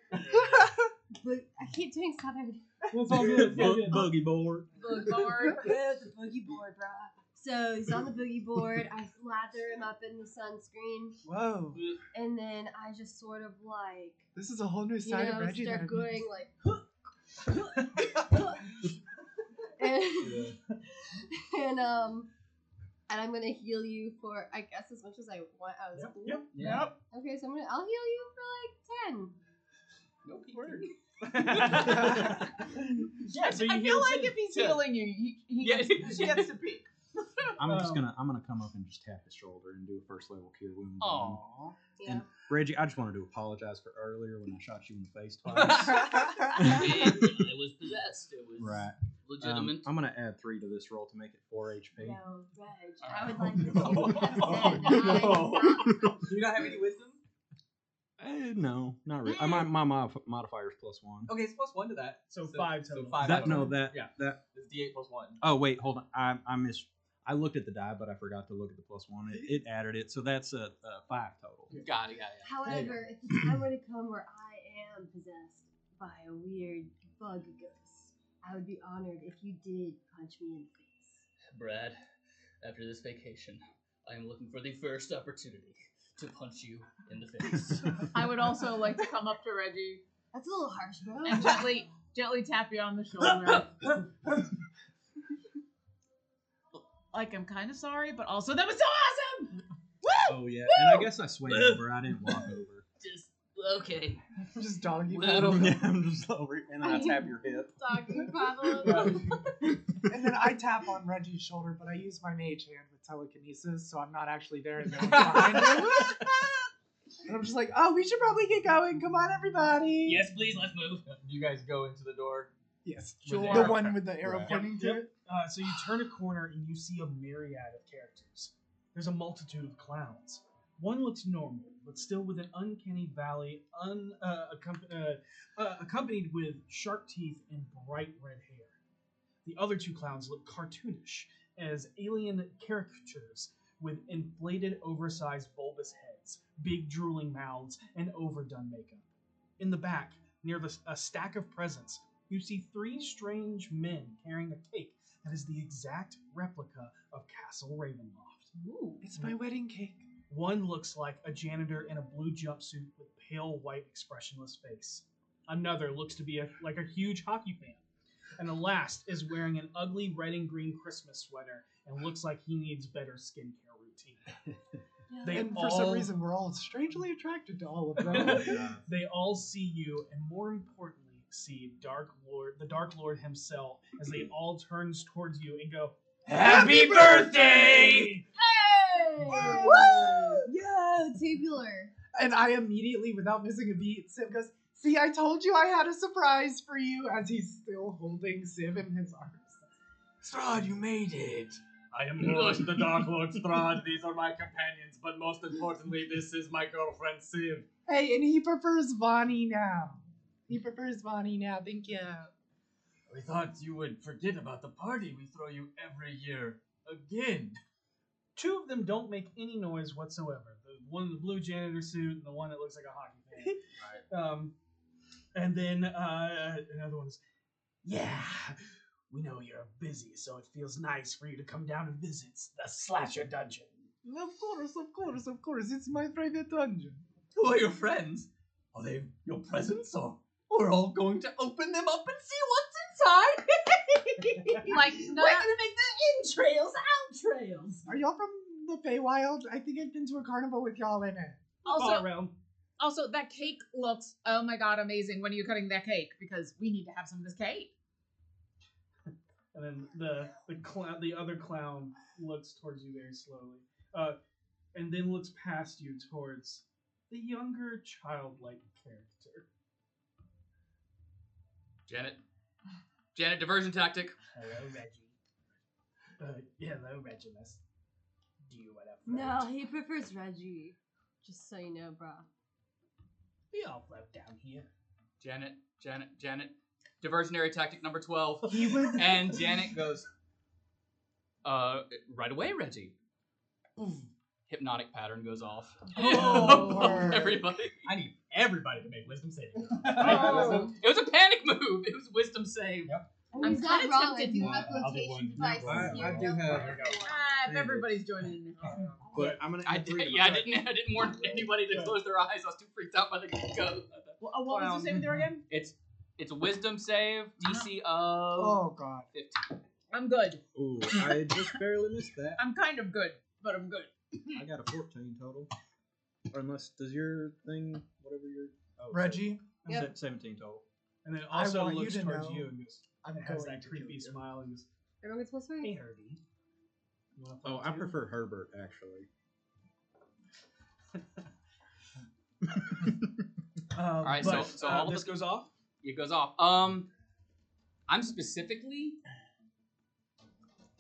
Speaker 8: But I keep doing Southern
Speaker 3: Well, it's all good. It's all
Speaker 7: Bo-
Speaker 3: good.
Speaker 7: boogie board.
Speaker 8: boogie board. Yeah, the boogie board, bro. So he's on the boogie board. I slather him up in the sunscreen,
Speaker 4: Whoa.
Speaker 8: and then I just sort of like,
Speaker 4: This is a whole new
Speaker 8: you
Speaker 4: side
Speaker 8: know,
Speaker 4: of Reggie. that
Speaker 8: start
Speaker 4: I've
Speaker 8: going like. and, and um, and I'm gonna heal you for I guess as much as I want. I was cool.
Speaker 3: Yep.
Speaker 5: Yeah.
Speaker 3: Yep.
Speaker 8: Okay, so I'm gonna I'll heal you for like ten.
Speaker 5: No
Speaker 3: Word.
Speaker 5: peeking.
Speaker 3: yeah, so you
Speaker 6: I
Speaker 3: heal
Speaker 6: feel like
Speaker 3: too.
Speaker 6: if he's
Speaker 3: Yeah.
Speaker 6: healing you, he, he,
Speaker 5: Yeah.
Speaker 6: gets, he gets to peek.
Speaker 7: I'm
Speaker 3: Um,
Speaker 7: just gonna I'm gonna come up and just tap his shoulder and do a first level cure wound. on him.
Speaker 5: Aw.
Speaker 8: Yeah.
Speaker 7: Reggie, I just wanted to apologize for earlier when I shot you in the face twice.
Speaker 5: Yeah, it was possessed. It was
Speaker 7: right.
Speaker 5: legitimate.
Speaker 7: Um, I'm gonna add three to this roll to make it four HP.
Speaker 8: No, Reg.
Speaker 5: Oh,
Speaker 8: I would like to see
Speaker 2: no.
Speaker 8: you have
Speaker 2: Oh,
Speaker 8: ten. I-
Speaker 2: Do you not have any wisdom?
Speaker 7: Eh, no, not really. Uh, my my mod- modifier is plus one.
Speaker 2: Okay, it's plus one to that.
Speaker 3: So five total.
Speaker 2: five
Speaker 7: That
Speaker 2: total.
Speaker 7: no, that
Speaker 2: Yeah.
Speaker 7: that.
Speaker 2: It's D8 plus one.
Speaker 7: Oh wait, hold on. I I miss. I looked at the die, but I forgot to look at the plus one. It, it added it, so that's a, a five total.
Speaker 5: Got it, got it.
Speaker 8: However, if the time were to come where I am possessed by a weird bug ghost, I would be honored if you did punch me in the face.
Speaker 5: Brad, after this vacation, I am looking for the first opportunity to punch you in the face.
Speaker 6: I would also like to come up to Reggie
Speaker 8: That's a little harsh, bro.
Speaker 6: and gently, gently tap you on the shoulder. like I'm kind of sorry, but also that was so awesome.
Speaker 7: Oh yeah, and I guess I swam over. I didn't walk over.
Speaker 5: Just okay.
Speaker 4: Just doggy.
Speaker 5: Well,
Speaker 7: yeah, I'm just over, and I tap your hip.
Speaker 8: Doggy paddle.
Speaker 4: and then I tap on Reggie's shoulder, but I use my mage hand with telekinesis, so I'm not actually there. And, they're behind him. and I'm just like, oh, we should probably get going. Come on, everybody.
Speaker 5: yes, please, let's move.
Speaker 2: You guys go into the door.
Speaker 4: Yes.
Speaker 3: Sure.
Speaker 4: The one with the arrow
Speaker 7: Right.
Speaker 4: pointing to it.
Speaker 3: Uh, so you turn a corner and you see a myriad of characters. There's a multitude of clowns. One looks normal, but still with an uncanny valley, un, uh, accomp- uh, uh, accompanied with sharp teeth and bright red hair. The other two clowns look cartoonish, as alien caricatures with inflated, oversized, bulbous heads, big, drooling mouths, and overdone makeup. In the back, near the, a stack of presents, you see three strange men carrying a cake that is the exact replica of Castle Ravenloft.
Speaker 4: It's my wedding cake.
Speaker 3: One looks like a janitor in a blue jumpsuit with pale white expressionless face. Another looks to be a, like a huge hockey fan. And the last is wearing an ugly red and green Christmas sweater and looks like he needs better skincare routine. They
Speaker 4: and for
Speaker 3: all,
Speaker 4: some reason, we're all strangely attracted to all of
Speaker 7: Oh,
Speaker 4: them.
Speaker 3: they all see you, and more importantly, see Dark Lord, the Dark Lord himself, as they all turns towards you and go,
Speaker 12: Happy birthday!
Speaker 8: Hey! Woo! Yo, Oh, tubular.
Speaker 4: and I immediately, without missing a beat, Siv goes, See, I told you I had a surprise for you, as he's still holding Siv in his arms.
Speaker 12: Strahd, you made it. I am Lord, the Dark Lord Strahd. These are my companions, but most importantly, this is my girlfriend Siv.
Speaker 4: Hey, and he prefers Bonnie now. He prefers Bonnie now. Thank you.
Speaker 12: We thought you would forget about the party we throw you every year. Again.
Speaker 3: Two of them don't make any noise whatsoever. The one in the blue janitor suit and the one that looks like a hockey fan. um, and then uh, another one's,
Speaker 9: Yeah, we know you're busy, so it feels nice for you to come down and visit the Slasher Dungeon.
Speaker 4: Of course, of course, of course. It's my private dungeon.
Speaker 12: Who are your friends? Are they your presents, or we're all going to open them up and see what's inside?
Speaker 6: Like
Speaker 12: We're
Speaker 6: not,
Speaker 12: gonna make the entrails
Speaker 6: trails.
Speaker 4: Are y'all from the Feywild? I think I've been to a carnival with y'all in it.
Speaker 3: all
Speaker 6: Also,
Speaker 3: around.
Speaker 6: also that cake looks oh my god amazing. When are you cutting that cake? Because we need to have some of this cake.
Speaker 3: And then the the clown, the other clown looks towards you very slowly, uh, and then looks past you towards the younger childlike character.
Speaker 5: Janet. Janet, diversion tactic.
Speaker 3: Hello, Reggie. Uh, hello, Regimus. Do you want to
Speaker 8: No, he prefers Reggie. Just so you know, bro.
Speaker 3: We all float down here.
Speaker 5: Janet, Janet, Janet. Diversionary tactic number 12.
Speaker 3: He will
Speaker 5: And Janet goes, uh, right away, Reggie. Boom. Hypnotic pattern goes off.
Speaker 4: Oh.
Speaker 5: Everybody.
Speaker 12: I need everybody to make wisdom saving. throws.
Speaker 4: Oh.
Speaker 5: It was a panic move. It was wisdom save.
Speaker 8: I mean,
Speaker 6: I'm
Speaker 8: he's not
Speaker 6: kinda
Speaker 8: wrong.
Speaker 6: tempted
Speaker 8: If you
Speaker 7: to-
Speaker 8: have
Speaker 7: Uh, I'll do
Speaker 8: location
Speaker 7: one.
Speaker 8: devices,
Speaker 7: I-
Speaker 8: you
Speaker 7: I do
Speaker 8: know
Speaker 7: have-
Speaker 8: where everyone
Speaker 6: Ah, if
Speaker 7: Maybe.
Speaker 6: everybody's joining in now.
Speaker 7: But I'm gonna.
Speaker 5: I
Speaker 7: add
Speaker 5: did,
Speaker 7: three to
Speaker 5: yeah, I
Speaker 7: my-
Speaker 5: didn't. I didn't warn anybody to close their eyes. I was too freaked out by the go.
Speaker 6: Well, uh, what was the saving throw again?
Speaker 5: It's it's a wisdom save DC of
Speaker 4: Oh, God.
Speaker 6: I'm good.
Speaker 7: Ooh, I just barely missed that.
Speaker 6: I'm kind of good, but I'm good.
Speaker 7: I got a 14 total. Or unless does your thing, whatever your oh,
Speaker 4: Reggie,
Speaker 7: se-
Speaker 8: Yep.
Speaker 7: 17 total.
Speaker 3: and then
Speaker 4: I
Speaker 3: also
Speaker 4: want you
Speaker 3: looks
Speaker 4: to
Speaker 3: towards
Speaker 4: know
Speaker 3: you and goes,
Speaker 4: I'm
Speaker 3: has
Speaker 4: going
Speaker 3: that
Speaker 4: to kill
Speaker 3: creepy
Speaker 4: you.
Speaker 3: smile and goes,
Speaker 8: Everyone gets
Speaker 3: "Hey,
Speaker 8: whispering.
Speaker 3: Herbie." You wanna float
Speaker 7: Oh, I
Speaker 3: too?"
Speaker 7: prefer Herbert actually.
Speaker 3: Um, all
Speaker 5: right, so- so all of
Speaker 3: this
Speaker 5: us-
Speaker 3: goes off.
Speaker 5: it goes off. Um, I'm specifically.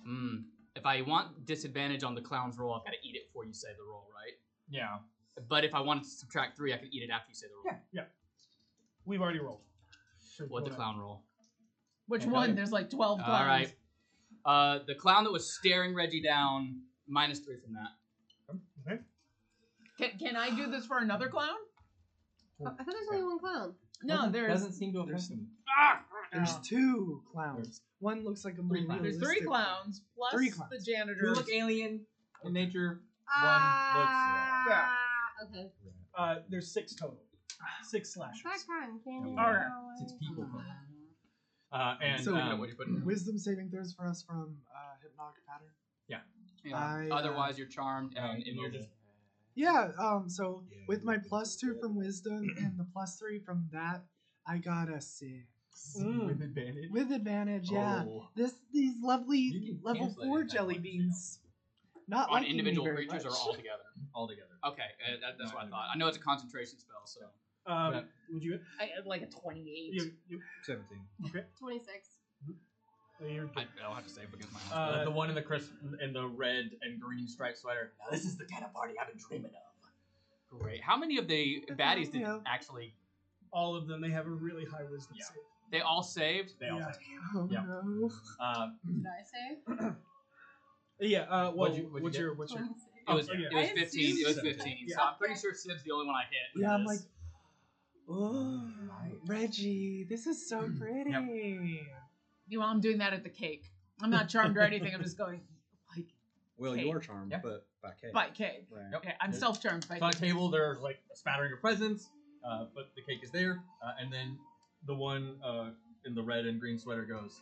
Speaker 5: Hmm. If I want disadvantage on the clown's roll, I've got to eat it before you say the roll, right?
Speaker 2: Yeah.
Speaker 5: But if I wanted to subtract three, I could eat it after you say the roll.
Speaker 3: Yeah. We've already rolled. So
Speaker 5: What the
Speaker 3: whatever.
Speaker 5: clown roll?
Speaker 6: Which
Speaker 5: Okay.
Speaker 6: one? There's like 12 clowns.
Speaker 5: All right. Uh, the clown that was staring Reggie down, minus three from that.
Speaker 3: Okay.
Speaker 6: Can, can I do this for another clown?
Speaker 8: I thought there's only one clown.
Speaker 6: No,
Speaker 2: Doesn't-
Speaker 6: there's
Speaker 2: doesn't seem to have happened.
Speaker 4: There's two clowns. One looks like a more
Speaker 2: clowns.
Speaker 6: there's three
Speaker 4: realistic-
Speaker 6: clowns plus
Speaker 4: Three clowns.
Speaker 6: the
Speaker 2: Two
Speaker 6: janitor.
Speaker 2: look alien in nature.
Speaker 8: Ah, okay.
Speaker 3: Uh, there's six total. Six slashers.
Speaker 8: Back on, candy.
Speaker 7: All
Speaker 3: right.
Speaker 2: It's people. though.
Speaker 12: Uh, and
Speaker 4: So-
Speaker 12: uh, what do you put in there?
Speaker 4: Wisdom saving throws for us from uh, hypnotic pattern.
Speaker 5: Yeah.
Speaker 4: I, uh,
Speaker 5: Otherwise, you're charmed, uh, and if you're just
Speaker 4: Yeah. Um. So with my plus two from wisdom and the plus three from that, I got a six
Speaker 12: with advantage.
Speaker 4: with advantage. Mm. Yeah.
Speaker 12: Oh.
Speaker 4: This these
Speaker 2: You
Speaker 4: lovely
Speaker 2: can
Speaker 4: level
Speaker 2: cancel it
Speaker 4: four
Speaker 2: if that
Speaker 4: jelly
Speaker 2: works, you know.
Speaker 4: beans. Not
Speaker 5: on
Speaker 4: liking me
Speaker 5: individual
Speaker 4: very
Speaker 5: creatures or
Speaker 4: much.
Speaker 5: all together.
Speaker 2: all together.
Speaker 5: Okay, uh, that, that's what I thought. I know it's a concentration spell, so
Speaker 3: Um,
Speaker 2: Yeah.
Speaker 3: Would you?
Speaker 6: I have like a 28.
Speaker 3: you, you uh,
Speaker 7: Seventeen.
Speaker 8: 26.
Speaker 3: you're
Speaker 5: I, I don't have to save against my.
Speaker 3: Uh,
Speaker 2: the one in the crisp in the red and green striped sweater. Now this is the kind of party I've been dreaming of.
Speaker 5: Great. How many of the baddies did
Speaker 4: Yeah.
Speaker 5: actually?
Speaker 3: all of them. They have a really high wisdom
Speaker 2: Yeah.
Speaker 3: save. Uh,
Speaker 5: They all saved.
Speaker 2: They all.
Speaker 3: Yeah.
Speaker 4: Oh
Speaker 2: Yeah.
Speaker 4: no.
Speaker 2: Uh,
Speaker 8: Did I say?
Speaker 3: Yeah. Uh, well,
Speaker 2: What'd you- what'd you
Speaker 3: what's
Speaker 2: get?
Speaker 3: your what's your
Speaker 8: 26.
Speaker 5: It was,
Speaker 3: Oh, yeah.
Speaker 5: it was
Speaker 8: I
Speaker 5: 15. It was
Speaker 2: assumed-
Speaker 5: 15.
Speaker 3: Yeah.
Speaker 5: So I'm pretty sure Sib's the only one I hit. with
Speaker 4: Yeah. I'm like,
Speaker 5: this.
Speaker 4: oh, Reggie, this is so
Speaker 2: Hmm.
Speaker 4: pretty.
Speaker 6: You know, I'm doing that at the cake. I'm not charmed or anything. I'm just going like
Speaker 7: Well,
Speaker 6: Cake.
Speaker 7: you are charmed,
Speaker 2: Yeah.
Speaker 7: but by cake.
Speaker 6: by cake.
Speaker 7: Right.
Speaker 6: Okay, I'm
Speaker 2: Good.
Speaker 6: self charmed by
Speaker 2: it's on a
Speaker 6: cake.
Speaker 2: table. There's like a spattering of presents, uh, but the cake is there. Uh, and then the one uh, in the red and green sweater goes,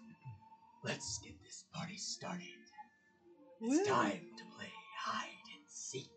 Speaker 2: "Let's get this party started. It's
Speaker 4: Woo.
Speaker 2: time to play hide and seek."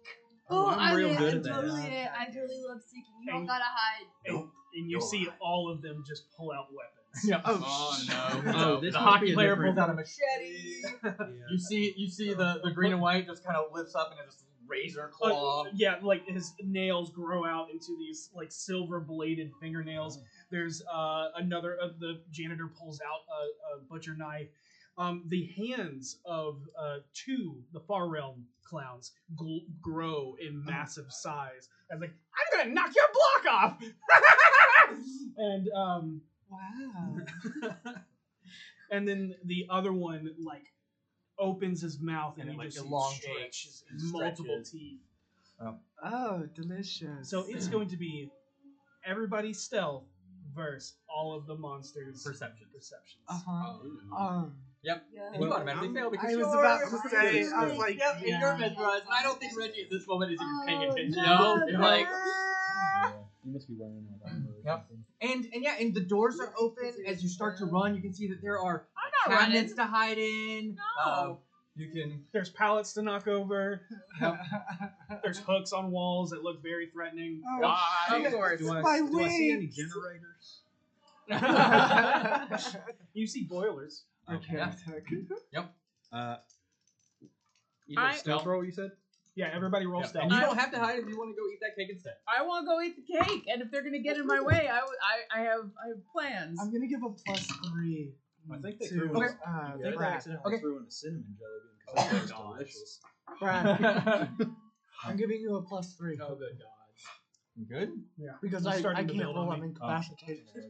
Speaker 8: Oh,
Speaker 2: I'm
Speaker 8: I
Speaker 2: real
Speaker 8: did-
Speaker 2: good
Speaker 8: I
Speaker 2: at that.
Speaker 8: totally did. I totally love seeking. You don't
Speaker 3: And-
Speaker 8: gotta hide.
Speaker 3: and, and you
Speaker 2: You're
Speaker 3: see
Speaker 2: right.
Speaker 3: all of them just pull out weapons.
Speaker 2: Yeah.
Speaker 5: Oh,
Speaker 2: Oh,
Speaker 5: no. no.
Speaker 2: this
Speaker 12: the
Speaker 2: must be
Speaker 12: hockey
Speaker 2: a
Speaker 12: player
Speaker 2: different-
Speaker 12: pulls out a machete.
Speaker 2: You see, you see the, the green and white just kind of lifts up and it's just razor claw.
Speaker 3: Like, yeah, like his nails grow out into these like silver bladed
Speaker 2: Oh.
Speaker 3: fingernails. There's uh, another. Uh, the janitor pulls out a, a butcher knife. Um, the hands of uh, two the far realm clowns gl- grow
Speaker 2: Oh
Speaker 3: in massive size. As like, I'm gonna knock your block off. and um,
Speaker 4: Wow.
Speaker 3: and then the other one like opens his mouth and,
Speaker 2: And it,
Speaker 3: he
Speaker 2: like,
Speaker 3: just
Speaker 2: elongates
Speaker 3: stretches
Speaker 2: and
Speaker 3: multiple
Speaker 2: stretches.
Speaker 3: teeth.
Speaker 4: Oh, delicious.
Speaker 3: So
Speaker 2: Mm.
Speaker 3: it's going to be everybody stealth versus all of the monsters
Speaker 2: Perception.
Speaker 3: perceptions.
Speaker 4: Uh huh. Um.
Speaker 2: And you
Speaker 7: Well,
Speaker 2: automatically fail because
Speaker 4: I
Speaker 2: you
Speaker 4: was
Speaker 2: are
Speaker 4: about to
Speaker 2: mesmerized.
Speaker 4: say, I was like,
Speaker 2: yep, and
Speaker 4: yeah.
Speaker 2: you're mesmerized. And I don't think Reggie at this moment is even paying
Speaker 8: Oh,
Speaker 2: attention.
Speaker 5: No,
Speaker 8: no,
Speaker 5: like-
Speaker 7: Yeah. You must be wearing all that. fur or
Speaker 2: Yep.
Speaker 7: something.
Speaker 2: And and yeah, and the doors are open as you start to
Speaker 4: Oh,
Speaker 2: run. You can see that there are
Speaker 6: I'm not running.
Speaker 2: cabinets to hide in.
Speaker 6: No.
Speaker 2: Um, you can.
Speaker 3: There's pallets to knock over. There's hooks on walls that look very threatening.
Speaker 4: Oh,
Speaker 5: Why?
Speaker 6: Of course.
Speaker 7: Do I,
Speaker 4: My
Speaker 7: do I see any
Speaker 4: wings.
Speaker 7: generators?
Speaker 3: You see boilers.
Speaker 4: okay.
Speaker 2: Yeah.
Speaker 4: okay.
Speaker 7: Uh,
Speaker 5: You did a
Speaker 6: I-
Speaker 5: stealth roll.
Speaker 7: roll, you said?
Speaker 3: Yeah, everybody rolls
Speaker 2: Yeah,
Speaker 3: stealth.
Speaker 2: And you don't have to hide if you want to go eat that cake instead.
Speaker 6: I want to go eat the cake, and if they're gonna get in my way, I, w- I, I have I have plans.
Speaker 4: I'm gonna give a plus three.
Speaker 7: I think they
Speaker 4: to
Speaker 7: threw us-
Speaker 4: uh,
Speaker 7: I think I
Speaker 4: Brad.
Speaker 7: accidentally
Speaker 2: Okay.
Speaker 7: threw in a cinnamon jelly bean
Speaker 2: Oh
Speaker 7: because
Speaker 2: my
Speaker 7: that was
Speaker 2: gosh.
Speaker 7: delicious.
Speaker 4: Brad,
Speaker 2: Mm-hmm.
Speaker 4: I'm giving you a plus three
Speaker 2: oh good god. You good?
Speaker 4: because
Speaker 3: You're
Speaker 4: I, I
Speaker 3: starting to
Speaker 4: can't
Speaker 3: build on
Speaker 4: roll.
Speaker 3: me.
Speaker 4: I'm incapacitated.
Speaker 2: There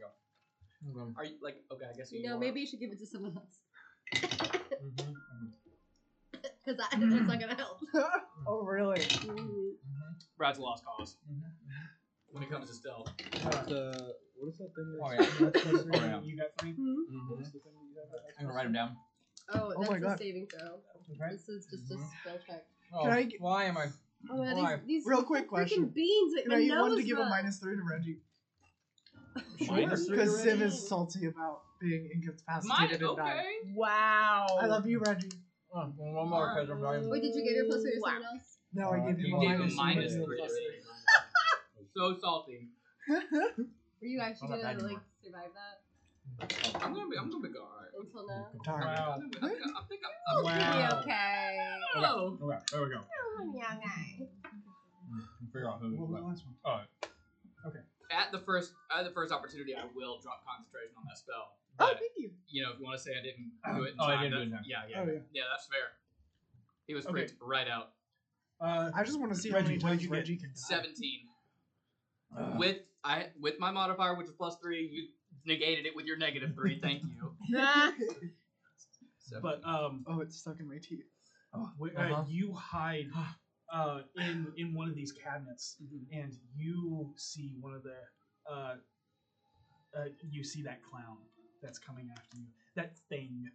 Speaker 2: we go. Are you like okay? I guess you.
Speaker 8: No,
Speaker 2: are-
Speaker 8: maybe you should give it to someone else.
Speaker 2: Mhm,
Speaker 8: Mm-hmm.
Speaker 2: mhm,
Speaker 8: Because that's not gonna help.
Speaker 4: oh really?
Speaker 8: Mm-hmm.
Speaker 2: mhm.
Speaker 5: Brad's a lost cause.
Speaker 2: Mm-hmm.
Speaker 5: When it comes to stealth.
Speaker 7: But, uh, what is that thing? that-
Speaker 2: Oh, yeah.
Speaker 7: What's the
Speaker 2: Oh, yeah.
Speaker 7: thing
Speaker 3: You got three.
Speaker 2: Mhm.
Speaker 7: that you have?
Speaker 2: I'm gonna write them down.
Speaker 8: Oh,
Speaker 4: Oh
Speaker 8: that's
Speaker 4: my
Speaker 8: a
Speaker 4: God. Mm-hmm.
Speaker 8: saving throw.
Speaker 3: Okay.
Speaker 8: This is just a
Speaker 2: Mhm.
Speaker 8: spell check.
Speaker 2: Oh,
Speaker 4: Can I get-
Speaker 2: why am I?
Speaker 8: Oh my
Speaker 2: Why?
Speaker 8: god, these, these
Speaker 4: Real quick
Speaker 8: freaking
Speaker 4: question.
Speaker 8: beans make
Speaker 4: You
Speaker 8: my
Speaker 4: know, you
Speaker 8: nose
Speaker 4: wanted to give a
Speaker 8: run.
Speaker 4: minus three to Reggie
Speaker 2: Minus three
Speaker 4: because
Speaker 2: already?
Speaker 4: Siv is salty about being
Speaker 5: Mine,
Speaker 4: incapacitated and
Speaker 5: okay.
Speaker 4: dying.
Speaker 6: Wow.
Speaker 4: I love you, Reggie.
Speaker 2: Oh, one more because I'm writing.
Speaker 8: Wait, did you get your plus three to
Speaker 6: Wow.
Speaker 8: someone else?
Speaker 4: Now I
Speaker 2: Uh,
Speaker 4: give
Speaker 2: you
Speaker 4: you
Speaker 5: Gave
Speaker 4: a
Speaker 5: him minus
Speaker 4: minus
Speaker 5: three.
Speaker 4: three.
Speaker 5: already. so salty.
Speaker 8: Were you actually
Speaker 2: I'm not
Speaker 8: gonna
Speaker 2: bad
Speaker 8: like
Speaker 2: anymore.
Speaker 8: survive that
Speaker 5: I'm gonna be. I'm gonna be alright.
Speaker 8: until now?
Speaker 4: Darn.
Speaker 5: I
Speaker 3: Wow.
Speaker 5: think I I think I'm.
Speaker 8: You'll
Speaker 3: Wow.
Speaker 8: be okay.
Speaker 5: Oh.
Speaker 2: Okay, there we go.
Speaker 8: Oh, yeah, okay.
Speaker 2: Figure out
Speaker 3: What
Speaker 2: who.
Speaker 3: was the last one?
Speaker 5: At the first, at the first opportunity, I will drop concentration on that spell.
Speaker 4: Oh,
Speaker 5: But,
Speaker 4: thank you.
Speaker 5: you know, if you want to say I didn't do it in
Speaker 2: Oh, I
Speaker 5: time,
Speaker 2: didn't do it in
Speaker 5: that's- Yeah, yeah,
Speaker 4: Oh,
Speaker 5: yeah.
Speaker 4: yeah.
Speaker 5: that's fair. He was
Speaker 3: Okay.
Speaker 5: freaked right out.
Speaker 3: Uh,
Speaker 4: I just want to see how
Speaker 3: Reggie,
Speaker 4: many
Speaker 3: what did
Speaker 4: times
Speaker 3: you get?
Speaker 4: Reggie can die.
Speaker 5: Seventeen. with I with my modifier, which is plus three, you negated it with your negative three. Thank you. So,
Speaker 3: but um,
Speaker 4: Oh, it's stuck in my teeth.
Speaker 3: wh- uh,
Speaker 2: Uh-huh.
Speaker 3: you hide uh, in in one of these cabinets,
Speaker 5: Mhm.
Speaker 2: Mm-hmm.
Speaker 3: and you see one of the uh, uh, you see that clown that's coming after you. That thing.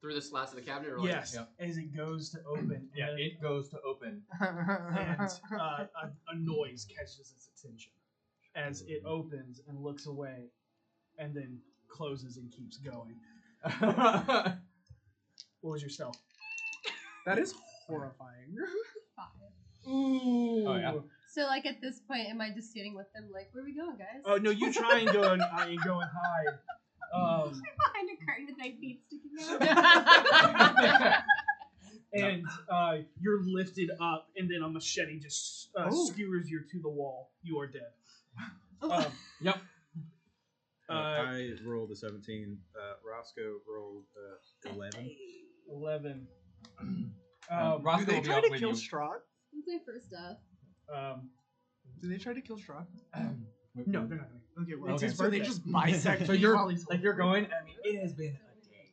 Speaker 5: through the slats of the cabinet, or like,
Speaker 3: Yes.
Speaker 2: yeah.
Speaker 3: As it goes to open,
Speaker 2: Yeah,
Speaker 3: and,
Speaker 2: it goes to open.
Speaker 3: and uh, a, a noise catches its attention as it opens and looks away, and then closes and keeps going.
Speaker 2: That's
Speaker 3: What was your stealth?
Speaker 4: that is horrifying.
Speaker 2: Oh, yeah.
Speaker 8: So like at this point, am I just standing with them? Like, where are we going, guys?
Speaker 3: Oh no, you try and go and, uh, and go and hide. Um,
Speaker 8: Behind a curtain with my feet sticking out.
Speaker 3: and uh, you're lifted up, and then a machete just uh,
Speaker 4: Oh.
Speaker 3: skewers you to the wall. You are dead. Um,
Speaker 7: Uh,
Speaker 3: Uh,
Speaker 7: I rolled a 17. Uh, Roscoe rolled uh, 11.
Speaker 3: Eleven.
Speaker 2: Um,
Speaker 3: Um,
Speaker 4: Do
Speaker 2: Roscoe
Speaker 4: they
Speaker 2: will be
Speaker 4: try
Speaker 2: up
Speaker 4: to
Speaker 2: with
Speaker 4: kill
Speaker 2: you.
Speaker 4: Strahd?
Speaker 8: That's my first death.
Speaker 3: um,
Speaker 4: Do they try to kill Strahd?
Speaker 3: no,
Speaker 2: Hmm.
Speaker 3: they're not. Gonna.
Speaker 4: Okay, well,
Speaker 2: Okay.
Speaker 4: so they
Speaker 3: Birthday.
Speaker 4: just bisect
Speaker 2: So
Speaker 4: him
Speaker 2: you're
Speaker 4: while he's
Speaker 2: like you're going. I mean, it has been a day,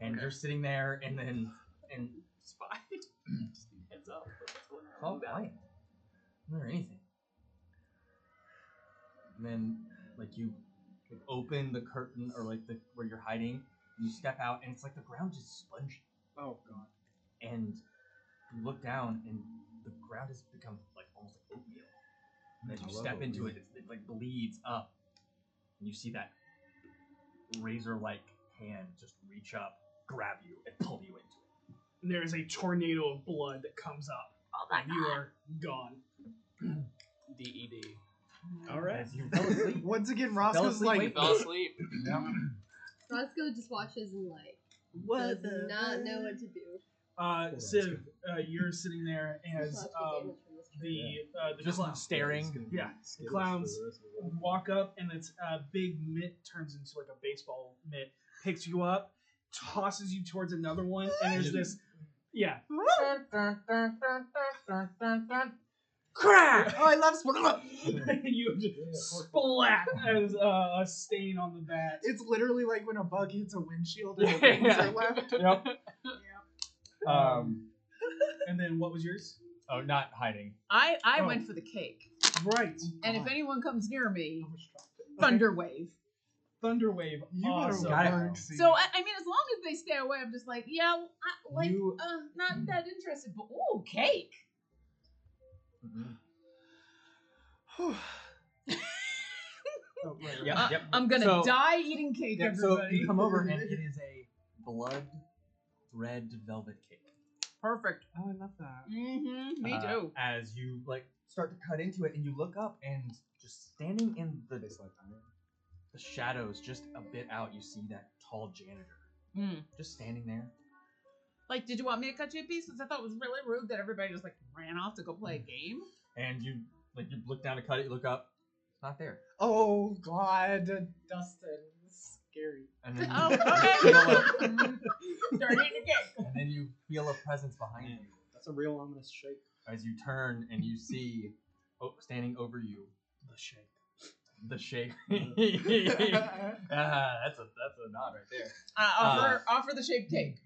Speaker 2: and you're sitting there, and then and
Speaker 5: spy.
Speaker 4: Hmm.
Speaker 5: Just need heads up. What's going on?
Speaker 2: all quiet, or anything. And then like you like, open the curtain or like the where you're hiding, and you step out, and it's like the ground is spongy,
Speaker 4: Oh god.
Speaker 2: and you look down, and the ground has become like almost like oatmeal. And as
Speaker 7: I
Speaker 2: you
Speaker 7: love
Speaker 2: step into it,
Speaker 7: oatmeal.
Speaker 2: it's, it like bleeds up, and you see that razor-like hand just reach up, grab you, and pull you into it.
Speaker 3: And there is a tornado of blood that comes up. and you are gone.
Speaker 5: DED.
Speaker 7: All right.
Speaker 2: As you fell asleep.
Speaker 4: Once again, Roscoe's
Speaker 2: asleep,
Speaker 4: like,
Speaker 2: wait,
Speaker 5: Fell asleep.
Speaker 8: Roscoe just watches and like
Speaker 3: What?
Speaker 8: does not know what to do.
Speaker 3: Uh,
Speaker 7: on,
Speaker 3: Siv,
Speaker 7: Siv.
Speaker 3: uh, you're sitting there as
Speaker 8: Just watch
Speaker 3: um,
Speaker 8: me damage from
Speaker 3: the
Speaker 8: this
Speaker 3: uh, the
Speaker 2: Just
Speaker 3: clown.
Speaker 2: staring.
Speaker 3: Yeah, clowns walk up and its uh, big mitt turns into like a baseball mitt, picks you up, tosses you towards another one, and there's this yeah.
Speaker 4: oh, I love Squirtle.
Speaker 3: you just splat as uh, a stain on the bat.
Speaker 4: It's literally like when a bug hits a windshield and the wings
Speaker 2: Yeah.
Speaker 4: are left.
Speaker 2: Yep. Um.
Speaker 3: And then what was yours?
Speaker 2: Oh, not hiding.
Speaker 6: I, I
Speaker 3: Oh.
Speaker 6: went for the cake.
Speaker 3: Right.
Speaker 6: And if anyone comes near me, thunder wave.
Speaker 3: Thunderwave.
Speaker 4: You
Speaker 3: awesome.
Speaker 4: got
Speaker 2: Got
Speaker 4: a
Speaker 2: it.
Speaker 4: bug scene.
Speaker 6: So uh, I, I mean, as long as they stay away, I'm just like, yeah, well, I, like,
Speaker 2: You-
Speaker 6: uh, not that interested, but ooh, cake.
Speaker 2: Mm-hmm.
Speaker 3: Oh, right, right.
Speaker 2: Yep.
Speaker 6: Uh,
Speaker 2: yep.
Speaker 6: I'm gonna
Speaker 2: So-
Speaker 6: die eating cake,
Speaker 2: Yep, So
Speaker 6: everybody.
Speaker 2: you come over and it is a blood red velvet cake.
Speaker 6: Perfect.
Speaker 4: oh, I love that.
Speaker 6: Mm-hmm. Me
Speaker 2: Uh,
Speaker 6: too.
Speaker 2: As you like start to cut into it, and you look up, and just standing in the the shadows, just a bit out, you see that tall janitor
Speaker 6: Mm.
Speaker 2: just standing there.
Speaker 6: Like, did you want me to cut you in pieces? I thought it was really rude that everybody just like ran off to go play a game.
Speaker 2: And you like you look down to cut it. You look up. It's not there.
Speaker 4: Oh god, Dustin, this is scary.
Speaker 2: And then Mm. you,
Speaker 6: Oh, okay.
Speaker 2: feel a-
Speaker 6: They're eating cake.
Speaker 2: and then you feel a presence behind you.
Speaker 3: That's a real ominous shake.
Speaker 2: as you turn and you see oh, standing over you
Speaker 3: The shake.
Speaker 2: the shape. ah, that's a that's a nod right there.
Speaker 6: Uh, offer, offer the shaped cake.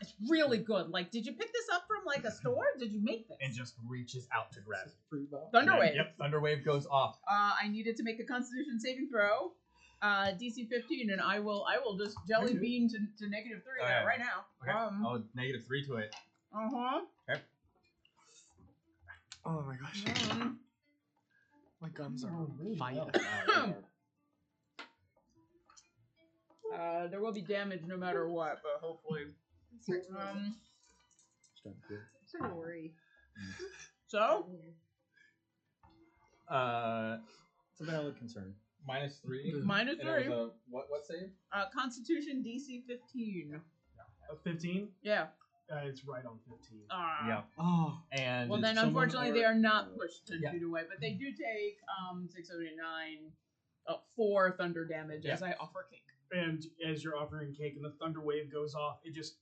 Speaker 6: It's really good. Like, did you pick this up from like a store? Did you make this?
Speaker 2: And just reaches out to grab it.
Speaker 6: Thunderwave.
Speaker 2: Yep, Thunderwave goes off.
Speaker 6: Uh, I needed to make a Constitution saving throw, uh, DC 15, and I will I will just jelly
Speaker 4: Okay.
Speaker 6: bean to, to negative three
Speaker 2: Oh,
Speaker 6: that
Speaker 2: yeah.
Speaker 6: right now.
Speaker 2: Okay.
Speaker 6: Um,
Speaker 2: oh, negative three to it.
Speaker 6: uh huh.
Speaker 4: Oh my gosh.
Speaker 6: uh-huh.
Speaker 4: My gums
Speaker 3: Oh,
Speaker 4: are fire.
Speaker 6: Um, Uh, there will be damage no matter what, but hopefully.
Speaker 8: I'm starting to- I'm
Speaker 6: Um,
Speaker 8: starting to worry.
Speaker 6: so
Speaker 2: Uh,
Speaker 7: It's a valid concern.
Speaker 2: minus three.
Speaker 6: minus three.
Speaker 2: a what what save?
Speaker 6: Uh, Constitution DC 15.
Speaker 3: A fifteen.
Speaker 6: Yeah.
Speaker 3: Uh, it's right on fifteen.
Speaker 6: Uh,
Speaker 2: Yeah.
Speaker 4: Oh,
Speaker 2: And
Speaker 6: Well, then
Speaker 2: someone
Speaker 6: unfortunately
Speaker 2: or-
Speaker 6: they are not pushed ten
Speaker 2: Yeah.
Speaker 6: feet away, but they do take um 609, uh, four thunder damage as I offer cake.
Speaker 3: and as you're offering cake and the thunder wave goes off, it just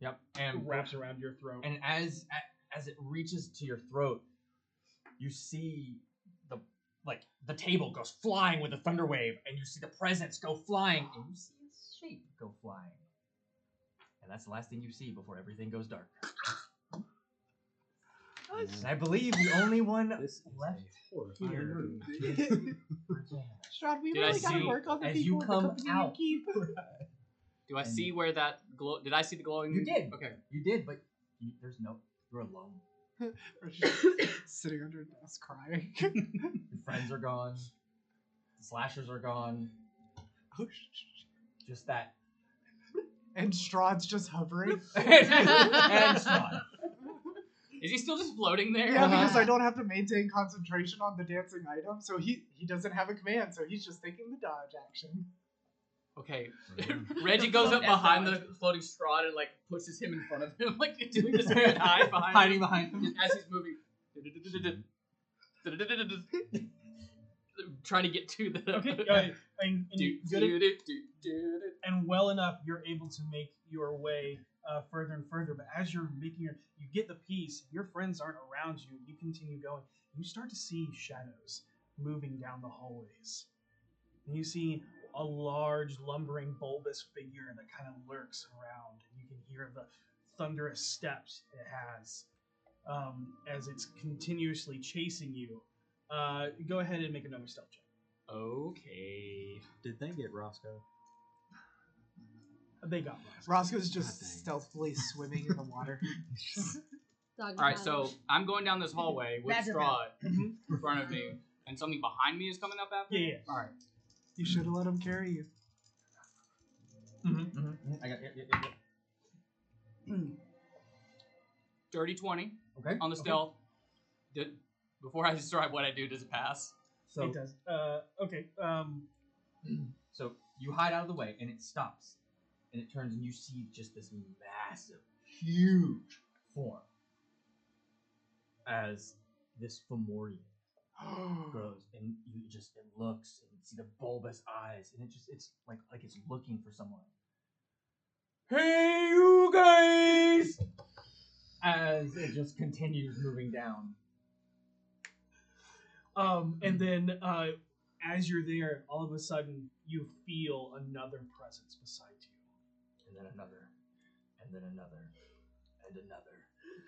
Speaker 2: Yep. And
Speaker 3: wraps around your throat.
Speaker 2: and as a- as it reaches to your throat, you see the like the table goes flying with a thunder wave, and you see the presents go flying, and you see its shape go flying. And that's the last thing you see before everything goes dark. And I believe the only one
Speaker 7: This is
Speaker 2: left
Speaker 7: a horrifying
Speaker 2: here.
Speaker 7: room.
Speaker 4: Strahd, we
Speaker 5: Did I
Speaker 4: really got to
Speaker 5: see-
Speaker 4: work on the
Speaker 2: as you
Speaker 4: people in the
Speaker 2: come
Speaker 4: company
Speaker 2: out-
Speaker 4: you keep.
Speaker 5: Do I
Speaker 2: And-
Speaker 5: see where that glow? Did I see the glowing?
Speaker 2: You did.
Speaker 5: Okay.
Speaker 2: You did, but you, there's no. You're alone.
Speaker 4: Or just sitting under a desk crying.
Speaker 2: Your friends are gone. slashers are gone. Just that
Speaker 4: and Strahd's just hovering.
Speaker 2: and Sean.
Speaker 5: Is he still just floating there?
Speaker 4: Yeah, because
Speaker 2: Uh-huh.
Speaker 4: I don't have to maintain concentration on the dancing item, so he he doesn't have a command, so he's just taking the dodge action.
Speaker 5: Okay. Reggie goes up
Speaker 6: Float
Speaker 5: behind
Speaker 6: astrology.
Speaker 5: the floating straw and like pushes him in front of him, like doing this weird hide behind
Speaker 2: Hiding behind him.
Speaker 5: him as he's moving. Trying to get to the.
Speaker 3: Okay, uh, and, and
Speaker 5: Do,
Speaker 3: good
Speaker 5: do, do, do, do, do.
Speaker 3: and well enough, you're able to make your way uh, further and further. But as you're making your, you get the piece. Your friends aren't around you. You continue going. You start to see shadows moving down the hallways. And you see a large, lumbering, bulbous figure that kind of lurks around. You can hear the thunderous steps it has um, as it's continuously chasing you. Uh, go ahead and make another stealth check.
Speaker 5: Okay.
Speaker 7: Did they get Roscoe?
Speaker 3: They got last.
Speaker 4: Roscoe's
Speaker 7: God dang.
Speaker 4: just stealthily swimming in the water.
Speaker 8: Dog
Speaker 5: All right,
Speaker 8: paddle.
Speaker 5: so I'm going down this hallway with
Speaker 6: Badger
Speaker 5: straw in front of me, and something behind me is coming up after.
Speaker 3: Yeah,
Speaker 5: me?
Speaker 3: yeah.
Speaker 5: All right.
Speaker 4: You should have let him carry you.
Speaker 2: I got, yeah, yeah, yeah, yeah.
Speaker 5: Dirty twenty
Speaker 2: Okay.
Speaker 5: on the stealth. Did, before I describe what I do, does it pass?
Speaker 2: So,
Speaker 3: it does. Uh, okay. Um,
Speaker 2: so you hide out of the way, and it stops, and it turns, and you see just this massive, huge form as this Fomorian grows, and you just it looks, and you see the bulbous eyes, and it just it's like like it's looking for someone. Hey, you guys! As it just continues moving down.
Speaker 3: um, and then uh, as you're there, all of a sudden you feel another presence beside you.
Speaker 2: and then another, and then another, and another.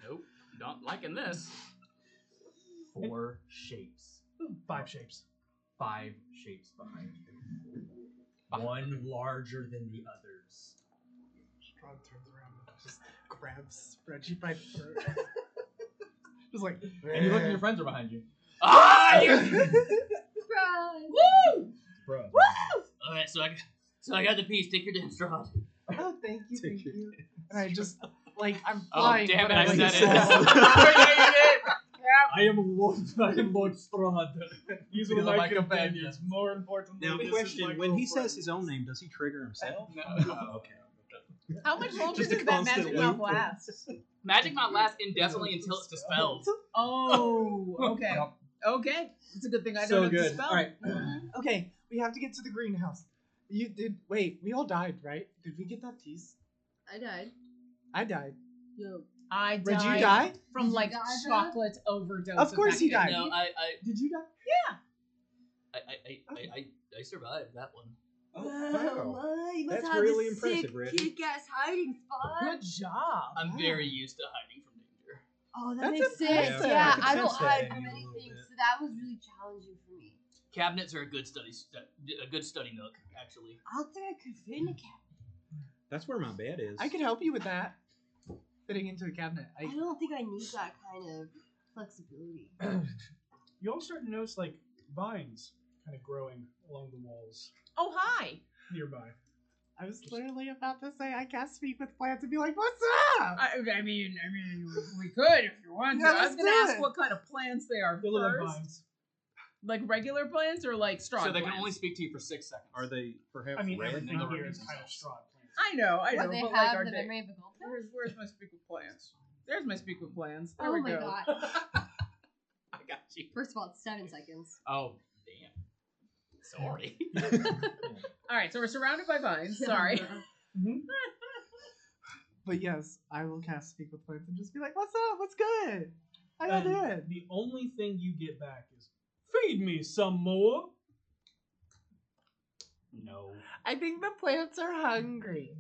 Speaker 5: Nope. Not liking this.
Speaker 2: Four shapes,
Speaker 3: Five shapes.
Speaker 2: five shapes behind you. One larger than the others.
Speaker 4: Strahd turns around and just grabs Reggie by the throat. just like,
Speaker 2: And you look, and your friends are behind you.
Speaker 5: Ah! you-
Speaker 8: Strahd.
Speaker 2: Bro.
Speaker 5: All right, so I got, so I got the piece. Take your damn straw.
Speaker 4: oh, thank you, thank you. And I just, like, I'm
Speaker 5: Oh,
Speaker 4: flying.
Speaker 5: damn
Speaker 4: but
Speaker 5: it, I
Speaker 4: like,
Speaker 5: said it.
Speaker 2: I am Lord. I am Lord Strahd.
Speaker 3: These
Speaker 2: These
Speaker 3: are
Speaker 2: are
Speaker 3: my
Speaker 2: my
Speaker 3: companions.
Speaker 2: companions.
Speaker 3: More importantly,
Speaker 7: Now,
Speaker 3: this is my
Speaker 7: question: When he
Speaker 3: girlfriend.
Speaker 7: says his own name, does he trigger himself? Oh,
Speaker 5: No.
Speaker 7: okay.
Speaker 6: How much longer
Speaker 7: Just a
Speaker 6: does that
Speaker 7: constant
Speaker 6: magic buff
Speaker 7: loop.
Speaker 6: last?
Speaker 5: Magic might last indefinitely until it's dispelled.
Speaker 6: Oh, okay. Okay. It's a good thing I don't
Speaker 2: So
Speaker 6: have to
Speaker 2: good.
Speaker 6: spell. Mm-hmm.
Speaker 2: All right.
Speaker 4: Okay, we have to get to the greenhouse. You did, wait, we all died, right? Did we get that piece?
Speaker 8: I died.
Speaker 4: I died.
Speaker 8: No.
Speaker 6: I
Speaker 4: Did
Speaker 6: died
Speaker 4: you die?
Speaker 6: from like
Speaker 8: Did you die,
Speaker 6: chocolate overdose.
Speaker 4: Of course he
Speaker 6: bacteria.
Speaker 4: died.
Speaker 5: No, I, I,
Speaker 4: Did you die?
Speaker 5: I, I, I, I, I survived that one.
Speaker 8: Oh, well, you must
Speaker 7: That's
Speaker 8: have
Speaker 7: really
Speaker 8: a
Speaker 7: impressive,
Speaker 8: sick,
Speaker 7: Reggie.
Speaker 8: kick-ass hiding spot.
Speaker 6: Good job.
Speaker 3: Ah.
Speaker 5: I'm very used to hiding from danger.
Speaker 8: Oh, that
Speaker 4: That's
Speaker 8: makes sense.
Speaker 4: impressive. Yeah, I
Speaker 8: Yeah,
Speaker 7: could
Speaker 8: I don't
Speaker 7: sense that
Speaker 8: hide
Speaker 7: in
Speaker 8: from
Speaker 7: you a little
Speaker 8: anything,
Speaker 7: bit.
Speaker 8: so that was really challenging for me.
Speaker 5: Cabinets are a good study, stu- a good study nook, actually.
Speaker 8: I don't think I could fit in a cabinet.
Speaker 7: That's where my bed is.
Speaker 4: I could help you with that. Fitting into a cabinet. I,
Speaker 8: I don't think I need that kind of flexibility.
Speaker 3: you all start to notice like vines kind of growing along the walls
Speaker 6: Oh hi.
Speaker 3: nearby.
Speaker 4: I was literally about to say I can't speak with plants and be like, "What's up?"
Speaker 6: I, I mean, I mean, we could if you want
Speaker 4: Yeah,
Speaker 6: to. I was
Speaker 4: let's
Speaker 6: gonna
Speaker 4: do
Speaker 6: ask
Speaker 4: it.
Speaker 6: what kind of plants they are
Speaker 3: They look like
Speaker 6: first.
Speaker 3: vines.
Speaker 6: Like regular plants or like straw
Speaker 5: so they can
Speaker 6: plants?
Speaker 5: only speak to you for six seconds.
Speaker 7: Are they perhaps?
Speaker 3: I mean,
Speaker 7: red
Speaker 3: everything
Speaker 7: now?
Speaker 5: Never
Speaker 3: here is
Speaker 5: used
Speaker 3: kind of
Speaker 5: that.
Speaker 3: straw plants.
Speaker 6: I know, I know.
Speaker 8: they
Speaker 6: but like,
Speaker 8: have
Speaker 6: are
Speaker 8: the
Speaker 6: they-
Speaker 8: memory of a goldfish?
Speaker 6: Where's where's my speak with plants? There's my speak with plants. There
Speaker 8: Oh
Speaker 6: we
Speaker 8: my
Speaker 6: go.
Speaker 8: god.
Speaker 5: I got you.
Speaker 8: First of all, it's seven seconds.
Speaker 5: Oh, damn. Sorry.
Speaker 6: All right, so we're surrounded by vines. Sorry.
Speaker 4: But yes, I will cast Speak with Plants and just be like, "What's up? What's good? How y'all
Speaker 3: And
Speaker 4: doing?"
Speaker 3: the only thing you get back is feed me some more.
Speaker 5: No.
Speaker 4: I think the plants are hungry.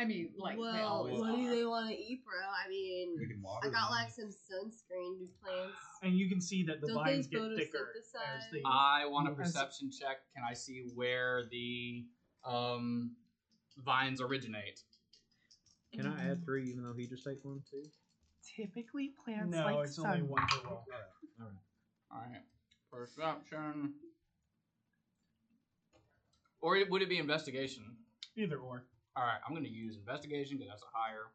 Speaker 6: I mean, like they
Speaker 8: well,
Speaker 6: always
Speaker 8: what do
Speaker 6: are.
Speaker 8: they want to eat, bro? I mean,
Speaker 7: We can water.
Speaker 8: I got
Speaker 7: them.
Speaker 8: like some sunscreen to plants.
Speaker 3: And you can see that the
Speaker 8: Don't
Speaker 3: vines
Speaker 8: they
Speaker 3: get thicker as
Speaker 8: photosynthesize?
Speaker 3: they.
Speaker 5: I want a
Speaker 3: Yes.
Speaker 5: perception check. Can I see where the um, vines originate?
Speaker 14: Can I add three even though he just take one too?
Speaker 4: Typically, plants
Speaker 3: no,
Speaker 4: like
Speaker 3: it's only
Speaker 4: sun.
Speaker 3: one per roll.
Speaker 5: All right. Perception. Or it- would it be investigation?
Speaker 3: Either or.
Speaker 5: All right, I'm going to use investigation because that's a higher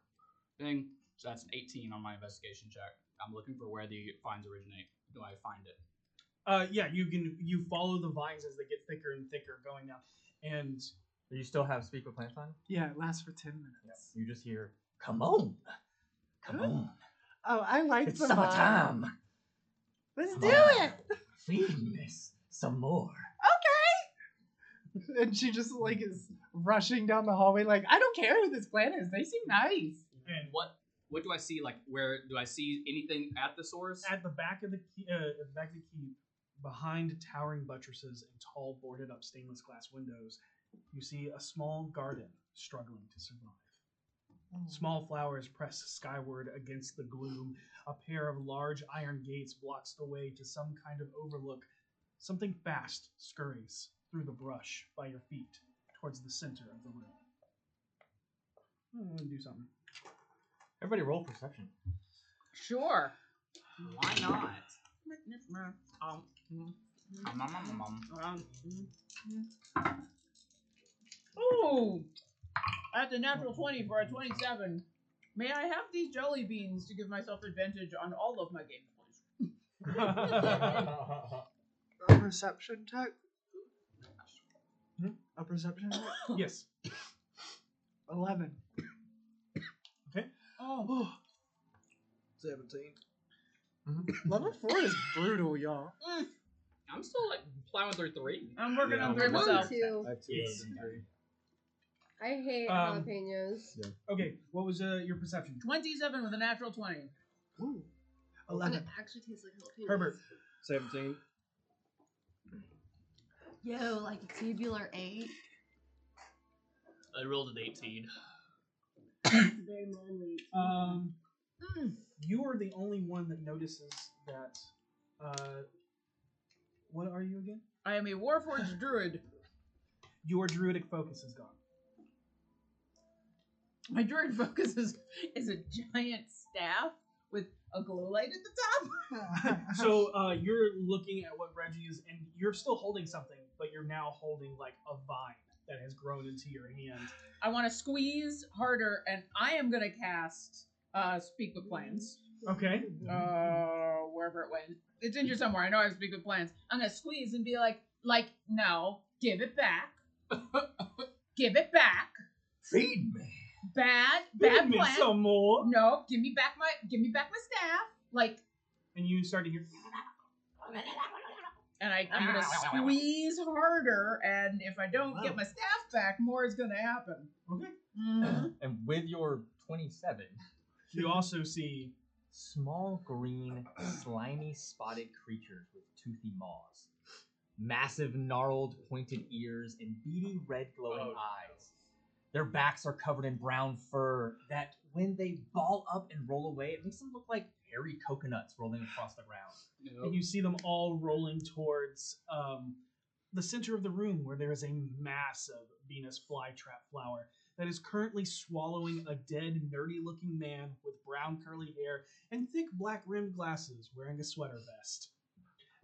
Speaker 5: thing. So that's an 18 on my investigation check. I'm looking for where the vines originate. Do I find it?
Speaker 3: Uh, yeah, you can you follow the vines as they get thicker and thicker going down, and
Speaker 2: You still have speak with plants on?
Speaker 4: Yeah, it lasts for ten minutes.
Speaker 2: You just hear, come on, come on,
Speaker 4: Oh, I like
Speaker 2: it's
Speaker 4: the vibe.
Speaker 2: summertime.
Speaker 4: Let's
Speaker 2: Come
Speaker 4: do
Speaker 2: on.
Speaker 4: it.
Speaker 2: Feed me some more.
Speaker 4: And she just like is rushing down the hallway, like, I don't care who this plant is. They seem nice.
Speaker 3: and
Speaker 5: What what do I see? Like where do I see anything at the source?
Speaker 3: at the back of the ke- uh, at the back of the keep, behind towering buttresses and tall boarded up stainless glass windows, you see a small garden struggling to survive. Small flowers press skyward against the gloom. A pair of large iron gates blocks the way to some kind of overlook. Something fast scurries through the brush by your feet towards the center of the room. Hmm, do something.
Speaker 2: Everybody roll perception.
Speaker 6: Sure.
Speaker 5: Why not? Um, um, um, um.
Speaker 6: Ooh, that's a natural twenty for a twenty-seven. May I have these jelly beans to give myself advantage on all of my games, please?
Speaker 4: A perception check. Hmm? A perception check.
Speaker 3: Yes.
Speaker 4: Eleven.
Speaker 3: Oh,
Speaker 4: 17. Mm-hmm. Level 4 is brutal, y'all.
Speaker 5: I'm still like plowing through three.
Speaker 6: I'm working
Speaker 7: Yeah,
Speaker 6: on
Speaker 7: I'm
Speaker 6: three
Speaker 7: Mine
Speaker 8: One,
Speaker 6: myself.
Speaker 8: two.
Speaker 7: I have two
Speaker 3: Yes.
Speaker 7: of them, three.
Speaker 8: I hate
Speaker 3: Um,
Speaker 8: jalapenos.
Speaker 3: okay. What was uh, your perception?
Speaker 6: Twenty-seven with a natural twenty.
Speaker 4: Ooh.
Speaker 8: And
Speaker 4: 11.
Speaker 8: it actually tastes like jalapenos.
Speaker 3: Herbert.
Speaker 14: 17.
Speaker 8: Yo, like a tubular eight.
Speaker 5: I rolled an 18.
Speaker 8: Very manly.
Speaker 3: Um, you are the only one that notices that. Uh, what are you again?
Speaker 6: I am a Warforged druid.
Speaker 3: Your druidic focus is gone.
Speaker 6: My druid focus is, is a giant staff with a glow light at the top.
Speaker 4: Uh-huh.
Speaker 3: So uh, you're looking at what Reggie is, and you're still holding something, but you're now holding like a vine that has grown into your hand.
Speaker 6: I want to squeeze harder, and I am gonna cast uh, Speak with Plants.
Speaker 3: Okay.
Speaker 6: Uh, wherever it went, it's in here somewhere. I know I have Speak with Plants. I'm gonna squeeze and be like, like, no, give it back, give it back,
Speaker 2: Feed me.
Speaker 6: bad, bad
Speaker 3: Give me
Speaker 6: plant.
Speaker 3: some more.
Speaker 6: No, give me back my, give me back my staff. Like,
Speaker 3: And you start to hear.
Speaker 6: and I, I'm gonna squeeze harder, and if I don't get my staff back, more is gonna happen.
Speaker 3: Okay.
Speaker 6: Mhm.
Speaker 2: And with your 27,
Speaker 3: You also see
Speaker 2: small green, slimy spotted creatures with toothy maws, massive gnarled pointed ears, and beady red glowing eyes. Their backs are covered in brown fur that, when they ball up and roll away, it makes them look like hairy coconuts rolling across the ground.
Speaker 3: and you see them all rolling towards um, the center of the room where there is a massive Venus flytrap flower that is currently swallowing a dead, nerdy looking man with brown curly hair and thick black rimmed glasses wearing a sweater vest.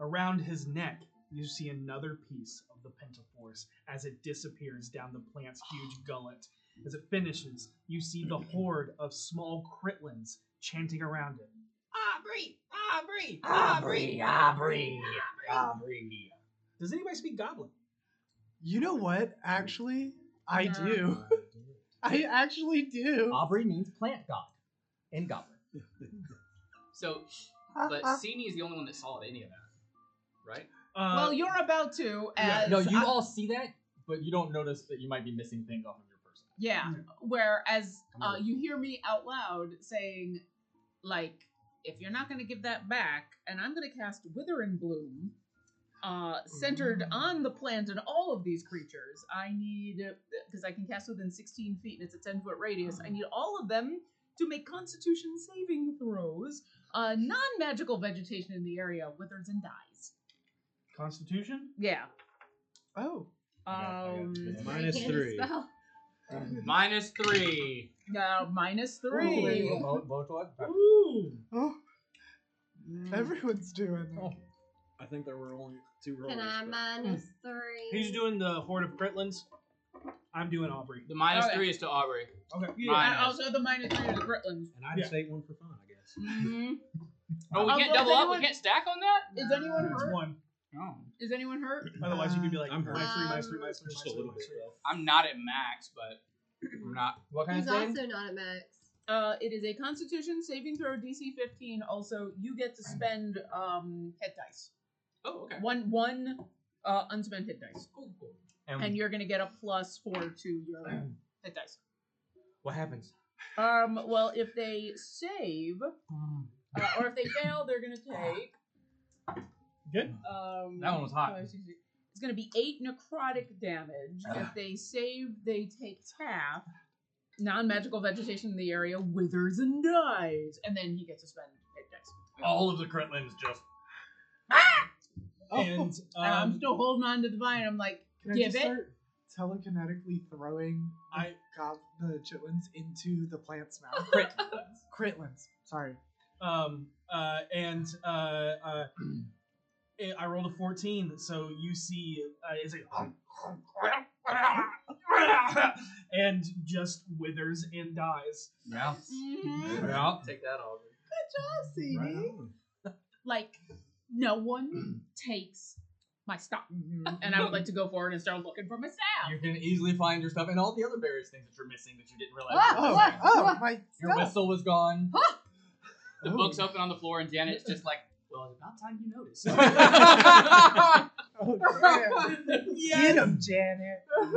Speaker 3: Around his neck, you see another piece of the pentaforce as it disappears down the plant's huge gullet. As it finishes, you see the horde of small critlins chanting around it.
Speaker 6: Aubrey, Aubrey,
Speaker 2: Aubrey, Aubrey, Aubrey.
Speaker 3: Does anybody speak goblin?
Speaker 4: You know what? Actually, I
Speaker 6: Yeah.
Speaker 4: do. I actually do.
Speaker 2: Aubrey means plant god in Goblin.
Speaker 5: So, but
Speaker 4: Uh-huh.
Speaker 5: Sini is the only one that saw any of that, right?
Speaker 3: Uh,
Speaker 6: Well, you're about to.
Speaker 3: yeah,
Speaker 6: As
Speaker 2: No, you
Speaker 6: I-
Speaker 2: all see that, but you don't notice that you might be missing things off of your person.
Speaker 6: Yeah. Whereas uh, you hear me out loud saying, like, if you're not going to give that back, and I'm going to cast Wither and Bloom, uh, centered on the plant and all of these creatures, I need, because I can cast within 16 feet and it's a 10 foot radius, I need all of them to make constitution saving throws. Uh, non magical vegetation in the area withers and dies.
Speaker 3: Constitution?
Speaker 6: Yeah.
Speaker 3: Oh.
Speaker 6: Um,
Speaker 14: Minus three.
Speaker 5: Minus three.
Speaker 6: No, minus three.
Speaker 2: Ooh, boat- boat one?
Speaker 6: Ooh.
Speaker 4: Oh, everyone's doing it.
Speaker 14: I think there were only two rolls.
Speaker 8: Can I minus three?
Speaker 3: Who's doing the Horde of Critlins? I'm doing Aubrey.
Speaker 5: The minus
Speaker 6: Okay.
Speaker 5: three is to Aubrey.
Speaker 3: Okay.
Speaker 6: Yeah,
Speaker 5: Minus.
Speaker 6: and also the minus three to the Gritlins.
Speaker 14: And I'd
Speaker 3: Yeah.
Speaker 14: say one for fun, I guess.
Speaker 6: Mm-hmm.
Speaker 5: Oh, we
Speaker 6: Uh, well,
Speaker 5: can't
Speaker 6: if
Speaker 5: double up. We
Speaker 6: anyone-
Speaker 5: can't stack on that.
Speaker 6: Is anyone
Speaker 3: That's
Speaker 6: hurt?
Speaker 3: one.
Speaker 5: No,
Speaker 6: Is anyone hurt?
Speaker 3: Otherwise, you could be like,
Speaker 14: I'm hurt.
Speaker 3: minus three, minus three,
Speaker 8: Um,
Speaker 3: minus three,
Speaker 14: Just a
Speaker 3: minus three,
Speaker 14: little
Speaker 3: minus
Speaker 14: bit,
Speaker 3: three.
Speaker 14: though.
Speaker 5: I'm not at max, but I'm not.
Speaker 2: What kind
Speaker 8: He's
Speaker 2: of thing?
Speaker 8: also not at max.
Speaker 6: Uh, it is a Constitution saving throw DC 15. Also, you get to spend um hit dice.
Speaker 5: Oh, okay.
Speaker 6: One one uh unspent hit dice,
Speaker 5: Cool, cool.
Speaker 6: and you're gonna get a plus four to your hit dice.
Speaker 2: What happens?
Speaker 6: Um, well, if they save,
Speaker 5: Hmm.
Speaker 6: uh, or if they fail, they're gonna take.
Speaker 3: Good.
Speaker 6: Um,
Speaker 5: That one was hot.
Speaker 6: five, six, eight. It's gonna be eight necrotic damage. If they save, they take half. Non-magical vegetation in the area withers and dies, and then he gets to spend hit dice.
Speaker 12: All of the Critlins just.
Speaker 4: Oh.
Speaker 3: And
Speaker 6: Oh. And I'm
Speaker 3: um,
Speaker 6: still holding on to the vine. I'm like,
Speaker 4: Can I
Speaker 6: Give
Speaker 4: just
Speaker 6: it.
Speaker 4: start telekinetically throwing
Speaker 3: I-
Speaker 4: gob the chitlins into the plant's mouth? Critlins. Sorry.
Speaker 3: um, uh, and uh, uh, eh, I rolled a 14, so you see, uh, it's like, and just withers and dies.
Speaker 5: Yeah.
Speaker 6: mhm.
Speaker 5: Yeah.
Speaker 2: Take that, Aubrey.
Speaker 4: CD.
Speaker 14: Right on.
Speaker 6: like no one takes my stuff.
Speaker 4: Mm-hmm.
Speaker 6: And I would like to go forward and start looking for my staff.
Speaker 2: You can easily find your stuff and all the other various things that you're missing that you didn't realize.
Speaker 8: Ah,
Speaker 2: were
Speaker 4: Oh,
Speaker 8: What?
Speaker 2: missing.
Speaker 4: oh,
Speaker 8: What?
Speaker 4: my
Speaker 2: Your
Speaker 4: stuff.
Speaker 2: whistle was gone.
Speaker 5: The
Speaker 4: Oh.
Speaker 5: book's open on the floor, and Janet's just like, "Well, it's about time you noticed."
Speaker 4: Oh, damn. Get him, Janet.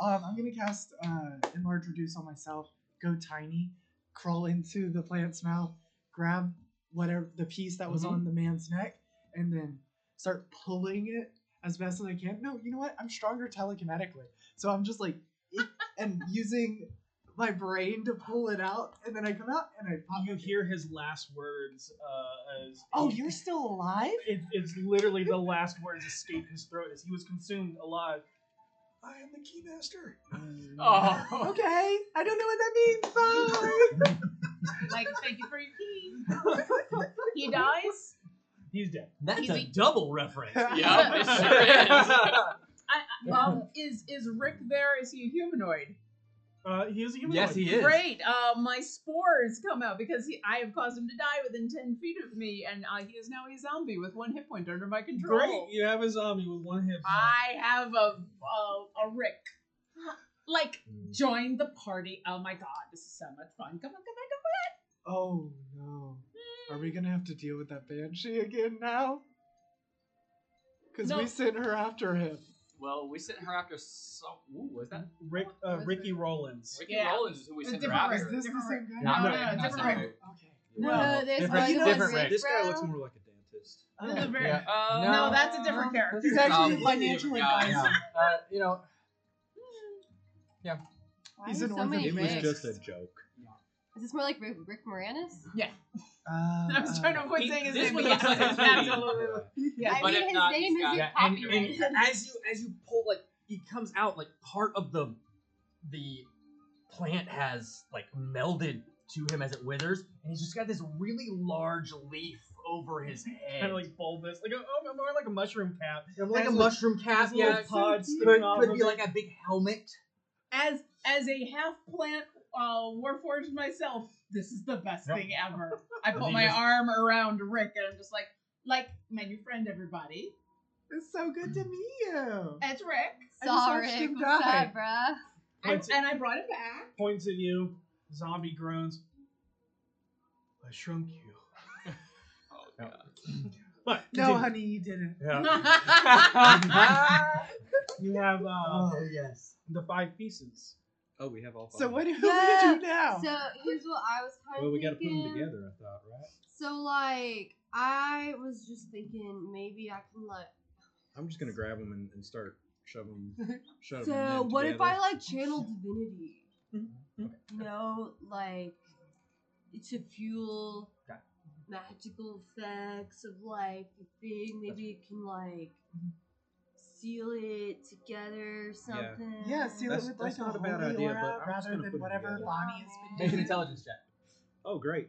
Speaker 4: um, I'm gonna cast uh, enlarge reduce on myself. Go tiny, crawl into the plant's mouth, grab whatever the piece that was on the man's neck, and then start pulling it as best as I can. No, you know what? I'm stronger telekinetically, so I'm just like eek, and using my brain to pull it out, and then I come out and I pop.
Speaker 3: You hear his last words uh, as.
Speaker 4: Oh, you're still alive?
Speaker 3: It, it's literally the last words escaped his throat as he was consumed alive. I am the keymaster.
Speaker 5: oh.
Speaker 4: Okay, I don't know what that means. Bye.
Speaker 6: Like, thank you for your key. he dies.
Speaker 3: He's dead.
Speaker 12: That's a
Speaker 6: Easy.
Speaker 12: double reference.
Speaker 5: Yeah, it sure is.
Speaker 6: I, I, um, is is Rick there? Is he a humanoid?
Speaker 3: Uh, he is a human.
Speaker 2: yes, he is.
Speaker 6: Great. Uh, my spores come out because he, I have caused him to die within ten feet of me, and uh, he is now a zombie with one hit point under my control.
Speaker 3: Great. You have a zombie with um, one hit.
Speaker 5: Ah,
Speaker 6: I have a a, a Rick. Like, join the party. Oh my god, this is so much fun. Come on, come on, come on.
Speaker 4: Oh no. Are we gonna have to deal with that banshee again now? Because
Speaker 6: No.
Speaker 4: we sent her after him.
Speaker 5: Well, we sent her after some. Ooh, was that
Speaker 3: Rick, uh, Ricky Rollins.
Speaker 5: Ricky
Speaker 6: Yeah.
Speaker 5: Rollins? Is who we
Speaker 6: It's
Speaker 5: sent her
Speaker 6: different
Speaker 5: after?
Speaker 4: Is this the same guy?
Speaker 6: No, no,
Speaker 5: Rick, not
Speaker 6: different
Speaker 5: Rick.
Speaker 6: Rick.
Speaker 4: Okay.
Speaker 8: No,
Speaker 3: Oh,
Speaker 2: Well,
Speaker 8: no, there's
Speaker 2: different-
Speaker 8: one
Speaker 2: different
Speaker 8: on
Speaker 2: Rick.
Speaker 14: This guy
Speaker 8: Rick,
Speaker 14: looks
Speaker 8: bro.
Speaker 14: more like a dentist.
Speaker 6: This is a very- Oh.
Speaker 2: Yeah.
Speaker 5: Uh,
Speaker 6: No, that's a different character.
Speaker 4: He's
Speaker 2: Um,
Speaker 4: actually
Speaker 2: he's a
Speaker 4: financial
Speaker 5: different guy,
Speaker 4: advisor.
Speaker 2: Yeah. Uh, you know,
Speaker 8: Why
Speaker 4: He's
Speaker 8: are
Speaker 4: an
Speaker 8: so
Speaker 4: orphan.
Speaker 8: many
Speaker 4: It
Speaker 14: It was
Speaker 8: Ricks?
Speaker 14: just a joke.
Speaker 8: Is this more like Rick, Rick Moranis?
Speaker 4: Uh,
Speaker 6: I was trying to avoid
Speaker 5: He-
Speaker 6: saying his
Speaker 5: this
Speaker 6: name,
Speaker 5: one
Speaker 6: but yes,
Speaker 5: looks like
Speaker 6: it's
Speaker 5: a baby.
Speaker 6: absolutely.
Speaker 8: I
Speaker 5: But
Speaker 8: mean,
Speaker 5: if
Speaker 8: his
Speaker 5: not,
Speaker 8: name
Speaker 5: he's
Speaker 8: isn't
Speaker 5: got-
Speaker 2: and, and
Speaker 8: copyrighted.
Speaker 2: as you as you pull like it comes out like part of the the plant has like melded to him as it withers and he's just got this really large leaf over his head
Speaker 3: Kind of like bulbous, like a, oh, more like a mushroom cap.
Speaker 2: like a
Speaker 3: has
Speaker 2: mushroom cap
Speaker 3: has
Speaker 2: yeah
Speaker 3: little
Speaker 2: could,
Speaker 3: pods sticking off
Speaker 2: could
Speaker 3: of
Speaker 2: be
Speaker 3: it.
Speaker 2: like a big helmet
Speaker 6: As as a half plant uh, warforged myself, this is the best
Speaker 2: Yep.
Speaker 6: thing ever. I
Speaker 2: Does
Speaker 6: put
Speaker 2: he
Speaker 6: my
Speaker 2: just-
Speaker 6: arm around Rick, and I'm just like, like my new friend, everybody.
Speaker 4: It's so good to meet you.
Speaker 6: It's Rick,
Speaker 4: I just
Speaker 8: Saw
Speaker 4: watched
Speaker 8: Rick.
Speaker 4: him
Speaker 8: What's
Speaker 4: die.
Speaker 8: up, bruh?
Speaker 6: and,
Speaker 3: Points,
Speaker 6: and I brought him back.
Speaker 3: points at you. Zombie groans. I shrunk you.
Speaker 5: Oh, God.
Speaker 3: But
Speaker 4: No,
Speaker 3: continue.
Speaker 4: honey, you didn't.
Speaker 3: you have uh,
Speaker 2: yes
Speaker 3: Oh, the five pieces.
Speaker 7: Oh, we have all five.
Speaker 4: Oh. So what do, what do we do now?
Speaker 8: So here's what I was kind of
Speaker 7: Well, we got to put
Speaker 8: thinking.
Speaker 7: them together, I thought, right?
Speaker 8: So like I was just thinking maybe I can let.
Speaker 7: I'm just gonna grab them and, and start shoving, shoving
Speaker 8: So
Speaker 7: them
Speaker 8: what if I
Speaker 7: together. Mm-hmm.
Speaker 8: like channel divinity? You know, like to fuel magical effects of like the thing. Maybe it can like
Speaker 7: Mm-hmm.
Speaker 8: seal it together or something.
Speaker 4: yeah, seal
Speaker 7: That's-
Speaker 4: it with like
Speaker 7: that's not
Speaker 4: a
Speaker 7: a bad
Speaker 4: holy
Speaker 7: idea,
Speaker 4: aura
Speaker 7: but I'm just
Speaker 4: rather
Speaker 7: gonna put
Speaker 4: than
Speaker 7: it
Speaker 4: whatever
Speaker 7: together.
Speaker 4: Bonnie has been
Speaker 2: Make an
Speaker 4: doing.
Speaker 2: intelligence check.
Speaker 7: Oh, great.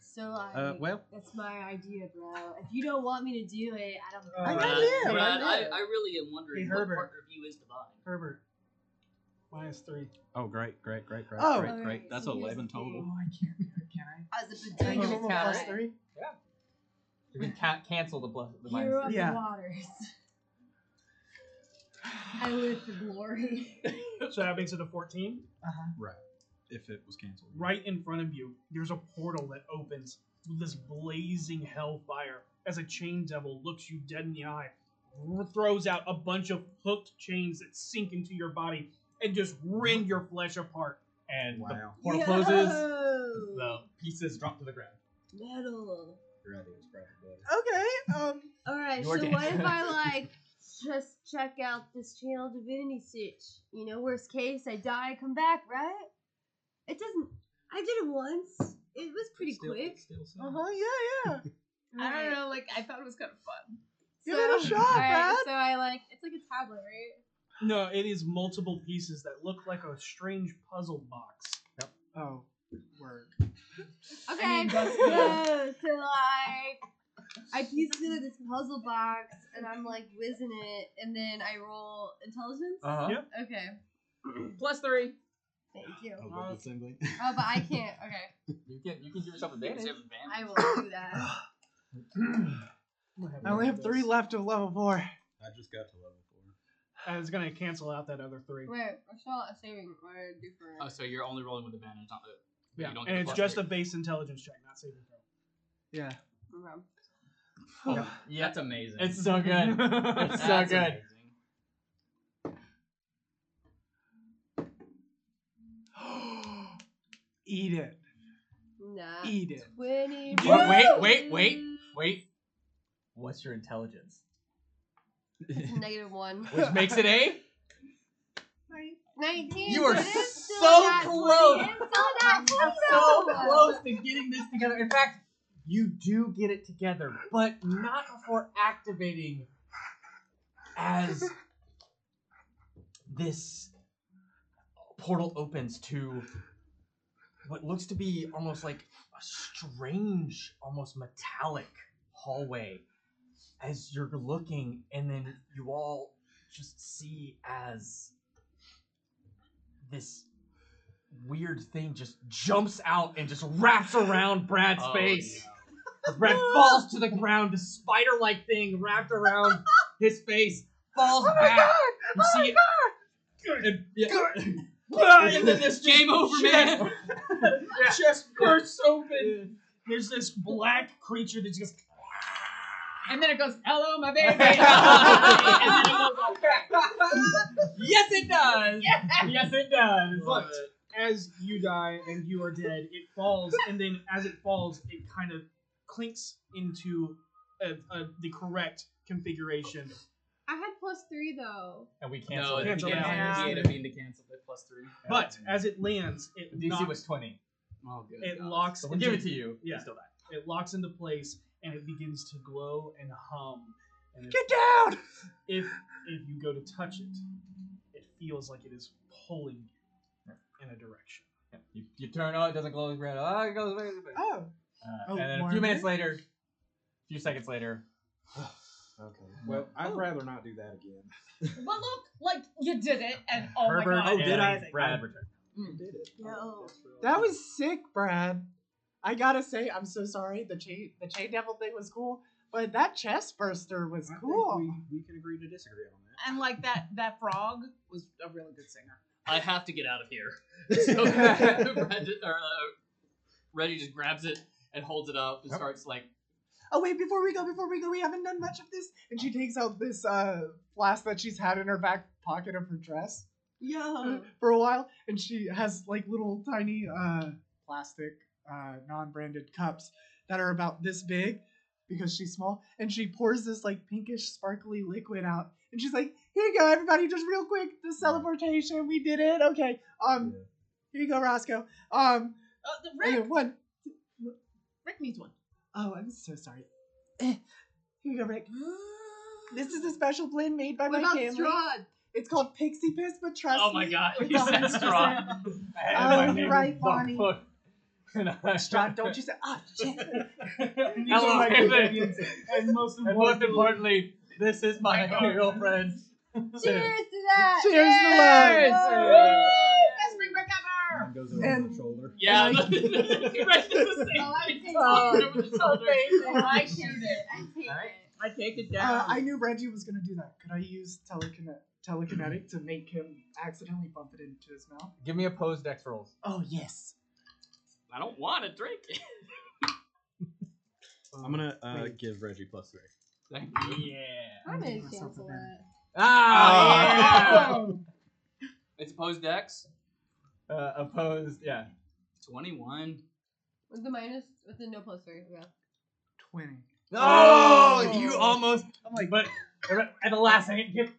Speaker 8: So like,
Speaker 7: Uh, well.
Speaker 8: that's my idea, bro. If you don't want me to do it, I don't.
Speaker 4: I
Speaker 3: Uh,
Speaker 5: Brad,
Speaker 4: got it.
Speaker 5: Brad,
Speaker 4: I
Speaker 5: I,
Speaker 4: know.
Speaker 5: I really am wondering
Speaker 3: Hey,
Speaker 5: what
Speaker 3: Herbert.
Speaker 5: partner of you is divine.
Speaker 3: Herbert. Minus three.
Speaker 7: Oh, great, great, great, great,
Speaker 4: Oh.
Speaker 7: great,
Speaker 8: Alright,
Speaker 7: great. That's
Speaker 8: so here's
Speaker 7: eleven
Speaker 8: the
Speaker 7: total.
Speaker 8: thing.
Speaker 4: Oh, I can't. Can I?
Speaker 8: As a
Speaker 4: Can I give
Speaker 8: potential
Speaker 4: him a plus
Speaker 8: cat,
Speaker 4: three?
Speaker 2: You can ca- cancel the plus the minus.
Speaker 8: hero of
Speaker 4: Yeah.
Speaker 8: the waters. I live for glory.
Speaker 3: So that makes it a 14.
Speaker 4: Uh-huh.
Speaker 7: If it was canceled,
Speaker 3: Right in front of you, there's a portal that opens with this blazing hellfire as a chain devil looks you dead in the eye, r- throws out a bunch of hooked chains that sink into your body and just rend your flesh apart.
Speaker 2: And
Speaker 7: Wow.
Speaker 2: the portal closes.
Speaker 8: Yo!
Speaker 2: The pieces drop to the ground.
Speaker 8: Oh, Metal.
Speaker 7: Your idea was probably better.
Speaker 4: Okay. Um.
Speaker 8: All right,
Speaker 2: You are
Speaker 8: so
Speaker 2: dead.
Speaker 8: what if I like just check out this channel divinity sitch? You know, worst case, I die, I come back, right? It doesn't. I did it once. It was pretty
Speaker 7: Still-
Speaker 8: quick.
Speaker 7: still some.
Speaker 4: Uh huh. Yeah. Yeah.
Speaker 6: I don't know. Like I thought it was kind of fun.
Speaker 4: Give it a shot,
Speaker 8: all right,
Speaker 4: Brad.
Speaker 8: So I like it's like a tablet, right?
Speaker 3: No, it is multiple pieces that look like a strange puzzle box.
Speaker 4: Oh, word.
Speaker 8: Okay.
Speaker 6: mean, that's
Speaker 8: no, so like I piece together this puzzle box and I'm like whizzing it and then I roll intelligence.
Speaker 2: Uh-huh.
Speaker 3: Yep.
Speaker 8: Okay.
Speaker 6: Plus three.
Speaker 8: Thank you.
Speaker 7: Oh,
Speaker 8: Oh,
Speaker 7: both the same thing.
Speaker 8: but I can't. Okay.
Speaker 2: You can you can give yourself
Speaker 5: You
Speaker 2: advantage.
Speaker 5: have advantage.
Speaker 8: I will do that.
Speaker 4: I only have three left oh, of level four.
Speaker 7: I just got to level four.
Speaker 3: I was gonna cancel out that other three.
Speaker 8: Wait, Rochelle is saving or different.
Speaker 5: Oh, so you're only rolling with advantage, not the. but
Speaker 3: Yeah,
Speaker 5: you don't get
Speaker 3: and
Speaker 5: the
Speaker 3: it's
Speaker 5: plus
Speaker 3: just
Speaker 5: three.
Speaker 3: a base intelligence check, not saving throw.
Speaker 4: Yeah.
Speaker 8: Okay.
Speaker 2: Oh, yeah.
Speaker 5: That's amazing.
Speaker 2: It's so good. It's so
Speaker 5: That's
Speaker 2: good.
Speaker 5: amazing.
Speaker 4: Eat it.
Speaker 2: Uh,
Speaker 8: Nah.
Speaker 6: E.
Speaker 4: Eat it.
Speaker 8: Twenty.
Speaker 2: Wait, wait, wait, wait, wait. What's your intelligence?
Speaker 8: It's a negative one.
Speaker 2: Which makes it a.
Speaker 8: Nineteen.
Speaker 2: You are
Speaker 8: but it's still
Speaker 2: so
Speaker 8: not 20.
Speaker 2: close.
Speaker 8: It's still not
Speaker 2: so
Speaker 8: close.
Speaker 2: close to getting this together. In fact, you do get it together, but not before activating as this portal opens to what looks to be almost like a strange, almost metallic hallway as you're looking, and then you all just see as this weird thing just jumps out and just wraps around Brad's
Speaker 5: Oh,
Speaker 2: face.
Speaker 5: no.
Speaker 2: Brad falls to the ground, the spider like thing wrapped around his face, falls back. You see it. And, yeah. and then this
Speaker 5: Game over,
Speaker 2: chest,
Speaker 5: man.
Speaker 2: chest bursts open.
Speaker 3: There's this black creature that's just
Speaker 6: And then it goes, "Hello, my baby."
Speaker 2: And then it goes like that. yes, it does. Yes, it does.
Speaker 3: But as you die and you are dead, it falls, and then as it falls, it kind of clinks into uh uh the correct configuration.
Speaker 8: I had plus three though.
Speaker 2: And we
Speaker 5: No,
Speaker 2: cancel
Speaker 5: it
Speaker 2: it.
Speaker 3: Cancel
Speaker 5: didn't-
Speaker 3: that.
Speaker 5: it didn't mean to cancel it. Plus three.
Speaker 3: But as it lands, it
Speaker 2: DC
Speaker 3: knocks,
Speaker 2: was 20.
Speaker 5: Oh, good.
Speaker 3: it
Speaker 5: God.
Speaker 3: locks.
Speaker 2: So we'll give it
Speaker 3: into-
Speaker 2: to you.
Speaker 3: Yeah.
Speaker 2: You still die.
Speaker 3: It locks into place, and it begins to glow and hum. And if,
Speaker 4: Get down.
Speaker 3: if if you go to touch it, it feels like it is pulling you in a direction.
Speaker 2: You, you turn, oh, it doesn't glow as red. Oh, it goes red. Uh,
Speaker 4: Oh. Oh,
Speaker 2: and then a
Speaker 4: more
Speaker 2: few minutes
Speaker 4: red?
Speaker 2: later, a few seconds later,
Speaker 7: Okay. Well, oh. I'd rather not do that again.
Speaker 6: but look, like you did it, and oh
Speaker 2: Herbert
Speaker 6: my god,
Speaker 2: and
Speaker 6: it's amazing.
Speaker 2: Brad return.
Speaker 7: Did it? Oh,
Speaker 8: No.
Speaker 4: That was sick, Brad. I gotta say, I'm so sorry. The chain, the chain devil thing was cool, but that chest burster was cool.
Speaker 7: We, we can agree to disagree on that.
Speaker 6: And like that, that frog was a really good singer.
Speaker 5: I have to get out of here. So Brad, or, uh, Reggie just grabs it and holds it up and
Speaker 7: Yep.
Speaker 5: starts like
Speaker 4: Oh wait, before we go, before we go, we haven't done much of this. And she takes out this uh flask that she's had in her back pocket of her dress.
Speaker 6: Yeah.
Speaker 4: for a while, and she has like little tiny uh, plastic uh, non-branded cups that are about this big because she's small, and she pours this like pinkish sparkly liquid out, and she's like, "Here you go, everybody, just real quick, the celebration, we did it, okay, um, here you go, Roscoe, um,
Speaker 6: Oh, the
Speaker 4: and
Speaker 6: Rick.
Speaker 4: then one,
Speaker 6: Rick needs one.
Speaker 4: oh, I'm so sorry, Eh, here you go, Rick, this is a special blend made by
Speaker 8: What
Speaker 4: my
Speaker 8: about
Speaker 4: family.
Speaker 8: straw?
Speaker 4: It's called Pixie Piss, but trust
Speaker 12: Oh my
Speaker 4: me,
Speaker 12: god,
Speaker 4: it's
Speaker 12: you said
Speaker 4: 100%
Speaker 12: straw.
Speaker 4: Oh, you're right, Bonnie.
Speaker 12: Straw,
Speaker 4: John, don't you say, ah, shit.
Speaker 12: And
Speaker 3: These are my
Speaker 12: Hello,
Speaker 3: companions, and
Speaker 12: most
Speaker 3: most importantly,
Speaker 12: importantly, this is my girlfriend.
Speaker 8: Cheers to that!
Speaker 4: Cheers to love.
Speaker 6: Best Rick Rick ever.
Speaker 7: Mine goes over
Speaker 4: And-
Speaker 7: my shoulder.
Speaker 5: Yeah,
Speaker 4: Like-
Speaker 5: he reckons the same
Speaker 8: Oh, I
Speaker 5: thing.
Speaker 8: take
Speaker 5: talking
Speaker 8: it.
Speaker 5: over the shoulder.
Speaker 8: I
Speaker 6: I
Speaker 8: take
Speaker 6: shoot
Speaker 8: it.
Speaker 6: it.
Speaker 8: I take
Speaker 12: Alright.
Speaker 8: it.
Speaker 6: I take it down.
Speaker 4: Uh, I knew Reggie was going to do that. Could I use telekinet- telekinetic to make him accidentally bump it into his mouth?
Speaker 2: Give me opposed dex rolls.
Speaker 4: Oh, yes.
Speaker 5: I don't want to drink it.
Speaker 7: I'm gonna uh,
Speaker 4: Wait.
Speaker 7: give Reggie plus three.
Speaker 5: Thank you.
Speaker 8: I'm
Speaker 4: Give
Speaker 8: gonna
Speaker 4: myself
Speaker 8: cancel
Speaker 4: a
Speaker 8: that.
Speaker 12: Ah,
Speaker 5: It's opposed dex.
Speaker 12: yeah. Uh, opposed, yeah.
Speaker 5: 21.
Speaker 8: With the minus, with the no plus three. Yeah.
Speaker 4: 20.
Speaker 12: Oh,
Speaker 4: Oh.
Speaker 12: you almost.
Speaker 4: I'm like,
Speaker 12: But at the last second, get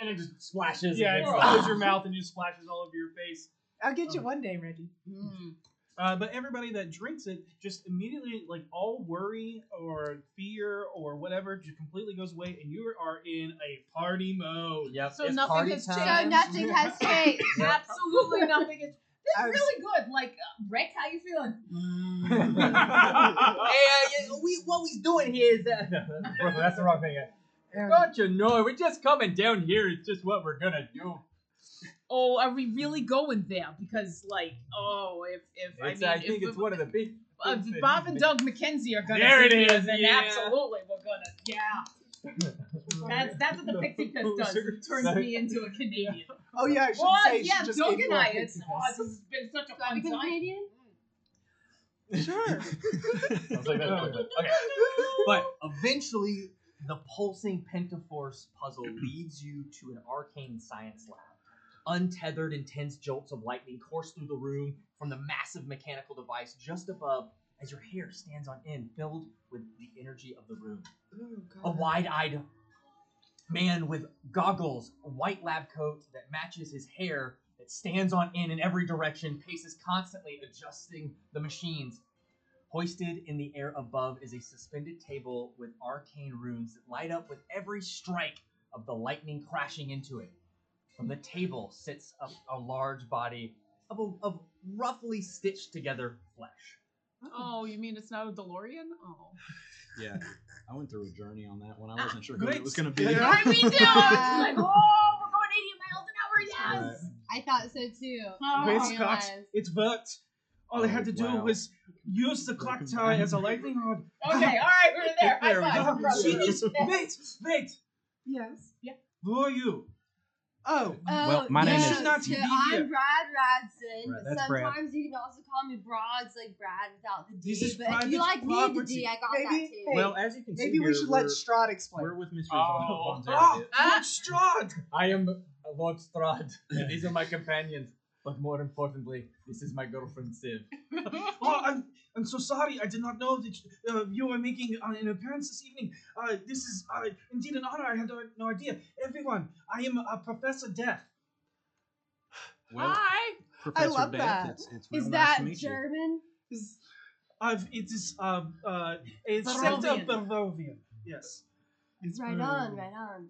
Speaker 12: and it just splashes.
Speaker 3: yeah, it
Speaker 12: against
Speaker 3: closes
Speaker 12: the-
Speaker 3: your mouth and just splashes all over your face.
Speaker 4: I'll get you one day, Reggie.
Speaker 6: Mm.
Speaker 3: Uh, but everybody that drinks it just immediately, like all worry or fear or whatever, just completely goes away, and you are in a party mode.
Speaker 2: Yep.
Speaker 6: So
Speaker 2: it's
Speaker 6: nothing
Speaker 2: party
Speaker 6: has
Speaker 2: time.
Speaker 8: So nothing has changed.
Speaker 6: Absolutely nothing. Is, this
Speaker 4: I
Speaker 6: is
Speaker 4: was-
Speaker 6: really good. Like uh, Rick, how you feeling?
Speaker 12: hey,
Speaker 2: uh, yeah, we, what we're doing here is that.
Speaker 12: bro, that's the wrong thing.
Speaker 4: And
Speaker 12: Don't you know? We're just coming down here. It's just what we're gonna do.
Speaker 6: Oh, are we really going there? Because like, oh, if if
Speaker 12: It's,
Speaker 6: I
Speaker 12: I,
Speaker 6: mean,
Speaker 12: think
Speaker 6: if,
Speaker 12: it's one of the big.
Speaker 6: uh,
Speaker 12: things that
Speaker 6: if Bob
Speaker 12: he's
Speaker 6: and
Speaker 12: made.
Speaker 6: Doug McKenzie are gonna
Speaker 12: There it
Speaker 6: be here,
Speaker 12: is,
Speaker 6: Then
Speaker 12: yeah.
Speaker 6: absolutely, we're gonna. Yeah, that's that's what the pixie piss does. It turns me into a Canadian.
Speaker 4: oh, yeah, I should
Speaker 6: Oh
Speaker 4: say. she
Speaker 6: yeah,
Speaker 4: just
Speaker 6: Doug
Speaker 4: gave
Speaker 6: and
Speaker 4: you a
Speaker 6: I.
Speaker 4: pixie
Speaker 6: It's oh,
Speaker 4: kiss.
Speaker 6: this has been such a
Speaker 8: So I
Speaker 6: fun
Speaker 8: become
Speaker 6: time.
Speaker 8: Canadian?
Speaker 4: Sure.
Speaker 12: I was like, that's what- okay.
Speaker 2: But eventually, the pulsing pentaforce puzzle leads you to an arcane science lab. Untethered, intense jolts of lightning course through the room from the massive mechanical device just above as your hair stands on end, filled with the energy of the room. A wide eyed man with goggles, a white lab coat that matches his hair, that stands on end in every direction, paces constantly adjusting the machines. Hoisted in the air above is a suspended table with arcane runes that light up with every strike of the lightning crashing into it. From the table sits up a large body of, a, of roughly stitched together flesh.
Speaker 6: Oh, you mean it's not a DeLorean? Oh,
Speaker 7: Yeah, I went through a journey on that one. I wasn't sure who it was gonna be.
Speaker 4: Yeah.
Speaker 6: I mean, dude, it's like, oh, we're going 80 miles an hour. Yes.
Speaker 7: Right.
Speaker 8: I thought so too.
Speaker 6: Oh.
Speaker 8: I
Speaker 3: Wait, Scott.
Speaker 8: realized.
Speaker 3: It's worked. All I had to do
Speaker 7: Wow.
Speaker 3: was use the clock tower as a lightning rod.
Speaker 6: Okay, all right, we're there. High
Speaker 3: There we
Speaker 6: five.
Speaker 3: go.
Speaker 6: brother.
Speaker 3: She just wait, wait.
Speaker 4: yes.
Speaker 3: Who are you?
Speaker 4: Oh,
Speaker 8: Oh,
Speaker 7: Well, my name
Speaker 8: no,
Speaker 7: is-
Speaker 3: Should not
Speaker 8: so
Speaker 3: be
Speaker 8: I'm
Speaker 3: here.
Speaker 8: Brad Radson,
Speaker 7: Brad,
Speaker 8: but
Speaker 7: that's Brad.
Speaker 8: sometimes you can also call me Broads, like Brad without the D.
Speaker 3: This is
Speaker 8: but if
Speaker 3: private
Speaker 8: you like me the
Speaker 3: property.
Speaker 8: D, I got
Speaker 4: Maybe-
Speaker 8: that too.
Speaker 4: hey,
Speaker 7: Well, as you can see,
Speaker 4: maybe we
Speaker 7: here,
Speaker 4: should
Speaker 7: we're,
Speaker 4: let Strahd explain.
Speaker 7: we're with Mistress
Speaker 12: Oh.
Speaker 7: Von- Von
Speaker 3: Oh,
Speaker 7: Zerabit.
Speaker 8: Ah.
Speaker 3: Lord Strahd.
Speaker 12: I am Lord Strahd, and these are my companions. But more importantly, this is my girlfriend Siv.
Speaker 3: Oh, I'm, I'm so sorry. I did not know that uh, you were making uh, an appearance this evening. Uh, this is uh, indeed an honor. I had no, no idea. Everyone, I am uh, Professor Death.
Speaker 7: Well,
Speaker 6: Hi.
Speaker 7: Professor
Speaker 4: love
Speaker 7: Death,
Speaker 4: that.
Speaker 7: It's, it's real
Speaker 8: is
Speaker 7: nice
Speaker 8: that
Speaker 7: to meet you.
Speaker 8: German?
Speaker 4: Is-
Speaker 3: I've, it is uh, uh, it's
Speaker 6: Barovian.
Speaker 3: Santa Barovian. Yes.
Speaker 4: is
Speaker 8: Right
Speaker 4: Brew-
Speaker 8: on, right on.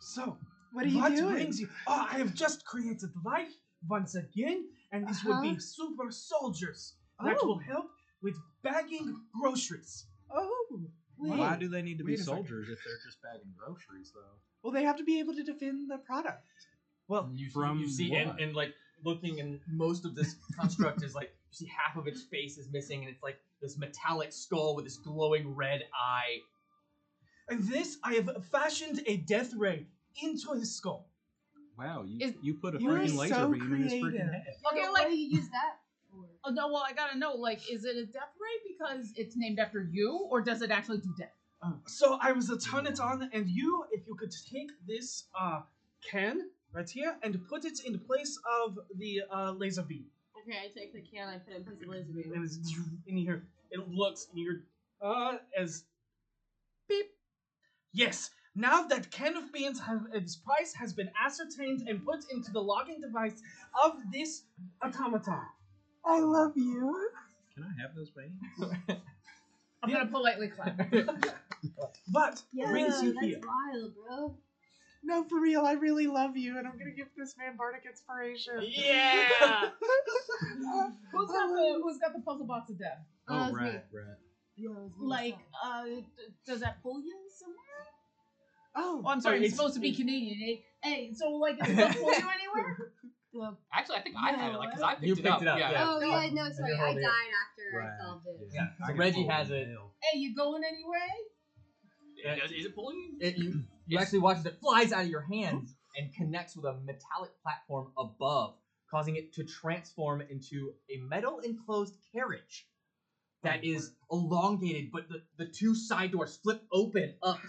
Speaker 3: So,
Speaker 4: What are you doing?
Speaker 3: brings you? Oh, I have just created life once again, and these will be super soldiers that
Speaker 4: Uh-huh. Oh.
Speaker 3: will help with bagging groceries.
Speaker 4: Oh, wait.
Speaker 7: Why do they need to be
Speaker 4: Wait a second.
Speaker 7: soldiers if they're just bagging groceries, though?
Speaker 4: Well, they have to be able to defend the product.
Speaker 12: Well, you,
Speaker 7: from
Speaker 12: you see, and,
Speaker 7: what?
Speaker 12: and like looking, and most of this construct is like you see half of its face is missing, and it's like this metallic skull with this glowing red eye.
Speaker 3: And this, I have fashioned a death ray into his skull.
Speaker 7: Wow, you,
Speaker 6: Is-
Speaker 7: you put a
Speaker 4: You are
Speaker 7: freaking laser
Speaker 4: so
Speaker 7: beam in his
Speaker 4: creative.
Speaker 7: freaking head.
Speaker 6: Okay,
Speaker 8: So
Speaker 6: like-
Speaker 8: what do you use that for?
Speaker 6: Oh no, well I gotta know, like, is it a death ray because it's named after you, or does it actually do death?
Speaker 3: So I was a turn it on, and you, if you could take this uh, can right here and put it in place of the uh, laser beam.
Speaker 8: Okay, I take the can, I put it in place of laser
Speaker 3: It
Speaker 8: beam.
Speaker 3: is in here. It looks in here uh, as beep. Yes. Now that can of beans have its price has been ascertained and put into the logging device of this automata.
Speaker 4: I love you.
Speaker 14: Can I have those bangs?
Speaker 6: I'm gonna politely clap.
Speaker 3: But
Speaker 8: Yeah,
Speaker 3: brings
Speaker 8: that's
Speaker 3: you here.
Speaker 8: wild, bro.
Speaker 4: No, for real, I really love you, and I'm gonna give this man bardic inspiration.
Speaker 12: Yeah.
Speaker 6: Who's got the Who's got the puzzle box of death?
Speaker 7: Oh,
Speaker 8: Uh, it's me.
Speaker 7: right, right.
Speaker 6: Like, uh, d- does that pull you somewhere?
Speaker 4: Oh,
Speaker 6: Oh, I'm sorry.
Speaker 3: Wait,
Speaker 6: It's
Speaker 3: it's-
Speaker 6: supposed to be Canadian. eh? Hey, so like, does that pull you anywhere?
Speaker 5: Actually, I think I have it, like, because I picked
Speaker 2: You
Speaker 5: it
Speaker 2: picked
Speaker 5: up.
Speaker 2: it up, yeah.
Speaker 8: Oh yeah, no, sorry, I
Speaker 2: holding
Speaker 8: died
Speaker 2: it.
Speaker 8: after
Speaker 7: Right,
Speaker 8: I solved it.
Speaker 2: Yeah.
Speaker 7: I
Speaker 2: So
Speaker 7: got
Speaker 2: Reggie
Speaker 7: pulled
Speaker 2: has
Speaker 7: in
Speaker 2: it.
Speaker 7: hell.
Speaker 6: Hey, you going anywhere?
Speaker 5: Yeah. Is, is it pulling you?
Speaker 2: it you, you
Speaker 5: Yes.
Speaker 2: actually watch as it flies out of your hands and connects with a metallic platform above, causing it to transform into a metal enclosed carriage that is elongated, but the, the two side doors flip open up.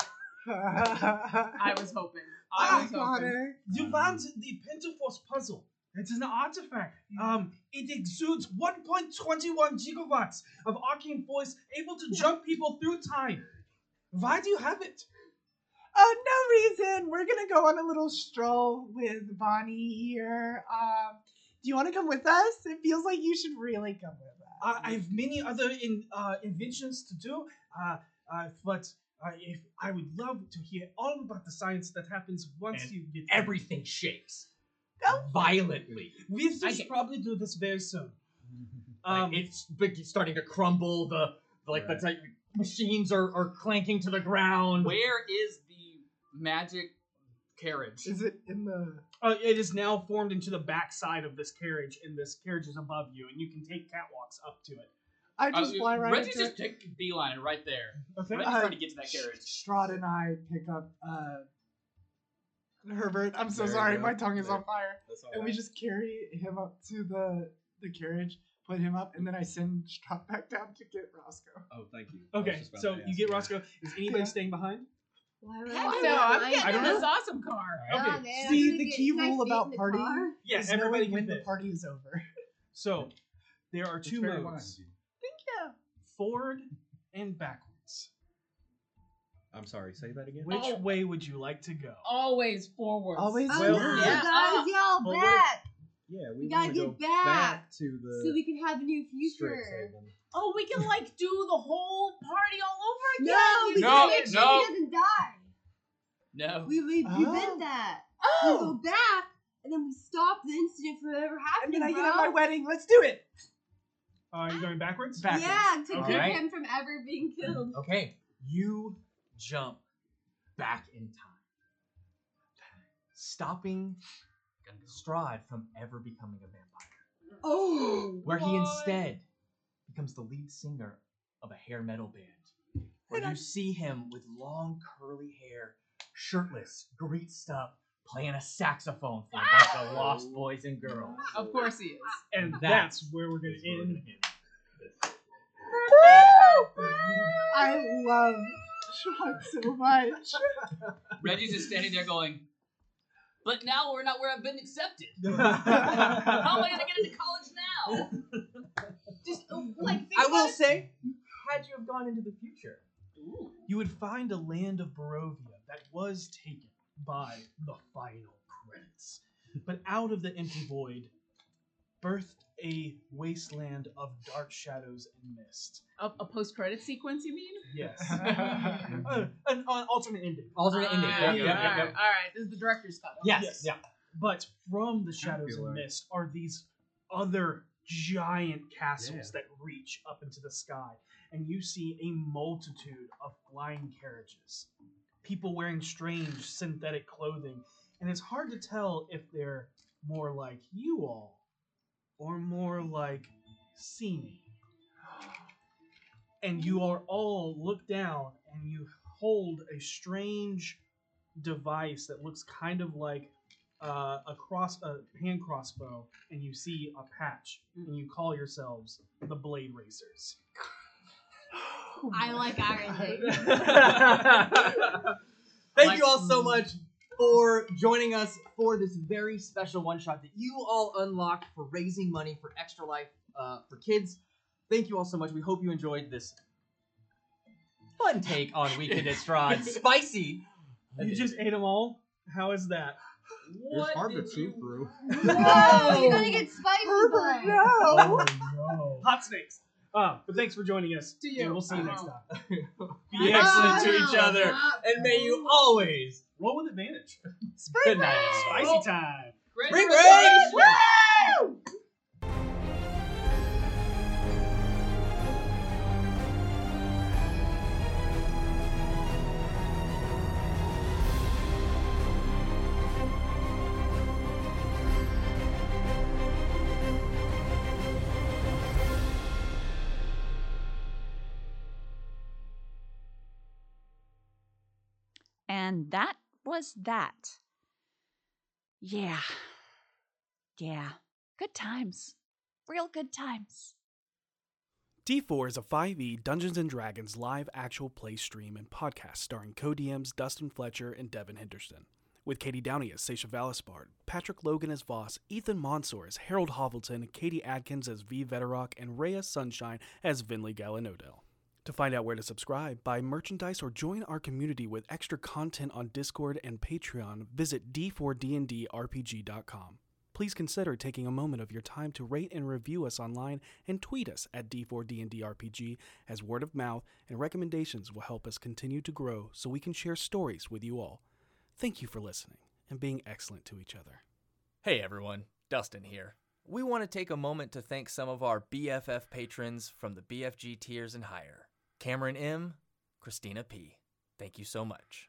Speaker 6: I was hoping. I
Speaker 4: I
Speaker 6: was
Speaker 4: got
Speaker 6: hoping.
Speaker 4: it.
Speaker 3: You want the Pentaforce puzzle. It is an artifact. Um, it exudes 1.21 gigawatts of arcane force able to jump people through time. Why do you have it?
Speaker 4: Oh, no reason. We're gonna go on a little stroll with Bonnie here. Um, do you want to come with us? It feels like you should really come with us.
Speaker 3: Uh, I have many other in, uh, inventions to do, uh, uh, but uh, if I would love to hear all about the science that happens once
Speaker 12: And
Speaker 3: you get
Speaker 12: Everything shakes
Speaker 4: Oh.
Speaker 12: violently.
Speaker 3: We should
Speaker 6: get-
Speaker 3: probably do this very soon.
Speaker 12: Um,
Speaker 3: Um,
Speaker 12: it's big- starting to crumble. The like the type, machines are, are clanking to the ground.
Speaker 5: Where is the magic carriage?
Speaker 4: Is it in the?
Speaker 3: Uh, it is now formed into the backside of this carriage, and this carriage is above you, and you can take catwalks up to it.
Speaker 4: I just
Speaker 5: Uh,
Speaker 4: fly right
Speaker 5: Reggie
Speaker 4: into
Speaker 5: just
Speaker 4: it.
Speaker 5: took beeline right there.
Speaker 3: Okay.
Speaker 5: Reggie's
Speaker 4: Uh,
Speaker 5: trying to get to that carriage.
Speaker 4: Strahd and I pick up uh, Herbert. I'm so
Speaker 7: There you
Speaker 4: sorry,
Speaker 7: go.
Speaker 4: my tongue is
Speaker 7: There.
Speaker 4: on fire.
Speaker 7: That's all
Speaker 4: And we
Speaker 7: right.
Speaker 4: just carry him up to the the carriage, put him up, and then I send Strahd back down to get Roscoe.
Speaker 7: Oh, thank you. I was
Speaker 3: Okay,
Speaker 7: just about
Speaker 3: so
Speaker 7: to
Speaker 3: you
Speaker 7: ask,
Speaker 3: get
Speaker 7: yeah.
Speaker 3: Roscoe. Is anybody
Speaker 4: Yeah.
Speaker 3: staying behind?
Speaker 8: Why would
Speaker 6: Heck
Speaker 8: I
Speaker 6: no, I'm
Speaker 8: I
Speaker 6: getting in
Speaker 8: don't know.
Speaker 6: this awesome car.
Speaker 3: Okay.
Speaker 8: Nah, man, I'm
Speaker 4: See,
Speaker 8: gonna
Speaker 4: the
Speaker 8: get-
Speaker 4: key
Speaker 8: can I
Speaker 4: rule
Speaker 8: fit in
Speaker 4: about
Speaker 8: the
Speaker 4: party
Speaker 8: car?
Speaker 3: Yeah,
Speaker 4: is
Speaker 3: everybody
Speaker 4: knowing
Speaker 3: can
Speaker 4: when the
Speaker 3: fit.
Speaker 4: party is over.
Speaker 3: So there are
Speaker 7: It's
Speaker 3: two
Speaker 7: very
Speaker 3: modes:
Speaker 7: wise.
Speaker 3: forward and backwards.
Speaker 7: I'm sorry. Say that again.
Speaker 3: Which
Speaker 6: Oh.
Speaker 3: way would you like to go?
Speaker 6: Always forward.
Speaker 4: Always
Speaker 8: Oh
Speaker 3: Well,
Speaker 8: no,
Speaker 6: yeah.
Speaker 8: guys, y'all
Speaker 7: Well, we're-
Speaker 8: back
Speaker 7: Yeah,
Speaker 8: Oh, We
Speaker 7: we
Speaker 8: gotta
Speaker 7: want to go
Speaker 8: get back, Uh,
Speaker 7: to the
Speaker 8: so we can have a new future.
Speaker 7: Strixhaven.
Speaker 6: Oh, we can like do the whole party all over again.
Speaker 8: No, we
Speaker 6: you
Speaker 8: gotta
Speaker 5: No,
Speaker 8: make sure
Speaker 5: no.
Speaker 8: he doesn't die.
Speaker 5: No.
Speaker 8: We we prevent
Speaker 4: Oh.
Speaker 8: that. We go
Speaker 4: Oh,
Speaker 8: back and then we stop the incident from ever
Speaker 4: and
Speaker 8: happening.
Speaker 4: then I get
Speaker 8: bro.
Speaker 4: at my wedding. Let's do it.
Speaker 3: Are Uh, you going backwards?
Speaker 8: Yeah, to
Speaker 2: All
Speaker 8: keep
Speaker 2: right.
Speaker 8: him from ever being killed.
Speaker 2: Okay, you jump back in time, stopping Strahd from ever becoming a vampire,
Speaker 8: Oh,
Speaker 2: where he
Speaker 6: What?
Speaker 2: instead becomes the lead singer of a hair metal band. Where you see him with long curly hair, shirtless, greased up, playing a saxophone for a bunch of
Speaker 12: Oh.
Speaker 2: lost boys and girls.
Speaker 6: Of course he is.
Speaker 3: And
Speaker 2: That's
Speaker 3: that's where we're going
Speaker 2: is
Speaker 3: to
Speaker 2: where we're
Speaker 3: end.
Speaker 4: I love Strahd so much.
Speaker 5: Reggie's just standing there going, but now we're not where I've been accepted. How am
Speaker 3: I
Speaker 5: I going to get into college now?
Speaker 6: Just uh, like think
Speaker 2: I
Speaker 6: about
Speaker 2: will
Speaker 6: it.
Speaker 2: say, had you have gone into the future,
Speaker 3: you would find a land of Barovia that was taken by the final credits. But out of the empty void birthed a wasteland of dark shadows and mist.
Speaker 6: A, a post-credit sequence, you mean?
Speaker 3: Yes. Uh, an, an alternate ending.
Speaker 2: alternate ending.
Speaker 6: Ah,
Speaker 2: Yep, yep, yep,
Speaker 6: All
Speaker 2: yep.
Speaker 6: right, all right, this is the director's cut.
Speaker 2: Yes,
Speaker 3: Yes.
Speaker 2: yeah.
Speaker 3: But from the shadows and
Speaker 7: Dracula.
Speaker 3: mist are these other giant castles that reach up into the sky, and you see a multitude of flying carriages, people wearing strange synthetic clothing, and it's hard to tell if they're more like you all or more like Sini. And you are all look down and you hold a strange device that looks kind of like uh, a cross a hand crossbow and you see a patch
Speaker 2: Mm.
Speaker 3: and you call yourselves the blade racers
Speaker 8: I like Iron Lady.
Speaker 2: Thank you all so much for joining us for this very special one shot that you all unlocked for raising money for Extra Life uh, for kids. Thank you all so much. We hope you enjoyed this fun take on Weekend at Strahd. Spicy.
Speaker 3: You just ate them all. How is that?
Speaker 5: It's hard to chew through.
Speaker 8: No, you're gonna get spicy.
Speaker 15: Herbert,
Speaker 8: boy.
Speaker 15: no.
Speaker 2: Oh,
Speaker 3: no. Hot snakes. Uh, but thanks for joining us.
Speaker 6: Do you?
Speaker 3: And we'll see you next
Speaker 6: Wow.
Speaker 3: time.
Speaker 2: Be excellent to each
Speaker 6: Wow.
Speaker 2: other, Oh. and may you always.
Speaker 3: Roll with advantage.
Speaker 2: Good night.
Speaker 3: Spicy time.
Speaker 16: Great
Speaker 2: Ring
Speaker 16: presentation.
Speaker 2: rings!
Speaker 1: And that was that. Yeah. Yeah. Good times. Real good times.
Speaker 7: D4 is a 5e Dungeons and Dragons live actual play stream and podcast starring co-DMs Dustin Fletcher and Devin Henderson, with Katie Downey as Sasha Valisbard, Patrick Logan as Voss, Ethan Monsor as Harold Hovelton, Katie Adkins as V Vetterock, and Rhea Sunshine as Vinley Gallinodel. To find out where to subscribe, buy merchandise, or join our community with extra content on Discord and Patreon, visit d4dndrpg.com. Please consider taking a moment of your time to rate and review us online and tweet us at d4dndrpg as word of mouth and recommendations will help us continue to grow so we can share stories with you all. Thank you for listening and being excellent to each other.
Speaker 17: Hey everyone, Dustin here. We want to take a moment to thank some of our BFF patrons from the BFG tiers and higher Cameron M., Christina P. Thank you so much.